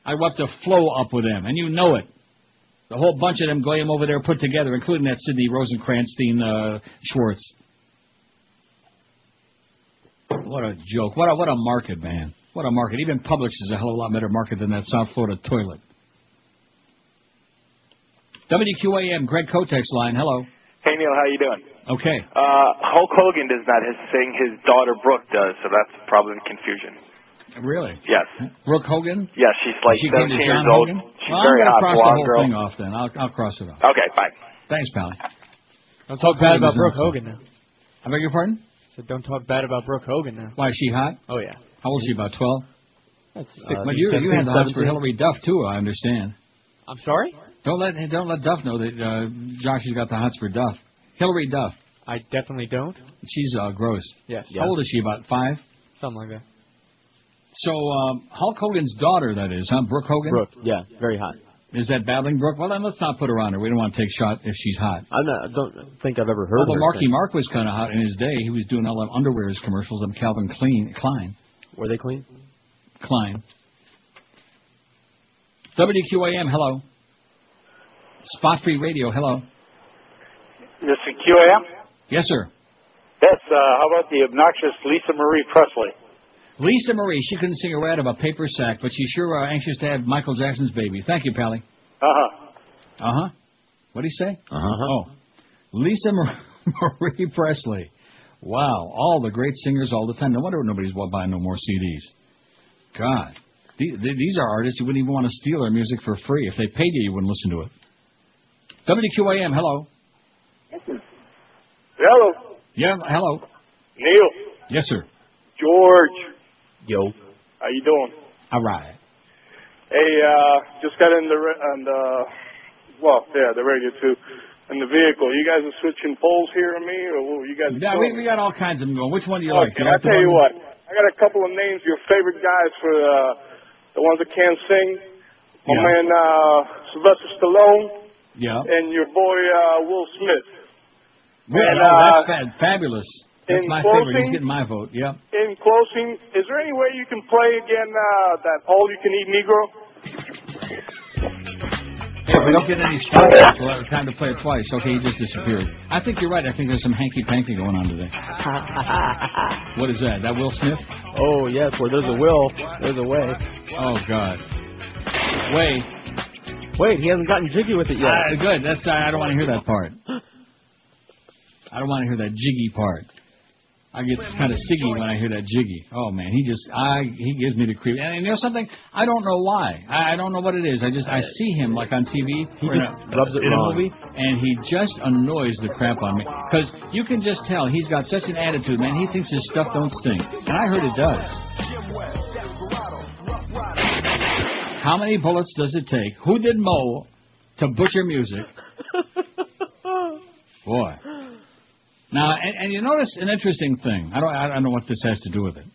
[SPEAKER 1] I want to flow up with them, and you know it. The whole bunch of them goyim over there put together, including that Sidney Rosencranstein uh, Schwartz. What a joke! What a what a market, man! What a market! Even Publix is a hell of a lot better market than that South Florida toilet. WQAM Greg Kotex line. Hello.
[SPEAKER 20] Hey Neil, how you doing?
[SPEAKER 1] Okay.
[SPEAKER 20] Uh, Hulk Hogan does not his sing. His daughter Brooke does, so that's probably the confusion.
[SPEAKER 1] Really?
[SPEAKER 20] Yes,
[SPEAKER 1] Brooke Hogan.
[SPEAKER 20] yes, she's like
[SPEAKER 1] she came
[SPEAKER 20] 17
[SPEAKER 1] to
[SPEAKER 20] years
[SPEAKER 1] John
[SPEAKER 20] old.
[SPEAKER 1] Hogan.
[SPEAKER 20] She's
[SPEAKER 1] well,
[SPEAKER 20] very
[SPEAKER 1] I'm gonna
[SPEAKER 20] hot,
[SPEAKER 1] cross the
[SPEAKER 20] blonde
[SPEAKER 1] whole
[SPEAKER 20] girl.
[SPEAKER 1] thing off then. I'll I'll cross it off.
[SPEAKER 20] Okay, bye.
[SPEAKER 1] Thanks, Pally.
[SPEAKER 9] Don't talk bad about Brooke Hogan now.
[SPEAKER 1] I beg your pardon?
[SPEAKER 9] So don't talk bad about Brooke Hogan now.
[SPEAKER 1] Why is she hot?
[SPEAKER 9] Oh yeah.
[SPEAKER 1] How old is she? About twelve.
[SPEAKER 9] That's
[SPEAKER 1] Uh,
[SPEAKER 9] six.
[SPEAKER 1] but you, you had the hots for Hillary Duff too, I understand.
[SPEAKER 9] I'm sorry.
[SPEAKER 1] Don't let don't let Duff know that uh, Josh has got the hots for Duff. Hillary Duff.
[SPEAKER 9] I definitely don't.
[SPEAKER 1] She's uh, gross.
[SPEAKER 9] Yes.
[SPEAKER 1] How old is she? About five.
[SPEAKER 9] Something like that.
[SPEAKER 1] So um, Hulk Hogan's daughter, that is, huh? Brooke Hogan.
[SPEAKER 5] Brooke. Yeah, very hot.
[SPEAKER 1] Is that babbling Brooke? Well, then let's not put her on her. We don't want to take shot if she's hot.
[SPEAKER 5] I'm not, I don't think I've ever heard.
[SPEAKER 1] Although
[SPEAKER 5] her
[SPEAKER 1] Marky
[SPEAKER 5] sing.
[SPEAKER 1] Mark was kind of hot in his day. He was doing all them underwears commercials on Calvin Klein. Klein.
[SPEAKER 5] Were they clean?
[SPEAKER 1] Klein. WQAM. Hello. Spot Free Radio. Hello.
[SPEAKER 20] This is QAM.
[SPEAKER 1] Yes, sir.
[SPEAKER 20] Yes. Uh, how about the obnoxious Lisa Marie Presley?
[SPEAKER 1] Lisa Marie, she couldn't sing a rat of a paper sack, but she's sure uh, anxious to have Michael Jackson's baby. Thank you, Pally.
[SPEAKER 20] Uh
[SPEAKER 14] Uh-huh.
[SPEAKER 20] huh.
[SPEAKER 1] Uh huh. What do you say? Uh
[SPEAKER 20] Uh-huh.
[SPEAKER 1] huh. Oh, Lisa Mar- Marie Presley. Wow, all the great singers all the time. No wonder nobody's wa- buying no more CDs. God, The- the- these are artists you wouldn't even want to steal their music for free. If they paid you, you wouldn't listen to it. WQAM, hello.
[SPEAKER 20] Hello,
[SPEAKER 1] Yeah, hello.
[SPEAKER 20] Neil.
[SPEAKER 1] Yes, sir.
[SPEAKER 20] George,
[SPEAKER 5] Yo.
[SPEAKER 20] how you doing?
[SPEAKER 1] All right.
[SPEAKER 20] Hey, uh, just got in the ra- on the well, yeah, the radio too, in the vehicle. You guys are switching poles here on me, or what were you guys?
[SPEAKER 1] Yeah, we, we
[SPEAKER 20] doing?
[SPEAKER 1] got all kinds of them going. Which one do you like?
[SPEAKER 20] okay, I tell you what, I got a couple of names. Your favorite guys for uh, the ones that can't sing, my
[SPEAKER 1] Yeah.
[SPEAKER 20] man uh, Sylvester Stallone,
[SPEAKER 1] Yeah.
[SPEAKER 20] and your boy uh, Will Smith.
[SPEAKER 1] Well,
[SPEAKER 20] And,
[SPEAKER 1] that's
[SPEAKER 20] uh,
[SPEAKER 1] fab- fabulous. That's
[SPEAKER 20] in
[SPEAKER 1] my favorite. He's
[SPEAKER 20] closing-
[SPEAKER 1] getting my vote. Yeah.
[SPEAKER 20] In closing, is there any way you can play again uh, that all you can eat Negro?
[SPEAKER 1] Yeah, if we don't get any sponsors, we'll have time to play it twice. Okay, he just disappeared. I think you're right. I think there's some hanky panky going on today. What is that? That Will Smith?
[SPEAKER 5] Oh yes, where there's a will, there's a way.
[SPEAKER 1] Oh God. Wait.
[SPEAKER 5] Wait, he hasn't gotten jiggy with it yet.
[SPEAKER 1] Uh, good. That's I don't want to hear that part. I don't want to hear that jiggy part. I get kind of siggy when I hear that jiggy. Oh man, he just I he gives me the creep. And, and you know something? I don't know why. I, I don't know what it is. I just I see him like on TV
[SPEAKER 5] He
[SPEAKER 1] or in
[SPEAKER 5] just
[SPEAKER 1] a-
[SPEAKER 5] rubs it
[SPEAKER 1] in
[SPEAKER 5] wrong.
[SPEAKER 1] a movie, and he just annoys the crap on me because you can just tell he's got such an attitude, man. He thinks his stuff don't stink, and I heard it does. How many bullets does it take? Who did Mo to butcher music? Boy. Now, and, and you notice an interesting thing. I don't, I don't know what this has to do with it.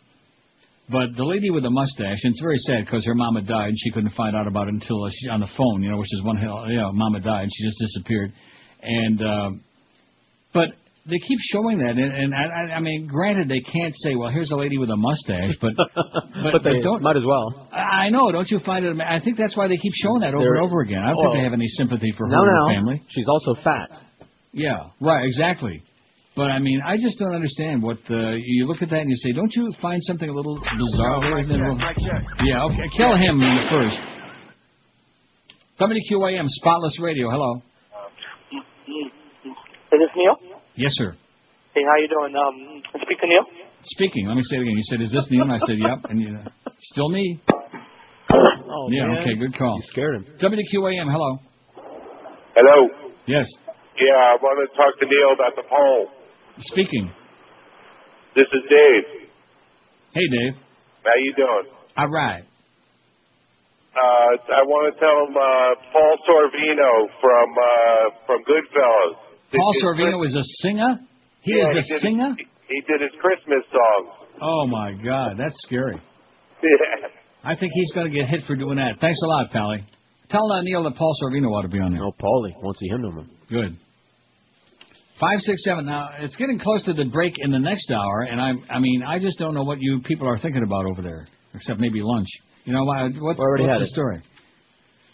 [SPEAKER 1] But the lady with the mustache, and it's very sad because her mama died and she couldn't find out about it until uh, she's on the phone, you know, which is one hell, you know, mama died and she just disappeared. And, um but they keep showing that. And, and I, I- I mean, granted, they can't say, well, here's a lady with a mustache, but, but,
[SPEAKER 5] But they
[SPEAKER 1] don't.
[SPEAKER 5] might as well.
[SPEAKER 1] I I know, don't you find it? ama- I think that's why they keep showing that over
[SPEAKER 5] They're-
[SPEAKER 1] and over again. I don't think
[SPEAKER 5] Oh.
[SPEAKER 1] they have any sympathy for her
[SPEAKER 5] Now,
[SPEAKER 1] and
[SPEAKER 5] now,
[SPEAKER 1] her family.
[SPEAKER 5] she's also fat.
[SPEAKER 1] Yeah, right, exactly. But I mean, I just don't understand what the. You look at that and you say, don't you find something a little bizarre? there? Isn't it a little- Yeah, okay, kill him first. WQAM, Spotless Radio, hello.
[SPEAKER 24] Is this Neil?
[SPEAKER 1] Yes, sir.
[SPEAKER 24] Hey, how you doing? Um, speak to Neil.
[SPEAKER 1] Speaking, let me say it again. You said, is this Neil? And I said, yep. And you, still me.
[SPEAKER 5] Oh,
[SPEAKER 1] yeah,
[SPEAKER 5] man.
[SPEAKER 1] okay, good call. You
[SPEAKER 5] scared him.
[SPEAKER 1] WQAM, hello.
[SPEAKER 15] Hello.
[SPEAKER 1] Yes,
[SPEAKER 15] Yeah, I want to talk to Neil about the poll.
[SPEAKER 1] speaking.
[SPEAKER 15] This is Dave.
[SPEAKER 1] Hey, Dave.
[SPEAKER 15] How you doing?
[SPEAKER 1] All right.
[SPEAKER 15] Uh, I want to tell him uh, Paul Sorvino from uh, from Goodfellas.
[SPEAKER 1] Paul
[SPEAKER 15] His- his
[SPEAKER 1] Sorvino
[SPEAKER 15] Chris-
[SPEAKER 1] is a singer? He
[SPEAKER 15] Yeah,
[SPEAKER 1] is
[SPEAKER 15] he
[SPEAKER 1] a
[SPEAKER 15] did-
[SPEAKER 1] singer?
[SPEAKER 15] He did his Christmas song.
[SPEAKER 1] Oh, my God, that's scary.
[SPEAKER 15] Yeah.
[SPEAKER 1] I think he's going to get hit for doing that. Thanks a lot, Pally. Tell uh, Neil that Paul Sorvino ought to be on there.
[SPEAKER 5] Oh, Paulie won't see him no more.
[SPEAKER 1] Good. Five six seven. Now it's getting close to the break in the next hour, and I—I mean, I just don't know what you people are thinking about over there, except maybe lunch. You know, why- what's,
[SPEAKER 5] We already
[SPEAKER 1] what's
[SPEAKER 5] had
[SPEAKER 1] the
[SPEAKER 5] it.
[SPEAKER 1] story?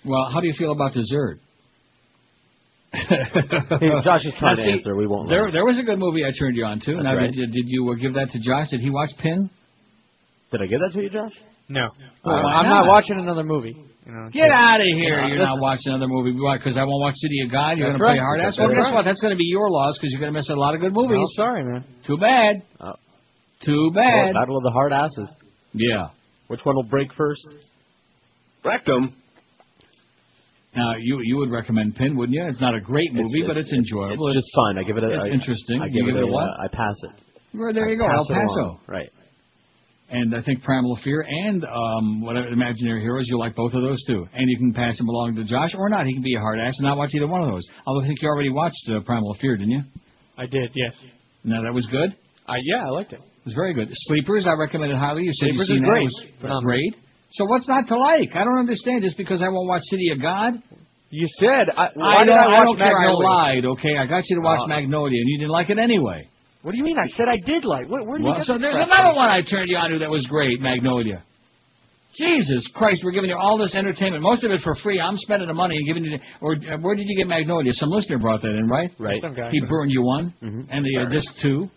[SPEAKER 1] Well, how do you feel about dessert?
[SPEAKER 5] Hey, Josh is trying
[SPEAKER 1] Now,
[SPEAKER 5] to
[SPEAKER 1] see,
[SPEAKER 5] answer. We won't.
[SPEAKER 1] There,
[SPEAKER 5] let him.
[SPEAKER 1] there was a good movie I turned you on to.
[SPEAKER 5] That's
[SPEAKER 1] Now,
[SPEAKER 5] right.
[SPEAKER 1] did, did you uh, give that to Josh? Did he watch Pin?
[SPEAKER 5] Did I give that to you, Josh?
[SPEAKER 9] No.
[SPEAKER 5] Why
[SPEAKER 9] I'm
[SPEAKER 1] not?
[SPEAKER 9] not watching another movie. You know,
[SPEAKER 1] Get
[SPEAKER 9] so-
[SPEAKER 1] out of here!
[SPEAKER 9] Yeah,
[SPEAKER 1] You're
[SPEAKER 9] that's-
[SPEAKER 1] not watching another movie. Why? Because I won't watch City of God. You're going
[SPEAKER 9] That's
[SPEAKER 1] to play
[SPEAKER 9] right.
[SPEAKER 1] hard ass.
[SPEAKER 9] That's
[SPEAKER 1] Well,
[SPEAKER 9] right.
[SPEAKER 1] guess what? That's going to be your loss because you're going to miss a lot of good movies.
[SPEAKER 9] No, sorry, man.
[SPEAKER 1] Too bad.
[SPEAKER 5] Oh.
[SPEAKER 1] Too bad.
[SPEAKER 5] Battle of the Hard Asses.
[SPEAKER 1] Yeah.
[SPEAKER 5] Which one will break first?
[SPEAKER 1] Rectum. Now you you would recommend Pin, wouldn't you? It's not a great movie, but it's, enjoyable.
[SPEAKER 5] It's, just fun. I give it a.
[SPEAKER 1] it's
[SPEAKER 5] I-
[SPEAKER 1] interesting.
[SPEAKER 5] I
[SPEAKER 1] You
[SPEAKER 5] give,
[SPEAKER 1] give it a
[SPEAKER 5] uh,
[SPEAKER 1] what?
[SPEAKER 5] I pass it.
[SPEAKER 1] Well, there you go,
[SPEAKER 5] Pass
[SPEAKER 1] El
[SPEAKER 5] it
[SPEAKER 1] Paso.
[SPEAKER 5] along. Right.
[SPEAKER 1] And I think Primal Fear and um, whatever Imaginary Heroes, you like both of those too. And you can pass them along to Josh or not. He can be a hard ass and not watch either one of those. Although I think you already watched uh, Primal Fear, didn't you?
[SPEAKER 9] I did, yes.
[SPEAKER 1] No, that was good.
[SPEAKER 9] I yeah, I liked it.
[SPEAKER 1] It was very good. Sleepers, I recommend it highly. You said you've
[SPEAKER 9] Sleepers
[SPEAKER 1] seen
[SPEAKER 9] is
[SPEAKER 1] that.
[SPEAKER 9] great.
[SPEAKER 1] It was great. So what's not to like? I don't understand. Just because I won't watch City of God?
[SPEAKER 9] You said I, why
[SPEAKER 1] I
[SPEAKER 9] did
[SPEAKER 1] don't,
[SPEAKER 9] I watch
[SPEAKER 1] don't care.
[SPEAKER 9] Magnolia?
[SPEAKER 1] I lied. Okay, I got you to watch
[SPEAKER 9] Uh,
[SPEAKER 1] Magnolia, and you didn't like it anyway.
[SPEAKER 9] What do you mean? I said I did like. Where, where did
[SPEAKER 1] Well,
[SPEAKER 9] you get
[SPEAKER 1] so
[SPEAKER 9] this
[SPEAKER 1] there's
[SPEAKER 9] crap
[SPEAKER 1] another
[SPEAKER 9] from?
[SPEAKER 1] one I turned you on to that was great, Magnolia. Jesus Christ, we're giving you all this entertainment, most of it for free. I'm spending the money and giving you. The, or uh, where did you get Magnolia? Some listener brought that in, right?
[SPEAKER 9] Right. Some guy. Mm-hmm.
[SPEAKER 1] He burned you one, and the, uh, this too.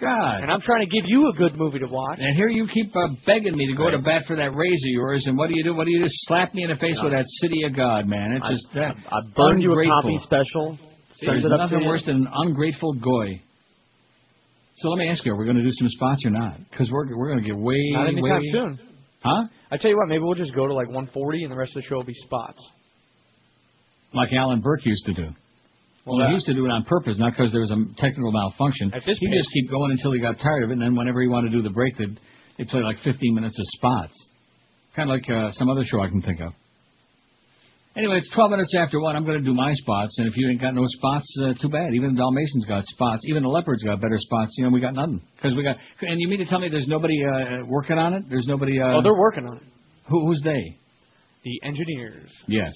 [SPEAKER 1] God.
[SPEAKER 9] And I'm trying to give you a good movie to watch.
[SPEAKER 1] And here you keep uh, begging me to go to bat for that razor of yours, and what do you do? What do you do? Slap me in the face with that city of God, man. It's
[SPEAKER 5] I-
[SPEAKER 1] just that.
[SPEAKER 5] I burned you a
[SPEAKER 1] ungrateful.
[SPEAKER 5] copy special. Send
[SPEAKER 1] There's
[SPEAKER 5] it up to
[SPEAKER 1] nothing
[SPEAKER 5] you.
[SPEAKER 1] worse than an ungrateful goy. So let me ask you, are we going to do some spots or not? Because we're, we're going to get way,
[SPEAKER 9] Not
[SPEAKER 1] way...
[SPEAKER 9] anytime soon.
[SPEAKER 1] Huh?
[SPEAKER 9] I tell you what, maybe we'll just go to like 140, and the rest of the show will be spots.
[SPEAKER 1] Like Alan Burke used to do. Well, he
[SPEAKER 9] that-
[SPEAKER 1] used to do it on purpose, not because there was a technical malfunction.
[SPEAKER 9] At this
[SPEAKER 1] he
[SPEAKER 9] pace.
[SPEAKER 1] just keep going until he got tired of it, and then whenever he wanted to do the break, they'd, they'd play like 15 minutes of spots. Kind of like uh, some other show I can think of. Anyway, it's 12 minutes after 1. I'm going to do my spots, and if you ain't got no spots, uh, too bad. Even the Dalmatians got spots. Even the Leopards got better spots. You know, we got none. Cause we got, and you mean to tell me there's nobody uh, working on it? There's nobody... Uh,
[SPEAKER 9] oh, they're working on it.
[SPEAKER 1] who, who's they?
[SPEAKER 9] The engineers
[SPEAKER 1] Yes.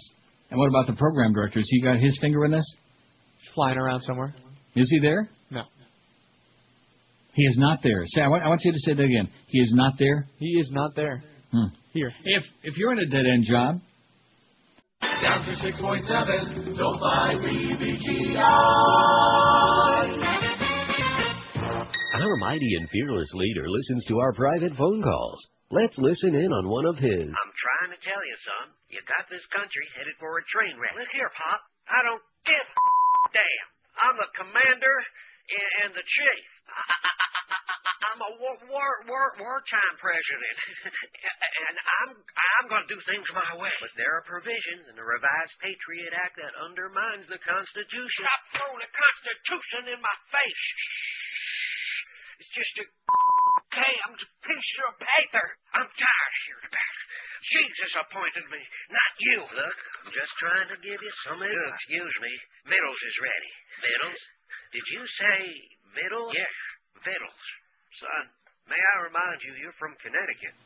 [SPEAKER 1] And what about the program director? Has he got his finger in this?
[SPEAKER 9] flying around somewhere.
[SPEAKER 1] Is he there?
[SPEAKER 9] No.
[SPEAKER 1] He is not there. Say, I want, I want you to say that again. He is not there.
[SPEAKER 9] He is not there.
[SPEAKER 1] Hmm.
[SPEAKER 9] Here.
[SPEAKER 1] If if you're in a dead end job,
[SPEAKER 10] Down to 6.7, don't buy BBGI.
[SPEAKER 2] Our mighty and fearless leader listens to our private phone calls. Let's listen in on one of his.
[SPEAKER 17] I'm trying to tell you, son. You got this country headed for a train wreck. Look here, Pop. I don't give a damn. I'm the commander and, and the chief. I, I, I, I'm a war, war, war, wartime president, and I'm I'm going to do things my way. But there are provisions in the revised Patriot Act that undermines the Constitution. Stop throwing the Constitution in my face. It's just a damned piece of paper. I'm tired of hearing about it. Jesus appointed me, not you. Look, I'm just trying to give you some advice. Excuse me. Vittles is ready. Vittles? Did you say Vittles? Yes, Vittles. Son, may I remind you, you're from Connecticut.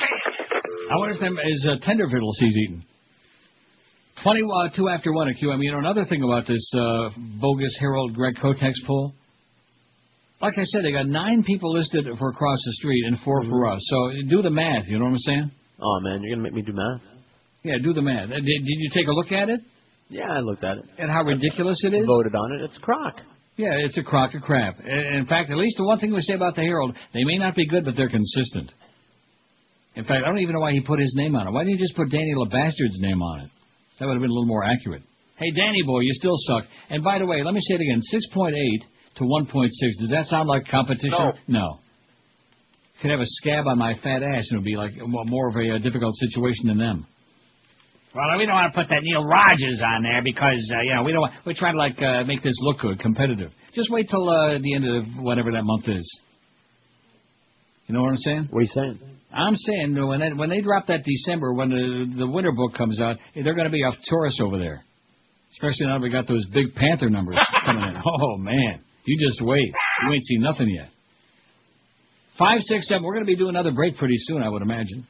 [SPEAKER 1] I wonder if them is uh, tender vittles he's eating. Twenty uh, two after one at QM. You know another thing about this uh, bogus Harold Greg Kotex poll. Like I said, they got nine people listed for across the street and 4 for us. So do the math. You know what I'm saying?
[SPEAKER 5] Oh man, you're gonna make me do math.
[SPEAKER 1] Yeah, do the math. Uh, Did, did you take a look at it?
[SPEAKER 5] Yeah, I looked at it.
[SPEAKER 1] And how ridiculous it is.
[SPEAKER 5] Voted on it. It's crock.
[SPEAKER 1] Yeah, it's a crock of crap. In in fact, at least the one thing we say about the Herald, they may not be good, but they're consistent. In fact, I don't even know why he put his name on it. Why didn't he just put Danny LeBastard's name on it? That would have been a little more accurate. Hey, Danny boy, you still suck. And by the way, let me say it again: six point eight to one point six. Does that sound like competition?
[SPEAKER 10] No.
[SPEAKER 1] No. Could have a scab on my fat ass, and it would be like mo- more of a uh, difficult situation than them.
[SPEAKER 4] Well, we don't want to put that Neil Rogers on there because uh, you know we don't. Want, we're trying to like uh,
[SPEAKER 1] Make this look good, competitive. Just wait till uh, the end of whatever that month is. You know what I'm saying?
[SPEAKER 5] What are you saying?
[SPEAKER 1] I'm saying that when that, when they drop that December, when the the winter book comes out, they're going to be a tourist over there. Especially now that we got those big Panther numbers coming in. Oh man, you just wait. You ain't seen nothing yet. Five, six, seven. We're going to be doing another break pretty soon, I would imagine.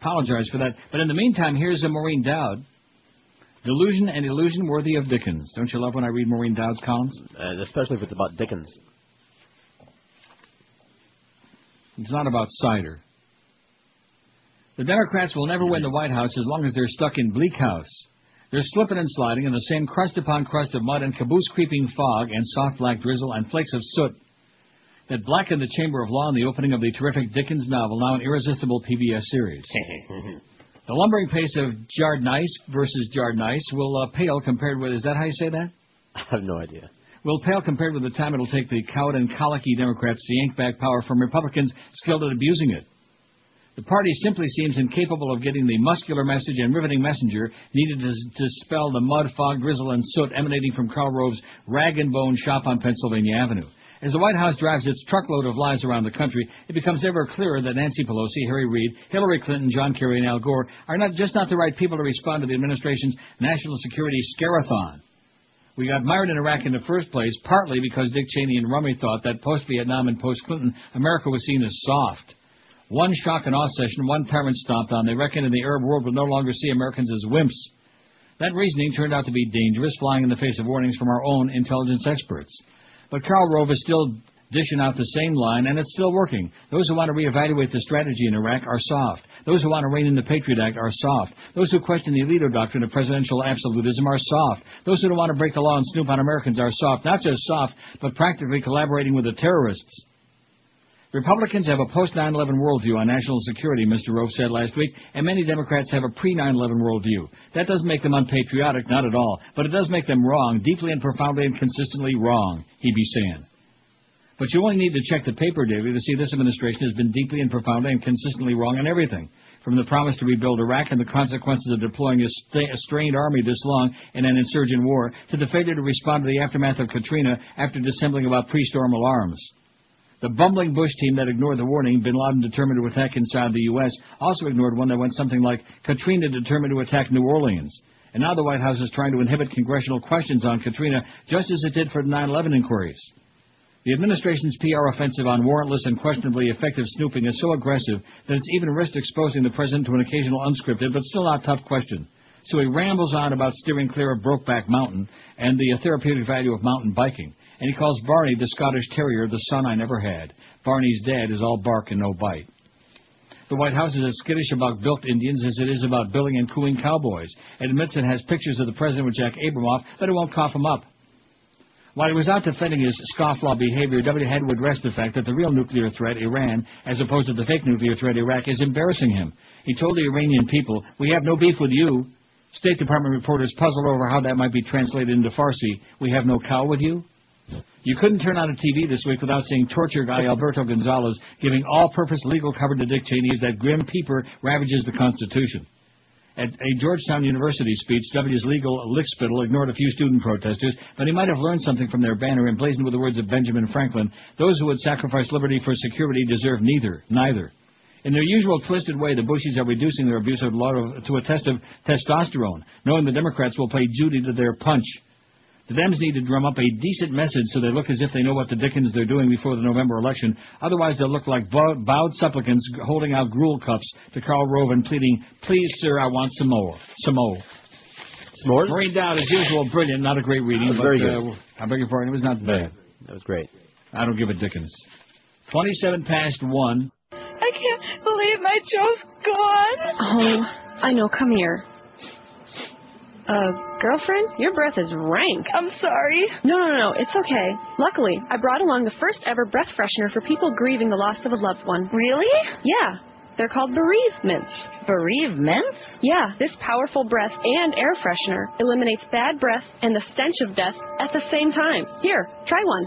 [SPEAKER 1] Apologize for that. But in the meantime, here's a Maureen Dowd. Delusion and illusion worthy of Dickens. Don't you love when I read Maureen Dowd's columns?
[SPEAKER 5] Uh, especially if it's about Dickens.
[SPEAKER 1] It's not about cider. The Democrats will never win the White House as long as they're stuck in Bleak House. They're slipping and sliding in the same crust upon crust of mud and caboose creeping fog and soft black drizzle and flakes of soot that blackened the Chamber of Law in the opening of the terrific Dickens novel, now an irresistible PBS series. the lumbering pace of Jardice versus Jardice will uh, pale compared with. Is that how you say that?
[SPEAKER 5] I have no idea.
[SPEAKER 1] will pale compared with the time it'll take the cowed and colicky Democrats to yank back power from Republicans skilled at abusing it. The party simply seems incapable of getting the muscular message and riveting messenger needed to s- dispel the mud, fog, drizzle, and soot emanating from Karl Rove's rag and bone shop on Pennsylvania Avenue. As the White House drives its truckload of lies around the country, it becomes ever clearer that Nancy Pelosi, Harry Reid, Hillary Clinton, John Kerry, and Al Gore are not just not the right people to respond to the administration's national security scarathon. We got mired in Iraq in the first place, partly because Dick Cheney and Rummy thought that post Vietnam and post Clinton, America was seen as soft. One shock and awe session, one tyrant stomped on. They reckoned in the Arab world would no longer see Americans as wimps. That reasoning turned out to be dangerous, flying in the face of warnings from our own intelligence experts. But Karl Rove is still dishing out the same line, and it's still working. Those who want to reevaluate the strategy in Iraq are soft. Those who want to rein in the Patriot Act are soft. Those who question the Alito doctrine of presidential absolutism are soft. Those who don't want to break the law and snoop on Americans are soft. Not just soft, but practically collaborating with the terrorists. Republicans have a post 9 11 worldview on national security, Mr. Rove said last week, and many Democrats have a pre 9 11 worldview. That doesn't make them unpatriotic, not at all, but it does make them wrong, deeply and profoundly and consistently wrong, he'd be saying. But you only need to check the paper, David, to see this administration has been deeply and profoundly and consistently wrong on everything. From the promise to rebuild Iraq and the consequences of deploying a, sta a strained army this long in an insurgent war, to the failure to respond to the aftermath of Katrina after dissembling about pre storm alarms. The bumbling Bush team that ignored the warning bin Laden determined to attack inside the U.S. also ignored one that went something like Katrina determined to attack New Orleans. And now the White House is trying to inhibit congressional questions on Katrina just as it did for the 9 11 inquiries. The administration's PR offensive on warrantless and questionably effective snooping is so aggressive that it's even risked exposing the president to an occasional unscripted but still not tough question. So he rambles on about steering clear of Brokeback Mountain and the therapeutic value of mountain biking. And he calls Barney the Scottish Terrier the son I never had. Barney's dad is all bark and no bite. The White House is as skittish about built Indians as it is about billing and cooing cowboys. It admits it has pictures of the president with Jack Abramoff, but it won't cough him up. While he was out defending his scofflaw behavior, W. Head would rest the fact that the real nuclear threat, Iran, as opposed to the fake nuclear threat, Iraq, is embarrassing him. He told the Iranian people, We have no beef with you. State Department reporters puzzled over how that might be translated into Farsi. We have no cow with you? You couldn't turn on a TV this week without seeing torture guy Alberto Gonzalez giving all purpose legal cover to Dick Cheney as that grim peeper ravages the Constitution. At a Georgetown University speech, W's legal lickspittle ignored a few student protesters, but he might have learned something from their banner emblazoned with the words of Benjamin Franklin Those who would sacrifice liberty for security deserve neither, neither. In their usual twisted way, the Bushies are reducing their abuse of law to a test of testosterone, knowing the Democrats will play Judy to their punch. The Dems need to drum up a decent message so they look as if they know what the dickens they're doing before the November election. Otherwise, they'll look like bow- bowed supplicants holding out gruel cups to Karl Rove and pleading, "Please, sir, I want some more, some more."
[SPEAKER 5] S'mores?
[SPEAKER 1] Maureen Dowd, as usual, brilliant. Not a great reading,
[SPEAKER 5] That was
[SPEAKER 1] but
[SPEAKER 5] very
[SPEAKER 1] uh, I beg your pardon. It was not bad.
[SPEAKER 5] That was great.
[SPEAKER 1] I don't give a dickens. Twenty-seven past one.
[SPEAKER 7] I can't believe my Joe's gone. Oh, I know. Come here. Uh, girlfriend, your breath is rank. I'm sorry. No, no, no, it's okay. Luckily, I brought along the first ever breath freshener for people grieving the loss of a loved one. Really? Yeah. They're called bereavements. Bereavements? Yeah, this powerful breath and air freshener eliminates bad breath and the stench of death at the same time. Here, try one.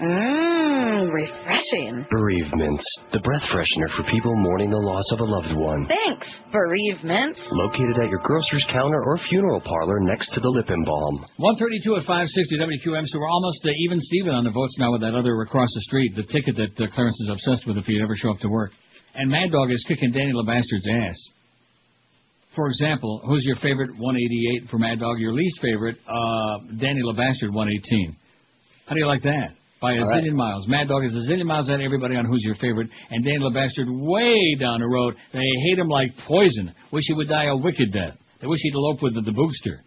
[SPEAKER 7] Mmm, refreshing.
[SPEAKER 2] Bereavements, the breath freshener for people mourning the loss of a loved one.
[SPEAKER 14] Thanks, bereavement.
[SPEAKER 2] Located at your grocer's counter or funeral parlor next to the lip embalm.
[SPEAKER 1] 132 at 560 WQM, so we're almost uh, even Steven on the votes now with that other across the street, the ticket that uh, Clarence is obsessed with if he'd ever show up to work. And Mad Dog is kicking Danny LeBastard's ass. For example, who's your favorite 188 for Mad Dog? Your least favorite, uh, Danny LeBastard 118. How do you like that? By a
[SPEAKER 5] All right.
[SPEAKER 1] zillion miles. Mad Dog is a zillion miles out of everybody on who's your favorite, and Danny LeBastard way down the road. They hate him like poison. Wish he would die a wicked death. They wish he'd elope with the, the boogster.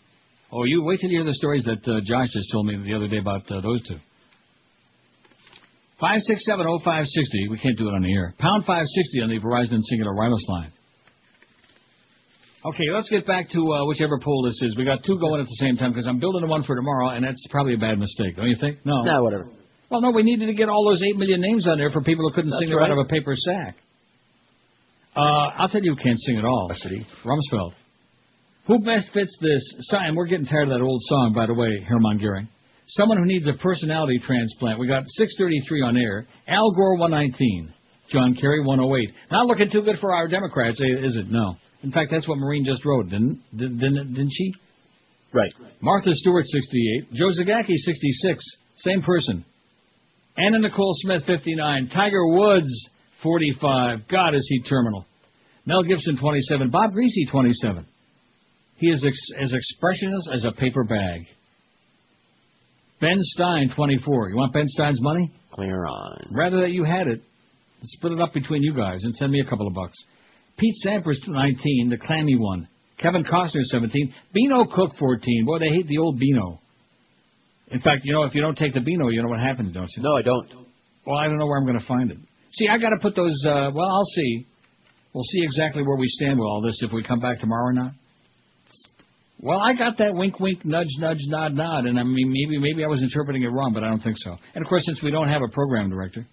[SPEAKER 1] Oh, you wait till you hear the stories that uh, Josh just told me the other day about uh, those two. Five six seven oh five sixty. We can't do it on the air. Pound five sixty on the Verizon Singular Wireless line. Okay, let's get back to uh, whichever poll this is. We got two going at the same time because I'm building one for tomorrow, and that's probably a bad mistake, don't you think? No.
[SPEAKER 5] Nah, whatever.
[SPEAKER 1] Well, no, we needed to get all those eight million names on there for people who couldn't
[SPEAKER 5] That's
[SPEAKER 1] sing them out
[SPEAKER 5] right.
[SPEAKER 1] of a paper sack. Uh, I'll tell you who can't sing at all. Rumsfeld. Who best fits this? si- And we're getting tired of that old song, by the way, Hermann Goering. Someone who needs a personality transplant. We got 633 on air. Al Gore 119. John Kerry 108. Not looking too good for our Democrats, i- is it? No. In fact, that's what Marine just wrote, didn't didn't didn't didn't she?
[SPEAKER 5] Right.
[SPEAKER 1] Martha Stewart 68. Joe Zagacki 66. Same person. Anna Nicole Smith, 59. Tiger Woods, 45. God, is he terminal. Mel Gibson, 27. Bob Greasy, 27. He is ex- as expressionless as a paper bag. Ben Stein, 24. You want Ben Stein's money?
[SPEAKER 5] Clear on.
[SPEAKER 1] Rather that you had it. Split it up between you guys and send me a couple of bucks. Pete Sampras, 19, the clammy one. Kevin Costner, 17. Beano Cook, 14. Boy, they hate the old Beano. In fact, you know, if you don't take the Beano, you know what happens, don't you?
[SPEAKER 5] No, I don't.
[SPEAKER 1] Well, I don't know where I'm going to find it. See, I got to put those. Uh, well, I'll see. We'll see exactly where we stand with all this if we come back tomorrow or not. Well, I got that wink, wink, nudge, nudge, nod, nod, and I mean maybe maybe I was interpreting it wrong, but I don't think so. And of course, since we don't have a program director,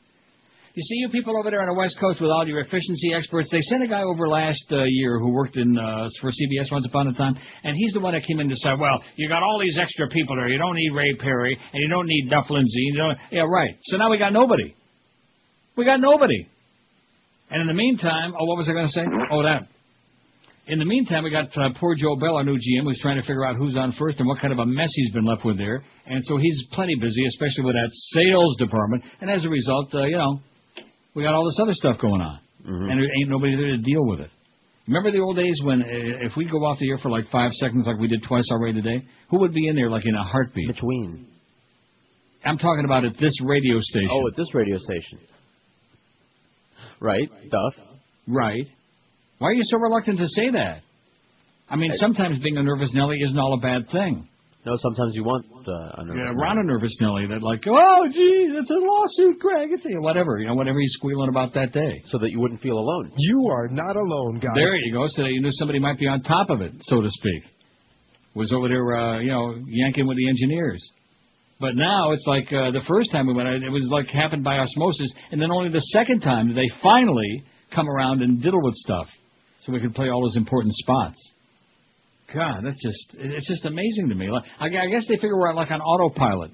[SPEAKER 1] you see, you people over there on the West Coast with all your efficiency experts, they sent a guy over last uh, year who worked in uh, for CBS once upon a time, and he's the one that came in to say, well, you got all these extra people there. You don't need Ray Perry, and you don't need Duff Lindsay. You don't... Yeah, right. So now we got nobody. We got nobody. And in the meantime, oh, what was I going to say? Oh, that. In the meantime, we got uh, poor Joe Bell, our new GM, who's trying to figure out who's on first and what kind of a mess he's been left with there. And so he's plenty busy, especially with that sales department. And as a result, uh, you know, we got all this other stuff going on,
[SPEAKER 5] Mm-hmm.
[SPEAKER 1] and there ain't nobody there to deal with it. Remember the old days when uh, if we go off the air for like five seconds, like we did twice already today, who would be in there like in a heartbeat?
[SPEAKER 5] Between.
[SPEAKER 1] I'm talking about at this radio station.
[SPEAKER 5] Oh, at this radio station. Right, Duff.
[SPEAKER 1] Right. Why are you so reluctant to say that? I mean,
[SPEAKER 5] I-
[SPEAKER 1] sometimes being a nervous Nelly isn't all a bad thing.
[SPEAKER 5] No, sometimes you want uh, a nervous.
[SPEAKER 1] Yeah,
[SPEAKER 5] Nelly.
[SPEAKER 1] Ron and Nervous Nelly that like, oh gee, it's a lawsuit, Greg. It's a whatever, you know, whatever he's squealing about that day,
[SPEAKER 5] so that you wouldn't feel alone.
[SPEAKER 12] You are not alone, guys.
[SPEAKER 1] There you go. So that you knew somebody might be on top of it, so to speak. Was over there, uh, you know, yanking with the engineers. But now it's like uh, the first time we went, it was like happened by osmosis, and then only the second time did they finally come around and diddle with stuff, so we could play all those important spots. God, that's just it- it's just amazing to me. Like, I gu- I guess they figure we're like on autopilot.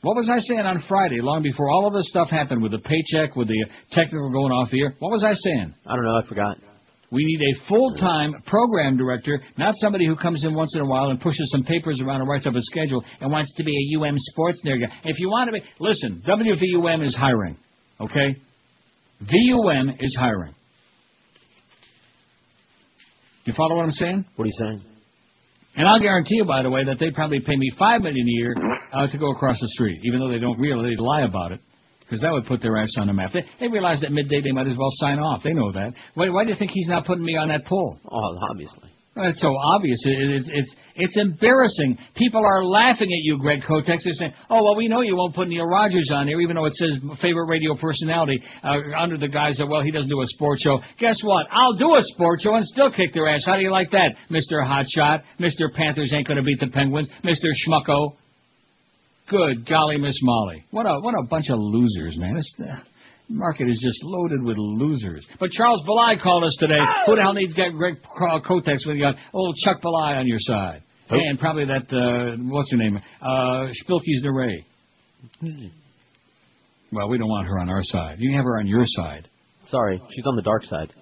[SPEAKER 1] What was I saying on Friday, long before all of this stuff happened with the paycheck, with the technical going off the air? What was I saying?
[SPEAKER 5] I don't know. I forgot.
[SPEAKER 1] We need a full-time program director, not somebody who comes in once in a while and pushes some papers around and writes up a schedule and wants to be a UM sports nerd guy. If you want to be, listen, WVUM is hiring, okay? VUM is hiring. You follow what I'm saying?
[SPEAKER 5] What are you saying?
[SPEAKER 1] And I'll guarantee you, by the way, that they probably pay me five million a year uh, to go across the street, even though they don't really they lie about it, because that would put their ass on the map. They, they realize that midday they might as well sign off. They know that. Why, why do you think he's not putting me on that poll?
[SPEAKER 5] Oh, obviously.
[SPEAKER 1] Well, It's so obvious. It, it, it's it's it's embarrassing. People are laughing at you, Greg Kotex. They're saying, "Oh well, we know you won't put Neil Rogers on here, even though it says favorite radio personality uh, under the guise of well, he doesn't do a sports show." Guess what? I'll do a sports show and still kick their ass. How do you like that, Mister Hotshot? Mister Panthers ain't going to beat the Penguins. Mister Schmucko. Good golly, Miss Molly. What a what a bunch of losers, man. It's, the market is just loaded with losers. But Charles Belay called us today. Who the hell needs Greg Greg Kotex when you got old Chuck Belay on your side? And probably that, uh, what's her name? Uh, Spilky's the Ray. Well, we don't want her on our side. You can have her on your side.
[SPEAKER 5] Sorry, she's on the dark side.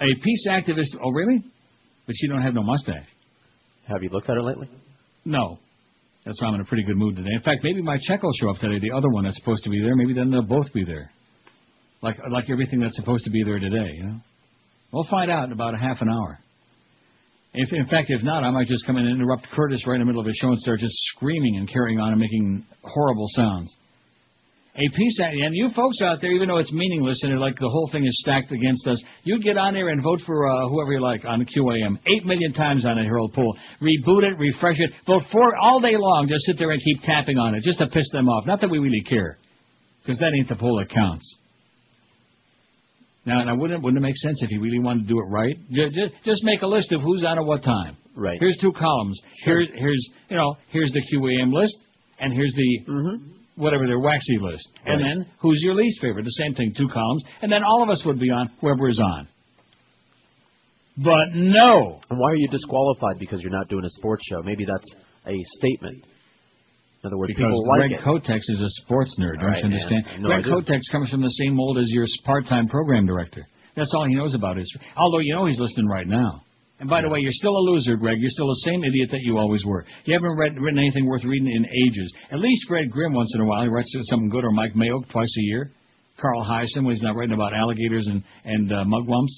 [SPEAKER 1] A peace activist. Oh, really? But she don't have no mustache.
[SPEAKER 5] Have you looked at her lately?
[SPEAKER 1] No. That's why I'm in a pretty good mood today. In fact, maybe my check will show up today. The other one that's supposed to be there, maybe then they'll both be there. Like like everything that's supposed to be there today, you know. We'll find out in about a half an hour. If in fact, if not, I might just come in and interrupt Curtis right in the middle of his show and start just screaming and carrying on and making horrible sounds. A peace act, and you folks out there, even though it's meaningless and like the whole thing is stacked against us, you get on there and vote for uh, whoever you like on QAM. Eight million times on a Herald poll. Reboot it, refresh it, vote for it all day long. Just sit there and keep tapping on it, just to piss them off. Not that we really care, because that ain't the poll that counts. Now, now wouldn't, wouldn't it make sense if you really wanted to do it right? Just, just, just make a list of who's on at what time.
[SPEAKER 5] Right.
[SPEAKER 1] Here's two columns. Here's here's you know here's the QAM list, and here's the whatever their waxy list. And
[SPEAKER 5] Mm-hmm. Right.
[SPEAKER 1] then who's your least favorite? The same thing, two columns. And then all of us would be on whoever is on. But no.
[SPEAKER 5] And why are you disqualified because you're not doing a sports show? Maybe that's a statement. In other words,
[SPEAKER 1] Because
[SPEAKER 5] people like
[SPEAKER 1] Greg
[SPEAKER 5] it.
[SPEAKER 1] Kotex is a sports nerd, don't
[SPEAKER 5] All right,
[SPEAKER 1] you understand?
[SPEAKER 5] man. No, I
[SPEAKER 1] Greg
[SPEAKER 5] do.
[SPEAKER 1] Kotex comes from the same mold as your part-time program director. That's all he knows about is. Although you know he's listening right now. And by the way, you're still a loser, Greg. You're still the same idiot that you always were. You haven't read, written anything worth reading in ages. At least Fred Grimm once in a while he writes something good, or Mike Mayock twice a year. Carl Hyson when he's not writing about alligators and and uh, mugwumps.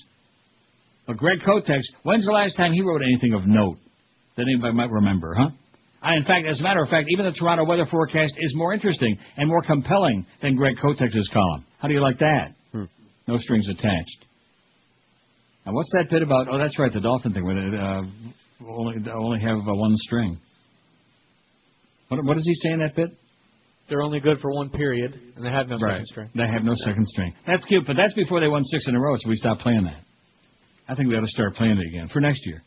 [SPEAKER 1] But Greg Kotex, when's the last time he wrote anything of note that anybody might remember, huh? I, Uh, in fact, as a matter of fact, even the Toronto weather forecast is more interesting and more compelling than Greg Kotex's column. How do you like that? No strings attached. Now, what's that bit about? Oh, that's right, the dolphin thing where they uh, only they only have uh, one string. What, what does he say in that bit?
[SPEAKER 9] They're only good for one period, and they have no
[SPEAKER 1] Right.
[SPEAKER 9] second string.
[SPEAKER 1] They have no second string. That's cute, but that's before they won six in a row, so we stopped playing that. I think we ought to start playing it again for next year.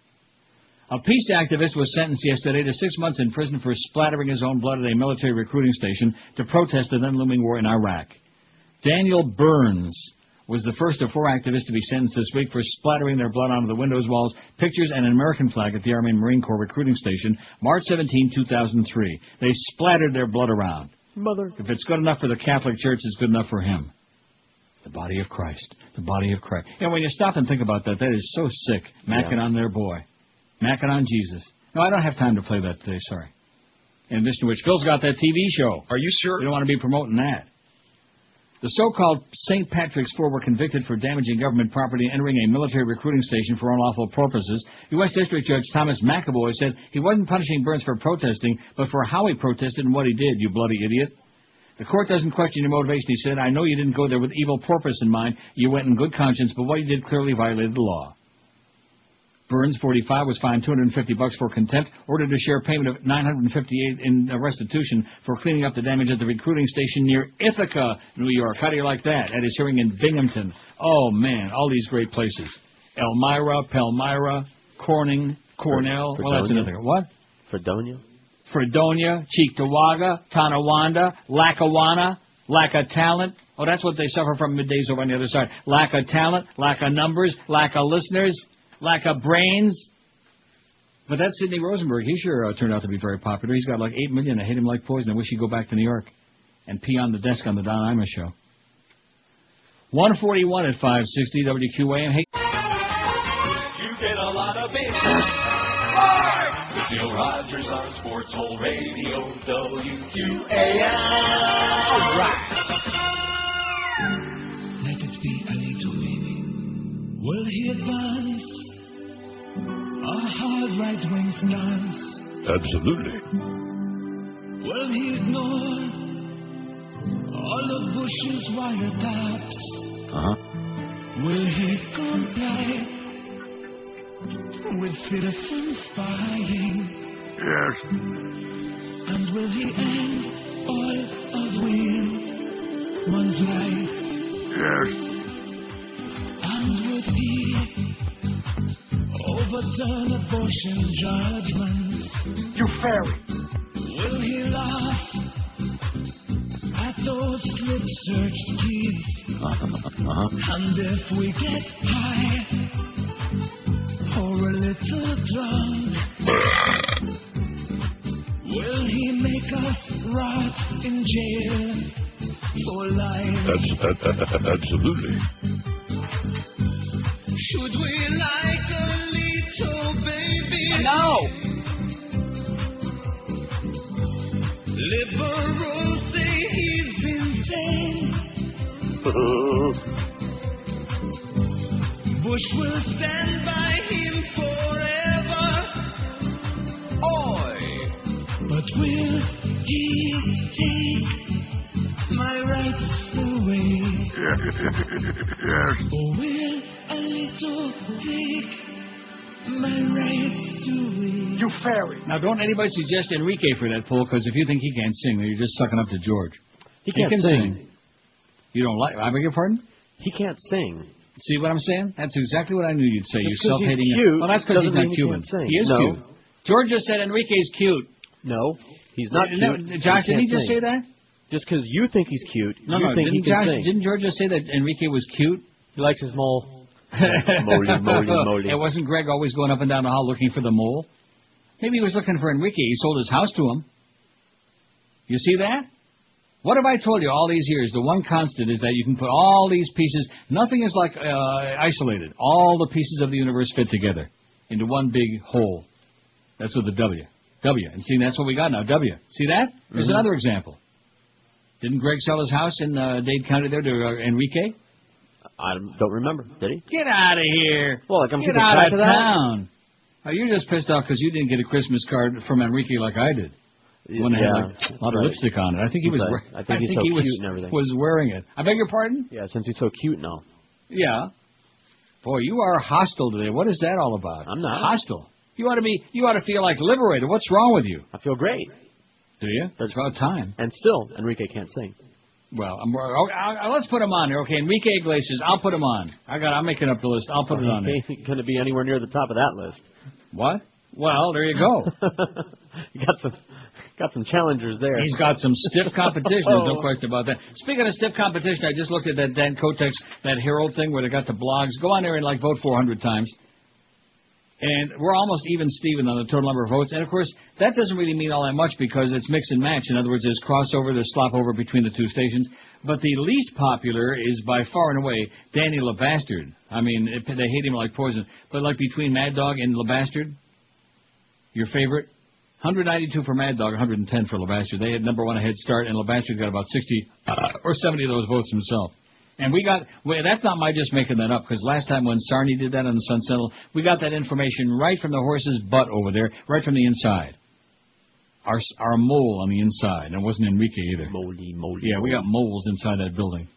[SPEAKER 1] A peace activist was sentenced yesterday to six months in prison for splattering his own blood at a military recruiting station to protest the then looming war in Iraq. Daniel Burns was the first of four activists to be sentenced this week for splattering their blood onto the windows walls, pictures, and an American flag at the Army and Marine Corps recruiting station, March 17, 2003. They splattered their blood around.
[SPEAKER 5] Mother.
[SPEAKER 1] If it's good enough for the Catholic Church, it's good enough for him. The body of Christ. The body of Christ. And when you stop and think about that, that is so sick. Macking
[SPEAKER 5] Yeah.
[SPEAKER 1] on their boy. Macking on Jesus. No, I don't have time to play that today, sorry. In addition to which, Phil's got that TV show. Are you sure? You don't want to be promoting that. The so-called St. Patrick's Four were convicted for damaging government property and entering a military recruiting station for unlawful purposes. U.S. District Judge Thomas McAvoy said he wasn't punishing Burns for protesting, but for how he protested and what he did, you bloody idiot. The court doesn't question your motivation. He said, I know you didn't go there with evil purpose in mind. You went in good conscience, but what you did clearly violated the law. Burns, 45, was fined 250 bucks for contempt, ordered to share payment of 958 in uh, restitution for cleaning up the damage at the recruiting station near Ithaca, New York. How do you like that? At his hearing in Binghamton. Oh man, all these great places: Elmira, Palmyra, Corning, Cornell. well, that's
[SPEAKER 5] Fredonia?
[SPEAKER 1] another what?
[SPEAKER 5] Fredonia?
[SPEAKER 1] Fredonia, Cheektowaga, Tonawanda, Lackawanna, lack of talent. Oh, that's what they suffer from middays over on the other side. Lack of talent, lack of numbers, lack of listeners, lack of brains. But that's Sidney Rosenberg. He sure uh, turned out to be very popular. He's got like 8 million. I hate him like poison. I wish he'd go back to New York and pee on the desk on the Don Imus show. 141 at 560 WQAM. Hey.
[SPEAKER 10] You get a lot of big parts. Bill Rogers on Sports Hole Radio WQAM. All right.
[SPEAKER 3] Let it be a little meaning. Will he advance? Our hard right wing's nice.
[SPEAKER 19] Absolutely.
[SPEAKER 3] Will he ignore all of Bush's wiretaps?
[SPEAKER 19] Uh-huh.
[SPEAKER 3] Will he comply with citizen spying?
[SPEAKER 19] Yes.
[SPEAKER 3] And will he end all of women's rights?
[SPEAKER 19] Yes.
[SPEAKER 3] And will he overturn abortion judgments? You fairy! Will he laugh at those slip search kids? And if we get high or a little drunk, will he make us rot in jail for life?
[SPEAKER 19] That's, that, that, that- absolutely.
[SPEAKER 3] Should we like a little baby?
[SPEAKER 10] No.
[SPEAKER 3] Liberals say he's insane. Bush will stand by him forever. Oi! But will he take my rights away?
[SPEAKER 19] yes.
[SPEAKER 3] Or will a little take my rights away? You fairy!
[SPEAKER 1] Now, don't anybody suggest Enrique for that poll, because if you think he can't sing, then you're just sucking up to George.
[SPEAKER 5] He can't
[SPEAKER 1] can
[SPEAKER 5] sing.
[SPEAKER 1] You don't like? I beg your pardon.
[SPEAKER 5] He can't sing.
[SPEAKER 1] See what I'm saying? That's exactly what I knew you'd say. you
[SPEAKER 5] Just 'cause he's
[SPEAKER 1] self-hating.
[SPEAKER 5] cute
[SPEAKER 1] well, that's because he's
[SPEAKER 5] doesn't
[SPEAKER 1] not
[SPEAKER 5] mean he
[SPEAKER 1] Cuban.
[SPEAKER 5] can't sing.
[SPEAKER 1] He is
[SPEAKER 5] No.
[SPEAKER 1] cute. George just said Enrique's cute.
[SPEAKER 5] No, he's not
[SPEAKER 1] No,
[SPEAKER 5] cute.
[SPEAKER 1] no, Josh,
[SPEAKER 5] He
[SPEAKER 1] did he
[SPEAKER 5] can't
[SPEAKER 1] just
[SPEAKER 5] sing.
[SPEAKER 1] say that?
[SPEAKER 5] Just because you think he's cute,
[SPEAKER 1] No,
[SPEAKER 5] you
[SPEAKER 1] no.
[SPEAKER 5] think
[SPEAKER 1] Didn't
[SPEAKER 5] he can
[SPEAKER 1] Josh?
[SPEAKER 5] sing.
[SPEAKER 1] Didn't George just say that Enrique was cute?
[SPEAKER 5] He likes his mole.
[SPEAKER 1] Moldy,
[SPEAKER 5] moldy, moldy.
[SPEAKER 1] It wasn't Greg always going up and down the hall looking for the mole. Maybe he was looking for Enrique. He sold his house to him. You see that? What have I told you all these years? The one constant is that you can put all these pieces. Nothing is like uh, isolated. All the pieces of the universe fit together into one big whole. That's with the W. W. And see, that's what we got now. W. See that? There's
[SPEAKER 5] Mhm.
[SPEAKER 1] another example. Didn't Greg sell his house in uh, Dade County there to uh, Enrique?
[SPEAKER 5] I don't don't remember. Did he?
[SPEAKER 1] Get out of here.
[SPEAKER 5] Well, like I'm
[SPEAKER 1] Get
[SPEAKER 5] keeping
[SPEAKER 1] out
[SPEAKER 5] track
[SPEAKER 1] of
[SPEAKER 5] of that.
[SPEAKER 1] town. Oh, you're just pissed off because you didn't get a Christmas card from Enrique like I did. The One that had
[SPEAKER 5] Yeah,
[SPEAKER 1] like, a lot of
[SPEAKER 5] right.
[SPEAKER 1] lipstick on it. I think he was.
[SPEAKER 5] Since I-
[SPEAKER 1] wear-
[SPEAKER 5] I think he's so
[SPEAKER 1] he was,
[SPEAKER 5] cute and everything.
[SPEAKER 1] was wearing it. I beg your pardon.
[SPEAKER 5] Yeah, since he's so cute now.
[SPEAKER 1] Yeah. Boy, you are hostile today. What is that all about? I'm
[SPEAKER 5] not.
[SPEAKER 1] hostile. You ought to be. You ought to feel like liberated. What's wrong with you?
[SPEAKER 5] I feel great.
[SPEAKER 1] Do you? That's about time.
[SPEAKER 5] And still, Enrique can't sing.
[SPEAKER 1] Well, I'm, oh, I- I- let's put him on there. Okay, Enrique Iglesias. I'll put him on. I got. I'm making up the list. I'll put it on there.
[SPEAKER 5] He ain't going to be anywhere near the top of that list.
[SPEAKER 1] What? Well, there you go.
[SPEAKER 5] You got some, got some challengers there.
[SPEAKER 1] He's got some stiff competition. There's no question about that. Speaking of stiff competition, I just looked at that Dan Kotex, that Herald thing where they got the blogs. Go on there and like vote 400 times. And we're almost even, Steven, on the total number of votes. And of course, that doesn't really mean all that much because it's mix and match. In other words, there's crossover, there's slop over between the two stations. But the least popular is by far and away Danny LeBastard. I mean, it, they hate him like poison. But like between Mad Dog and LeBastard, your favorite, 192 for Mad Dog, 110 for LeBastard. They had number one a head start, and LeBastard got about 60 uh, or 70 of those votes himself. And we got, well, that's not my just making that up, because last time when Sarny did that on the Sun Sentinel, we got that information right from the horse's butt over there, right from the inside. Our, s- our mole on the inside. And it wasn't Enrique either.
[SPEAKER 5] Moldy, moldy.
[SPEAKER 1] Yeah, we got moles inside that building.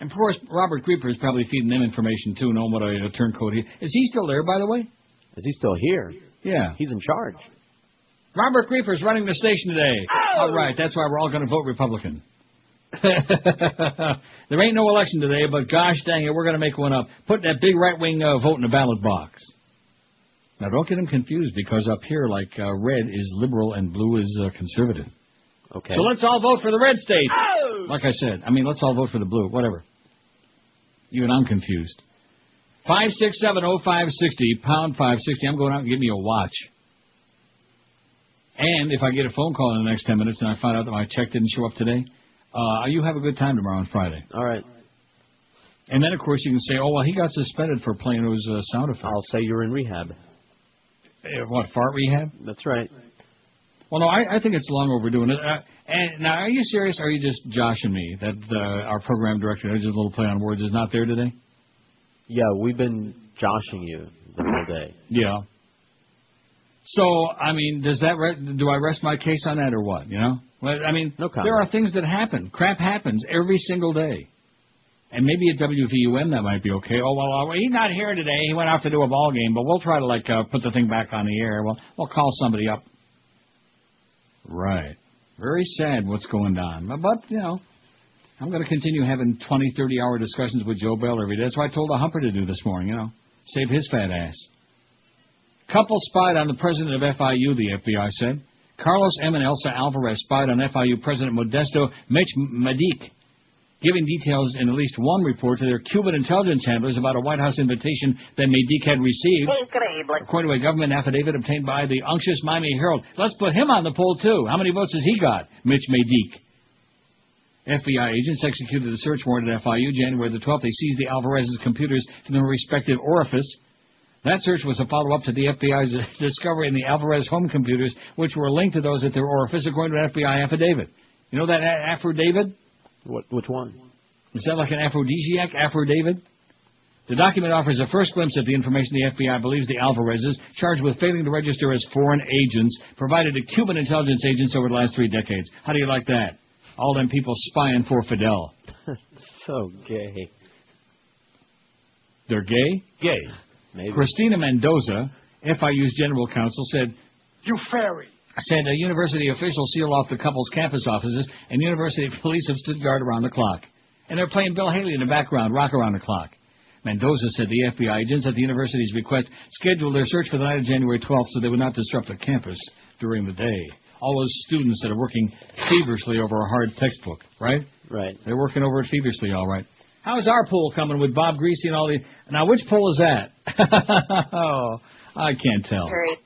[SPEAKER 1] And of course, Robert Creeper is probably feeding them information too, knowing what a, a turncoat he is. he still there, by the way?
[SPEAKER 33] Is he still here?
[SPEAKER 1] Yeah.
[SPEAKER 33] He's in charge.
[SPEAKER 1] Robert Griefer's running the station today. All right, that's why we're all going to vote Republican. there ain't no election today, but gosh dang it, we're going to make one up. Put that big right wing uh, vote in the ballot box. Now, don't get them confused because up here, like uh, red is liberal and blue is uh, conservative.
[SPEAKER 33] Okay.
[SPEAKER 1] So let's all vote for the red state. Like I said, I mean, let's all vote for the blue, whatever. Even I'm confused. 5670560, pound 560. I'm going out and get me a watch. And if I get a phone call in the next 10 minutes and I find out that my check didn't show up today, uh, you have a good time tomorrow on Friday.
[SPEAKER 33] All right.
[SPEAKER 1] And then, of course, you can say, oh, well, he got suspended for playing those uh, sound effects. Uh,
[SPEAKER 33] I'll say you're in rehab.
[SPEAKER 1] what, fart rehab?
[SPEAKER 33] That's right.
[SPEAKER 1] Well, no, I, I think it's long overdue. And, uh, and now, are you serious? Or are you just joshing me that uh, our program director, just a little play on words, is not there today?
[SPEAKER 33] Yeah, we've been joshing you the whole day.
[SPEAKER 1] Yeah. So, I mean, does that re- do I rest my case on that or what? You know, well, I mean,
[SPEAKER 33] no comment.
[SPEAKER 1] there are things that happen. Crap happens every single day. And maybe at WVUN that might be okay. Oh well, uh, he's not here today. He went out to do a ball game, but we'll try to like uh, put the thing back on the air. Well, we'll call somebody up. Right. Very sad what's going on. But, but you know, I'm going to continue having 20, 30 hour discussions with Joe Bell every day. That's why I told a humper to do this morning. You know, save his fat ass. Couple spied on the president of FIU, the FBI said. Carlos M. and Elsa Alvarez spied on FIU President Modesto Mitch Madik, giving details in at least one report to their Cuban intelligence handlers about a White House invitation that Madik had received, according to a government affidavit obtained by the unctuous Miami Herald. Let's put him on the poll, too. How many votes has he got, Mitch Madik? FBI agents executed a search warrant at FIU January the 12th. They seized the Alvarez's computers from their respective orifice. That search was a follow up to the FBI's discovery in the Alvarez home computers, which were linked to those at their orifice, according to an FBI affidavit. You know that a- affidavit?
[SPEAKER 33] What? Which one?
[SPEAKER 1] Is that like an aphrodisiac, affidavit? The document offers a first glimpse at the information the FBI believes the Alvarezes, charged with failing to register as foreign agents, provided to Cuban intelligence agents over the last three decades. How do you like that? All them people spying for Fidel.
[SPEAKER 33] so gay.
[SPEAKER 1] They're gay?
[SPEAKER 33] Gay. Maybe.
[SPEAKER 1] Christina Mendoza, FIU's general counsel, said
[SPEAKER 4] You fairy.
[SPEAKER 1] said a university official seal off the couple's campus offices, and university police have stood guard around the clock. And they're playing Bill Haley in the background, rock around the clock. Mendoza said the FBI agents at the university's request scheduled their search for the night of January 12th so they would not disrupt the campus during the day. All those students that are working feverishly over a hard textbook, right?
[SPEAKER 33] Right.
[SPEAKER 1] They're working over it feverishly, all right. How's our poll coming with Bob Greasy and all the? Now, which poll is that? oh, I can't tell.
[SPEAKER 8] Great.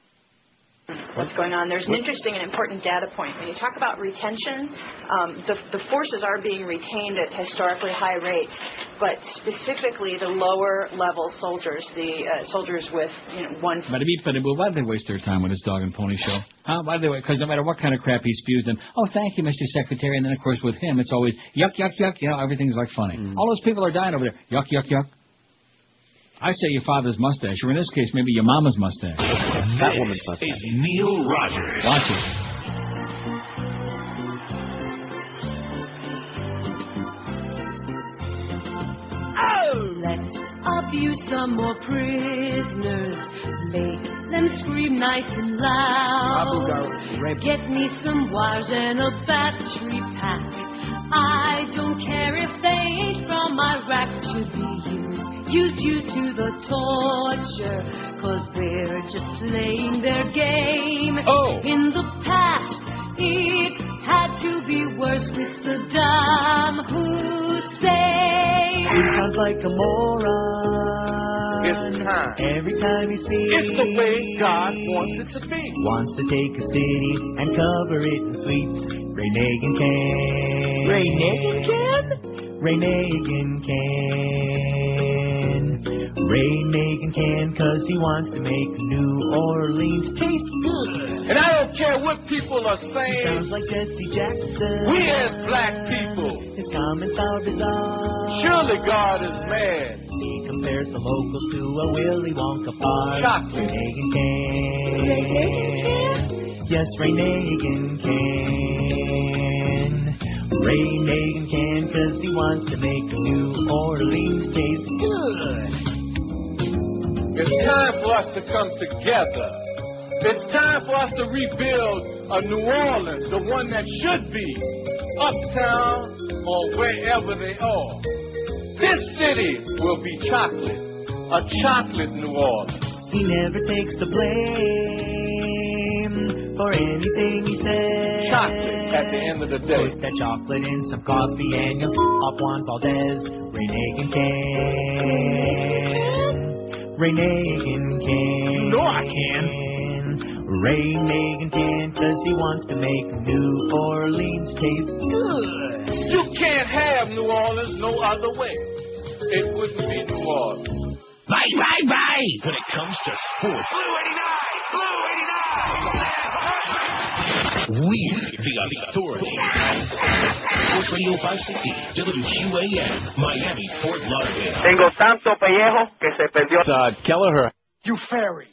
[SPEAKER 8] What's going on? There's an interesting and important data point. When you talk about retention, um, the, the forces are being retained at historically high rates, but specifically the lower level soldiers, the uh, soldiers with you know, one
[SPEAKER 1] Bada beep, bada boo. Why do they waste their time with this dog and pony show? Huh? Why do they? Because no matter what kind of crap he spews them, oh, thank you, Mr. Secretary. And then, of course, with him, it's always yuck, yuck, yuck. You know, everything's like funny.
[SPEAKER 34] Mm-hmm.
[SPEAKER 1] All those people are dying over there. Yuck, yuck, yuck. I say your father's mustache, or in this case, maybe your mama's mustache. That woman's mustache.
[SPEAKER 34] Is Neil Rogers.
[SPEAKER 1] Watch it.
[SPEAKER 7] Let's abuse some more prisoners. Make them scream nice and loud. Get me some wires and a battery pack. I don't care if they ain't from Iraq to be used. You'd used to the torture, cause they're just playing their game.
[SPEAKER 1] Oh.
[SPEAKER 7] In the past, it had to be worse with Saddam Hussein.
[SPEAKER 5] He sounds like a moron.
[SPEAKER 4] It's time.
[SPEAKER 5] Every time you see
[SPEAKER 4] It's the way God wants it to be.
[SPEAKER 5] Wants to take a city and cover it in sweets. Renegin can.
[SPEAKER 7] Renegin
[SPEAKER 5] can? Renegin can. Ray Megan can, cause he wants to make New Orleans taste good.
[SPEAKER 4] And I don't care what people are
[SPEAKER 5] He sounds
[SPEAKER 4] saying.
[SPEAKER 5] like Jesse Jackson.
[SPEAKER 4] We as black people,
[SPEAKER 5] His comments are bizarre.
[SPEAKER 4] surely God is mad.
[SPEAKER 5] He compares the locals to a Willy Wonka bar.
[SPEAKER 4] Chocolate.
[SPEAKER 5] Reagan can. Yes, Ray Nagin can. Ray Nagin can, cause he wants to make New Orleans taste good.
[SPEAKER 4] It's time for us to come together. It's time for us to rebuild a New Orleans, the one that should be uptown or wherever they are. This city will be chocolate, a chocolate New Orleans.
[SPEAKER 1] He never takes the blame for anything he says.
[SPEAKER 4] Chocolate at the end of the day.
[SPEAKER 1] Put that chocolate in some coffee and you'll up Juan Valdez. Renegade can. Renegade can. You know I can. Ray Megan can, cause he wants to make New Orleans taste good.
[SPEAKER 4] You can't have New Orleans no other way. It wouldn't be New Orleans.
[SPEAKER 35] Bye, bye, bye.
[SPEAKER 2] When it comes to sports, we're the authority. Sports Radio 560, WQAM, Miami, Fort Lauderdale.
[SPEAKER 24] Tengo tanto pellejo que se perdió.
[SPEAKER 5] Uh, Kelleher.
[SPEAKER 4] You fairy.